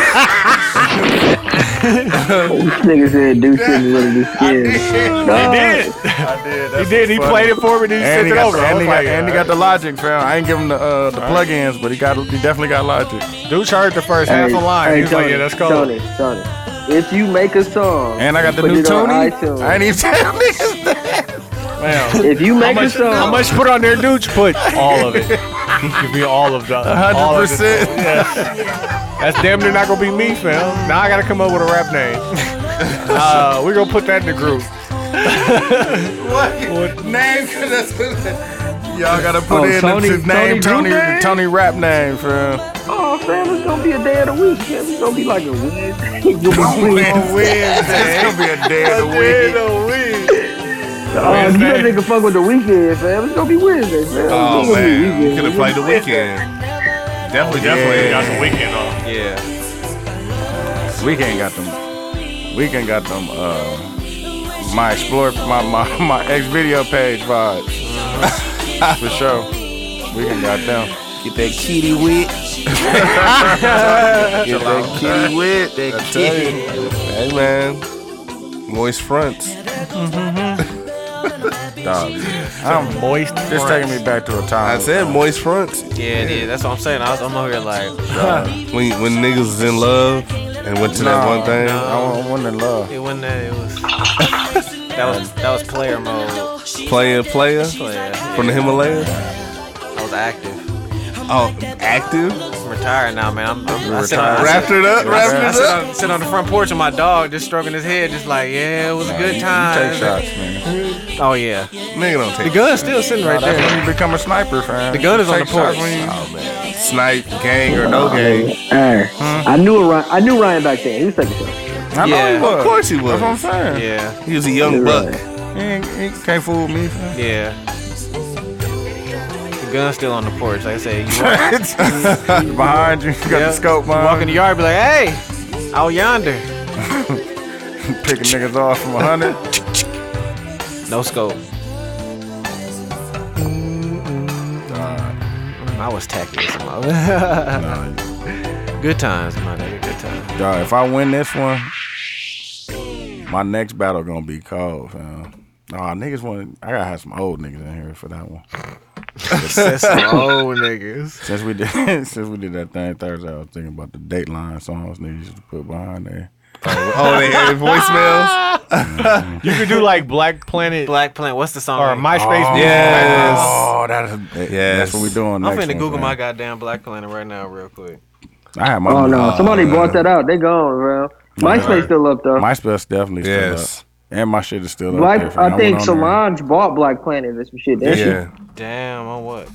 Speaker 6: nigga said do shit with his skin.
Speaker 4: he did.
Speaker 2: I did.
Speaker 4: He did. He played it for me. Then he
Speaker 2: And
Speaker 4: sent
Speaker 2: he,
Speaker 4: it
Speaker 2: got,
Speaker 4: over. I
Speaker 2: and,
Speaker 4: was
Speaker 2: he got,
Speaker 4: like, uh,
Speaker 2: and he got the logic, fam. I ain't give him the uh, the plugins, but he got he definitely got logic.
Speaker 4: Dude heard the first half a line. He was like, yeah, that's cool.
Speaker 6: Tony, Tony, if you make a song,
Speaker 2: And I got the
Speaker 6: put
Speaker 2: new
Speaker 6: it on
Speaker 2: Tony.
Speaker 6: iTunes.
Speaker 2: I ain't even tell niggas that.
Speaker 4: Man,
Speaker 6: if you
Speaker 4: how
Speaker 6: make a
Speaker 4: much,
Speaker 6: song,
Speaker 4: how much you put on there, dude? You put all of it. Give me all of the. all
Speaker 2: hundred
Speaker 4: of it.
Speaker 2: percent.
Speaker 4: That's damn near not gonna be me, fam. Now I gotta come up with a rap name. uh, we're gonna put that in the group.
Speaker 3: Name for this.
Speaker 2: Y'all gotta put
Speaker 6: Oh,
Speaker 2: in
Speaker 6: Tony-
Speaker 2: his name, Tony,
Speaker 6: Tony Blue
Speaker 2: Tony,
Speaker 6: Man?
Speaker 2: rap name, fam.
Speaker 6: oh, fam, it's gonna be a day of the week. fam. It's gonna be like a Wednesday. It's gonna be free on Wednesday.
Speaker 2: It's gonna be a day of the week.
Speaker 6: Oh, if you that nigga fuck with the weekend, fam. It's gonna be Wednesday, fam. It's
Speaker 3: Oh
Speaker 6: gonna be
Speaker 3: man, you
Speaker 6: weekend.
Speaker 3: could have played the weekend. Definitely,
Speaker 2: definitely got
Speaker 3: the weekend off.
Speaker 1: yeah.
Speaker 2: We can't got them. We can got them. Uh, my explore, my my my ex video page vibes for sure. We can goddamn
Speaker 8: Get that kitty wet.
Speaker 2: get that kitty wet. That
Speaker 3: I tell you. Hey man. Moist fronts.
Speaker 2: dog. I'm,
Speaker 4: Moist.
Speaker 2: this taking me back to a time.
Speaker 3: I said moist fronts.
Speaker 1: Yeah, it is. That's what I'm saying. I was, I'm over here like,
Speaker 2: uh,
Speaker 3: When when niggas was in love and went to that
Speaker 2: No,
Speaker 3: one thing.
Speaker 2: I want, I want to love.
Speaker 1: it wasn't that. It was. That was that was player mode.
Speaker 3: Player player
Speaker 1: Player.
Speaker 3: from the Himalayas.
Speaker 1: I was active.
Speaker 3: Oh, active.
Speaker 1: I'm retired now, man. I'm, I'm I sit on, I sit-
Speaker 3: Wrapped it up.
Speaker 1: I
Speaker 3: Wrapped it
Speaker 1: sit,
Speaker 3: up.
Speaker 1: on, sit on the front porch with my dog, just stroking his head, just like, yeah, it was a good
Speaker 2: You take
Speaker 1: time.
Speaker 2: shots, man.
Speaker 1: Oh yeah,
Speaker 3: Nigga don't
Speaker 1: the
Speaker 3: take
Speaker 1: gun's still sitting right
Speaker 2: That's
Speaker 1: there.
Speaker 2: when you become a sniper, fam.
Speaker 1: The gun is on
Speaker 2: Take
Speaker 1: the porch.
Speaker 2: shots when you-
Speaker 3: snipe, gang or no gang.
Speaker 6: Hey, I knew Ryan. I knew Ryan back then. He was taking shots.
Speaker 2: I know
Speaker 1: Yeah.
Speaker 2: he was.
Speaker 3: Of course he
Speaker 2: That's what I'm
Speaker 3: was.
Speaker 2: saying.
Speaker 1: Yeah,
Speaker 3: He was a young buck.
Speaker 2: He, ain't, he can't fool me, fam.
Speaker 1: yeah. The gun's still on the porch. Like I said, you walk,
Speaker 2: behind you, you got the
Speaker 1: yeah,
Speaker 2: scope,
Speaker 1: you walk in
Speaker 2: man.
Speaker 1: the yard, be like, hey, out yonder.
Speaker 2: Picking niggas off from a hundred.
Speaker 1: No scope. I was tacky. as a mother. good times, my nigga. Good times.
Speaker 2: Dog, if I win this one, my next battle gonna be cold, fam. Nah, niggas want. I gotta have some old niggas in here for that one.
Speaker 1: old niggas.
Speaker 2: Since we did, since we did that thing Thursday, I was thinking about the Dateline songs niggas used to put behind there.
Speaker 3: Oh, they had voicemails.
Speaker 4: You could do like Black Planet
Speaker 1: Black Plant. What's the song?
Speaker 4: or MySpace. music.
Speaker 3: Yes.
Speaker 2: Oh, that is, that-
Speaker 3: Yes.
Speaker 2: that's what we doing.
Speaker 1: I'm
Speaker 2: next
Speaker 1: finna
Speaker 2: one,
Speaker 1: Google
Speaker 2: fam.
Speaker 1: my goddamn Black Planet right now, real quick.
Speaker 2: I had my. uh,
Speaker 6: Oh no! Somebody
Speaker 3: man.
Speaker 6: brought that out. They gone, bro. MySpace still up though.
Speaker 2: My stuff's definitely still
Speaker 3: Yes.
Speaker 2: up, and my shit is still
Speaker 6: Black,
Speaker 2: up. there, fam.
Speaker 6: I think
Speaker 2: went on there.
Speaker 6: Solange bought Black Planet or some shit. That shit
Speaker 3: Yeah.
Speaker 1: Damn, on what?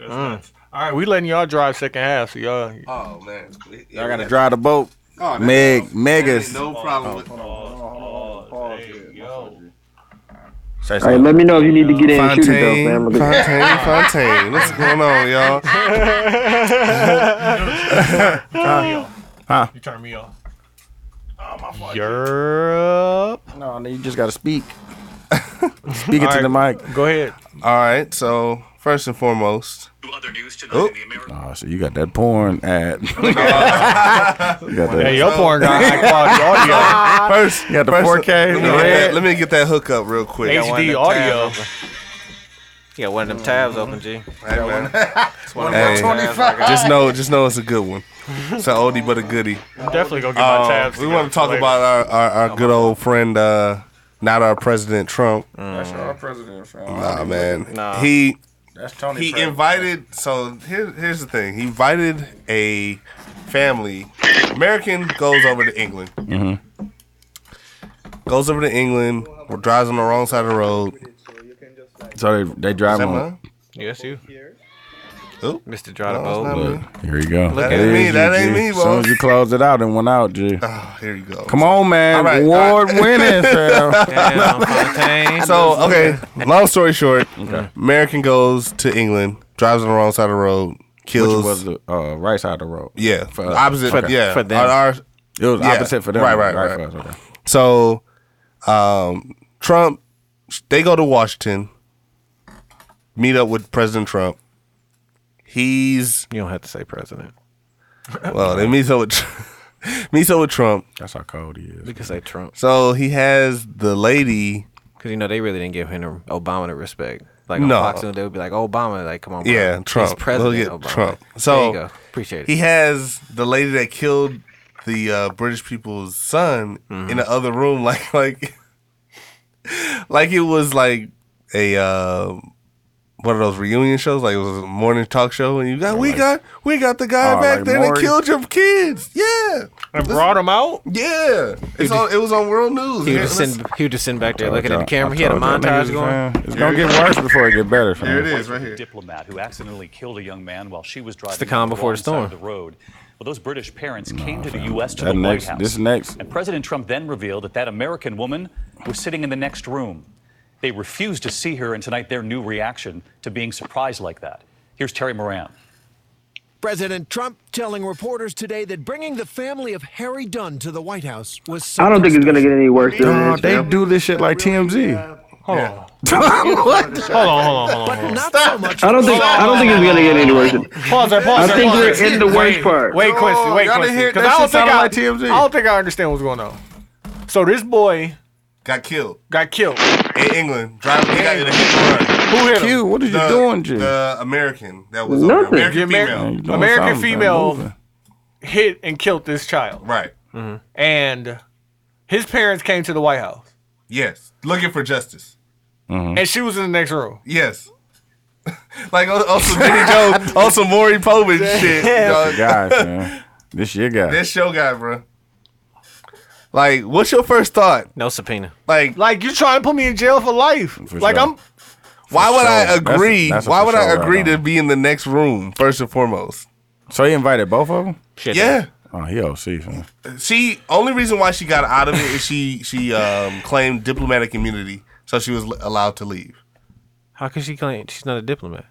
Speaker 1: Mm.
Speaker 4: All right, we letting y'all drive second half, so y'all.
Speaker 3: Oh man.
Speaker 2: I gotta drive the boat. Meg, Megas.
Speaker 3: Oh, No problem with
Speaker 2: Say
Speaker 6: All right,
Speaker 2: something.
Speaker 6: let me know if you need to get in and shoot it though, fam.
Speaker 3: Fontaine.
Speaker 6: Look at-
Speaker 3: Fontaine. Fontaine. What's going on, y'all?
Speaker 4: You turn me off. Europe.
Speaker 2: No, no, you just gotta speak. speak it to
Speaker 4: Alright.
Speaker 2: the mic.
Speaker 4: Go ahead.
Speaker 3: All right. So first and foremost, Oh.
Speaker 2: Oh, so you got that porn ad. you got that.
Speaker 4: Hey, your porn got high
Speaker 3: first,
Speaker 2: You got the
Speaker 3: first-
Speaker 2: 4K,
Speaker 3: Let me,
Speaker 2: the
Speaker 3: get that,
Speaker 2: red.
Speaker 3: let me get that hook up real quick.
Speaker 4: quality audio. HD audio.
Speaker 1: You got one of them tabs open, G.
Speaker 3: Hey, man. Hey, just know, just know it's a good one. It's an oldie but a goodie.
Speaker 4: I'm definitely gonna get
Speaker 3: Um,
Speaker 4: my tabs.
Speaker 3: we want to
Speaker 4: together
Speaker 3: talk
Speaker 4: for later.
Speaker 3: about our, our, our good old friend, uh, not our president Trump.
Speaker 2: That's our president, fam.
Speaker 3: Nah, man.
Speaker 1: Nah.
Speaker 3: He
Speaker 2: That's Tony.
Speaker 3: he invited. So here, here's the thing. He invited a family. American goes over to England.
Speaker 2: Mm-hmm.
Speaker 3: Goes over to England. Drives on the wrong side of the road.
Speaker 2: so they, they drive
Speaker 3: Is that
Speaker 2: on.
Speaker 3: mine?
Speaker 1: Yes, you.
Speaker 3: Oop.
Speaker 1: Mr. Draw the
Speaker 3: No, it's
Speaker 1: Boat.
Speaker 3: not mine.
Speaker 2: Look, here you go.
Speaker 3: at me, that ain't me,
Speaker 2: As soon
Speaker 3: boss.
Speaker 2: as you close it out and went out, G.
Speaker 3: Ah, here you go.
Speaker 2: Come on, man.
Speaker 3: All right, all
Speaker 2: Award winning, fam.
Speaker 1: Damn, Fontaine.
Speaker 3: So okay, long story short, American goes to England, drives on the wrong side of the road, kills.
Speaker 2: Which was the uh, right side of the road.
Speaker 3: yeah,
Speaker 2: For-
Speaker 3: opposite.
Speaker 2: for-
Speaker 3: yeah,
Speaker 1: for them.
Speaker 3: on our-
Speaker 2: It was
Speaker 3: Yeah.
Speaker 2: opposite for them.
Speaker 3: Right, right,
Speaker 2: for us,
Speaker 3: right.
Speaker 2: okay.
Speaker 3: so, um, Trump, they go to Washington, meet up with President Trump. He's
Speaker 1: you don't have to say president.
Speaker 3: well, they meet up with Tr- meets up with Trump.
Speaker 2: That's how cold he is.
Speaker 1: You can say Trump.
Speaker 3: So he has the lady.
Speaker 1: Because, you know, they really didn't give him Obama the respect. Like, on
Speaker 3: No.
Speaker 1: Fox News, they would be like, Obama, like, come on, bro.
Speaker 3: Yeah, Trump.
Speaker 1: He's president
Speaker 3: Look at
Speaker 1: Obama.
Speaker 3: Trump.
Speaker 1: there
Speaker 3: So-
Speaker 1: you go. Appreciate it.
Speaker 3: He has the lady that killed the uh, British people's son
Speaker 2: Mm-hmm.
Speaker 3: in the other room, like like like it was like a uh, one of those reunion shows, like it was a morning talk show, and you got we got we got the guy
Speaker 2: Oh,
Speaker 3: back
Speaker 2: like
Speaker 3: there that
Speaker 2: Maury?
Speaker 3: killed your kids. Yeah,
Speaker 4: And brought them out.
Speaker 3: yeah. It's on, it was on world news.
Speaker 1: He
Speaker 3: Here,
Speaker 1: was, just
Speaker 3: let's-
Speaker 1: sitting, he was just sitting back there looking at the
Speaker 2: I
Speaker 1: camera. He had a
Speaker 2: told y'all
Speaker 1: montage
Speaker 2: niggas,
Speaker 1: going.
Speaker 2: fam, It's gonna get worse before it get better, fam.
Speaker 3: here it is, right here.
Speaker 9: diplomat who accidentally killed a young man while she was driving
Speaker 1: the calm
Speaker 9: on
Speaker 1: before
Speaker 9: wrong
Speaker 1: the
Speaker 9: side of
Speaker 1: storm.
Speaker 9: the road. Well, those British parents came to the U.S. to
Speaker 2: That
Speaker 9: the
Speaker 2: next,
Speaker 9: White House.
Speaker 2: this next,
Speaker 9: And President Trump then revealed that that American woman was sitting in the next room. They refused to see her, and tonight their new reaction to being surprised like that. Here's Terry Moran.
Speaker 10: President Trump telling reporters today that bringing the family of Harry Dunn to the White House was
Speaker 6: I don't think it's gonna get any worse. Than
Speaker 2: Dog,
Speaker 6: this,
Speaker 2: they
Speaker 6: fam.
Speaker 2: do this shit like TMZ.
Speaker 4: Hold on.
Speaker 2: what?
Speaker 4: Hold on, hold on, hold on. Hold on.
Speaker 10: Not so much.
Speaker 6: I don't think I don't think it's gonna get any worse.
Speaker 4: Pause there, pause
Speaker 6: I
Speaker 4: there,
Speaker 6: think
Speaker 4: pause
Speaker 6: we're
Speaker 4: there.
Speaker 6: in the worst
Speaker 4: wait,
Speaker 6: part.
Speaker 4: Wait, Quincy,
Speaker 2: No,
Speaker 4: wait,
Speaker 2: y'all didn't
Speaker 4: Quincy.
Speaker 2: hear-
Speaker 4: 'cause
Speaker 2: that
Speaker 4: I don't
Speaker 2: shit
Speaker 4: think
Speaker 2: sounded
Speaker 4: I,
Speaker 2: like TMZ.
Speaker 4: I don't think I understand what's going on. So this boy
Speaker 3: Got killed
Speaker 4: got killed.
Speaker 3: in England. Driving, he got in a hit and run.
Speaker 4: Who hit him?
Speaker 2: Q, what are you
Speaker 3: The-
Speaker 2: doing, G?
Speaker 3: The American that was over there.
Speaker 6: Nothing.
Speaker 3: American
Speaker 4: The Amer-
Speaker 2: Man,
Speaker 3: female.
Speaker 2: you doing
Speaker 4: American
Speaker 2: something, man.
Speaker 4: female.
Speaker 2: Moving.
Speaker 4: Hit and killed this child.
Speaker 3: Right.
Speaker 4: And his parents came to the White House.
Speaker 3: Yes. Looking for justice.
Speaker 4: And she was in the next room.
Speaker 3: Yes. like on, on some Jenny Jones, on some Maury Povich shit. dog.
Speaker 2: Guys, man. This your guy.
Speaker 3: That's your guy, bro. Like, what's your first thought?
Speaker 1: No subpoena.
Speaker 3: Like,
Speaker 4: Like you trying to put me in jail for life.
Speaker 2: For
Speaker 4: like
Speaker 2: sure.
Speaker 4: I'm
Speaker 3: why would
Speaker 2: sure.
Speaker 3: I
Speaker 2: That's a-
Speaker 3: agree?
Speaker 2: that's a
Speaker 3: why
Speaker 2: for
Speaker 3: would
Speaker 2: sure
Speaker 3: I
Speaker 2: right
Speaker 3: agree to
Speaker 2: on.
Speaker 3: be in the next room first and foremost?
Speaker 2: So he invited both of them?
Speaker 1: Shit.
Speaker 3: Yeah.
Speaker 2: Oh, he OC, man.
Speaker 3: She only reason why she got out of it is she she um, claimed diplomatic immunity, so she was l- allowed to leave.
Speaker 1: How can she claim she's not a diplomat?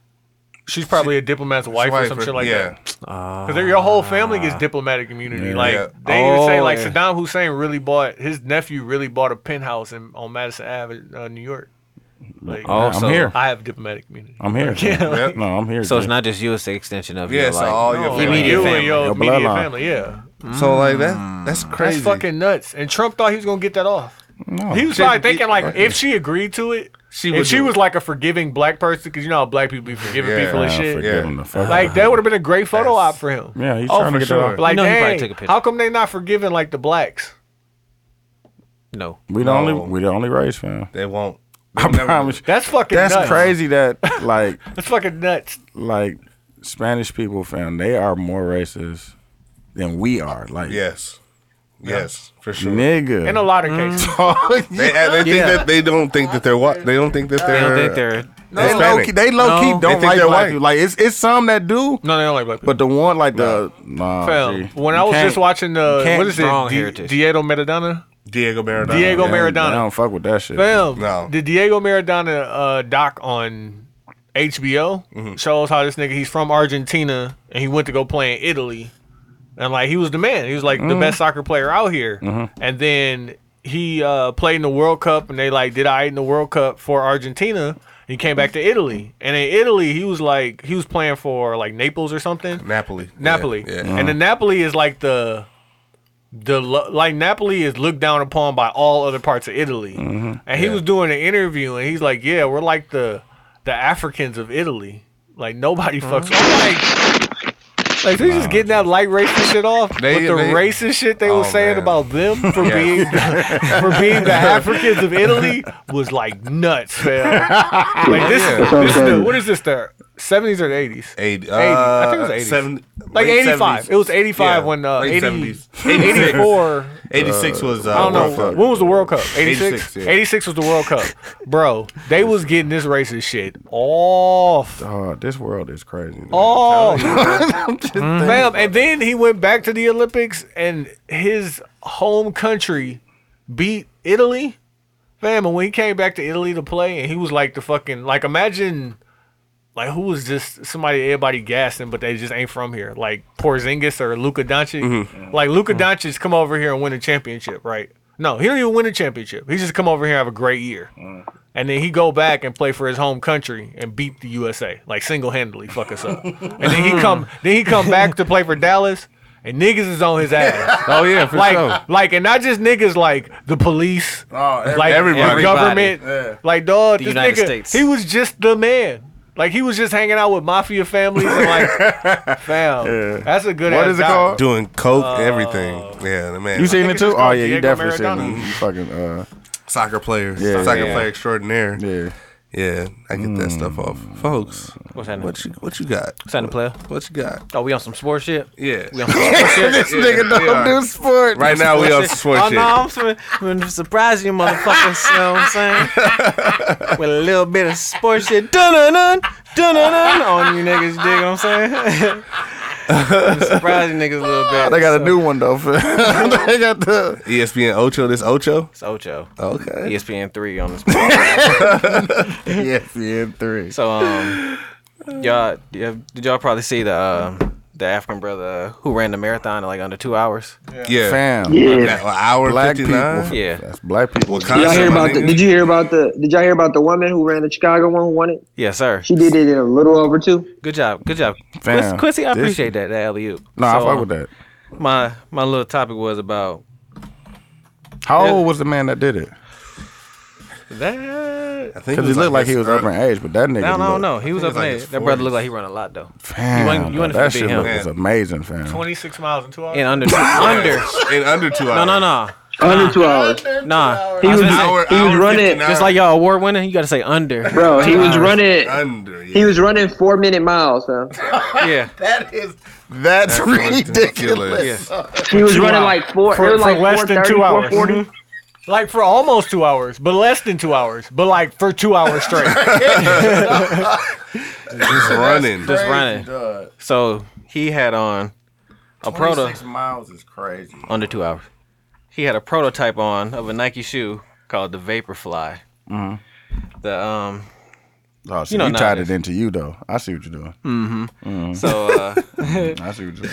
Speaker 4: she's probably a diplomat's wife or some shit like
Speaker 3: yeah.
Speaker 4: that. Because your whole family
Speaker 2: Ah.
Speaker 4: gets diplomatic immunity. Like
Speaker 3: Yeah.
Speaker 4: they even say,
Speaker 1: Oh,
Speaker 4: like
Speaker 1: yeah.
Speaker 4: Saddam Hussein really bought his nephew really bought a penthouse in on Madison Ave, uh, New York. Like,
Speaker 1: Oh,
Speaker 2: I'm
Speaker 1: so-
Speaker 2: here.
Speaker 4: I have diplomatic immunity.
Speaker 2: I'm here.
Speaker 4: Yeah,
Speaker 2: man.
Speaker 4: like-
Speaker 2: No, I'm here.
Speaker 1: So it's
Speaker 2: G.
Speaker 1: not just you; it's the extension of
Speaker 3: Yeah,
Speaker 1: your
Speaker 3: so
Speaker 1: like.
Speaker 3: all your
Speaker 4: No,
Speaker 3: family.
Speaker 4: like,
Speaker 1: Immediate
Speaker 4: you
Speaker 1: family.
Speaker 4: and your,
Speaker 2: Your
Speaker 4: immediate
Speaker 2: bloodline.
Speaker 4: family, yeah.
Speaker 3: So like that, that's crazy.
Speaker 4: That's fucking nuts. And Trump thought he was gonna get that off.
Speaker 2: No.
Speaker 4: He was probably thinking like, if she agreed to it,
Speaker 3: She would
Speaker 4: if she
Speaker 3: do
Speaker 4: was
Speaker 3: it.
Speaker 4: like a forgiving black person, because you know how black people be forgiving
Speaker 3: Yeah.
Speaker 4: people
Speaker 2: Nah,
Speaker 4: and shit.
Speaker 2: forgive
Speaker 3: Yeah.
Speaker 2: him the fuck.
Speaker 4: Like that would have been a great photo
Speaker 3: That's-
Speaker 4: op for him.
Speaker 2: Yeah, he's
Speaker 3: Oh,
Speaker 2: trying to
Speaker 3: for
Speaker 2: get
Speaker 3: sure.
Speaker 2: sure.
Speaker 4: Like,
Speaker 1: know he probably
Speaker 4: dang,
Speaker 1: took a picture.
Speaker 4: how come they not forgiving like the blacks?
Speaker 1: no,
Speaker 2: We the
Speaker 3: No.
Speaker 2: only we the only race, man.
Speaker 3: They won't.
Speaker 2: I promise. you.
Speaker 4: That's fucking.
Speaker 2: That's
Speaker 4: nuts.
Speaker 2: crazy that like
Speaker 4: That's fucking nuts.
Speaker 2: like Spanish people, fam, they are more racist than we are. Like
Speaker 3: Yes. Yes, for sure.
Speaker 2: nigga.
Speaker 4: In a lot of cases,
Speaker 3: They, they think that they don't think that they're white. They don't think that
Speaker 1: they
Speaker 3: they're.
Speaker 1: don't think they're.
Speaker 2: they low key, they low key
Speaker 1: No.
Speaker 3: They
Speaker 2: don't
Speaker 3: think
Speaker 2: like
Speaker 3: they're
Speaker 2: black
Speaker 3: white.
Speaker 2: people. Like it's it's some that do,
Speaker 4: no, they don't like black people.
Speaker 2: but the one like the nah. G.
Speaker 4: Fam, when I
Speaker 2: You
Speaker 4: was
Speaker 2: can't-
Speaker 4: just watching the
Speaker 2: can't
Speaker 4: what is it,
Speaker 1: strong
Speaker 4: Di-
Speaker 1: heritage.
Speaker 4: Diego Maradona?
Speaker 3: Diego Maradona.
Speaker 4: Diego
Speaker 2: they don't-
Speaker 4: Maradona.
Speaker 2: they don't fuck with that shit.
Speaker 4: Fam,
Speaker 3: No.
Speaker 4: the Diego Maradona uh, doc on HBO
Speaker 2: Mm-hmm.
Speaker 4: shows how this nigga he's from Argentina and he went to go play in Italy, and like he was the man. He was like the
Speaker 2: Mm-hmm.
Speaker 4: best soccer player out here, and then he uh, played in the World Cup and they like did I in the World Cup for Argentina. He came back to Italy, and in Italy he was like he was playing for like Naples or something.
Speaker 3: Napoli.
Speaker 4: Napoli.
Speaker 3: Yeah.
Speaker 4: And the Napoli is like the the lo- like Napoli is looked down upon by all other parts of Italy.
Speaker 3: Mm-hmm.
Speaker 4: And he was doing an interview and he's like, "Yeah, we're like the the Africans of Italy. Like nobody
Speaker 3: Mm-hmm.
Speaker 4: fucks I'm like like they just getting that light racist shit off.
Speaker 3: They-
Speaker 4: with the
Speaker 3: they-
Speaker 4: racist shit they
Speaker 3: Oh,
Speaker 4: were saying
Speaker 3: man.
Speaker 4: about them for being for being the Africans of Italy was like nuts, man. Like this, this is the, what is this? The seventies or the eighties?
Speaker 3: Eight-
Speaker 4: I think it was
Speaker 3: uh,
Speaker 4: 80s.
Speaker 3: seven-
Speaker 4: like
Speaker 3: late
Speaker 4: 85.
Speaker 3: 70s.
Speaker 4: It was 85
Speaker 3: Yeah,
Speaker 4: when uh,
Speaker 3: late
Speaker 4: 80,
Speaker 3: 70s.
Speaker 4: 84.
Speaker 3: 86 was. Uh,
Speaker 4: I don't know.
Speaker 3: World Cup.
Speaker 4: When was the World Cup? 86? 86,
Speaker 3: 86, yeah.
Speaker 4: was the World Cup. Bro, they was getting this racist shit off.
Speaker 2: Oh, this world is crazy. man.
Speaker 4: Off. Ma'am, and then he went back to the Olympics and his home country beat Italy. Fam, and when he came back to Italy to play, and he was like the fucking like imagine like who was just somebody everybody gassing, but they just ain't from here, like Porzingis or Luka Doncic.
Speaker 2: Mm-hmm.
Speaker 4: Like Luka Doncic come over here and win a championship, right? No, he don't even win a championship. He just come over here and have a great year,
Speaker 2: Mm.
Speaker 4: and then he go back and play for his home country and beat the USA like single handedly, fuck us up. and then
Speaker 2: Mm.
Speaker 4: he come then he come back to play for Dallas. And niggas is on his ass.
Speaker 2: Oh yeah, for
Speaker 4: like,
Speaker 2: sure.
Speaker 4: like, and not just niggas, like the police,
Speaker 2: Oh, every-
Speaker 4: like
Speaker 2: everybody.
Speaker 4: the government,
Speaker 2: Yeah.
Speaker 4: like dog.
Speaker 1: The
Speaker 4: this
Speaker 1: United
Speaker 4: nigga,
Speaker 1: States.
Speaker 4: he was just the man. Like he was just hanging out with mafia families and like, fam, that's a good.
Speaker 2: What
Speaker 4: ass
Speaker 2: is it
Speaker 4: doc.
Speaker 2: called?
Speaker 3: Doing coke, everything. Yeah, the man.
Speaker 2: You seen it
Speaker 4: it's just
Speaker 2: too? Oh
Speaker 4: called
Speaker 2: yeah, you
Speaker 4: Diego
Speaker 2: definitely
Speaker 4: Maradona.
Speaker 2: seen it. You fucking uh,
Speaker 3: soccer players.
Speaker 2: Yeah,
Speaker 3: soccer
Speaker 2: yeah.
Speaker 3: player extraordinaire. Yeah.
Speaker 2: yeah.
Speaker 3: I get that stuff off, folks.
Speaker 1: What's happening?
Speaker 3: What you what you got?
Speaker 1: What's happening, player?
Speaker 3: What you got?
Speaker 1: Oh, we on some sports shit.
Speaker 3: Yeah.
Speaker 1: We on some sports shit.
Speaker 2: This nigga
Speaker 3: we are.
Speaker 2: don't do sport.
Speaker 3: Right now we on some sports
Speaker 1: oh
Speaker 3: shit.
Speaker 1: no, I'm, sur- I'm surprising you, motherfuckers. you know what I'm saying? With a little bit of sports shit, dun dun dun dun dun on you niggas. You dig what I'm saying? I'm surprising niggas a little bit.
Speaker 2: They got a new one though. they got the
Speaker 3: ESPN Ocho. This Ocho.
Speaker 1: It's Ocho. E
Speaker 3: Okay.
Speaker 1: ESPN three on this.
Speaker 2: ESPN three.
Speaker 1: so um, y'all, yeah, did y'all probably see the um, the African brother who ran the marathon in like under two hours.
Speaker 3: Yeah.
Speaker 2: Fam.
Speaker 6: Yeah.
Speaker 3: That hour
Speaker 2: Black
Speaker 3: 59?
Speaker 2: people.
Speaker 1: Yeah.
Speaker 2: That's black people.
Speaker 3: Wakanda,
Speaker 6: Did y'all hear
Speaker 3: my
Speaker 6: about the?
Speaker 3: nigga.
Speaker 6: Did you hear about the? Did y'all hear about the woman who ran the Chicago one who won it?
Speaker 1: Yes, sir.
Speaker 6: She did it in a little over two.
Speaker 1: Good job. Good job.
Speaker 2: Fam,
Speaker 1: Quincy, Quincy, I
Speaker 2: this-
Speaker 1: appreciate that, that alley oop.
Speaker 2: No, I fuck with that.
Speaker 1: My my little topic was about
Speaker 2: How old was the man that did it?
Speaker 1: that.
Speaker 3: I think
Speaker 2: Because he looked like he was up in
Speaker 3: his-
Speaker 2: age, but that nigga.
Speaker 1: I don't, I don't
Speaker 2: looked-
Speaker 1: know. He was up
Speaker 3: was like
Speaker 1: in
Speaker 3: his
Speaker 1: there. That brother
Speaker 3: 40s.
Speaker 1: looked like he run a lot though.
Speaker 2: Fam,
Speaker 1: You ain't- you ain't
Speaker 2: that
Speaker 1: fit
Speaker 2: shit
Speaker 1: him.
Speaker 2: look- was amazing, fam.
Speaker 4: 26 miles in two hours.
Speaker 1: In under under.
Speaker 3: in under two
Speaker 1: No,
Speaker 3: hours.
Speaker 1: no, no.
Speaker 6: Under two
Speaker 4: Ah.
Speaker 6: hours,
Speaker 1: Nah.
Speaker 6: He
Speaker 1: I
Speaker 6: was-
Speaker 1: finna say,
Speaker 3: Hour,
Speaker 6: He was
Speaker 3: hour
Speaker 6: running
Speaker 3: 59.
Speaker 1: just like y'all award winner, you gotta say under.
Speaker 6: bro. He was running.
Speaker 3: under. Yeah.
Speaker 6: He was running four minute miles, man.
Speaker 1: Yeah.
Speaker 2: That is. That's, ridiculous.
Speaker 6: He was
Speaker 4: Two
Speaker 6: running
Speaker 4: hours.
Speaker 6: like four. it
Speaker 4: for,
Speaker 6: was
Speaker 4: for
Speaker 6: like
Speaker 4: less than
Speaker 6: 4:30,
Speaker 4: two hours. Mm-hmm.
Speaker 6: 4:40.
Speaker 4: Like for almost two hours, but less than two hours, but like for two hours straight.
Speaker 3: Just running.
Speaker 1: Just running.
Speaker 2: Uh,
Speaker 1: So he had on a proto
Speaker 2: miles is crazy.
Speaker 1: under two hours. He had a prototype on of a Nike shoe called the Vaporfly. The um
Speaker 2: Oh, so
Speaker 1: You
Speaker 2: you,
Speaker 1: know
Speaker 2: tied
Speaker 1: nowadays.
Speaker 2: it into you though. I see what you're doing.
Speaker 1: so uh
Speaker 2: I see what you're doing.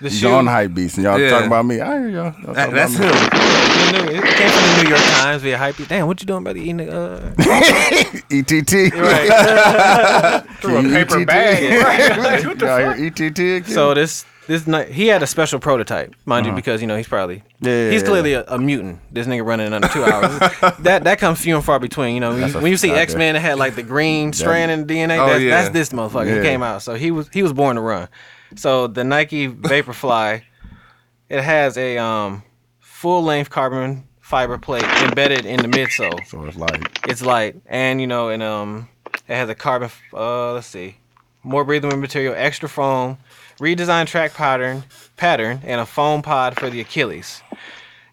Speaker 1: the
Speaker 2: you
Speaker 1: shoe
Speaker 2: on hype beats and y'all
Speaker 3: Yeah.
Speaker 2: talking about me. I hear y'all. Y'all
Speaker 3: That-
Speaker 2: talking
Speaker 3: that's
Speaker 2: about me.
Speaker 3: him.
Speaker 1: the new, it came from the New York Times via hype. Damn, what you doing about eating the uh
Speaker 2: E ETT.
Speaker 4: Through a paper
Speaker 2: ETT.
Speaker 4: bag.
Speaker 2: y'all hear ETT? E again?
Speaker 1: So this this ni- he had a special prototype, mind you, because you know he's probably
Speaker 2: Uh-huh. Yeah, yeah,
Speaker 1: he's
Speaker 2: yeah.
Speaker 1: clearly a, a mutant. This nigga running in under two hours. that that comes few and far between. You know when, you,
Speaker 2: a-
Speaker 1: when you see
Speaker 2: I do.
Speaker 1: X Men that had like the green strand in the DNA,
Speaker 3: Oh,
Speaker 1: that's,
Speaker 3: yeah.
Speaker 1: that's this motherfucker. He
Speaker 2: Yeah.
Speaker 1: came out, so he was he was born to run. So the Nike Vaporfly, it has a um full length carbon fiber plate embedded in the midsole.
Speaker 2: So it's like
Speaker 1: It's light, and you know, and um, it has a carbon. f- Uh, let's see, more breathable material, extra foam, redesigned track pattern, pattern, and a foam pod for the Achilles.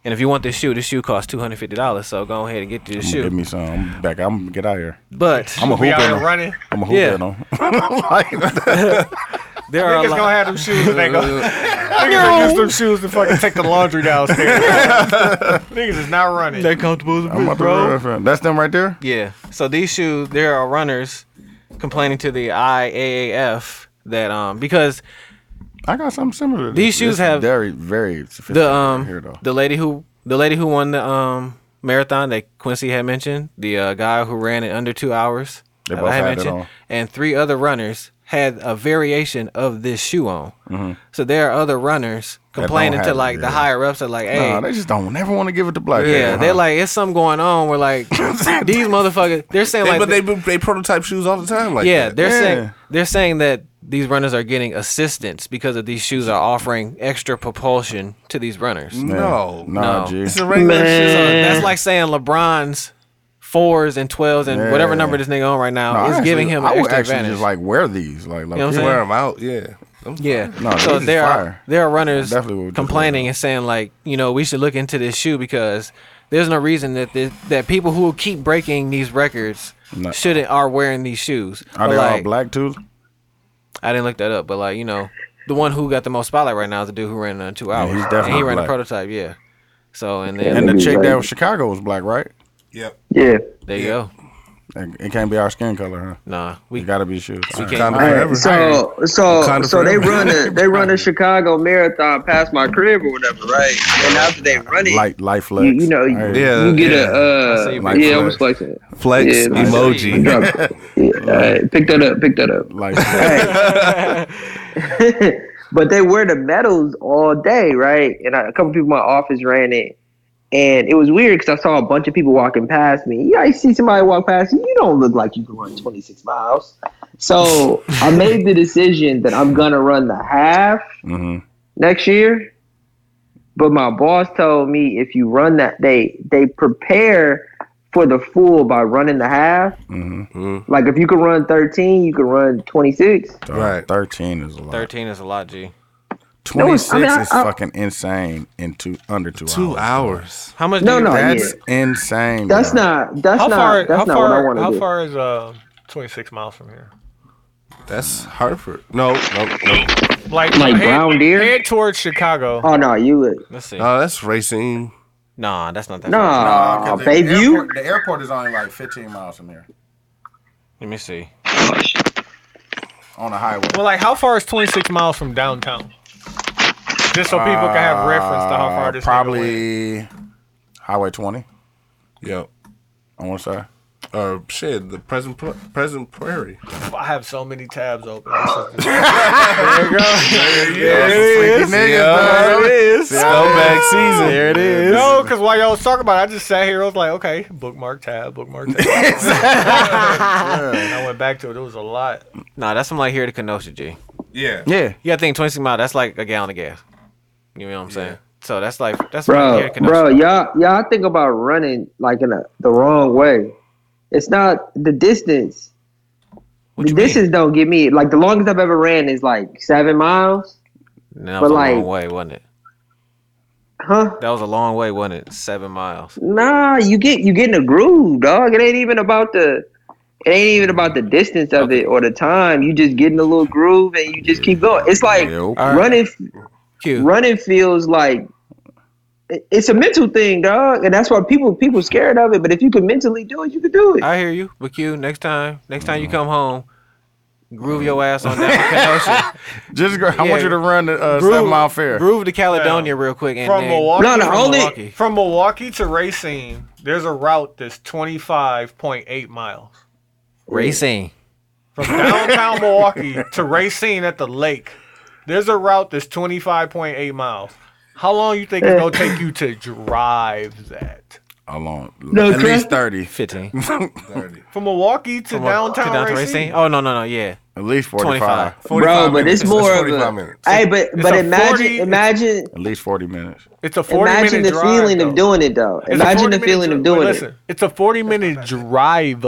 Speaker 1: And if you want this shoe, this shoe costs two hundred fifty dollars. So go ahead and get you this
Speaker 2: give
Speaker 1: shoe.
Speaker 2: me some. I'm back. I'm gonna get out of here.
Speaker 1: But
Speaker 2: I'm a hoop
Speaker 4: We out
Speaker 2: in
Speaker 4: here
Speaker 2: 'em.
Speaker 4: running.
Speaker 2: I'm a hoop
Speaker 1: Yeah.
Speaker 2: in 'em. Like,
Speaker 1: there are a
Speaker 4: Niggas gonna
Speaker 1: lot.
Speaker 4: have them shoes. They go. Niggas gonna use them shoes to fucking take the laundry downstairs. Niggas is not running.
Speaker 1: They're comfortable as a
Speaker 2: I'm
Speaker 1: bitch,
Speaker 2: about to run, fam. That's them right there.
Speaker 1: Yeah. So these shoes, there are runners complaining to the IAAF that um because
Speaker 2: I got something similar. To
Speaker 1: These
Speaker 2: this.
Speaker 1: shoes
Speaker 2: This
Speaker 1: have-
Speaker 2: very very sophisticated
Speaker 1: the
Speaker 2: right
Speaker 1: um
Speaker 2: here though.
Speaker 1: the lady who the lady who won the um marathon that Quincy had mentioned, the uh, guy who ran in under two hours
Speaker 2: They
Speaker 1: that
Speaker 2: both
Speaker 1: I had
Speaker 2: had it
Speaker 1: mentioned,
Speaker 2: on.
Speaker 1: and three other runners had a variation of this shoe on. So there are other runners
Speaker 2: Mm-hmm. don't
Speaker 1: complaining to
Speaker 2: have it,
Speaker 1: like the
Speaker 2: yeah.
Speaker 1: higher ups are like, hey.
Speaker 2: Nah, they just don't never want to give it to black.
Speaker 1: yeah,
Speaker 2: people, huh?
Speaker 1: they're like it's something going on. Where like these motherfuckers, they're saying
Speaker 3: They-
Speaker 1: like
Speaker 3: but they they prototype shoes all the time. Like
Speaker 1: yeah,
Speaker 3: that.
Speaker 1: they're
Speaker 2: Yeah.
Speaker 1: saying they're saying that these runners are getting assistance because of these shoes are offering extra propulsion to these runners.
Speaker 3: no,
Speaker 2: Nah,
Speaker 1: No.
Speaker 2: G.
Speaker 3: It's a regular
Speaker 1: So
Speaker 3: shoe.
Speaker 1: that's like saying LeBron's fours and twelves and whatever
Speaker 2: Yeah.
Speaker 1: number this nigga on right now
Speaker 2: No, I
Speaker 1: is
Speaker 2: actually-
Speaker 1: giving him
Speaker 2: I
Speaker 1: an
Speaker 2: would
Speaker 1: extra
Speaker 2: actually
Speaker 1: advantage.
Speaker 2: just like wear these, like, like
Speaker 1: know what I'm
Speaker 3: You
Speaker 1: saying?
Speaker 3: wear them out, yeah. Them-
Speaker 1: yeah.
Speaker 2: No,
Speaker 1: so
Speaker 2: this is
Speaker 1: there
Speaker 2: fire.
Speaker 1: are there are runners
Speaker 2: Definitely would just
Speaker 1: complaining and saying like, you know, we should look into this shoe because there's no reason that this, that people who keep breaking these records
Speaker 2: No.
Speaker 1: shouldn't are wearing these shoes.
Speaker 2: Are
Speaker 1: But,
Speaker 2: they all
Speaker 1: like,
Speaker 2: black too?
Speaker 1: I didn't look that up, but like you know, the one who got the most spotlight right now is the dude who ran in two hours.
Speaker 2: he's
Speaker 1: And
Speaker 2: definitely
Speaker 1: he ran
Speaker 2: black.
Speaker 1: a prototype, yeah. So and then
Speaker 2: And the
Speaker 6: Maybe
Speaker 2: chick
Speaker 6: black.
Speaker 2: that was Chicago was black, right?
Speaker 3: Yep.
Speaker 4: Mm-hmm.
Speaker 6: Yeah.
Speaker 1: there you go.
Speaker 2: It it can't be our skin color, huh?
Speaker 1: Nah, we
Speaker 2: It gotta be shoes. All right.
Speaker 1: can't.
Speaker 3: Wakanda
Speaker 6: All
Speaker 3: forever.
Speaker 6: right, so so
Speaker 3: Wakanda
Speaker 6: so they
Speaker 3: forever.
Speaker 6: run a they run a Chicago marathon past my crib or whatever, right? And after they run it,
Speaker 2: Light, light
Speaker 6: you,
Speaker 2: flex.
Speaker 6: you know, you,
Speaker 2: All right.
Speaker 3: Yeah,
Speaker 6: you get
Speaker 3: yeah.
Speaker 1: see
Speaker 6: a uh,
Speaker 1: you,
Speaker 6: yeah,
Speaker 3: Mike.
Speaker 6: I'm just flexing.
Speaker 3: Flex
Speaker 6: Yeah, nice.
Speaker 3: emoji.
Speaker 6: Drop it. Yeah, all right, pick that up, pick that up.
Speaker 2: Light flex.
Speaker 6: but they wear the medals all day, right? And I, a couple people in my office ran it, and it was weird because I saw a bunch of people walking past me. Yeah, I see somebody walk past you. You don't look like you can run 26 miles. So I made the decision that I'm gonna run the half
Speaker 2: Mhm.
Speaker 6: next year. But my boss told me if you run that, they they prepare for the full by running the half. Like if you can run 13, you can run 26.
Speaker 3: Right.
Speaker 2: Thirteen is a lot.
Speaker 1: thirteen is a lot, G.
Speaker 2: Twenty
Speaker 6: I
Speaker 2: six
Speaker 6: mean, I-
Speaker 2: is
Speaker 6: I-
Speaker 2: fucking insane in two under two,
Speaker 3: Two
Speaker 2: hours.
Speaker 3: hours.
Speaker 1: How much?
Speaker 6: No,
Speaker 1: do you
Speaker 6: no,
Speaker 2: That's
Speaker 6: yeah.
Speaker 2: insane.
Speaker 6: That's
Speaker 2: bro.
Speaker 6: not. That's
Speaker 4: how
Speaker 6: not.
Speaker 4: far?
Speaker 6: that's
Speaker 4: how
Speaker 6: not
Speaker 4: far?
Speaker 6: what I
Speaker 4: how
Speaker 6: want to do.
Speaker 4: far is uh 26 miles from here?
Speaker 3: That's Hartford. No, no, no.
Speaker 4: Like,
Speaker 6: Like
Speaker 4: head,
Speaker 6: Brown Deer?
Speaker 4: Head towards Chicago.
Speaker 6: Oh no, you would.
Speaker 1: Let's see.
Speaker 3: No, that's Racine.
Speaker 1: nah, that's not that. far.
Speaker 6: Nah, babe, you.
Speaker 2: the airport is only like fifteen miles from here.
Speaker 1: Let me see.
Speaker 2: on the highway.
Speaker 4: Well, like, how far is 26 miles from downtown? Just so people can have reference to how far
Speaker 2: Uh,
Speaker 4: this nigga went.
Speaker 2: probably Highway 20
Speaker 3: Yep.
Speaker 2: on one side.
Speaker 3: Uh, shit, the present pl- present prairie.
Speaker 4: I have so many tabs open. there you go.
Speaker 2: Sleepy niggas, dog.
Speaker 3: Scumbag season.
Speaker 2: There it is.
Speaker 4: No, because while y'all was talking about it, I just sat here. I was like, okay, bookmark tab, bookmark tab. And I went back to it. It was a lot.
Speaker 1: Nah, that's from like here to Kenosha, G.
Speaker 3: Yeah.
Speaker 2: Yeah.
Speaker 1: You gotta think 26 mile. That's like a gallon of gas. You know what I'm saying? So that's like that's from here
Speaker 6: bro,
Speaker 1: to Kenosha.
Speaker 6: bro, y'all, y'all think about running like in a, the wrong way. It's not the distance.
Speaker 1: What
Speaker 6: the
Speaker 1: you
Speaker 6: distance don't get me. Like the longest I've ever ran is like seven miles,
Speaker 1: mean? That was
Speaker 6: but
Speaker 1: a
Speaker 6: like-
Speaker 1: long way, wasn't it?
Speaker 6: huh?
Speaker 1: That was a long way, wasn't it? Seven miles.
Speaker 6: Nah, you get you get in a groove, dog. It ain't even about the. It ain't even about the distance of it or the time. You just get in a little groove and you just keep going. It's like
Speaker 2: Yep.
Speaker 6: running
Speaker 1: Q.
Speaker 6: running feels like it- it's a mental thing, dog, and that's why people people scared of it. But if you can mentally do it, you can do it.
Speaker 1: I hear you, but Q. Next time, next time you come home, groove your ass on that Kenosha.
Speaker 2: Just go, I
Speaker 1: Yeah.
Speaker 2: want you to run the uh,
Speaker 1: Groove-
Speaker 2: seven mile fair.
Speaker 1: Groove to Caledonia real quick, and
Speaker 4: From
Speaker 1: then
Speaker 4: Milwaukee,
Speaker 6: No, the only-
Speaker 1: Milwaukee.
Speaker 4: from Milwaukee to Racine, there's a route that's 25.8 miles.
Speaker 1: racing.
Speaker 4: From downtown Milwaukee to Racine at the lake, there's a route that's 25.8 miles. How long you think it's gonna take you to drive that?
Speaker 2: Along
Speaker 6: No,
Speaker 2: at least
Speaker 6: Chris-
Speaker 2: thirty,
Speaker 1: 15.
Speaker 4: From Milwaukee to
Speaker 1: From Milwaukee
Speaker 4: downtown
Speaker 1: down to
Speaker 4: Racine?
Speaker 1: Oh, no, no, no. Yeah.
Speaker 2: at least forty
Speaker 1: 25.
Speaker 2: five,
Speaker 3: 45
Speaker 6: but it's
Speaker 3: minutes.
Speaker 6: more of
Speaker 3: 45
Speaker 6: a-
Speaker 3: minutes.
Speaker 6: Hey, but
Speaker 4: It's
Speaker 6: but
Speaker 4: a
Speaker 6: imagine
Speaker 4: 40
Speaker 6: imagine
Speaker 2: at least forty minutes.
Speaker 4: Oh, It's a 40
Speaker 6: imagine the
Speaker 4: minute drive.
Speaker 6: feeling of
Speaker 4: though.
Speaker 6: doing it though.
Speaker 4: It's a
Speaker 6: Imagine the
Speaker 4: 40 minute
Speaker 6: feeling of
Speaker 4: dri-
Speaker 6: doing
Speaker 4: wait,
Speaker 6: it. Hmm?
Speaker 4: listen, It's a 40 minute drive.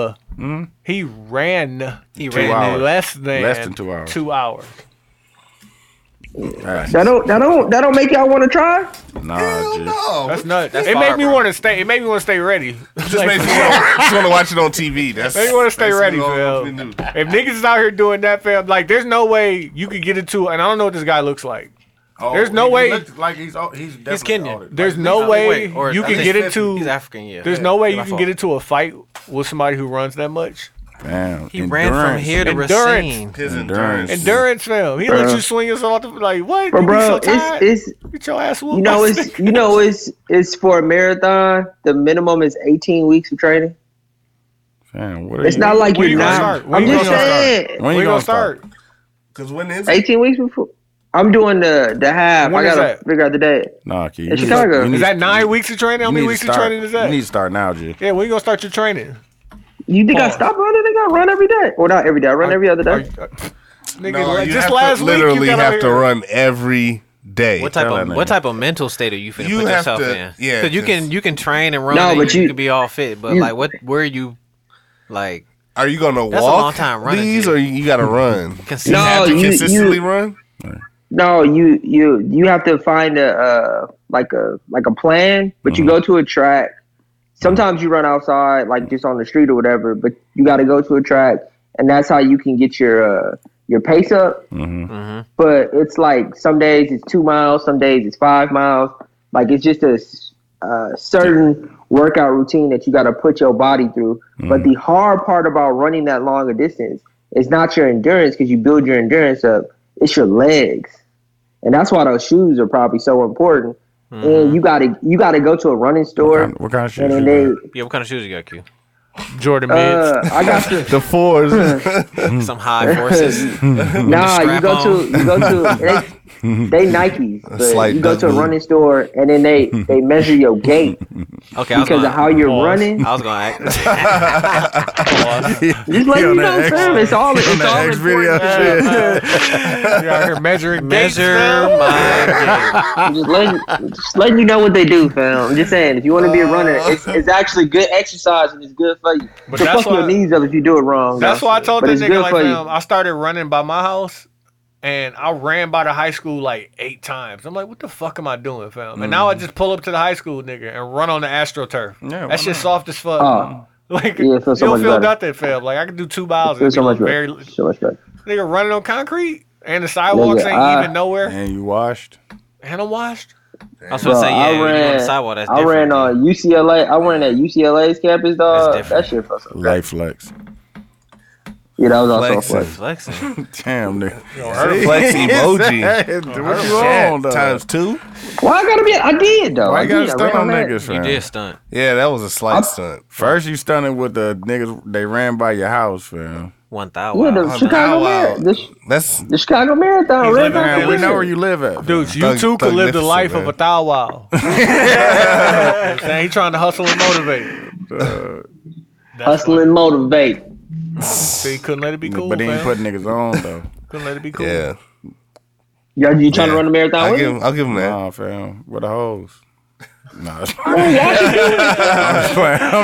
Speaker 4: He ran. He ran
Speaker 2: hours.
Speaker 4: less than
Speaker 2: Less than two hours.
Speaker 4: Two hours.
Speaker 2: Facts.
Speaker 6: That don't that don't that don't make y'all want to try.
Speaker 2: Nah, G.
Speaker 3: Oh,
Speaker 4: That's nuts. it made me want to stay. It made me want to stay ready.
Speaker 3: just makes me wanna- just want to watch it on TV. That's
Speaker 4: They want to stay
Speaker 3: that's
Speaker 4: ready,
Speaker 3: all
Speaker 4: fam.
Speaker 3: we do.
Speaker 4: If niggas is out here doing that, fam, like there's no way you could get into. And I don't know what this guy looks like.
Speaker 2: Oh,
Speaker 4: There's no
Speaker 2: he
Speaker 4: way-
Speaker 2: looked Like he's oh,
Speaker 1: He's
Speaker 2: he's definitely
Speaker 1: Kenyan.
Speaker 2: older.
Speaker 4: There's
Speaker 2: Like,
Speaker 4: no
Speaker 1: Wait,
Speaker 4: way
Speaker 1: wait, or
Speaker 4: you
Speaker 1: I
Speaker 4: can
Speaker 1: think
Speaker 4: get
Speaker 3: 50.
Speaker 4: into.
Speaker 1: He's African, yeah.
Speaker 4: There's no way
Speaker 1: My
Speaker 4: you can
Speaker 1: fault.
Speaker 4: get into a fight with somebody who runs that much.
Speaker 2: damn,
Speaker 1: He ran from
Speaker 2: endurance.
Speaker 1: here to
Speaker 4: Endurance.
Speaker 1: Racine.
Speaker 2: Endurance.
Speaker 3: His endurance.
Speaker 4: Endurance, fam. He lets
Speaker 6: Bruh.
Speaker 4: you swing yourself out the like what?
Speaker 6: But
Speaker 4: you be
Speaker 6: bro,
Speaker 4: so tired.
Speaker 6: it's it's
Speaker 4: Get your ass whooped.
Speaker 6: you know it's you know it's it's for a marathon. The minimum is eighteen weeks of training.
Speaker 2: Damn, what are
Speaker 6: It's
Speaker 2: you-
Speaker 6: not like
Speaker 4: When you
Speaker 6: you're
Speaker 4: gonna
Speaker 6: not.
Speaker 4: start? When
Speaker 6: I'm
Speaker 4: you
Speaker 6: just
Speaker 4: gonna start?
Speaker 6: saying,
Speaker 2: when
Speaker 4: we
Speaker 2: you
Speaker 4: gonna
Speaker 2: gonna
Speaker 4: start.
Speaker 3: Because when is it?
Speaker 6: eighteen weeks before. I'm doing the the half.
Speaker 4: When
Speaker 6: I
Speaker 4: is
Speaker 6: gotta
Speaker 4: that?
Speaker 6: figure out the date.
Speaker 2: Nah, Key, you
Speaker 6: It's
Speaker 2: need-
Speaker 6: Chicago.
Speaker 2: you
Speaker 6: Is
Speaker 2: need-
Speaker 4: Is that nine weeks of training? How
Speaker 2: you
Speaker 4: many
Speaker 2: need
Speaker 4: weeks
Speaker 2: to
Speaker 4: of
Speaker 2: start-
Speaker 4: training is that?
Speaker 2: You need to start now, G.
Speaker 4: yeah, when you gonna start your training?
Speaker 6: You think I
Speaker 4: Pause.
Speaker 6: stop running? I got run every day. Well, not every day. I run every other
Speaker 4: Are
Speaker 6: day.
Speaker 4: you- uh, Nigga,
Speaker 3: No,
Speaker 4: like,
Speaker 3: you
Speaker 4: just
Speaker 3: have to
Speaker 4: last week you
Speaker 3: literally
Speaker 4: got out
Speaker 3: have to
Speaker 4: here.
Speaker 3: run every day.
Speaker 1: What type
Speaker 2: Tell
Speaker 1: of
Speaker 2: that
Speaker 1: what
Speaker 2: nigga.
Speaker 1: type of mental state are you finna
Speaker 3: You
Speaker 1: put
Speaker 3: have
Speaker 1: yourself
Speaker 3: to-
Speaker 1: in?
Speaker 3: yeah,
Speaker 1: because you can
Speaker 3: just-
Speaker 1: you can train and run,
Speaker 6: No,
Speaker 1: and
Speaker 6: but
Speaker 1: you,
Speaker 6: you-
Speaker 1: can be all fit. But
Speaker 6: you-
Speaker 1: like, what where you like
Speaker 3: Are you gonna walk
Speaker 1: That's a long time running,
Speaker 3: these,
Speaker 1: dude.
Speaker 3: or you gotta run?
Speaker 1: consistent?
Speaker 6: No,
Speaker 3: have to
Speaker 6: you-
Speaker 3: consistently
Speaker 6: you-
Speaker 3: run.
Speaker 6: No, you you you have to find a uh, like a like a plan, but you go to a track. Sometimes you run outside, like just on the street or whatever, but you got to go to a track, and that's how you can get your uh, your pace up.
Speaker 2: Mm-hmm.
Speaker 1: Mm-hmm.
Speaker 6: But it's like some days it's two miles, some days it's five miles. Like it's just a s- a certain workout routine that you got to put your body through.
Speaker 2: Mm.
Speaker 6: But the hard part about running that long a distance is not your endurance because you build your endurance up; it's your legs and that's why those shoes are probably so important. And you gotta you gotta go to a running store,
Speaker 2: Mm-hmm. What kind- What kind of shit?
Speaker 6: and then
Speaker 2: you got?
Speaker 6: they
Speaker 1: Yeah, what kind of shoes you got, Q?
Speaker 4: Jordan
Speaker 6: uh, I got to
Speaker 3: The fours.
Speaker 1: Some high forces.
Speaker 6: nah. You go to you go to they, they Nikes. But
Speaker 3: slight
Speaker 6: you go to a
Speaker 3: duckling.
Speaker 6: running store, and then they they measure your gait
Speaker 1: Okay, I was
Speaker 6: because
Speaker 1: gonna,
Speaker 6: of how you're running.
Speaker 1: I was gonna act.
Speaker 6: Just let
Speaker 2: He
Speaker 6: me
Speaker 2: on
Speaker 6: know,
Speaker 2: that
Speaker 6: fam. It's all it's
Speaker 2: on that
Speaker 6: all
Speaker 2: X video
Speaker 6: important.
Speaker 2: shit.
Speaker 4: You're out here measuring gates,
Speaker 1: Measure
Speaker 4: fam.
Speaker 1: my game.
Speaker 6: Just letting, just letting you know what they do, fam. I'm just saying, if you want to be a runner,
Speaker 2: Uh.
Speaker 6: it's, it's actually good exercise and it's good for you.
Speaker 4: But
Speaker 6: So
Speaker 4: that's
Speaker 6: fuck your
Speaker 4: why-
Speaker 6: knees up if you do it wrong.
Speaker 4: That's
Speaker 6: though.
Speaker 4: why I told
Speaker 6: But
Speaker 4: that
Speaker 6: it's
Speaker 4: nigga
Speaker 6: good
Speaker 4: like,
Speaker 6: for you.
Speaker 4: fam, I started running by my house, and I ran by the high school like eight times. I'm like, what the fuck am I doing, fam? And now I
Speaker 6: Mm.
Speaker 4: just pull up to the high school nigga and run on the AstroTurf.
Speaker 2: Yeah, why
Speaker 4: that shit soft as fuck.
Speaker 6: Oh.
Speaker 4: Like
Speaker 6: Yeah, it feels so
Speaker 4: you don't
Speaker 6: much
Speaker 4: feel
Speaker 6: better.
Speaker 4: nothing, fam. Like I can do two miles.
Speaker 6: Feel
Speaker 4: and
Speaker 6: so
Speaker 4: be
Speaker 6: much
Speaker 4: very
Speaker 6: better. So much better.
Speaker 4: nigga running on concrete and the sidewalks
Speaker 6: Nigga,
Speaker 4: ain't
Speaker 6: I-
Speaker 4: even nowhere.
Speaker 2: And you washed.
Speaker 4: And I'm washed.
Speaker 1: I was gonna
Speaker 6: Bro,
Speaker 1: say, yeah,
Speaker 6: I
Speaker 1: you on the
Speaker 6: ran-
Speaker 1: sidewalk. That's
Speaker 6: I
Speaker 1: different.
Speaker 6: ran uh, on UCLA. I ran at UCLA's campus, dog.
Speaker 1: different.
Speaker 6: That shit felt so
Speaker 2: Life flex.
Speaker 6: Yeah, that was also a
Speaker 3: Flexing.
Speaker 6: flex.
Speaker 1: Flexing.
Speaker 2: Damn, nigga.
Speaker 3: Her flex emoji.
Speaker 2: what you
Speaker 3: Chat
Speaker 2: on, dog?
Speaker 3: times two.
Speaker 6: Why I gotta be? I did though.
Speaker 2: Why
Speaker 6: I
Speaker 2: you gotta
Speaker 6: did. I
Speaker 2: stun
Speaker 6: ran
Speaker 2: on
Speaker 6: on that.
Speaker 2: niggas,
Speaker 1: You
Speaker 2: fam?
Speaker 1: did stunt.
Speaker 3: Yeah, that was a slight stunt.
Speaker 2: First, you stunning with the niggas. They ran by your house, fam.
Speaker 1: One
Speaker 6: Yeah,
Speaker 1: thousand.
Speaker 2: Oh,
Speaker 6: the
Speaker 3: Wow.
Speaker 6: Chicago
Speaker 3: Wow.
Speaker 6: Marathon. The, Ch-
Speaker 3: That's
Speaker 6: the Chicago Marathon.
Speaker 4: He's
Speaker 6: Red
Speaker 4: living
Speaker 6: Rock
Speaker 4: that
Speaker 2: Man, we
Speaker 4: Listen.
Speaker 2: know where you live at. fam.
Speaker 4: Dude, you
Speaker 3: Thug-
Speaker 4: two could live the
Speaker 3: thugnificent,
Speaker 4: life
Speaker 3: man.
Speaker 4: of a thou wow. He trying to hustle and motivate. uh,
Speaker 6: Hustle and motivate.
Speaker 4: So he couldn't let it be cool,
Speaker 2: but then
Speaker 4: man.
Speaker 2: you put niggas on though.
Speaker 4: couldn't let it be cool.
Speaker 3: yeah.
Speaker 6: Y'all, you trying
Speaker 3: yeah.
Speaker 6: to run a marathon
Speaker 3: I'll
Speaker 6: with
Speaker 3: give
Speaker 6: me?
Speaker 3: him. I'll give him that.
Speaker 2: nah, fam. With the hoes. Nah, it's
Speaker 6: Oh,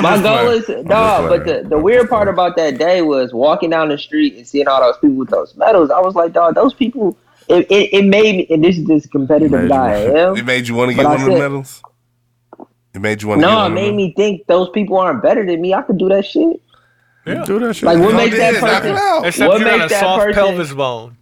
Speaker 6: My goal is dog. But the, the weird part about that day was walking down the street and seeing all those people with those medals. I was like, dog, those people. It, it, it made me, and this is this competitive
Speaker 2: Made
Speaker 6: guy I am.
Speaker 3: It made you want to
Speaker 6: But
Speaker 3: get
Speaker 6: I
Speaker 3: one of the
Speaker 6: said-
Speaker 3: medals. It made you want to. get
Speaker 6: No, it
Speaker 3: one of
Speaker 6: made
Speaker 3: them?
Speaker 6: me think those people aren't better than me. I could do that shit.
Speaker 2: do that shit.
Speaker 6: Like, what
Speaker 3: No,
Speaker 6: makes
Speaker 3: it
Speaker 6: that
Speaker 3: is. Knock it
Speaker 6: person?
Speaker 3: out.
Speaker 4: Except
Speaker 6: What
Speaker 4: you got
Speaker 6: makes
Speaker 4: a
Speaker 6: that
Speaker 4: soft
Speaker 6: person-
Speaker 4: pelvis bone.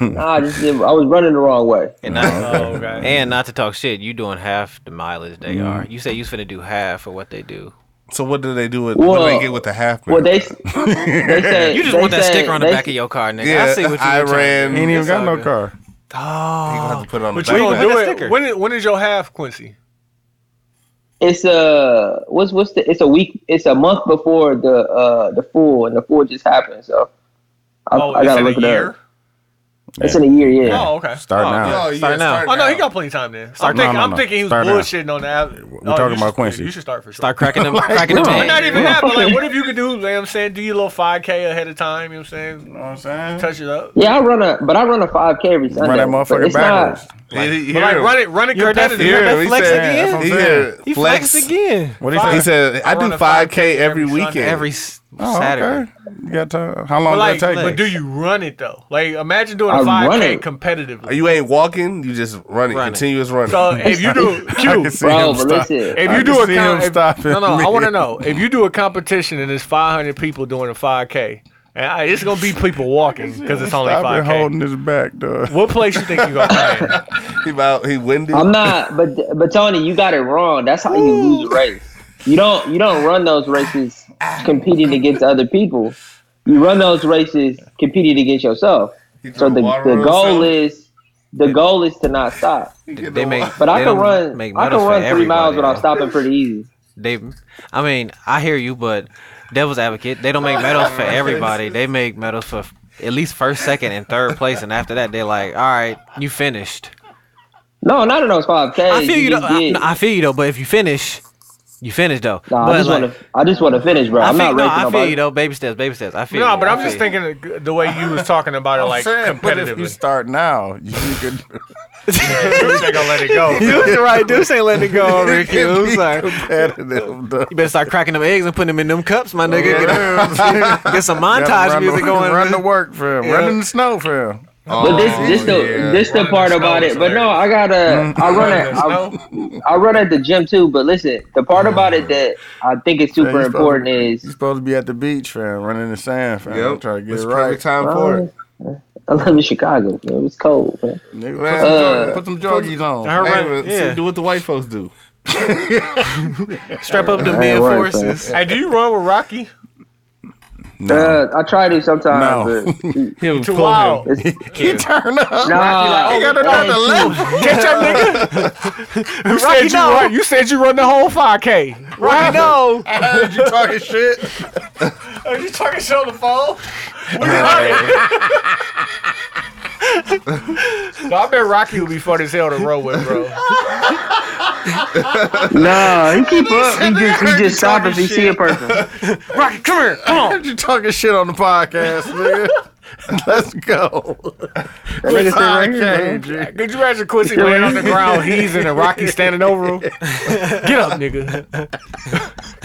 Speaker 6: Nah, I just did, I was running the wrong way.
Speaker 1: And not,
Speaker 4: Oh, okay.
Speaker 1: and not to talk shit, you doing half the mileage they are. You say you finna do half of what they do.
Speaker 3: So what do they do with? what do
Speaker 6: Well,
Speaker 3: they get with the half?
Speaker 6: Well,
Speaker 3: marathon?
Speaker 6: they they said
Speaker 1: You just
Speaker 6: they
Speaker 1: want that
Speaker 6: said-
Speaker 1: sticker on the
Speaker 6: they-
Speaker 1: back of your car, nigga.
Speaker 3: Yeah,
Speaker 1: I see what you
Speaker 3: I
Speaker 1: were trying
Speaker 3: ran-
Speaker 1: to
Speaker 2: Ain't
Speaker 1: do.
Speaker 2: even
Speaker 1: It's
Speaker 2: got
Speaker 1: all
Speaker 2: no
Speaker 1: good.
Speaker 2: car.
Speaker 3: You gonna have to put it on
Speaker 4: But
Speaker 3: the
Speaker 4: you gonna
Speaker 3: back.
Speaker 4: do
Speaker 1: Put that
Speaker 4: it.
Speaker 1: sticker.
Speaker 4: When, is- when is your half, Quincy?
Speaker 6: It's a what's what's the it's a week it's a month before the uh the full and the full just happened. So I,
Speaker 4: Oh,
Speaker 6: I
Speaker 4: it's
Speaker 6: gotta
Speaker 4: in
Speaker 6: look it
Speaker 4: a year.
Speaker 6: up. It's in a year, yeah.
Speaker 4: Oh, okay.
Speaker 2: Start
Speaker 4: oh,
Speaker 2: now.
Speaker 4: yeah.
Speaker 3: Oh, yeah,
Speaker 1: Start now.
Speaker 3: start
Speaker 4: Oh no, he got plenty of time then. I'm,
Speaker 2: no,
Speaker 4: thinking,
Speaker 2: no,
Speaker 4: I'm
Speaker 2: no.
Speaker 4: thinking he was
Speaker 2: Start now.
Speaker 4: bullshitting on that. We're
Speaker 2: talking about Quincy.
Speaker 4: You should start for sure.
Speaker 1: Start cracking them, cracking them
Speaker 4: But not
Speaker 1: tags.
Speaker 4: even that, but like, what if you could do, you know what I'm saying, do your little 5K ahead of time, you know what I'm saying?
Speaker 2: You know what I'm saying?
Speaker 4: Touch it up.
Speaker 6: Yeah, I run a but I run a five K every Sunday.
Speaker 2: Run that
Speaker 6: but
Speaker 2: motherfucker
Speaker 6: it's not-
Speaker 2: backwards.
Speaker 3: He,
Speaker 4: But like, run it, run it competitive.
Speaker 1: heard that
Speaker 3: he
Speaker 1: flex
Speaker 3: said,
Speaker 2: again?
Speaker 3: He,
Speaker 2: Yeah.
Speaker 3: said
Speaker 1: He
Speaker 3: flex.
Speaker 1: flexed again.
Speaker 2: What he
Speaker 3: He
Speaker 2: say?
Speaker 3: said, I,
Speaker 4: I
Speaker 3: do
Speaker 4: run a
Speaker 3: 5K every,
Speaker 4: every
Speaker 3: weekend.
Speaker 4: Sunday.
Speaker 1: Every s-
Speaker 2: Oh,
Speaker 1: Saturday.
Speaker 2: okay. You got time. How long
Speaker 4: But like,
Speaker 2: did it take?
Speaker 4: but do you run it though? Like, imagine doing a
Speaker 6: I run
Speaker 4: 5K
Speaker 6: it.
Speaker 4: competitively.
Speaker 3: You ain't walking, you just running,
Speaker 1: Running.
Speaker 3: continuous running.
Speaker 4: So if you do,
Speaker 2: I can
Speaker 4: Q,
Speaker 2: see
Speaker 6: Bro,
Speaker 2: him
Speaker 6: but
Speaker 2: stop.
Speaker 6: listen.
Speaker 4: if
Speaker 2: I
Speaker 4: you do
Speaker 2: can
Speaker 4: a
Speaker 2: see
Speaker 4: com-
Speaker 2: him
Speaker 4: if-
Speaker 2: stopping
Speaker 4: no, no,
Speaker 2: me.
Speaker 4: I want to know if you do a competition and there's 500 people doing a 5K, and I, it's gonna be people walking because it's only
Speaker 2: Stop it
Speaker 4: 5K.
Speaker 2: holding his back, dog.
Speaker 4: What place you think you gonna play? in?
Speaker 3: he about he winded.
Speaker 6: I'm not but but Tony, you got it wrong. That's how you lose a race. You don't you don't run those races competing against other people. You run those races competing against yourself.
Speaker 3: He threw
Speaker 6: So the,
Speaker 3: water on
Speaker 6: the goal
Speaker 3: himself.
Speaker 6: is the goal is to not stop.
Speaker 1: They make,
Speaker 6: But I
Speaker 1: they
Speaker 6: can
Speaker 1: don't
Speaker 6: run.
Speaker 1: make
Speaker 6: I
Speaker 1: medals
Speaker 6: can
Speaker 1: for
Speaker 6: run three miles
Speaker 1: everybody,
Speaker 6: without
Speaker 1: though.
Speaker 6: stopping pretty easy.
Speaker 1: They, I mean, I hear you, but devil's advocate, they don't make medals for everybody. They make medals for f- at least first, second, and third place, and after that, they're like, all right, you finished.
Speaker 6: No, not in those five k.
Speaker 1: I feel you, though. I, no, I feel you though. But if you finish, you finish though.
Speaker 6: nah, I
Speaker 1: but
Speaker 6: just
Speaker 1: like,
Speaker 6: want to. I just want to finish, bro.
Speaker 1: I
Speaker 6: I'm
Speaker 1: feel,
Speaker 6: not
Speaker 1: no,
Speaker 6: racing
Speaker 1: I feel
Speaker 6: nobody.
Speaker 1: you though. Baby steps, baby steps. I feel.
Speaker 4: No,
Speaker 1: you,
Speaker 4: but
Speaker 1: I
Speaker 4: I'm
Speaker 1: feel
Speaker 4: just
Speaker 1: you.
Speaker 4: thinking of the way you was talking about it,
Speaker 3: I'm
Speaker 4: like
Speaker 3: saying, but if you
Speaker 4: competitively.
Speaker 2: start now, you could.
Speaker 4: You ain't gonna let it go.
Speaker 1: You was right. Deuce ain't letting it go over
Speaker 2: it
Speaker 1: here.
Speaker 2: could be
Speaker 1: Deuce, like, you
Speaker 2: competitive, dog.
Speaker 1: better start cracking them eggs and putting them in them cups, my nigga.
Speaker 2: Yeah.
Speaker 1: Get, get some
Speaker 2: Gotta
Speaker 1: montage
Speaker 2: run
Speaker 1: music
Speaker 2: the,
Speaker 1: going.
Speaker 2: Run the work for him.
Speaker 1: Yeah.
Speaker 2: Run in the snow for him.
Speaker 6: But this,
Speaker 3: Oh,
Speaker 2: Oh,
Speaker 6: this the, this the
Speaker 4: Running
Speaker 6: part
Speaker 4: the snow
Speaker 6: about
Speaker 4: is
Speaker 6: it. But no, I gotta. I run at. I, I run at the gym too. But listen, the part about it that I think is super
Speaker 2: Oh, Yeah, you
Speaker 6: important
Speaker 2: supposed- You
Speaker 6: is.
Speaker 2: supposed to be at the beach, fam, running in the sand, fam.
Speaker 3: Yep.
Speaker 2: Try to get
Speaker 3: it's
Speaker 2: it
Speaker 3: perfect
Speaker 2: right.
Speaker 3: time for
Speaker 6: Uh,
Speaker 3: it.
Speaker 6: I live in Chicago. man. It was cold. Man.
Speaker 2: Nigga,
Speaker 3: Man,
Speaker 6: uh,
Speaker 2: put, some jog- put some joggies on.
Speaker 1: All
Speaker 3: Hey,
Speaker 1: right,
Speaker 3: see,
Speaker 1: yeah.
Speaker 3: do what the white folks do.
Speaker 1: Strap up the
Speaker 6: I ain't worried, fam.
Speaker 1: reinforces.
Speaker 4: Hey, do you run with Rocky?
Speaker 6: Uh, I try to sometimes.
Speaker 2: No.
Speaker 6: But
Speaker 3: Him
Speaker 4: Too
Speaker 3: pull
Speaker 4: wild.
Speaker 3: him.
Speaker 6: it's,
Speaker 2: He turn up.
Speaker 6: nah,
Speaker 1: "Oh,
Speaker 2: He got another left.
Speaker 4: Get your nigga. you, said you,
Speaker 1: no.
Speaker 4: run, you said you run the whole 5K. Rocky, no.
Speaker 2: Did you talking shit?
Speaker 4: Are you talking shit on the phone? No, I bet Rocky would be fun as hell to roll with, bro.
Speaker 6: nah, he keep up. He just he just stop if he see a person.
Speaker 4: Rocky, come here. Come on.
Speaker 2: Did you talking shit on the podcast, nigga? Let's go.
Speaker 6: That nigga sit right here, man.
Speaker 2: Podcast, G.
Speaker 4: Could you imagine Quincy laying on the ground, he's in and Rocky standing over him? Get up, nigga.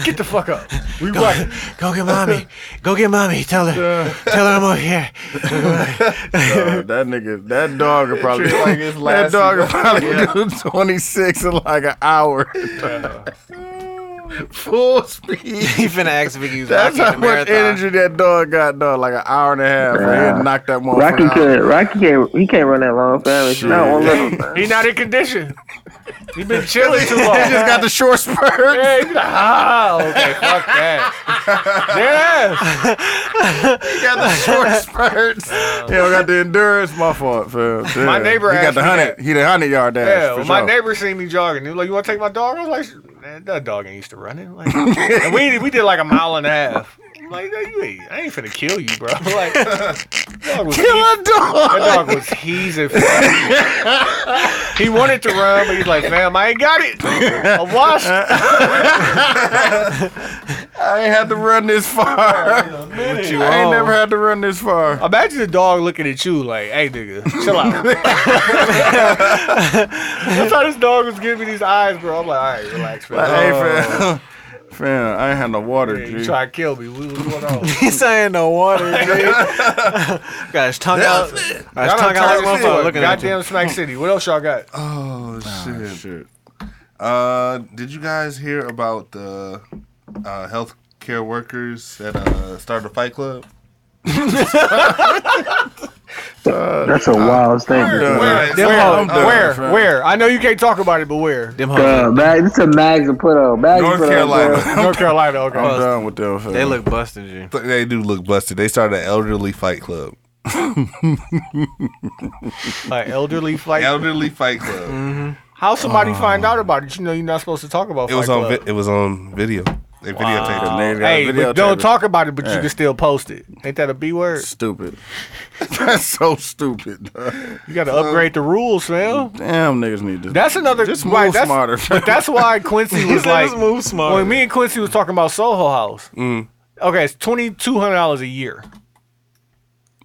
Speaker 4: Get the fuck up. We Rocky.
Speaker 1: Go get mommy. Go get mommy. Tell her. Tell her I'm over here.
Speaker 2: Dog, that nigga, that dog would probably
Speaker 3: Treat it like it's
Speaker 2: that
Speaker 3: last
Speaker 2: dog would probably do twenty six in like an hour. Full speed.
Speaker 1: he finna ask Vicky.
Speaker 2: That's how much
Speaker 1: marathon.
Speaker 2: energy that dog got, dog. Like an hour and a half. Yeah.
Speaker 6: Yeah.
Speaker 2: He knocked that
Speaker 6: Rocky
Speaker 2: motherfucker out.
Speaker 6: could Rocky can't he can't run that long fast. Shit. No, one little man.
Speaker 4: He not in condition. He been chilling too
Speaker 2: He
Speaker 4: long.
Speaker 2: just got the short spurt.
Speaker 4: Yeah, he be like, ah, okay, fuck that. Yes.
Speaker 2: He got the short spurts. He don't got the endurance. My fault, fam.
Speaker 4: My
Speaker 2: Yeah.
Speaker 4: neighbor
Speaker 2: he got
Speaker 4: asked
Speaker 2: the
Speaker 4: me
Speaker 2: hundred.
Speaker 4: that.
Speaker 2: He the hundred yard dash.
Speaker 4: Yeah,
Speaker 2: for
Speaker 4: well, my
Speaker 2: sure.
Speaker 4: neighbor seen me jogging. He was like, "You want to take my dog?" I was like, "Man, that dog ain't used to running." Like, and we we did like a mile and a half. I'm like, "Hey, you ain't- I ain't finna kill you, bro. Like, dog was
Speaker 2: Kill a dog.
Speaker 4: That dog was heezing. fam. he wanted to run, but he's like, "Fam, I ain't got it. I washed."
Speaker 2: I ain't had to run this far.
Speaker 4: you
Speaker 2: I ain't
Speaker 4: on?
Speaker 2: never had to run this far.
Speaker 4: Imagine the dog looking at you like, "Hey, nigga, chill out." That's how this dog was giving me these eyes, bro. I'm like, "All right, relax,
Speaker 2: Like,
Speaker 4: fam."
Speaker 2: hey, fam. Fam, I ain't had no water,
Speaker 4: Uh, Yeah, you
Speaker 2: G.
Speaker 4: try to kill me. What- What's going on?
Speaker 1: He's saying no water. Got his tongue out. Got his tongue
Speaker 4: Y'all done
Speaker 1: out like
Speaker 4: turned this into
Speaker 1: motherfucker
Speaker 4: a
Speaker 1: looking at you.
Speaker 4: Goddamn Smack City. What else y'all got?
Speaker 3: Oh shit.
Speaker 2: Shit.
Speaker 3: Uh, did you guys hear about the uh, health care workers that uh, started a fight club?
Speaker 6: That's a wild statement.
Speaker 2: Done.
Speaker 3: Where?
Speaker 4: Them
Speaker 3: Where?
Speaker 4: hoes.
Speaker 3: I'm
Speaker 4: where?
Speaker 2: done.
Speaker 4: Where? I know you can't talk about it, but where?
Speaker 1: Them hoes,
Speaker 6: Uh, mag, this a mags and put on. Mags
Speaker 3: North
Speaker 6: put
Speaker 3: Carolina.
Speaker 4: North Carolina. Okay.
Speaker 2: I'm done with them. Fam.
Speaker 1: they look busted. You.
Speaker 3: they do look busted. They started an elderly fight club.
Speaker 4: Like elderly fight.
Speaker 3: Elderly fight club.
Speaker 4: How somebody
Speaker 2: Um,
Speaker 4: find out about it? You know you're not supposed to talk about
Speaker 3: it was
Speaker 4: Fight
Speaker 3: on.
Speaker 4: Club.
Speaker 3: Vi- it was on video.
Speaker 2: They
Speaker 3: They videotaped it.
Speaker 2: got
Speaker 4: Hey,
Speaker 2: videotape
Speaker 4: but don't
Speaker 2: it.
Speaker 4: talk about it, but you can still post it. Ain't that a B word?
Speaker 2: Stupid. That's so stupid. dog.
Speaker 4: You got to upgrade the rules, man.
Speaker 2: Damn, niggas need to.
Speaker 4: That's another.
Speaker 2: Just
Speaker 4: right,
Speaker 2: move
Speaker 4: that's-
Speaker 2: smarter.
Speaker 4: But that's why Quincy was
Speaker 1: said,
Speaker 4: like,
Speaker 1: "Just move smarter."
Speaker 4: When me and Quincy was talking about Soho House,
Speaker 2: Mm.
Speaker 4: okay, it's twenty two hundred dollars a year.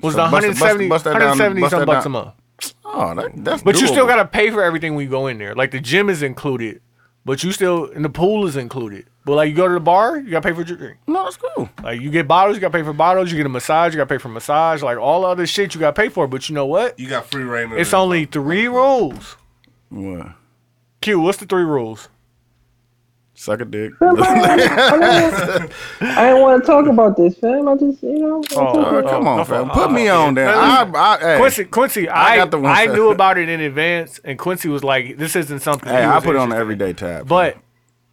Speaker 4: Was
Speaker 2: So
Speaker 4: the
Speaker 2: bust it- bust-
Speaker 4: 170,
Speaker 2: bust that down,
Speaker 4: 170
Speaker 2: bust that
Speaker 4: some bucks a
Speaker 2: down.
Speaker 4: month.
Speaker 2: oh, that, that's.
Speaker 4: But you still
Speaker 2: doable.
Speaker 4: gotta pay for everything when you go in there. Like the gym is included, but you still and the pool is included. But like you go to the bar, you gotta pay for your drink.
Speaker 2: No, that's cool.
Speaker 4: Like you get bottles, you gotta pay for bottles. You get a massage, you gotta pay for massage. Like all the other shit you gotta pay for. But you know what?
Speaker 3: You got free reign. of
Speaker 4: It's
Speaker 3: it.
Speaker 4: only three rules.
Speaker 2: What?
Speaker 4: Q, what's the three rules?
Speaker 2: Suck a dick.
Speaker 6: I didn't want to talk about this, fam. I just, you know.
Speaker 2: Bro, come on, fam. Put me on there. I,
Speaker 4: Listen,
Speaker 2: I, hey,
Speaker 4: Uh, Quincy, Quincy,
Speaker 2: I
Speaker 4: I
Speaker 2: got the one
Speaker 4: I
Speaker 2: set.
Speaker 4: knew about it in advance, and Quincy was like, "This isn't something."
Speaker 2: hey,
Speaker 4: he
Speaker 2: I
Speaker 4: was
Speaker 2: put it on the
Speaker 4: interested in."
Speaker 2: everyday tab.
Speaker 4: But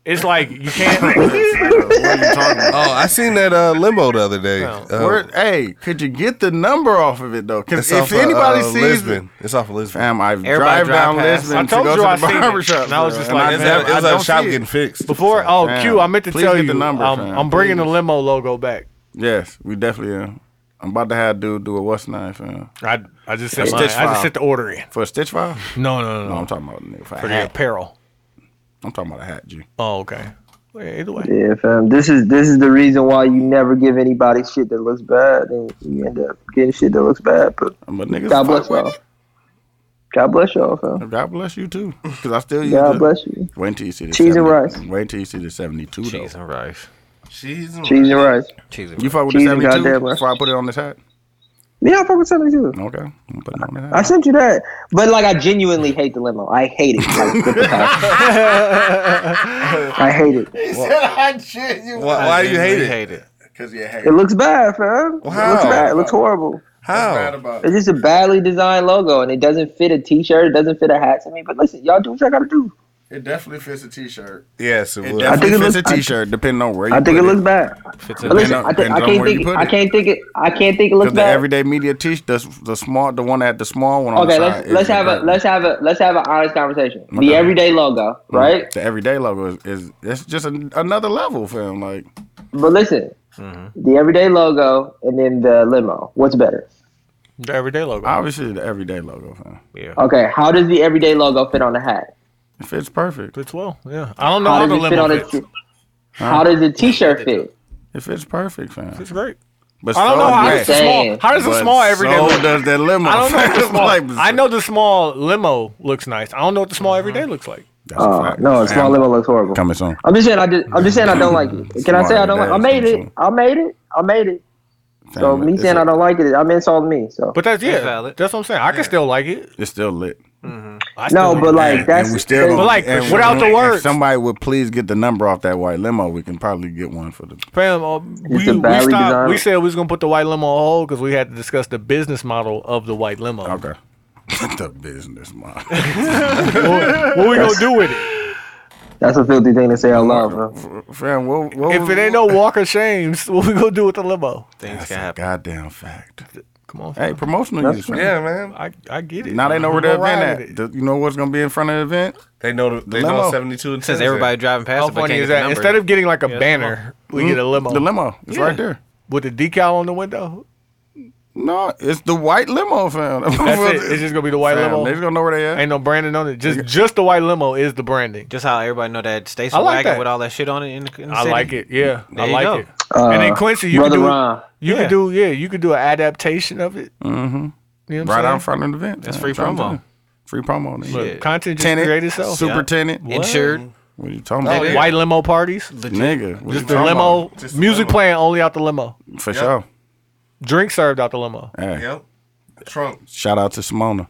Speaker 4: it's like you can't.
Speaker 3: Oh, I seen that uh, limo the other day. Uh,
Speaker 2: Where, hey, could you get the number off of it though? Because
Speaker 3: it's
Speaker 2: if
Speaker 3: off of,
Speaker 2: anybody
Speaker 3: uh,
Speaker 2: sees
Speaker 3: Lisbon, it's off of Lisbon.
Speaker 2: fam, I drive
Speaker 1: drive
Speaker 2: down
Speaker 1: past.
Speaker 2: Lisbon
Speaker 4: I
Speaker 2: to
Speaker 4: told
Speaker 2: go
Speaker 4: you
Speaker 2: to the
Speaker 4: I seen it,
Speaker 2: barbershop.
Speaker 4: and I was
Speaker 2: bro,
Speaker 4: just
Speaker 2: and
Speaker 4: like,
Speaker 3: It's
Speaker 2: never-
Speaker 3: at- it was
Speaker 2: I
Speaker 3: at a
Speaker 2: don't
Speaker 3: shop
Speaker 2: see it.
Speaker 3: getting fixed.
Speaker 4: Before, oh,
Speaker 2: Fam,
Speaker 4: Q, I meant to
Speaker 2: please
Speaker 4: tell
Speaker 2: get
Speaker 4: you,
Speaker 2: the number,
Speaker 4: um,
Speaker 2: fam,
Speaker 4: I'm bringing the
Speaker 2: please.
Speaker 4: limo logo back.
Speaker 2: Yes, we definitely am. I'm about to have dude do a what's nine, fam.
Speaker 4: I I just sent
Speaker 2: Stitch
Speaker 4: mine. I just
Speaker 2: file.
Speaker 4: sent the order in.
Speaker 2: For a stitch file?
Speaker 4: No, no,
Speaker 2: No,
Speaker 4: no,
Speaker 2: I'm
Speaker 4: no.
Speaker 2: talking about a nigga for a
Speaker 4: For the
Speaker 2: hat.
Speaker 4: apparel.
Speaker 2: I'm talking about a hat, G.
Speaker 4: Oh, okay. Well, Either way.
Speaker 6: Yeah, fam. This is this is the reason why you never give anybody shit that looks bad, and you end up getting shit that looks bad. But
Speaker 2: But niggas, fuck
Speaker 6: God bless
Speaker 2: with
Speaker 6: y'all. God bless y'all, fam.
Speaker 2: it. God bless you too, because I still use
Speaker 6: God
Speaker 2: the-
Speaker 6: bless you.
Speaker 2: Wait until you see the
Speaker 6: Cheese and
Speaker 2: 70
Speaker 6: rice.
Speaker 2: Wait until you see the seventy-two
Speaker 1: Cheese
Speaker 2: though.
Speaker 1: and rice.
Speaker 3: She's
Speaker 6: Cheese and rice.
Speaker 1: Cheese and
Speaker 2: You
Speaker 1: rice.
Speaker 2: fuck with
Speaker 6: Cheese
Speaker 2: the
Speaker 6: and
Speaker 2: seventy-two
Speaker 6: goddamn rice.
Speaker 2: before I put it on this hat.
Speaker 6: Yeah, I fuck with something too.
Speaker 2: Okay, I'm putting it on this
Speaker 6: I
Speaker 2: hat.
Speaker 6: sent you that, but like I genuinely hate the limo. I hate it. Like, with the passion. I hate it.
Speaker 3: Why, why do you hate
Speaker 1: Really
Speaker 3: it?
Speaker 1: Hate it.
Speaker 2: Because you hate
Speaker 6: It looks bad, fam. It looks
Speaker 3: Wow.
Speaker 6: bad. It looks horrible.
Speaker 3: How?
Speaker 2: about
Speaker 6: It's just a badly designed logo, and it doesn't fit a T-shirt. It doesn't fit a hat to me. But listen, y'all do what y'all gotta do.
Speaker 2: It definitely fits a t-shirt.
Speaker 3: Yes, it
Speaker 2: It
Speaker 3: would.
Speaker 2: definitely
Speaker 6: think it
Speaker 2: fits
Speaker 6: looks-
Speaker 2: a
Speaker 6: I-
Speaker 2: t-shirt, depending on where you
Speaker 6: I think it
Speaker 2: put
Speaker 6: looks bad.
Speaker 1: Fits
Speaker 6: But
Speaker 1: in
Speaker 6: listen,
Speaker 2: on-
Speaker 6: I, think
Speaker 2: depends
Speaker 6: I
Speaker 2: on
Speaker 6: can't
Speaker 2: where you
Speaker 6: think.
Speaker 2: put
Speaker 6: It,
Speaker 2: it.
Speaker 6: I can't think it. I can't think it looks
Speaker 2: Because the
Speaker 6: bad.
Speaker 2: everyday media t-shirt, the, the smart, the one that had the small one on
Speaker 6: okay,
Speaker 2: the
Speaker 6: let's
Speaker 2: side.
Speaker 6: let's
Speaker 2: is
Speaker 6: have a
Speaker 2: the-
Speaker 6: let's have a let's have an honest conversation.
Speaker 2: Okay.
Speaker 6: The everyday logo,
Speaker 2: Mm-hmm.
Speaker 6: right?
Speaker 2: The everyday logo is, is it's just an, another level, fam. Like
Speaker 6: But listen,
Speaker 2: Mm-hmm.
Speaker 6: the everyday logo and then the limo. What's better?
Speaker 4: The everyday logo.
Speaker 2: obviously the everyday logo, fam.
Speaker 6: Okay, how does the everyday logo fit on the hat?
Speaker 2: It fits perfect.
Speaker 4: Fits well. Yeah. I don't know
Speaker 6: How
Speaker 4: how the
Speaker 6: does it fit
Speaker 4: limo
Speaker 6: on the?
Speaker 4: fits.
Speaker 6: T- how does the T-shirt fit?
Speaker 2: It fits perfect, fam.
Speaker 4: It's great.
Speaker 2: But
Speaker 4: I don't
Speaker 2: so
Speaker 4: know how
Speaker 2: does-
Speaker 4: does the small.
Speaker 6: Saying.
Speaker 4: How does the
Speaker 2: but
Speaker 4: small everyday?
Speaker 2: so
Speaker 4: look-
Speaker 2: does that limo.
Speaker 4: I don't know. What the
Speaker 2: fam.
Speaker 4: small,
Speaker 2: Like, Uh-huh.
Speaker 4: I know the small limo looks nice. I don't know what the small everyday looks like.
Speaker 2: That's a
Speaker 6: Oh
Speaker 2: fact.
Speaker 6: no, a small
Speaker 2: Fam,
Speaker 6: limo looks horrible.
Speaker 2: Coming soon.
Speaker 6: I'm just saying. I just. I'm just saying. I don't like it. Can I say I don't? Like, I made it. I made it. I made it. So
Speaker 2: Fam,
Speaker 6: me
Speaker 2: it's
Speaker 6: saying
Speaker 2: a-
Speaker 6: I don't like it, I'm insulting me. So
Speaker 4: But that's yeah.
Speaker 1: valid.
Speaker 4: That's what I'm saying. I can still like it.
Speaker 2: It's still lit.
Speaker 6: No, but like that's
Speaker 2: and we still
Speaker 4: But, like,
Speaker 2: and-
Speaker 4: without the
Speaker 2: and
Speaker 4: words.
Speaker 2: If somebody would please get the number off that white limo, we can probably get one for the.
Speaker 4: Fam, uh, we,
Speaker 6: a
Speaker 4: we,
Speaker 6: badly
Speaker 4: stopped,
Speaker 6: designed-
Speaker 4: we said we was gonna put the white limo on hold because we had to discuss the business model of the white limo.
Speaker 2: Okay. the business model.
Speaker 4: what, what we gonna do with it?
Speaker 6: that's a filthy thing to say out loud, bro.
Speaker 2: Fam, what, what
Speaker 4: If
Speaker 2: was-
Speaker 4: it ain't no Walker Shames, what we gonna do with the limo?
Speaker 1: Things
Speaker 2: That's
Speaker 1: can
Speaker 2: a
Speaker 1: happen.
Speaker 2: goddamn fact.
Speaker 4: Come on,
Speaker 2: Hey,
Speaker 4: fam.
Speaker 2: promotional use. fam.
Speaker 3: Yeah, man.
Speaker 4: I I get it.
Speaker 2: Now they know where
Speaker 4: We
Speaker 2: the
Speaker 4: gonna ride
Speaker 2: event at.
Speaker 4: with it.
Speaker 2: The- you know what's gonna be in front of the event?
Speaker 3: They know they
Speaker 2: limo.
Speaker 3: know seventy two and
Speaker 1: Since
Speaker 3: 10 is
Speaker 1: everybody
Speaker 3: there.
Speaker 1: driving past
Speaker 4: How
Speaker 1: it, but
Speaker 4: funny
Speaker 1: can't
Speaker 4: is
Speaker 1: get the
Speaker 4: that?
Speaker 1: number.
Speaker 4: Instead of getting like a
Speaker 1: Yeah,
Speaker 4: banner, we get a limo.
Speaker 2: Mm-hmm. The limo. It's right there.
Speaker 4: with the decal on the window.
Speaker 2: No, it's the white limo, fam.
Speaker 4: That's it. It's just gonna be the white
Speaker 2: Fam,
Speaker 4: limo.
Speaker 2: They just gonna know where they at.
Speaker 4: Ain't no branding on it. Just just the white limo is the branding.
Speaker 1: just how everybody know that Stacy
Speaker 4: I like
Speaker 1: wagon
Speaker 4: that.
Speaker 1: with all that shit on it. In the, in the
Speaker 4: I
Speaker 1: city.
Speaker 4: like it. Yeah,
Speaker 1: There
Speaker 4: I
Speaker 1: you
Speaker 4: like
Speaker 1: go.
Speaker 4: it. and
Speaker 2: Uh,
Speaker 4: then Quincy, you could
Speaker 6: Brother
Speaker 4: do
Speaker 6: Ron.
Speaker 4: you
Speaker 1: Yeah.
Speaker 4: could do yeah, you could do an adaptation of it. Mm-hmm. You know what
Speaker 2: Right out
Speaker 4: I'm
Speaker 2: in front of the event.
Speaker 1: That's
Speaker 2: fam.
Speaker 1: free
Speaker 2: I'm trying to
Speaker 1: promo.
Speaker 2: tell you. Free promo. nigga.
Speaker 4: saying?
Speaker 1: Yeah.
Speaker 4: Content just
Speaker 2: Tenant,
Speaker 4: created itself. Oh,
Speaker 2: super tenant.
Speaker 1: Insured.
Speaker 2: What are you talking about?
Speaker 4: White limo parties.
Speaker 2: Nigga, what
Speaker 4: Just
Speaker 2: you
Speaker 4: the
Speaker 2: talking
Speaker 4: limo.
Speaker 3: Just the
Speaker 4: music
Speaker 3: limo.
Speaker 4: playing only out the limo.
Speaker 2: about? For sure.
Speaker 4: Drink served out the limo.
Speaker 2: Hey,
Speaker 3: Yep.
Speaker 2: Oh,
Speaker 3: Trump.
Speaker 2: Shout out to Simona.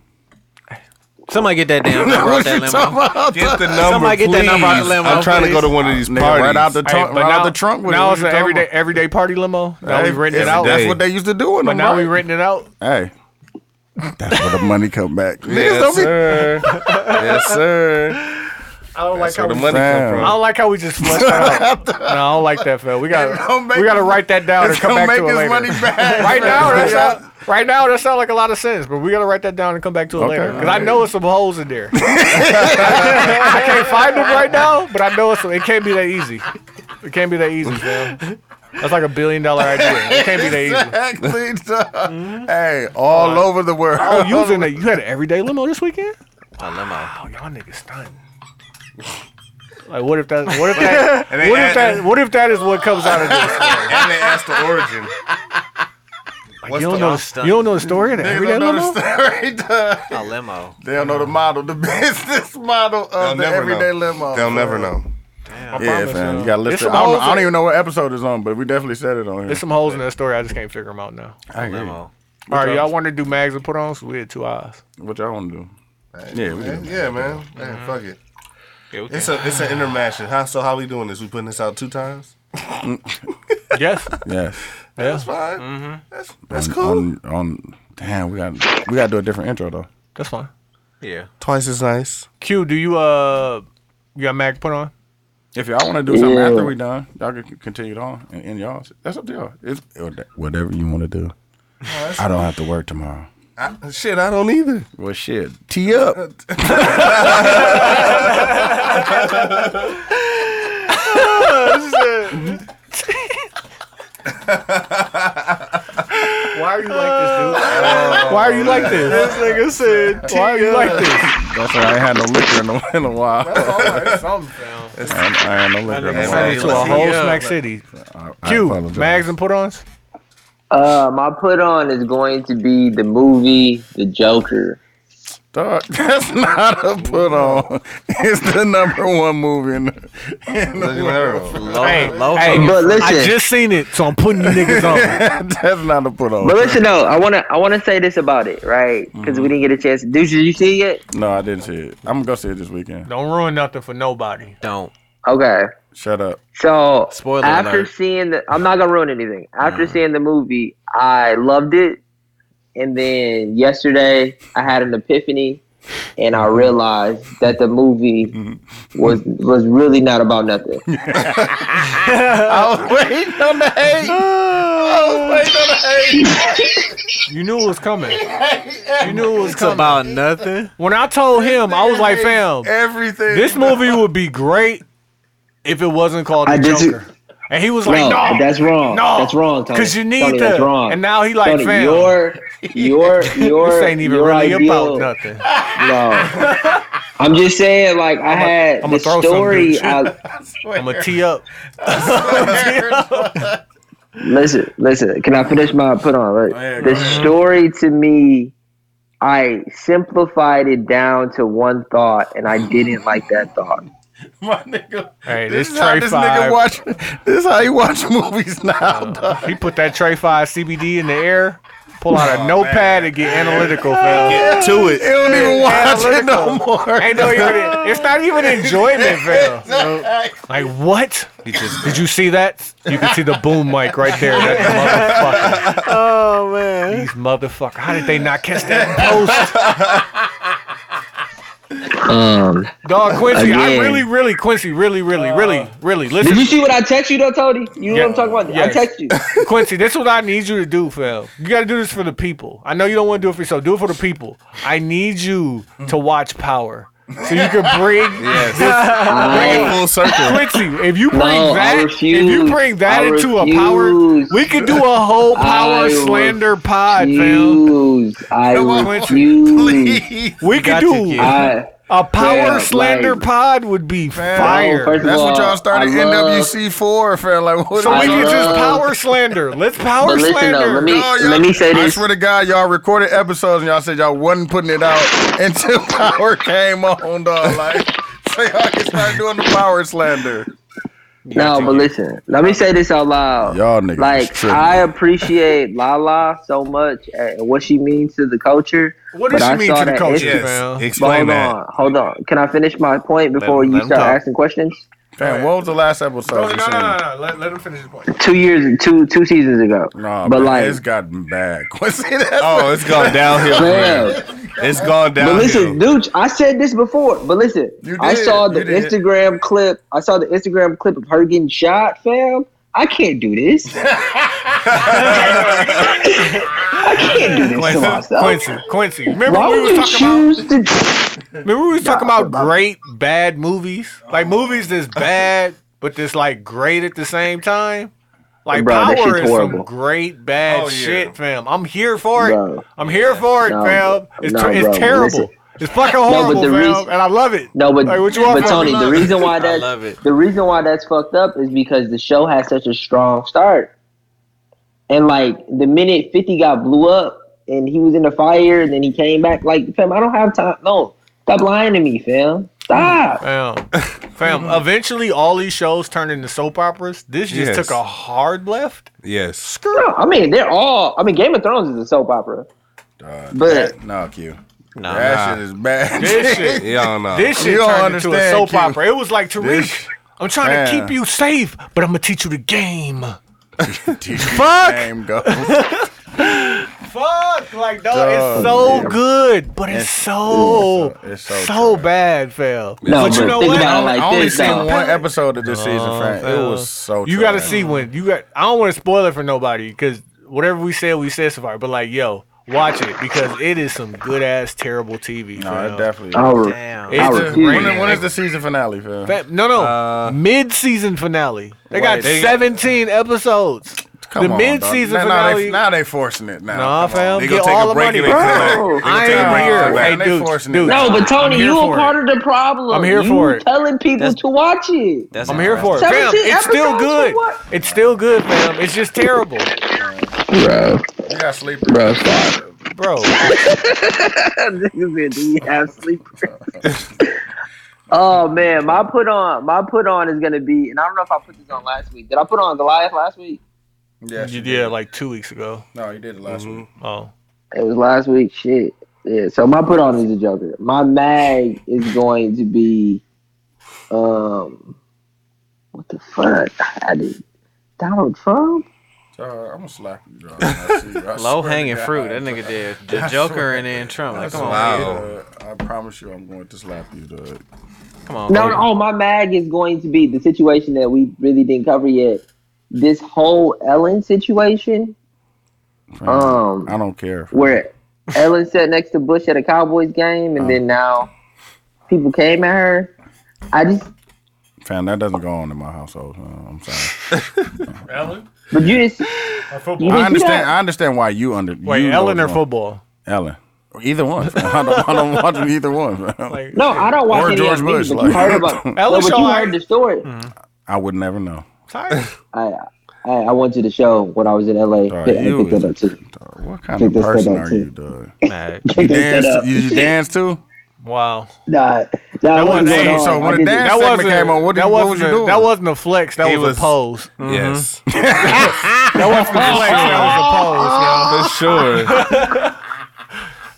Speaker 1: Somebody get that damn number off that limo.
Speaker 3: Get the number.
Speaker 1: Somebody get that
Speaker 3: please.
Speaker 1: number out the limo,
Speaker 3: I'm trying to
Speaker 1: please.
Speaker 3: go to one of these
Speaker 2: Nigga,
Speaker 3: parties.
Speaker 2: right out the
Speaker 4: Hey,
Speaker 2: trunk,
Speaker 4: but
Speaker 2: right
Speaker 4: now,
Speaker 2: out the trunk with it.
Speaker 4: now
Speaker 2: What
Speaker 4: it's
Speaker 2: you
Speaker 4: an
Speaker 2: talking
Speaker 4: everyday
Speaker 2: about?
Speaker 4: everyday party limo. Now
Speaker 2: Hey,
Speaker 4: we renting it
Speaker 2: it's-
Speaker 4: out.
Speaker 2: That's
Speaker 3: Hey.
Speaker 2: what they used to do in
Speaker 4: But
Speaker 2: them,
Speaker 4: now
Speaker 2: right?
Speaker 4: we renting it out.
Speaker 2: Hey, that's where the money come back. Niggas
Speaker 3: Yes,
Speaker 2: don't be-
Speaker 3: sir. yes, sir.
Speaker 4: I don't
Speaker 3: That's where
Speaker 4: like
Speaker 3: the
Speaker 4: how we,
Speaker 3: money
Speaker 2: Fam.
Speaker 3: come
Speaker 4: I
Speaker 3: from.
Speaker 4: don't like how we just flushed that out. No, I don't like that, fam. We
Speaker 2: gonna
Speaker 4: got
Speaker 2: make
Speaker 4: we got to
Speaker 2: us-
Speaker 4: write that down and
Speaker 2: It's
Speaker 4: come
Speaker 2: gonna
Speaker 4: back
Speaker 2: make
Speaker 4: to it
Speaker 2: his
Speaker 4: later.
Speaker 2: money back.
Speaker 4: right now, that
Speaker 2: Yeah.
Speaker 4: sound, right now, that sounds like a lot of sense, but we gotta write that down and come back to it
Speaker 2: Okay,
Speaker 4: later. Because I know it's some holes in there. I can't find them right now, but I know it's. It can't be that easy. It can't be that easy, fam. That's like a billion dollar idea. It can't be that easy.
Speaker 2: Exactly. dog. Hey, all over the world.
Speaker 4: Mm-hmm. Oh, you was in a, you had an everyday limo this weekend?
Speaker 1: A limo.
Speaker 4: Oh, y'all niggas stunned. Like, what if that? What if that?
Speaker 3: And they
Speaker 4: What if
Speaker 3: add-
Speaker 4: that? What if that is what comes out of this?
Speaker 3: And they asked the origin.
Speaker 4: you don't
Speaker 1: the-
Speaker 4: know.
Speaker 1: I'm
Speaker 4: The,
Speaker 1: stunned.
Speaker 4: you don't know the story of the
Speaker 2: They
Speaker 4: everyday
Speaker 2: don't know
Speaker 4: limo.
Speaker 2: the story. dog.
Speaker 1: A limo.
Speaker 2: They don't know the model, the business model of
Speaker 3: They'll
Speaker 2: the
Speaker 3: never
Speaker 2: everyday
Speaker 3: know.
Speaker 2: limo.
Speaker 3: They'll never know.
Speaker 2: Yeah, fam. You gotta
Speaker 4: It's
Speaker 2: listen.
Speaker 4: some
Speaker 2: I don't,
Speaker 4: holes
Speaker 2: I don't
Speaker 4: in-
Speaker 2: even know what episode it's on, but we definitely said it on here.
Speaker 4: There's some holes in that story. I just can't figure them out now.
Speaker 2: I agree.
Speaker 1: Limo.
Speaker 4: All right, y'all want to do mags and put ons? We had two eyes.
Speaker 2: What y'all want to do? Yeah, we can.
Speaker 3: Man, yeah, man. Man, fuck it.
Speaker 1: Yeah, we
Speaker 3: It's
Speaker 1: can.
Speaker 3: a it's an intermission. How so? How we doing this? We putting this out two times?
Speaker 4: Yes.
Speaker 2: Yes.
Speaker 3: That's fine. That's that's
Speaker 2: On-
Speaker 3: cool.
Speaker 2: On, on, damn, we got we got to do a different intro though.
Speaker 4: That's fine.
Speaker 1: Yeah.
Speaker 3: Twice as nice.
Speaker 4: Q, do you uh you got mag put on?
Speaker 2: If y'all want to do something
Speaker 6: Yeah.
Speaker 2: after we done, y'all can continue it on and end y'all. That's up to y'all. It's whatever you want to do.
Speaker 4: Oh,
Speaker 2: I don't have to work tomorrow.
Speaker 3: I, shit, I don't either.
Speaker 2: Well, shit. Tee up.
Speaker 4: Why are you like this, dude? Why are you like this? This nigga said, Why are you like this?
Speaker 2: That's why I ain't had no liquor in a, in a while. I, ain't- I ain't had no liquor in a
Speaker 3: Send
Speaker 2: while.
Speaker 3: it
Speaker 4: To a whole Smack City.
Speaker 2: I
Speaker 4: Q,
Speaker 2: apologize.
Speaker 4: mags and put ons?
Speaker 6: Uh, my put on is going to be the movie The Joker.
Speaker 2: Dog, that's not a put on. It's the number one movie in the, in the world.
Speaker 1: Low, low
Speaker 6: But listen,
Speaker 4: I just seen it, so I'm putting you niggas on.
Speaker 2: that's not a put on.
Speaker 6: but listen though, I wanna I wanna say this about it, right? Because
Speaker 2: Mm-hmm.
Speaker 6: we didn't get a chance. Dude, did you see it yet?
Speaker 2: No, I didn't see it. I'm gonna go see it this weekend.
Speaker 4: Don't ruin nothing for nobody.
Speaker 1: Don't.
Speaker 6: Okay.
Speaker 2: Shut up.
Speaker 6: So
Speaker 1: Spoiler
Speaker 6: after
Speaker 1: alert.
Speaker 6: seeing the, I'm not gonna ruin anything.
Speaker 4: Uh-huh.
Speaker 6: After seeing the movie, I loved it, and then yesterday I had an epiphany, and I realized that the movie was was really not about nothing.
Speaker 4: You knew it was coming. You knew it was
Speaker 1: It's
Speaker 4: coming.
Speaker 1: about nothing.
Speaker 4: When I told him, I was like, fam,
Speaker 2: Everything.
Speaker 4: this movie would be great if it wasn't called
Speaker 6: I
Speaker 4: The
Speaker 6: dis-
Speaker 4: Joker. And he was
Speaker 6: No,
Speaker 4: like, no,
Speaker 6: that's wrong.
Speaker 4: No,
Speaker 6: that's wrong, Tony.
Speaker 4: Because you need
Speaker 6: Tony,
Speaker 4: to.
Speaker 6: That's wrong.
Speaker 4: And now he like,
Speaker 6: Tony,
Speaker 4: fam,
Speaker 6: your your your
Speaker 4: this ain't even
Speaker 6: your
Speaker 4: really
Speaker 6: ideal,
Speaker 4: about nothing.
Speaker 6: No, I'm just saying, like I had
Speaker 4: I'ma
Speaker 6: the
Speaker 4: throw some,
Speaker 6: story.
Speaker 4: dude.
Speaker 6: I,
Speaker 4: I'm gonna tee up.
Speaker 6: Listen, listen. Can I finish my put on? Look, the story to me, I simplified it down to one thought, and I didn't like that thought.
Speaker 2: my nigga.
Speaker 4: Hey,
Speaker 2: This,
Speaker 4: this,
Speaker 2: is how
Speaker 4: tray
Speaker 2: this
Speaker 4: five. uh,
Speaker 2: nigga watch. This is how he watch movies now. dog.
Speaker 4: he put that tray five CBD in the air, Pull out a
Speaker 2: Oh,
Speaker 4: notepad and get analytical, fam.
Speaker 3: Get to it.
Speaker 2: don't even watch it no
Speaker 4: Analytical.
Speaker 2: more.
Speaker 4: Ain't no even, it's not even enjoyment, fam. Like what? Did you see that? You can see the boom mic right there. That motherfucker.
Speaker 1: Oh man.
Speaker 4: These motherfucker. How did they not catch that post?
Speaker 5: Um,
Speaker 4: Dog Quincy, I
Speaker 5: Again.
Speaker 4: really, really, Quincy, really, really,
Speaker 1: Uh,
Speaker 4: really, really. Listen,
Speaker 6: Did you see what I text you though, Tony? You know what I'm talking about?
Speaker 4: Yes.
Speaker 6: I text you.
Speaker 4: Quincy, this is what I need you to do, Phil. You got to do this for the people. I know you don't want to do it for yourself. Do it for the people. I need you
Speaker 1: Mm.
Speaker 4: to watch Power so you can bring
Speaker 3: Bring it
Speaker 5: I,
Speaker 3: full circle.
Speaker 4: this. Quincy, if you bring
Speaker 6: No, I
Speaker 4: that, if you
Speaker 6: refuse.
Speaker 4: bring that
Speaker 6: I
Speaker 4: into a power,
Speaker 6: refuse.
Speaker 4: we could do a whole power
Speaker 6: I
Speaker 4: slander pod, Phil.
Speaker 6: Refuse. I
Speaker 4: on, Quincy,
Speaker 6: refuse.
Speaker 3: Please.
Speaker 4: We could
Speaker 1: got to,
Speaker 4: do
Speaker 1: kid.
Speaker 6: I,
Speaker 4: a power
Speaker 6: Yeah,
Speaker 4: slander
Speaker 6: like-
Speaker 4: pod would be
Speaker 6: No,
Speaker 4: fire.
Speaker 6: first of
Speaker 2: That's what
Speaker 6: all,
Speaker 2: y'all started
Speaker 6: I love-
Speaker 2: NWC for, fam. Like, what
Speaker 4: So
Speaker 2: is-
Speaker 4: we
Speaker 6: I
Speaker 4: can just
Speaker 6: love-
Speaker 4: power slander. Let's power
Speaker 6: But listen
Speaker 4: slander.
Speaker 6: though, let me
Speaker 2: No, Oh, y'all-
Speaker 6: let me say
Speaker 2: I
Speaker 6: this.
Speaker 2: swear to God, y'all recorded episodes and y'all said y'all wasn't putting it out until power came on, dog. Like, so y'all can start doing the power slander.
Speaker 6: No, but listen. Let me say this out loud.
Speaker 2: Y'all niggas is
Speaker 6: like
Speaker 2: tripping.
Speaker 6: I appreciate Lala so much and what she means to the culture.
Speaker 4: What does
Speaker 6: but
Speaker 4: she
Speaker 6: I
Speaker 4: mean
Speaker 6: saw
Speaker 4: to the
Speaker 6: that
Speaker 4: culture,
Speaker 6: Instagram-
Speaker 4: man?
Speaker 3: Yes.
Speaker 6: But
Speaker 3: Explain
Speaker 6: hold
Speaker 3: that.
Speaker 6: on, hold on. Can I finish my point before
Speaker 1: him-
Speaker 6: you
Speaker 1: let him
Speaker 6: start
Speaker 1: talk.
Speaker 6: asking questions?
Speaker 2: Fam, what was the last episode?
Speaker 4: No, no,
Speaker 2: you
Speaker 4: no,
Speaker 2: seen?
Speaker 4: no, no. Let, let him finish his point.
Speaker 6: Two years, two two seasons ago.
Speaker 2: Nah,
Speaker 6: but
Speaker 2: man,
Speaker 6: like,
Speaker 2: it's gotten bad. Quincy, that's
Speaker 3: Oh, it's gone downhill.
Speaker 6: man,
Speaker 3: man. It's gone
Speaker 6: But
Speaker 3: downhill.
Speaker 6: listen, dude, I said this before. But listen,
Speaker 2: You
Speaker 6: I
Speaker 2: did,
Speaker 6: saw the
Speaker 2: you did.
Speaker 6: Instagram clip. I saw the Instagram clip of her getting shot, fam. I can't do this. I can't do this to
Speaker 4: Quincy,
Speaker 6: myself.
Speaker 4: Quincy, Quincy. Remember
Speaker 6: Oh. Why
Speaker 4: we
Speaker 6: would
Speaker 4: was
Speaker 6: you
Speaker 4: talking about
Speaker 6: choose to?
Speaker 4: Remember we was talking about great bad movies, like movies that's bad but that's like great at the same time. Like
Speaker 6: Bro, that
Speaker 4: Power
Speaker 6: shit's
Speaker 4: is
Speaker 6: horrible.
Speaker 4: some great bad
Speaker 3: Oh, yeah.
Speaker 4: shit, fam. I'm here for it.
Speaker 6: Bro.
Speaker 4: I'm here for it,
Speaker 6: No,
Speaker 4: fam. It's,
Speaker 6: no,
Speaker 4: ter- it's
Speaker 6: bro,
Speaker 4: terrible.
Speaker 6: listen.
Speaker 4: It's fucking horrible,
Speaker 6: the
Speaker 4: fam,
Speaker 6: reason-
Speaker 4: and I love it.
Speaker 6: No, but
Speaker 4: Like, what you want
Speaker 6: but
Speaker 4: from
Speaker 6: Tony,
Speaker 4: me?
Speaker 6: the reason why
Speaker 1: I
Speaker 6: that
Speaker 1: love it.
Speaker 6: the reason why that's fucked up is because the show has such a strong start, and like the minute Fifty got blew up and he was in the fire, and then he came back. Like, fam, I don't have time. No, stop lying to me, fam. Stop.
Speaker 4: Fam, fam. Eventually, all these shows turned into soap operas. This just
Speaker 3: Yes.
Speaker 4: took a hard left.
Speaker 3: yes.
Speaker 6: No, I mean they're all. I mean Game of Thrones is a soap opera, but
Speaker 2: No, Q.
Speaker 1: Nah.
Speaker 2: that shit is bad.
Speaker 4: This shit.
Speaker 3: Y'all know.
Speaker 4: This shit
Speaker 2: Uh, You don't
Speaker 4: turned into a
Speaker 2: understand,
Speaker 4: soap
Speaker 2: Q.
Speaker 4: opera. It was like Tariq.
Speaker 2: This-
Speaker 4: I'm trying to
Speaker 2: Man.
Speaker 4: keep you safe, but I'm gonna teach you the game.
Speaker 2: Fuck. Game goes.
Speaker 4: Fuck! Like, no,
Speaker 2: Dog,
Speaker 4: it's so
Speaker 2: yeah.
Speaker 4: good, but it's so,
Speaker 2: it's
Speaker 4: so,
Speaker 2: so trash.
Speaker 4: bad, fam.
Speaker 6: no,
Speaker 4: but
Speaker 6: but
Speaker 4: you know
Speaker 6: think about it
Speaker 4: what?
Speaker 2: I
Speaker 6: like
Speaker 2: only
Speaker 6: this.
Speaker 2: seen
Speaker 6: though.
Speaker 2: one episode of this season, fam. It was so.
Speaker 4: You got to
Speaker 2: trash.
Speaker 4: see when you got. I don't want to spoil it for nobody because whatever we said, we said so far. But like, yo, watch it because it is some good ass terrible TV.
Speaker 2: No,
Speaker 4: fam.
Speaker 2: it definitely.
Speaker 6: I re-
Speaker 1: Damn.
Speaker 4: It's
Speaker 6: I
Speaker 4: the-
Speaker 2: When-
Speaker 6: refuse.
Speaker 2: when is the season finale, fam?
Speaker 4: Fam, no, no, mid season finale. They
Speaker 2: Uh,
Speaker 4: got
Speaker 2: Wait, they-
Speaker 4: 17 episodes.
Speaker 2: Come
Speaker 4: the
Speaker 2: on,
Speaker 4: mid-season
Speaker 2: dog. Now- Now
Speaker 4: finale-
Speaker 2: they, now they forcing it. Now,
Speaker 4: Nah,
Speaker 2: Come on.
Speaker 4: fam,
Speaker 3: They
Speaker 4: get
Speaker 3: gonna take
Speaker 4: all
Speaker 3: a
Speaker 4: the
Speaker 3: break
Speaker 4: money,
Speaker 3: and they come back.
Speaker 4: bro.
Speaker 6: They gonna
Speaker 4: I
Speaker 2: take a break
Speaker 4: am
Speaker 2: and
Speaker 4: here.
Speaker 2: come
Speaker 4: Hey,
Speaker 2: back. They
Speaker 4: dude,
Speaker 2: forcing it.
Speaker 4: dude.
Speaker 2: No,
Speaker 6: No, but
Speaker 4: I'm
Speaker 6: Tony,
Speaker 4: here
Speaker 6: you
Speaker 4: for
Speaker 6: a
Speaker 4: it.
Speaker 6: part of the problem.
Speaker 4: I'm here
Speaker 6: you
Speaker 4: for it.
Speaker 6: Telling people
Speaker 1: That's-
Speaker 6: to watch it.
Speaker 1: That's
Speaker 4: I'm here for it. Fam,
Speaker 6: 17
Speaker 4: it's still
Speaker 6: episodes for
Speaker 4: good.
Speaker 6: what?
Speaker 4: It's still good, fam. It's just terrible.
Speaker 6: Bro,
Speaker 2: You got sleepers.
Speaker 6: bro, stop.
Speaker 4: Bro,
Speaker 6: Niggas said, do you have sleepers? oh man, my put on, my put on is gonna be, and I don't know if I put this on last week. Did I put on Goliath last week?
Speaker 2: Yes,
Speaker 4: you
Speaker 2: you
Speaker 4: did like two weeks ago.
Speaker 2: No, you did it last week.
Speaker 4: Oh.
Speaker 6: It was last week. Shit. Yeah. So my put on is a Joker. My mag is going to be, um, what the fuck? I did Donald Trump.
Speaker 2: So, I'm gonna slap you, dog. I see you. I
Speaker 1: Low
Speaker 2: swear to
Speaker 1: hanging
Speaker 2: God.
Speaker 1: fruit. That nigga did the
Speaker 2: I
Speaker 1: Joker
Speaker 2: swear.
Speaker 1: and then Trump. Like, come on,
Speaker 3: Wow.
Speaker 1: man.
Speaker 2: Uh, I promise you, I'm going to slap you, dog.
Speaker 1: come on.
Speaker 6: No,
Speaker 1: man.
Speaker 6: no. Oh, my mag is going to be the situation that we really didn't cover yet. This whole Ellen situation. Um,
Speaker 2: I don't care.
Speaker 6: where Ellen sat next to Bush at a Cowboys game, and then now people came at her. I just,
Speaker 2: Fam, that doesn't go on in my household. fam. I'm sorry.
Speaker 4: Ellen?
Speaker 6: but you just, you
Speaker 2: I
Speaker 6: just- you
Speaker 2: understand.
Speaker 6: got-
Speaker 2: I understand why you under.
Speaker 4: Wait,
Speaker 2: you
Speaker 4: Ellen
Speaker 2: know
Speaker 4: or
Speaker 2: it's wrong.
Speaker 4: football?
Speaker 2: Ellen. Either one. fam. I don't, I don't watch either one. fam.
Speaker 4: Like,
Speaker 6: no, I don't watch
Speaker 2: Or
Speaker 6: any
Speaker 2: George
Speaker 6: of these,
Speaker 2: Bush,
Speaker 6: but you
Speaker 2: like-
Speaker 6: heard about.
Speaker 4: Ellen
Speaker 6: no, but
Speaker 4: show
Speaker 6: you
Speaker 4: I-
Speaker 6: heard the story.
Speaker 2: I would never know.
Speaker 4: Tired.
Speaker 6: I, I, I went to the show when I was in LA.
Speaker 2: Dog,
Speaker 6: I
Speaker 2: you
Speaker 6: picked
Speaker 2: is
Speaker 6: that up
Speaker 2: a-
Speaker 6: too.
Speaker 2: dog, what kind
Speaker 6: Pick
Speaker 2: of
Speaker 6: this
Speaker 2: person
Speaker 6: up
Speaker 2: are
Speaker 6: too.
Speaker 2: you, dog?
Speaker 1: Nah,
Speaker 2: You
Speaker 6: Pick that
Speaker 2: dance?
Speaker 6: up.
Speaker 2: You, you dance too?
Speaker 4: Wow.
Speaker 6: Nah, nah,
Speaker 4: That
Speaker 6: that
Speaker 4: wasn't
Speaker 6: wasn't
Speaker 4: it.
Speaker 6: going on.
Speaker 2: So
Speaker 6: I
Speaker 2: when the
Speaker 6: didn't-
Speaker 2: dance
Speaker 4: That
Speaker 2: segment
Speaker 4: wasn't,
Speaker 2: came on, what,
Speaker 4: that
Speaker 2: did- what
Speaker 4: wasn't
Speaker 2: was you
Speaker 4: a,
Speaker 2: doing?
Speaker 4: that wasn't a flex. That
Speaker 3: He
Speaker 4: was, a
Speaker 3: was-
Speaker 4: pose.
Speaker 3: Yes.
Speaker 4: That wasn't a flex. That was a pose, yo.
Speaker 3: For sure.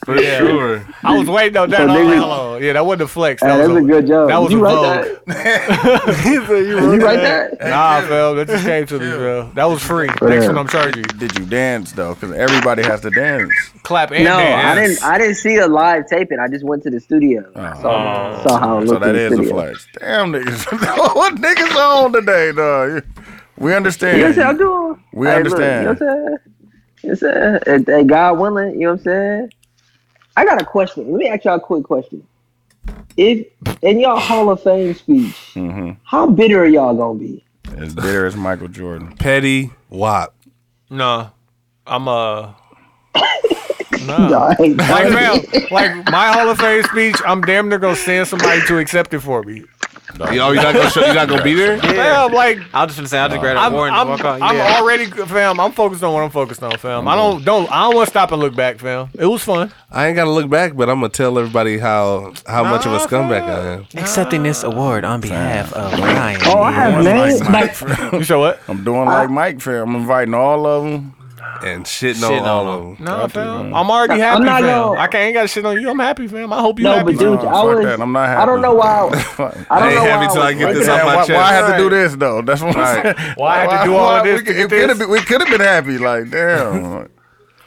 Speaker 3: For
Speaker 4: Yeah.
Speaker 3: sure.
Speaker 4: I was waiting on that.
Speaker 6: So
Speaker 4: I was
Speaker 6: niggas-
Speaker 4: like, hello. Yeah, that wasn't a flex.
Speaker 6: Hey,
Speaker 4: That was
Speaker 6: that's a good job.
Speaker 4: That was
Speaker 6: you
Speaker 4: a
Speaker 6: write
Speaker 4: vogue.
Speaker 6: that. You write that.
Speaker 4: Nah, fam. That just came to me, fam. That was free. Next one I'm charging you.
Speaker 2: Did you dance though? Because everybody has to dance.
Speaker 4: Clap and
Speaker 6: No,
Speaker 4: dance.
Speaker 6: I didn't. I didn't see a live taping. I just went to the studio. saw, saw how it
Speaker 2: Oh. So
Speaker 6: looked.
Speaker 2: that
Speaker 6: in the
Speaker 2: is a
Speaker 6: studio.
Speaker 2: flex. Damn niggas, what niggas on today, dog? We
Speaker 6: You know what I'm saying? I'm
Speaker 2: understand.
Speaker 6: doing.
Speaker 2: We
Speaker 6: Hey,
Speaker 2: understand.
Speaker 6: Look, you know what I'm saying? You know what I'm saying? Hey, God willing, you know what I'm saying? I got a question. Let me ask y'all a quick question. If in y'all Hall of Fame speech,
Speaker 2: Mm-hmm.
Speaker 6: how bitter are y'all gonna be?
Speaker 2: As bitter as Michael Jordan.
Speaker 3: Petty Wop.
Speaker 4: No, I'm uh.
Speaker 6: Y'all ain't-
Speaker 4: Like, fam, like my Hall of Fame speech, I'm damn near gonna send somebody to accept it for me.
Speaker 3: Oh, you're not gonna show, you're not gonna be there?
Speaker 4: Fam, like
Speaker 1: I was just gonna say, I'll just grab a
Speaker 4: I'm,
Speaker 1: warrant
Speaker 4: I'm,
Speaker 1: and walk out.
Speaker 4: I'm
Speaker 1: yeah.
Speaker 4: already, fam. I'm focused on what I'm focused on, fam. I don't, don't, I don't want to stop and look back, fam. It was fun.
Speaker 3: I ain't gotta look back, but I'm gonna tell everybody how how much of a scumbag I am.
Speaker 1: accepting this award on behalf of Ryan.
Speaker 6: Oh, I have names.
Speaker 2: Mike Fam.
Speaker 4: You sure what?
Speaker 2: I'm doing like Mike Fam. I'm inviting all of them.
Speaker 3: And shitting
Speaker 1: Shitting
Speaker 3: on
Speaker 1: on
Speaker 3: all of them.
Speaker 4: No, fam. I'm already
Speaker 6: I'm
Speaker 4: happy,
Speaker 6: not
Speaker 4: fam.
Speaker 6: gonna-
Speaker 4: I can't ain't got shit on you. I'm happy, fam. I hope you
Speaker 6: No,
Speaker 4: happy.
Speaker 6: but dude,
Speaker 2: No,
Speaker 6: I
Speaker 2: Oh, fuck
Speaker 6: was.
Speaker 2: that. I'm not
Speaker 6: I don't
Speaker 2: happy.
Speaker 6: know why. I don't
Speaker 3: I ain't
Speaker 6: know why.
Speaker 3: happy till I
Speaker 6: was
Speaker 3: get
Speaker 6: like
Speaker 3: this
Speaker 6: that.
Speaker 3: off my
Speaker 2: why,
Speaker 3: chest.
Speaker 2: why I have to do this though? That's what I'm saying.
Speaker 4: Why I had to do all of this
Speaker 2: We
Speaker 4: to
Speaker 2: could,
Speaker 4: get
Speaker 2: it could have
Speaker 4: this?
Speaker 2: been, we could have been happy. Like damn,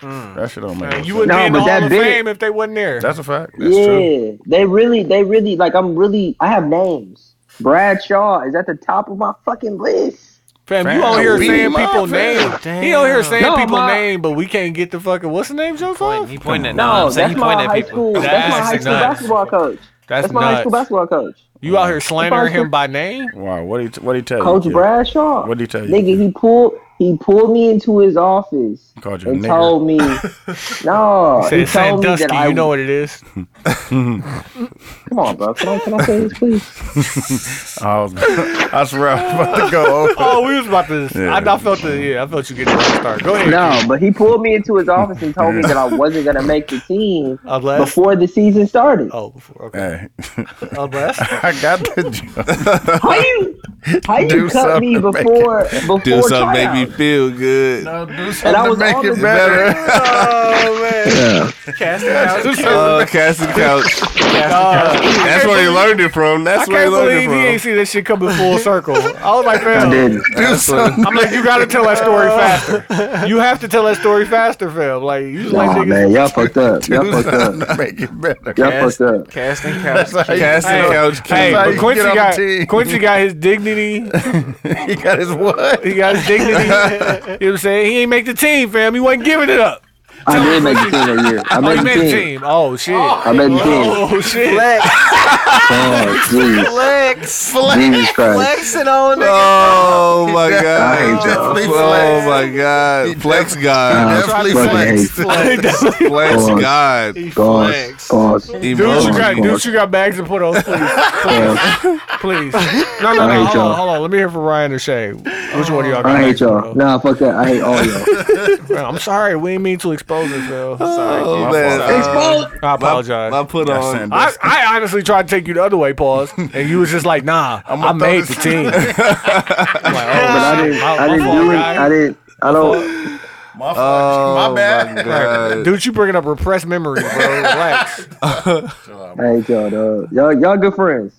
Speaker 2: Hmm. that shit don't make. no
Speaker 4: You
Speaker 2: sense.
Speaker 4: wouldn't
Speaker 6: No,
Speaker 4: be in the
Speaker 6: but that
Speaker 4: Hall of
Speaker 6: big-
Speaker 4: Fame if they wasn't there.
Speaker 2: That's a fact. That's
Speaker 6: yeah,
Speaker 2: true.
Speaker 6: they really, they really like. I'm really. I have names. Bradshaw is at the top of my fucking list.
Speaker 4: Fam,
Speaker 2: Fam,
Speaker 4: you out here
Speaker 2: beat
Speaker 4: saying
Speaker 2: him up,
Speaker 4: people
Speaker 2: fam.
Speaker 4: name. He out here saying
Speaker 6: No,
Speaker 4: people
Speaker 6: my-
Speaker 4: name, but we can't get the fucking what's the name, Joe?
Speaker 1: Point,
Speaker 4: Fluff?
Speaker 1: he pointing at no,
Speaker 6: No,
Speaker 1: I'm saying
Speaker 6: that's
Speaker 1: he
Speaker 6: my
Speaker 1: pointing
Speaker 6: high
Speaker 1: at people.
Speaker 6: school. That's, my
Speaker 4: That's
Speaker 6: high school
Speaker 4: nuts.
Speaker 6: basketball coach.
Speaker 4: That's,
Speaker 6: That's, my high
Speaker 4: nuts.
Speaker 6: school basketball coach.
Speaker 4: You out here slandering him by name?
Speaker 2: Wow, what did what did he tell
Speaker 6: Coach
Speaker 2: you? kid?
Speaker 6: Bradshaw.
Speaker 2: What'd he tell you?
Speaker 6: Nigga, he pulled he pulled me into his office
Speaker 2: Called you a
Speaker 6: and
Speaker 2: nigger.
Speaker 6: told me No, he,
Speaker 4: Said
Speaker 6: told me that
Speaker 4: Sandusky,
Speaker 6: I
Speaker 4: you know what it is.
Speaker 6: Come on, bro. Can I, can I say this please?
Speaker 2: I, was, I swear I was about to go over.
Speaker 4: Oh, we was about to.
Speaker 2: Yeah.
Speaker 4: I, I felt the. Yeah, I felt you getting the start. Go ahead.
Speaker 6: No, but he pulled me into his office and told me that I wasn't gonna make the team
Speaker 4: Unless.
Speaker 6: before the season started.
Speaker 4: oh, before. Okay. Oh,
Speaker 2: Hey,
Speaker 4: Unless.
Speaker 2: I got the job.
Speaker 6: How you how
Speaker 2: Do
Speaker 6: you cut
Speaker 2: something
Speaker 6: me
Speaker 2: to make
Speaker 6: before before
Speaker 3: Do something make
Speaker 6: tryouts?
Speaker 3: me feel good.
Speaker 6: and I was
Speaker 2: make
Speaker 6: on
Speaker 2: it
Speaker 6: the
Speaker 2: better.
Speaker 4: oh man. Cast it out.
Speaker 3: Uh, cast the couch. That's where he learned it from.
Speaker 4: I
Speaker 3: That's where he
Speaker 4: can't believe he
Speaker 3: learned
Speaker 4: ain't
Speaker 3: it
Speaker 4: seen this shit coming full circle. I was like,
Speaker 6: I
Speaker 4: fam.
Speaker 6: didn't.
Speaker 2: Do something.
Speaker 4: I'm like, you gotta tell that story faster. You have to tell that story faster, fam. Like, you just like
Speaker 6: Nah, man,
Speaker 4: niggas.
Speaker 6: y'all fucked up. Y'all
Speaker 2: Do
Speaker 6: fucked up.
Speaker 2: something to make it better.
Speaker 6: Y'all fucked up.
Speaker 1: Casting couch.
Speaker 2: That's how you-
Speaker 3: Cast
Speaker 4: Hey,
Speaker 3: the couch.
Speaker 4: Hey,
Speaker 2: That's how
Speaker 4: but
Speaker 2: you
Speaker 4: Quincy
Speaker 2: get on the
Speaker 4: got
Speaker 2: team.
Speaker 4: Quincy got his dignity.
Speaker 2: he got his what?
Speaker 4: He got his dignity. you know what I'm saying? He ain't make the team, fam. He wasn't giving it up.
Speaker 6: I did make the team that year. I
Speaker 4: Oh,
Speaker 6: made
Speaker 4: he made the team. Oh shit.
Speaker 6: I made the team.
Speaker 4: Oh shit.
Speaker 6: Oh, jeez.
Speaker 1: Flex,
Speaker 6: Jesus Christ.
Speaker 1: flexing on it.
Speaker 3: Oh my
Speaker 6: I hate
Speaker 3: god.
Speaker 6: y'all.
Speaker 2: Definitely
Speaker 3: Oh
Speaker 2: flexed.
Speaker 3: my god. Flex God.
Speaker 2: Definitely
Speaker 6: Uh, fucking
Speaker 2: flexed.
Speaker 3: Flex
Speaker 6: Fuck.
Speaker 3: God.
Speaker 6: Pause. Pause.
Speaker 4: Dude, you
Speaker 3: Emotion.
Speaker 4: got,
Speaker 6: God.
Speaker 4: dude, you got bags to put on,
Speaker 6: Pause.
Speaker 4: please. please. No, no,
Speaker 6: I
Speaker 4: no.
Speaker 6: hate
Speaker 4: Hold
Speaker 6: y'all.
Speaker 4: on, hold on. Let me hear from Ryan or Shay. Which one of y'all? got
Speaker 6: I hate
Speaker 4: bags to put
Speaker 6: y'all. Nah, fuck that. I hate all y'all. Oh,
Speaker 4: on? Man, I'm sorry. We didn't mean to expose it, Phil. Sorry.
Speaker 3: Oh man.
Speaker 4: I apologize.
Speaker 3: I put
Speaker 2: That's
Speaker 3: on.
Speaker 2: Sandusky.
Speaker 4: I, I honestly tried to take you the other way, pause, and you was just like, "Nah, I
Speaker 2: gonna throw
Speaker 4: made the
Speaker 2: this-
Speaker 4: team." I'm like, oh,
Speaker 6: But I didn't. I didn't do it. I didn't. I don't.
Speaker 2: My,
Speaker 3: Oh, my God.
Speaker 4: Dude, you bringing up repressed memories, bro. Relax.
Speaker 6: I hate y'all, dog. Y'all, y'all good friends.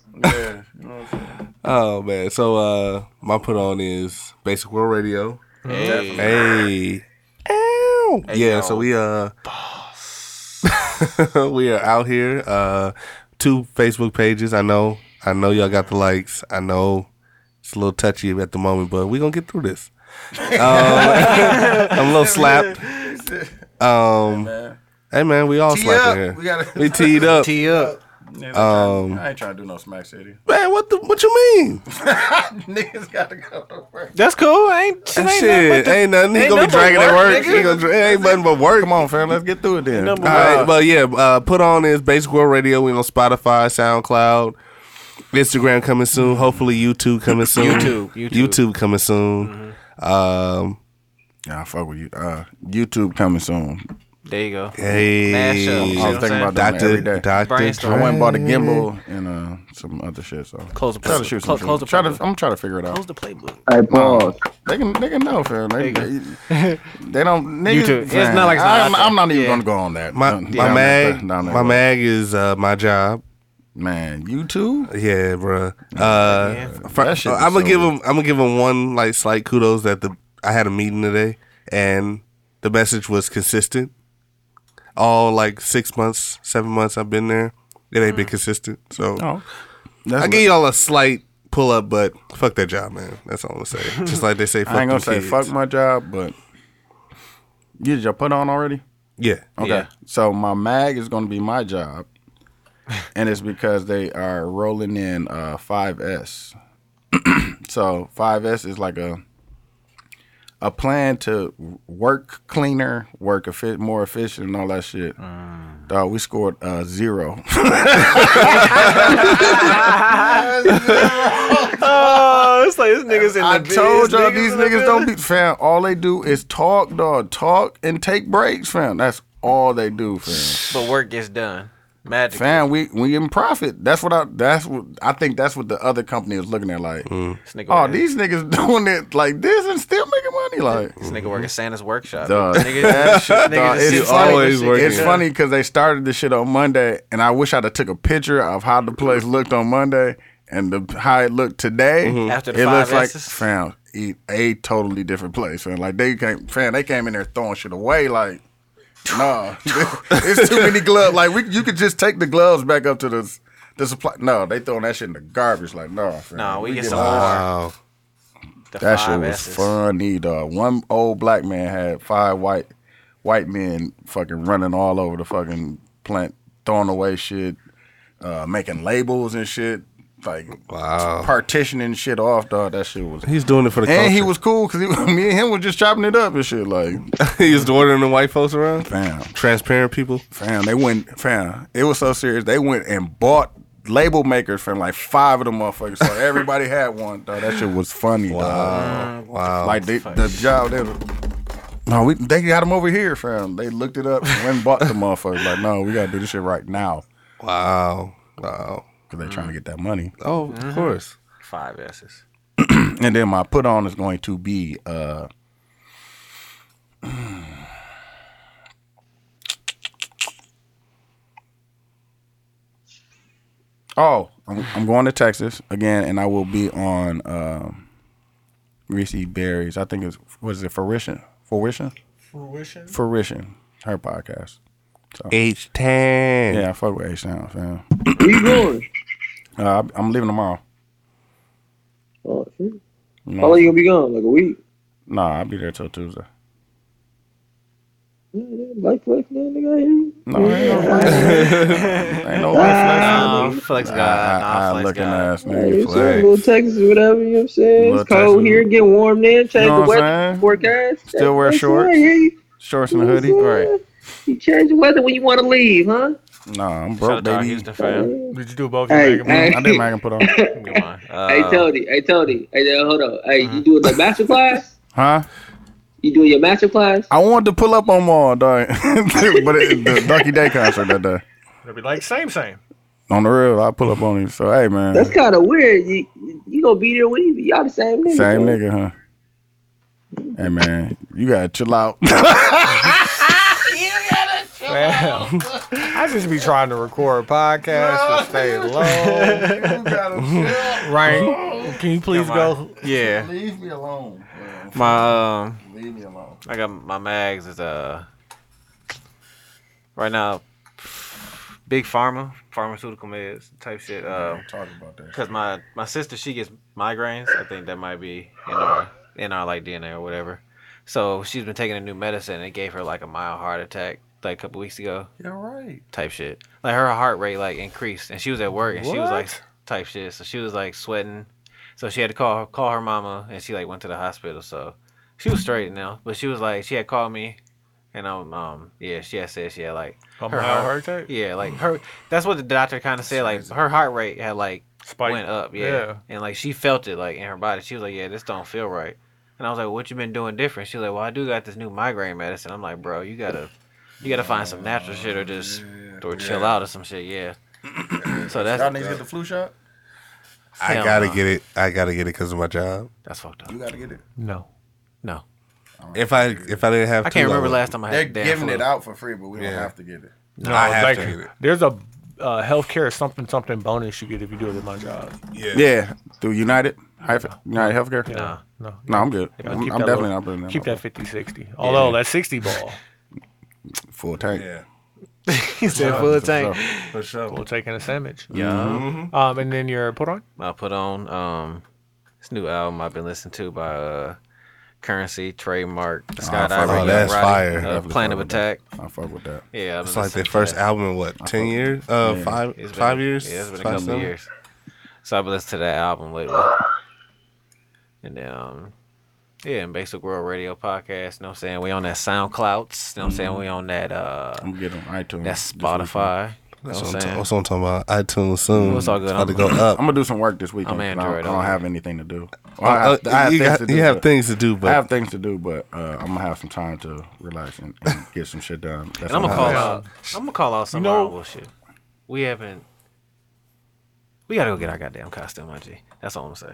Speaker 3: Oh man. So uh, my put on is Basic World Radio.
Speaker 1: Hey,
Speaker 3: Hey. Ow. yeah, so we uh we are out here. Uh two Facebook pages. I know I know y'all got the likes. I know it's a little touchy at the moment, but we're gonna get through this. Um, I'm a little slapped. Um Hey man, we all slapped in
Speaker 2: We
Speaker 3: here.
Speaker 2: gotta.
Speaker 3: We teed up.
Speaker 1: tee up.
Speaker 3: Um,
Speaker 2: I ain't trying to do no smack city.
Speaker 3: man, what the what you mean?
Speaker 2: Niggas gotta go to work.
Speaker 1: That's cool. Ain't shit. Ain't
Speaker 3: Shit,
Speaker 1: nothing
Speaker 3: ain't nothing. He
Speaker 1: ain't
Speaker 3: gonna be
Speaker 1: nothing but
Speaker 3: dragging at
Speaker 1: work,
Speaker 3: work.
Speaker 1: nigga.
Speaker 3: He gonna, dra- it ain't nothing but work.
Speaker 2: Come on, fam. Let's get through it then.
Speaker 1: Number
Speaker 3: All
Speaker 1: one.
Speaker 3: right, but yeah, uh, put on is Basic World Radio. We on Spotify, SoundCloud, Instagram coming soon. Hopefully, YouTube coming soon.
Speaker 1: YouTube, YouTube.
Speaker 3: YouTube coming soon. Um,
Speaker 2: Nah, I fuck with you. Uh, YouTube coming soon.
Speaker 1: There you go.
Speaker 3: Hey,
Speaker 1: Mash up. You know
Speaker 2: I
Speaker 1: what
Speaker 2: was
Speaker 1: I'm
Speaker 2: thinking
Speaker 1: saying?
Speaker 2: about doing that every
Speaker 3: Dr.
Speaker 2: day.
Speaker 3: Dr.
Speaker 1: Brainstorm.
Speaker 2: I went and
Speaker 3: Dre.
Speaker 2: bought a gimbal and uh, some other shit. So
Speaker 1: Close the
Speaker 2: try to
Speaker 1: playbook.
Speaker 2: shoot some
Speaker 1: Close-
Speaker 2: shit.
Speaker 1: close the
Speaker 2: Try to-
Speaker 1: playbook.
Speaker 2: I'm gonna try to figure it out.
Speaker 1: Close the playbook.
Speaker 6: Hey, pause.
Speaker 2: They can, they can know, fam. They, they, they don't. Niggas,
Speaker 1: too. It's
Speaker 2: man,
Speaker 1: not like it's not out
Speaker 2: I'm,
Speaker 1: there.
Speaker 2: I'm not even
Speaker 1: Yeah.
Speaker 2: gonna go on that.
Speaker 3: My,
Speaker 2: Down-
Speaker 3: my
Speaker 2: down that- down
Speaker 3: mag,
Speaker 2: that
Speaker 3: my
Speaker 2: road.
Speaker 3: mag is uh, my job.
Speaker 2: man. You too.
Speaker 3: Yeah, bruh. Uh,
Speaker 2: That shit is
Speaker 3: I'm gonna
Speaker 2: so
Speaker 3: give
Speaker 2: good.
Speaker 3: him. I'm gonna give him one like slight kudos that the I had a meeting today, and the message was consistent. All like six months, seven months I've been there, it ain't been consistent. So
Speaker 2: Mm. Oh, that's
Speaker 3: I
Speaker 2: lit.
Speaker 3: give y'all a slight pull up, but fuck that job, man. That's all I'm gonna say. Just like they say, fuck
Speaker 2: I ain't gonna
Speaker 3: them
Speaker 2: say
Speaker 3: kids.
Speaker 2: fuck my job, but you did your put on already.
Speaker 3: Yeah,
Speaker 2: Okay,
Speaker 1: Yeah.
Speaker 2: so my mag is gonna be my job, and it's because they are rolling in uh 5S. so 5S is like a a plan to work cleaner, work effi- more efficient, and all that shit. Dog, we scored uh, zero.
Speaker 1: Oh, it's like this niggas in
Speaker 2: I
Speaker 1: the
Speaker 2: told y'all these niggas don't be fam. All they do is talk, dog, talk and take breaks, fam. That's all they do, fam.
Speaker 1: But work gets done. Magic.
Speaker 2: Fam, we we in profit. That's what I. That's what I think. That's what the other company is looking at. Like,
Speaker 1: This nigga
Speaker 2: oh,
Speaker 1: working-
Speaker 2: these niggas doing it like this and still making money. Like,
Speaker 1: This nigga working Santa's workshop.
Speaker 2: Duh.
Speaker 1: Nigga,
Speaker 2: That shit,
Speaker 1: nigga
Speaker 2: dog,
Speaker 1: just
Speaker 2: it's
Speaker 1: sits
Speaker 2: funny.
Speaker 1: always
Speaker 3: It's working.
Speaker 2: It's funny because they started this shit on Monday, and I wish I'd have took a picture of how the place looked on Monday and the how it looked today.
Speaker 1: After the
Speaker 2: it looks
Speaker 1: five
Speaker 2: like
Speaker 1: S's.
Speaker 2: fam, e- a totally different place, man. Like they came, fam, they came in there throwing shit away, like. No, it's too many gloves. Like we, you could just take the gloves back up to the the supply. No, they throwing that shit in the garbage. Like no, fam.
Speaker 1: Nah, we get
Speaker 2: get
Speaker 1: some
Speaker 2: lost.
Speaker 1: more.
Speaker 3: wow.
Speaker 1: The five
Speaker 2: That shit was
Speaker 1: S's.
Speaker 2: funny, dog. One old black man had five white white men fucking running all over the fucking plant, throwing away shit, uh, making labels and shit, like
Speaker 3: Wow.
Speaker 2: partitioning shit off, dog. That shit was.
Speaker 3: He's doing it for the culture.
Speaker 2: And he was cool because me and him was just chopping it up and shit. Like,
Speaker 3: he was ordering the white folks around.
Speaker 2: fam,
Speaker 3: Transparent people.
Speaker 2: fam, they went, fam. It was so serious. They went and bought label makers from like five of them motherfuckers. So everybody had one, dog. That shit was funny, dog.
Speaker 3: Wow.
Speaker 2: Like they, the job, they were, no, we they got them over here, fam. They looked it up and went and bought the motherfucker. Like, no, we gotta do this shit right now
Speaker 3: wow. Wow.
Speaker 2: because they trying to get that money.
Speaker 3: Oh,
Speaker 2: Mm-hmm.
Speaker 3: of course.
Speaker 1: Five S's.
Speaker 2: And then my put on is going to be uh, oh, I'm, I'm going to Texas again, and I will be on um, Reese Berry's. I think it's was it fruition, fruition, fruition, fruition. Her podcast.
Speaker 3: H ten.
Speaker 2: Yeah, I fuck with H Town, fam.
Speaker 6: Where you going?
Speaker 2: Uh, I- I'm leaving tomorrow.
Speaker 6: Oh, shit.
Speaker 2: You
Speaker 6: How
Speaker 2: know?
Speaker 6: long you gonna be gone? Like a week?
Speaker 2: Nah, I'll be there till Tuesday.
Speaker 6: Yeah, yeah, Life flex, man, nigga. I hear you.
Speaker 2: No, ain't no, ain't no white flex.
Speaker 1: Uh, Nah, flex
Speaker 2: Nah,
Speaker 1: guy.
Speaker 2: I,
Speaker 1: Nah,
Speaker 2: I,
Speaker 1: flex
Speaker 2: looking
Speaker 1: guy.
Speaker 2: ass
Speaker 6: Yeah,
Speaker 2: nigga
Speaker 6: it's a
Speaker 2: flex.
Speaker 6: little Texas, whatever, you know what I'm saying?
Speaker 2: Little
Speaker 6: It's cold
Speaker 2: Texas.
Speaker 6: here, get warm then, change
Speaker 2: You know
Speaker 6: the
Speaker 2: what I'm
Speaker 6: weather,
Speaker 2: saying?
Speaker 6: forecast.
Speaker 2: Still wear
Speaker 6: Yeah,
Speaker 2: shorts.
Speaker 6: I hear you.
Speaker 2: Shorts and a hoodie. Right.
Speaker 6: You change the weather when you want to leave, huh?
Speaker 2: Nah, I'm
Speaker 1: Shout
Speaker 2: broke,
Speaker 1: out to our
Speaker 2: baby.
Speaker 1: Houston fam.
Speaker 4: Did you do both your
Speaker 6: Hey,
Speaker 4: bag of
Speaker 6: hey,
Speaker 2: I did I can put on.
Speaker 1: Come on.
Speaker 6: hey,
Speaker 1: Uh,
Speaker 6: Tony, hey, Tony, hey, there, hold on. Hey,
Speaker 2: Mm-hmm.
Speaker 6: you doing the master class?
Speaker 2: Huh?
Speaker 6: You doing your master class?
Speaker 2: I wanted to pull up on Maul, dog. but it, the Ducky Day concert that day.
Speaker 4: They'll be like, same, same.
Speaker 2: On the real, I pull up on him. So hey, man,
Speaker 6: That's kind of weird. You you gonna be there when you y'all the same nigga.
Speaker 2: same
Speaker 6: bro.
Speaker 2: nigga, huh? Hey man, you gotta chill out.
Speaker 4: Man, I just be trying to record a podcast and stay low. Ryan, can you please go?
Speaker 1: yeah.
Speaker 2: Leave me alone.
Speaker 1: My um,
Speaker 2: Leave me alone.
Speaker 1: I got my mags is uh right now big pharma, pharmaceutical meds type shit. Um,
Speaker 2: Talk about that.
Speaker 1: cause my my sister she gets migraines. I think that might be in our in our like DNA or whatever. So she's been taking a new medicine and it gave her like a mild heart attack like a couple weeks ago
Speaker 3: You're right.
Speaker 1: type shit. Like her heart rate like increased, and she was at work, and she was like
Speaker 4: What?
Speaker 1: type shit. So she was like sweating, so she had to call call her mama, and she like went to the hospital. So she was straight now, but she was like she had called me, and um um yeah she had said she had like
Speaker 4: A mild heart attack?
Speaker 1: yeah like her that's what the doctor kind of said like her heart rate had like
Speaker 4: Spike.
Speaker 1: went up yeah.
Speaker 4: Yeah.
Speaker 1: and like she felt it like in her body. She was like yeah this don't feel right. And I was like, "What you been doing different?" She was like, "Well, I do got this new migraine medicine." I'm like, "Bro, you gotta You gotta find some natural shit or just or chill out or some shit. Yeah. so that's
Speaker 2: Y'all niggas get the flu shot?
Speaker 3: I
Speaker 1: Hell
Speaker 3: gotta
Speaker 1: no.
Speaker 3: get it. I gotta get it because of my job.
Speaker 1: that's fucked up.
Speaker 2: You gotta get it.
Speaker 1: No, no.
Speaker 3: If I if I didn't have,
Speaker 1: I can't
Speaker 3: to,
Speaker 1: remember
Speaker 3: would.
Speaker 1: last time I
Speaker 2: They're
Speaker 1: had. damn
Speaker 2: giving
Speaker 1: flu.
Speaker 2: it out for free, but we don't
Speaker 3: Yeah.
Speaker 2: have to get it.
Speaker 4: No,
Speaker 3: I have
Speaker 4: like
Speaker 3: to get it.
Speaker 4: there's a uh, healthcare something something bonus you get if you do it at my job.
Speaker 3: Yeah.
Speaker 2: Yeah, through United, Hyphen- United Healthcare.
Speaker 4: Yeah,
Speaker 1: Nah.
Speaker 4: no.
Speaker 2: No, I'm good.
Speaker 4: Yeah,
Speaker 2: I'm,
Speaker 4: keep
Speaker 2: I'm
Speaker 4: that
Speaker 2: definitely
Speaker 4: little-
Speaker 2: not bringing that.
Speaker 4: Keep that 50 60. Although that 60 ball
Speaker 2: full tank.
Speaker 3: Yeah.
Speaker 1: He said full tank.
Speaker 3: For sure.
Speaker 4: will take in a sandwich.
Speaker 1: Yeah.
Speaker 4: Um, and then your put on?
Speaker 1: I put on um this new album I've been listening to by uh Currency Trademark Scott
Speaker 2: fuck
Speaker 1: Ivory,
Speaker 2: with
Speaker 1: Young
Speaker 2: that.
Speaker 3: Ah, oh, That's
Speaker 1: Roddy,
Speaker 3: fire.
Speaker 1: uh,
Speaker 3: Definitely
Speaker 1: Plan
Speaker 2: fuck
Speaker 1: of
Speaker 2: with that.
Speaker 1: Attack.
Speaker 2: I fuck with that.
Speaker 1: Yeah, I've been
Speaker 3: It's like
Speaker 1: listening
Speaker 3: their
Speaker 1: to
Speaker 3: first
Speaker 1: that.
Speaker 3: album in what ten years? Uh, five
Speaker 1: It's been-
Speaker 3: five years?
Speaker 1: Yeah, it's been a
Speaker 3: Five,
Speaker 1: couple
Speaker 3: seven?
Speaker 1: years. So I've been listening to that album lately. And then, um, yeah, and Basic World Radio podcast. You know what I'm saying? We on that SoundClouds. You know what I'm
Speaker 3: Mm-hmm.
Speaker 1: saying? We on that uh
Speaker 2: I'm getting on iTunes.
Speaker 1: that
Speaker 2: this weekend.
Speaker 1: Spotify. You know
Speaker 3: That's
Speaker 1: what I'm
Speaker 3: what I'm, ta-
Speaker 1: saying?
Speaker 3: that's what I'm talking about. iTunes soon.
Speaker 1: Well, it's all good.
Speaker 3: It's about to
Speaker 1: I'm-
Speaker 3: go up.
Speaker 2: I'm gonna do some work this weekend. 'cause I,
Speaker 1: Android,
Speaker 2: don't, I don't
Speaker 1: I'm-
Speaker 2: have anything to do. Well, I
Speaker 3: Uh,
Speaker 2: have, I have
Speaker 3: you
Speaker 2: things
Speaker 3: got-
Speaker 2: to do,
Speaker 3: you have
Speaker 2: but-
Speaker 3: things to do, but
Speaker 2: I have things to do, but uh, I'm gonna have some time to relax and, and get some shit done.
Speaker 1: And
Speaker 2: That's
Speaker 1: I'm
Speaker 2: what
Speaker 1: gonna call out.
Speaker 2: have.
Speaker 1: I'm gonna call out some
Speaker 4: You know-
Speaker 1: of our bullshit. We haven't. We gotta go get our goddamn costume, my G. That's all I'm saying.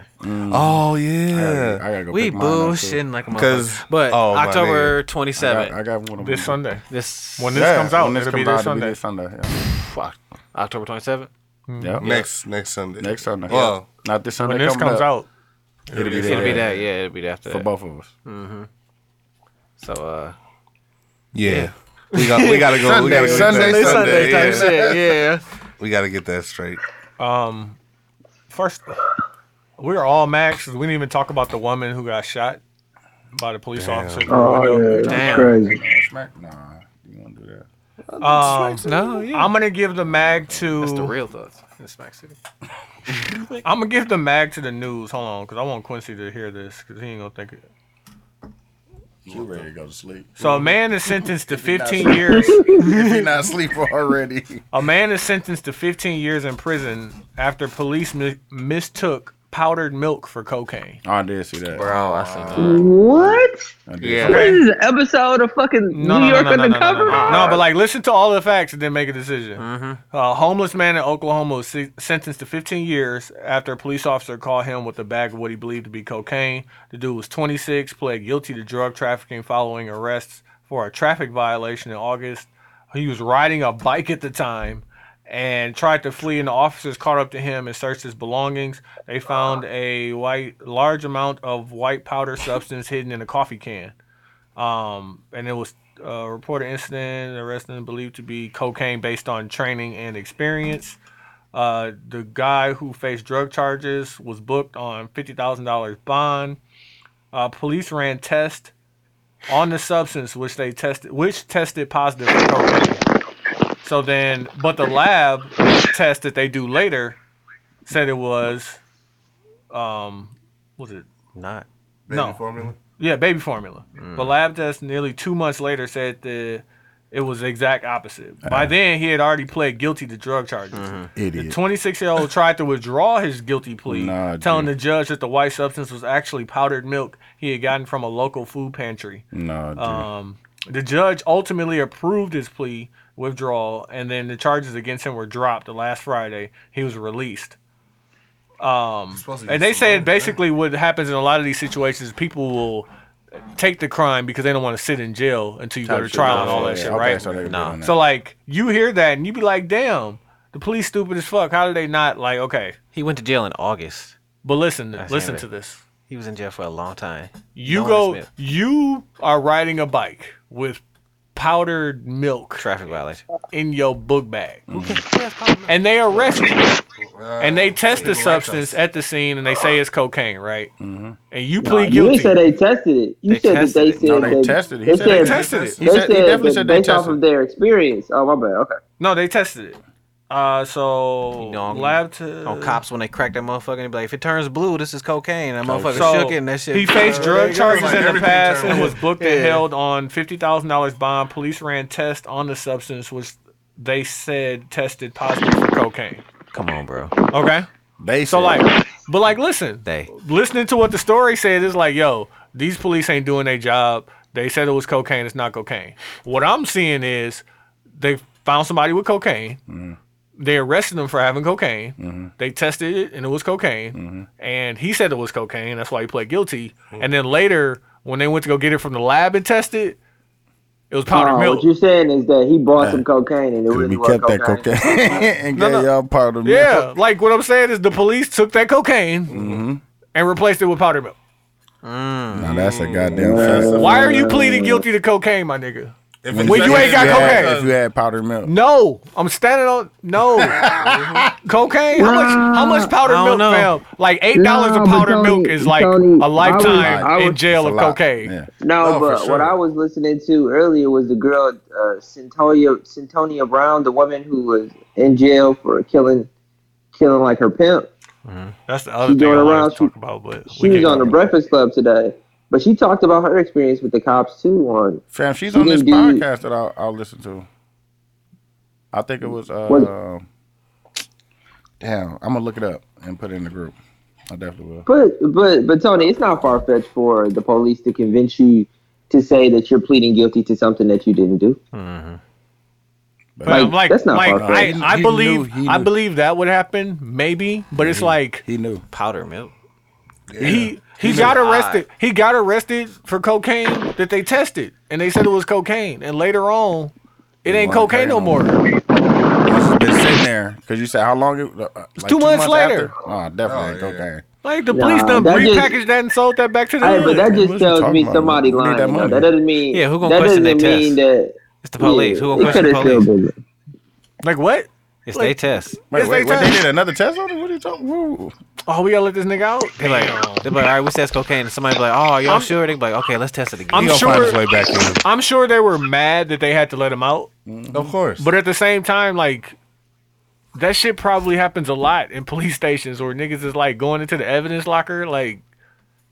Speaker 3: oh
Speaker 2: I gotta,
Speaker 3: yeah,
Speaker 2: I gotta go.
Speaker 1: we
Speaker 2: pick mine up, too.
Speaker 1: bullshitting like a
Speaker 3: 'Cause-
Speaker 1: motherfucker. But
Speaker 3: oh, my
Speaker 1: October
Speaker 2: I
Speaker 1: 27th,
Speaker 2: got, I got one of
Speaker 4: This
Speaker 2: them.
Speaker 4: Sunday.
Speaker 1: this
Speaker 4: When this
Speaker 2: Mm-hmm. Yeah,
Speaker 4: comes out,
Speaker 2: when
Speaker 4: it'll be
Speaker 2: comes
Speaker 4: this
Speaker 2: out, it'll
Speaker 4: Sunday.
Speaker 2: this Sunday. Yeah.
Speaker 1: fuck, October 27th.
Speaker 2: Yep.
Speaker 3: Mm-hmm. next next Sunday.
Speaker 2: Next Sunday.
Speaker 3: Well,
Speaker 2: yeah. not this Sunday.
Speaker 4: When this
Speaker 2: coming
Speaker 4: comes
Speaker 2: up.
Speaker 4: out,
Speaker 2: it'll be,
Speaker 1: It'll be
Speaker 2: there
Speaker 1: that. Yeah, it'll be after
Speaker 2: for
Speaker 1: that.
Speaker 2: both of us.
Speaker 4: Mm.
Speaker 1: So uh,
Speaker 3: yeah. We got we gotta go. we gotta
Speaker 2: Sunday, Sunday,
Speaker 3: get that
Speaker 2: Sunday
Speaker 3: yeah.
Speaker 2: type
Speaker 1: shit. Yeah.
Speaker 3: We gotta get that straight.
Speaker 4: um, first, we are all mad 'cause we didn't even talk about the woman who got shot by the police officer.
Speaker 6: Oh, yeah.
Speaker 1: Damn.
Speaker 6: Crazy.
Speaker 2: Smack? Nah, you wanna do that?
Speaker 4: Um,
Speaker 1: No. Yeah.
Speaker 4: I'm gonna give the mag to.
Speaker 1: That's the real thoughts in Smack City.
Speaker 4: I'm gonna give the mag to the news. Hold on, because I want Quincy to hear this, because he ain't gonna think it.
Speaker 2: You ready to go to sleep?
Speaker 4: So a man is sentenced to 15 years.
Speaker 2: if you not asleep already,
Speaker 4: A man is sentenced to 15 years in prison after police mi- mistook powdered milk for cocaine.
Speaker 2: oh, I did see that.
Speaker 1: Bro, I seen that.
Speaker 6: What?
Speaker 2: I did
Speaker 1: Yeah.
Speaker 2: see that.
Speaker 6: This is an episode of fucking
Speaker 4: No,
Speaker 6: New
Speaker 4: no,
Speaker 6: York
Speaker 4: no, no, no, no, no,
Speaker 6: undercover.
Speaker 4: no, no. but like, listen to all the facts and then make a decision. A homeless man in Oklahoma was se- sentenced to 15 years after a police officer caught him with a bag of what he believed to be cocaine. The dude was 26, pled guilty to drug trafficking following arrests for a traffic violation in August. He was riding a bike at the time and tried to flee, and the officers caught up to him and searched his belongings. They found a white, large amount of white powder substance hidden in a coffee can. Um, and it was a reported incident arrested believed to be cocaine based on training and experience. Uh, the guy who faced drug charges was booked on fifty thousand dollars bond. Uh, police ran tests on the substance, which they tested, which tested positive for cocaine. So then, but the lab test that they do later said it was, um, was it
Speaker 1: Not.
Speaker 3: Baby
Speaker 4: No.
Speaker 3: formula.
Speaker 4: yeah, baby formula. But lab test nearly two months later said that it was the exact opposite. By then, he had already pled guilty to drug charges. The
Speaker 2: Idiot.
Speaker 4: 26 year old tried to withdraw his guilty plea,
Speaker 2: Nah,
Speaker 4: telling
Speaker 2: dude.
Speaker 4: the judge that the white substance was actually powdered milk he had gotten from a local food pantry.
Speaker 2: No, dude.
Speaker 4: Um, the judge ultimately approved his plea withdrawal, and then the charges against him were dropped. The last Friday, he was released. Um,
Speaker 3: supposed to
Speaker 4: and
Speaker 3: get
Speaker 4: they
Speaker 3: some
Speaker 4: said
Speaker 3: money,
Speaker 4: basically what happens in a lot of these situations, people will take the crime because they don't want to sit in jail until you go to trial and all that
Speaker 2: Yeah,
Speaker 4: shit,
Speaker 2: okay,
Speaker 4: right?
Speaker 2: So, they can
Speaker 1: No.
Speaker 2: get on that.
Speaker 4: So like you hear that and you be like, damn, the police stupid as fuck. How did they not like okay?
Speaker 1: He went to jail in August.
Speaker 4: But listen,
Speaker 1: seen
Speaker 4: listen
Speaker 1: it.
Speaker 4: to this.
Speaker 1: He was in jail for a long time.
Speaker 4: You
Speaker 1: No one
Speaker 4: go.
Speaker 1: is mil-
Speaker 4: You are riding a bike with powdered milk
Speaker 1: traffic violation.
Speaker 4: in your book bag, and they arrest you, and they test the substance at the scene, and they say it's cocaine, right?
Speaker 3: Mm-hmm.
Speaker 4: And you plead
Speaker 6: You didn't say
Speaker 4: guilty.
Speaker 6: they tested it. You
Speaker 1: They
Speaker 6: said that
Speaker 1: tested
Speaker 6: they
Speaker 1: it.
Speaker 6: said
Speaker 2: No, they
Speaker 6: that-
Speaker 2: tested it. He
Speaker 6: They
Speaker 2: said they
Speaker 6: said
Speaker 4: tested it.
Speaker 2: He
Speaker 6: They
Speaker 2: said-
Speaker 6: said
Speaker 2: he definitely
Speaker 6: that
Speaker 2: said they
Speaker 6: based off
Speaker 2: tested
Speaker 6: of their experience. Oh my bad. Okay.
Speaker 4: No, they tested it. Uh, so
Speaker 1: You know, on-
Speaker 4: lab to
Speaker 1: On cops when they crack that motherfucker and be like, if it turns blue, this is cocaine. That motherfucker
Speaker 4: So,
Speaker 1: shook it and that shit.
Speaker 4: He faced drug charges
Speaker 3: Like,
Speaker 4: in the
Speaker 3: everything
Speaker 4: past
Speaker 3: turned
Speaker 4: and was
Speaker 3: red.
Speaker 4: booked and held on fifty thousand dollars bond. Police ran tests on the substance, which they said tested positive for cocaine.
Speaker 1: Come on, bro.
Speaker 4: Okay,
Speaker 2: they
Speaker 4: so like, but like, listen,
Speaker 1: They.
Speaker 4: listening to what the story said is like, yo, these police ain't doing their job. They said it was cocaine. It's not cocaine. What I'm seeing is they found somebody with cocaine. They arrested him for having cocaine. They tested it and it was cocaine. And he said it was cocaine. That's why he pled guilty. And then later, when they went to go get it from the lab and test it, it was powdered
Speaker 6: Oh,
Speaker 4: milk.
Speaker 6: what you're saying is that he bought some cocaine and it
Speaker 2: We
Speaker 6: really was
Speaker 2: kept
Speaker 6: cocaine.
Speaker 2: that cocaine and
Speaker 4: No,
Speaker 2: gave
Speaker 4: no.
Speaker 2: y'all part of the
Speaker 4: Yeah, like what I'm saying is the police took that cocaine and replaced it with powdered milk.
Speaker 2: Now that's a goddamn fact.
Speaker 4: Mm. Why are you pleading guilty to cocaine, my nigga?
Speaker 3: If
Speaker 4: When you ain't got
Speaker 2: If you had-
Speaker 4: cocaine.
Speaker 2: If you had powdered milk,
Speaker 4: No, I'm standing on no cocaine. How much? How much powdered
Speaker 1: I
Speaker 4: milk,
Speaker 1: don't know.
Speaker 4: fam? Like eight dollars
Speaker 6: Nah,
Speaker 4: of
Speaker 6: but
Speaker 4: powdered
Speaker 6: Tony-
Speaker 4: milk is like
Speaker 6: Tony, I
Speaker 4: a
Speaker 6: was-
Speaker 4: lifetime
Speaker 6: I
Speaker 4: in
Speaker 6: was-
Speaker 4: jail
Speaker 2: it's
Speaker 4: of
Speaker 2: a lot.
Speaker 4: cocaine.
Speaker 2: Yeah.
Speaker 6: No,
Speaker 3: No, for
Speaker 6: but
Speaker 3: sure.
Speaker 6: what I was listening to earlier was the girl, uh, Centonia, Centonia Brown, the woman who was in jail for killing, killing like her pimp.
Speaker 4: That's the other
Speaker 6: She
Speaker 4: thing I
Speaker 6: going
Speaker 4: wanted
Speaker 6: around,
Speaker 4: to
Speaker 6: she-
Speaker 4: talk about. But
Speaker 6: She was on the Breakfast Club today, but she talked about her experience with the cops too. On
Speaker 2: fam, she's
Speaker 6: She
Speaker 2: on this
Speaker 6: didn't do-
Speaker 2: podcast that I'll, I'll listen to. I think it was. Uh,
Speaker 6: Was-
Speaker 2: um, damn, I'm gonna look it up and put it in the group. I definitely will.
Speaker 6: but but but Tony, it's not far fetched for the police to convince you to say that you're pleading guilty to something that you didn't do.
Speaker 4: But I'm
Speaker 6: Like,
Speaker 4: like,
Speaker 6: that's not
Speaker 4: like,
Speaker 6: far-fetched.
Speaker 4: I,
Speaker 2: He-
Speaker 4: I
Speaker 2: he
Speaker 4: believe
Speaker 2: knew- he
Speaker 4: I
Speaker 2: knew.
Speaker 4: believe that would happen, maybe. But it's like
Speaker 2: He knew.
Speaker 1: Powdered milk.
Speaker 4: he he got
Speaker 1: knew.
Speaker 4: arrested. He got arrested for cocaine that they tested, and they said it was cocaine. And later on, it ain't
Speaker 2: wasn't
Speaker 4: cocaine no
Speaker 2: cocaine
Speaker 4: more.
Speaker 2: no It's been sitting there because you said how long? It, uh, uh, like
Speaker 4: two months later.
Speaker 2: after? Oh, definitely
Speaker 3: Oh,
Speaker 2: ain't
Speaker 3: yeah.
Speaker 2: cocaine.
Speaker 4: Like the police done
Speaker 6: that just-
Speaker 4: repackaged that and sold that back to the
Speaker 6: Hey, but
Speaker 4: hood.
Speaker 6: that
Speaker 2: what
Speaker 6: just
Speaker 2: you
Speaker 6: tells me
Speaker 2: talking about?
Speaker 6: somebody
Speaker 2: We need
Speaker 6: lying.
Speaker 2: that
Speaker 6: though.
Speaker 2: money.
Speaker 6: that doesn't mean
Speaker 1: Yeah, who gonna
Speaker 6: that
Speaker 1: question
Speaker 6: doesn't
Speaker 1: they test?
Speaker 6: mean that.
Speaker 1: It's the police.
Speaker 6: yeah,
Speaker 1: Who gonna
Speaker 6: it
Speaker 1: question the
Speaker 6: coulda still
Speaker 1: police?
Speaker 6: been-
Speaker 4: like what?
Speaker 1: It's
Speaker 4: Like-
Speaker 1: they test.
Speaker 2: Wait,
Speaker 4: It's
Speaker 2: wait,
Speaker 4: their
Speaker 2: what, they
Speaker 4: time.
Speaker 2: did another test on it? What are you talking? Woo.
Speaker 4: Oh, we gotta let this nigga out.
Speaker 1: They're like, they're like, all right, we said it's cocaine. And somebody be like, oh, y'all
Speaker 4: I'm-
Speaker 1: sure? They be like, okay, let's test it again.
Speaker 4: I'm
Speaker 3: He'll find his
Speaker 4: sure.
Speaker 3: way back in.
Speaker 4: I'm sure they were mad that they had to let him out,
Speaker 3: Of course.
Speaker 4: but at the same time, like that shit probably happens a lot in police stations where niggas is like going into the evidence locker, like.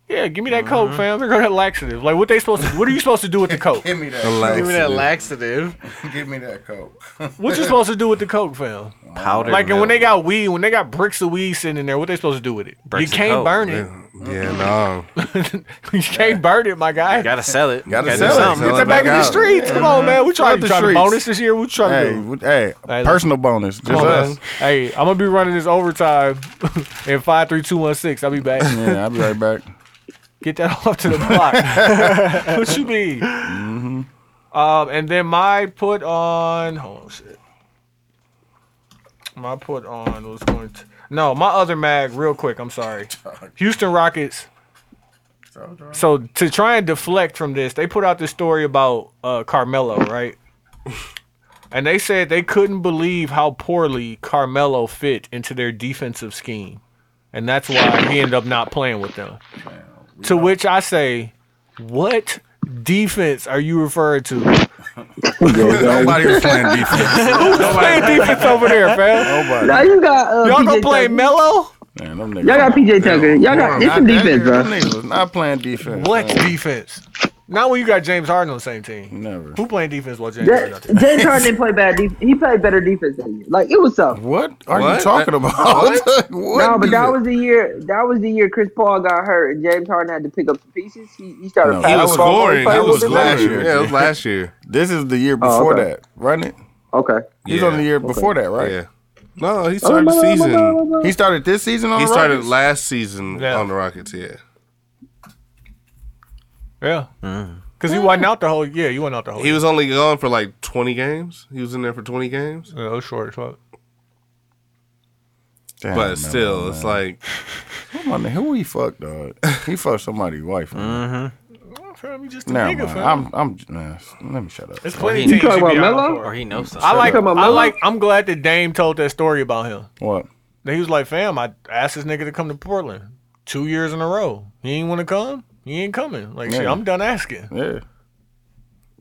Speaker 4: Yeah, give me that coke, fam. They're gonna laxative. Like, what they supposed to? What are you supposed to do with the coke?
Speaker 2: Give me that.
Speaker 3: Relax.
Speaker 1: laxative.
Speaker 2: Give me that coke.
Speaker 4: What you supposed to do with the coke, fam?
Speaker 1: Powdered
Speaker 4: Like, and
Speaker 1: milk.
Speaker 4: when they got weed, when they got bricks of weed sitting in there, what they supposed to do with it?
Speaker 1: Bricks
Speaker 4: you
Speaker 1: of
Speaker 4: can't
Speaker 1: coke,
Speaker 4: burn it.
Speaker 3: Yeah, no.
Speaker 4: you can't burn it, my guy.
Speaker 1: Gotta sell it.
Speaker 2: Gotta
Speaker 1: do
Speaker 2: sell it.
Speaker 1: something.
Speaker 2: Sell
Speaker 4: Get that back in the
Speaker 2: out.
Speaker 4: streets. Come on, man. We trying
Speaker 2: Out
Speaker 4: to
Speaker 2: the
Speaker 4: try to
Speaker 2: streets.
Speaker 4: bonus this year. We trying
Speaker 2: Hey,
Speaker 4: to do.
Speaker 2: w- hey,
Speaker 4: Hey,
Speaker 2: personal bonus, just
Speaker 4: Come on,
Speaker 2: us.
Speaker 4: man. Hey, I'm gonna be running this overtime in five, three, two, one, six. I'll be back.
Speaker 2: Yeah, I'll be right back.
Speaker 4: Get that off to the block. what you mean? Um, and then my put on. Hold on, shit. My put on was going to. No, my other mag, real quick. I'm sorry. Houston Rockets. So to try and deflect from this, they put out this story about uh, Carmelo, right? And they said they couldn't believe how poorly Carmelo fit into their defensive scheme, and that's why he ended up not playing with them. To which I say, what defense are you referring to?
Speaker 6: Oh
Speaker 4: Who's
Speaker 3: Nobody was playing defense.
Speaker 4: playing defense over there,
Speaker 6: Oh
Speaker 4: fam?
Speaker 2: Nobody.
Speaker 6: Now you got uh,
Speaker 4: Y'all
Speaker 6: PJ
Speaker 4: gonna play
Speaker 6: Tucker.
Speaker 4: Mello?
Speaker 2: Man, them
Speaker 6: Y'all got
Speaker 2: niggas-
Speaker 6: PJ Tucker. Y'all got it's
Speaker 2: Goddamn,
Speaker 6: some defense,
Speaker 2: them
Speaker 6: bro.
Speaker 2: niggas was not playing defense.
Speaker 4: What
Speaker 2: man.
Speaker 4: defense? Not when you got James Harden on the same team.
Speaker 2: Never.
Speaker 4: Who playing defense while James Harden?
Speaker 6: Ja-
Speaker 4: out there?
Speaker 6: James Harden didn't play bad. Def- he played better defense than you. Like it was tough.
Speaker 2: What are
Speaker 3: What?
Speaker 2: you talking about? What?
Speaker 6: no, but that
Speaker 2: defense?
Speaker 6: was the year. That was the year Chris Paul got hurt and James Harden had to pick up the pieces. He, he started.
Speaker 2: No.
Speaker 6: passing
Speaker 3: He was
Speaker 6: the ball.
Speaker 3: scoring.
Speaker 6: played
Speaker 3: That
Speaker 6: with
Speaker 3: was
Speaker 6: the
Speaker 3: last
Speaker 6: Lakers.
Speaker 3: year. Yeah, it was last year.
Speaker 2: This is the year before
Speaker 6: Oh, okay.
Speaker 2: that, right? Nick?
Speaker 6: Okay.
Speaker 2: He's
Speaker 3: Yeah.
Speaker 2: on the year before that, right?
Speaker 3: Yeah. Oh, No, he started the season.
Speaker 2: He started this season on
Speaker 3: He
Speaker 2: the
Speaker 3: started
Speaker 2: Rockets?
Speaker 3: last season
Speaker 4: Yeah.
Speaker 3: on the Rockets. Yeah.
Speaker 4: Yeah. Cause he wasn't out the whole. Yeah, you wasn't out the whole.
Speaker 3: He was only gone for like 20 games. He was in there for 20 games.
Speaker 4: Yeah, it was short as fuck.
Speaker 2: Damn,
Speaker 3: But
Speaker 2: man,
Speaker 3: still,
Speaker 2: man.
Speaker 3: it's like
Speaker 2: Come on, man, who he fucked, dog? He fucked somebody's wife. man.
Speaker 4: Fam, you just a
Speaker 2: Never
Speaker 4: nigga,
Speaker 2: mind.
Speaker 4: fam.
Speaker 2: I'm, I'm, nah, let me shut up.
Speaker 4: There's plenty
Speaker 1: You
Speaker 4: of teams
Speaker 6: talking
Speaker 4: you be
Speaker 6: about
Speaker 4: out
Speaker 6: Melo?
Speaker 1: Or
Speaker 4: for.
Speaker 1: he knows something.
Speaker 4: I like.
Speaker 6: talking about
Speaker 4: I
Speaker 6: Melo?
Speaker 4: like. I'm glad that Dame told that story about him.
Speaker 2: What?
Speaker 4: Then he was like, fam, I asked this nigga to come to Portland two years in a row. He ain't want to come. He ain't coming. Like, shit,
Speaker 2: Yeah.
Speaker 4: I'm done asking.
Speaker 2: Yeah.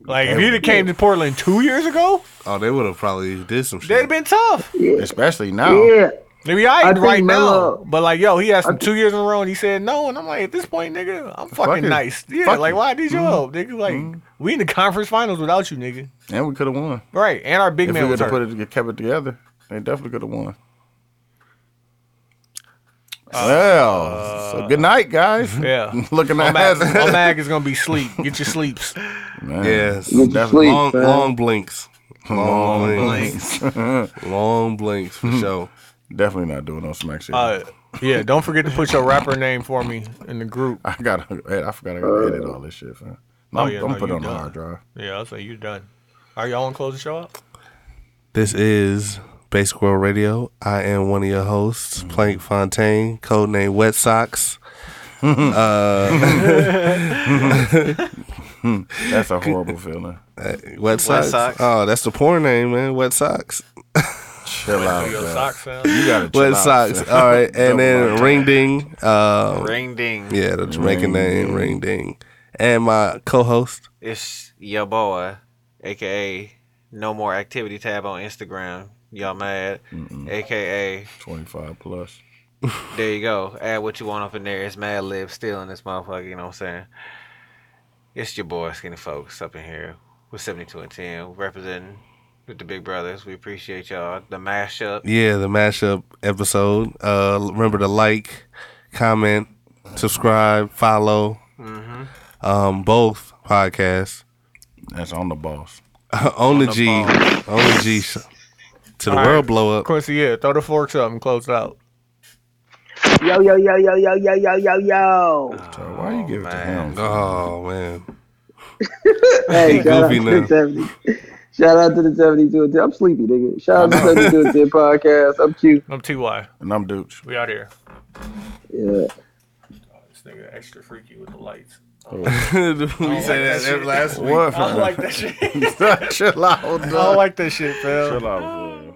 Speaker 4: Like, if he'd have came to Portland two years ago,
Speaker 3: oh, they would have probably did some shit.
Speaker 4: they'd have been tough.
Speaker 2: Especially now.
Speaker 6: Yeah.
Speaker 4: Maybe I ain't
Speaker 6: think
Speaker 4: right
Speaker 6: Melo-
Speaker 4: now. But, like, yo, he asked him two years in a row and he said no. And I'm like, at this point, nigga, I'm fucking
Speaker 2: it.
Speaker 4: nice. Yeah,
Speaker 2: Fuck
Speaker 4: like,
Speaker 2: it. Mm-hmm.
Speaker 4: why I need your help, nigga? Like, we in the conference finals without you, nigga.
Speaker 2: And we could have won.
Speaker 4: Right. And our big
Speaker 2: If we
Speaker 4: man
Speaker 2: would
Speaker 4: was Uh,
Speaker 2: have
Speaker 4: hurt.
Speaker 2: put it, kept it together, they definitely could have won. well, so good night, guys.
Speaker 4: uh, Yeah. Oh.
Speaker 2: Looking
Speaker 4: my
Speaker 2: at
Speaker 4: mag,
Speaker 2: us.
Speaker 4: my mag is gonna be sleep. Get your sleeps.
Speaker 2: Man.
Speaker 3: Yes,
Speaker 6: Get to
Speaker 3: that's
Speaker 6: sleep,
Speaker 3: long,
Speaker 6: man.
Speaker 3: long blinks. Long
Speaker 2: Long
Speaker 3: blinks. long blinks for sure.
Speaker 2: Definitely not doing no smack shit.
Speaker 4: Uh, yeah. Don't forget to put your rapper name for me in the group.
Speaker 2: I got. I forgot I got to edit all this shit, fam. No,
Speaker 4: Oh,
Speaker 2: I'm,
Speaker 4: yeah,
Speaker 2: I'm
Speaker 4: no,
Speaker 2: putting
Speaker 4: you
Speaker 2: it on the
Speaker 4: done.
Speaker 2: hard drive.
Speaker 4: Yeah. I'll say you're done. Are y'all want to close the show up?
Speaker 3: This is Base Squirrel Radio. I am one of your hosts, Plank Fontaine, codename Wet Socks.
Speaker 2: That's a horrible feeling.
Speaker 3: Wet Socks.
Speaker 1: Socks.
Speaker 3: Oh, that's the porn name, man. Wet Socks.
Speaker 2: Chill out,
Speaker 4: Your
Speaker 2: bro.
Speaker 4: socks sound.
Speaker 2: You gotta chill
Speaker 3: Wet
Speaker 2: out,
Speaker 3: Socks.
Speaker 4: Uh,
Speaker 2: fam.
Speaker 3: All right, and then
Speaker 2: Double
Speaker 3: Ring Ding. Uh,
Speaker 1: Ring ding.
Speaker 3: yeah, the Jamaican name, Ring Ding, and my co-host.
Speaker 1: It's your boy, aka No More Activity tab on Instagram. Y'all mad? AKA,
Speaker 2: 25 plus.
Speaker 1: there you go. Add what you want up in there. It's Mad Lib still in this motherfucker. You know what I'm saying? It's your boy, Skinny Folks, up in here with 72 and 10, representing with the Big Brothers. We appreciate y'all. The mashup.
Speaker 3: Yeah, the mashup episode. Uh, remember to like, comment, subscribe, follow. Um, both podcasts.
Speaker 2: That's on the boss.
Speaker 3: on the G, on the G, sh- to the
Speaker 4: All
Speaker 3: world
Speaker 4: right.
Speaker 3: blow up.
Speaker 4: Quincy, yeah. Throw the forks up and close it out.
Speaker 6: Yo, yo, yo, yo, yo, yo, yo, yo, yo.
Speaker 2: So why you give it to
Speaker 1: man.
Speaker 2: him? fam?
Speaker 3: Oh man,
Speaker 6: Hey,
Speaker 3: He
Speaker 6: shout out
Speaker 3: goofy
Speaker 6: to
Speaker 3: now.
Speaker 6: the 70. Shout out to the 72 and 10. I'm sleepy, nigga. Shout out to the 72 and 10 podcast. I'm cute.
Speaker 4: I'm Ty.
Speaker 2: And I'm Dooch.
Speaker 4: We out here.
Speaker 6: Yeah.
Speaker 4: This nigga extra freaky with the lights.
Speaker 3: we say that every last week.
Speaker 2: What? fam?
Speaker 4: that shit.
Speaker 2: chill out,
Speaker 4: I don't
Speaker 2: dog.
Speaker 4: like that shit, fam.
Speaker 2: Chill out, fam.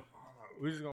Speaker 4: We just gonna-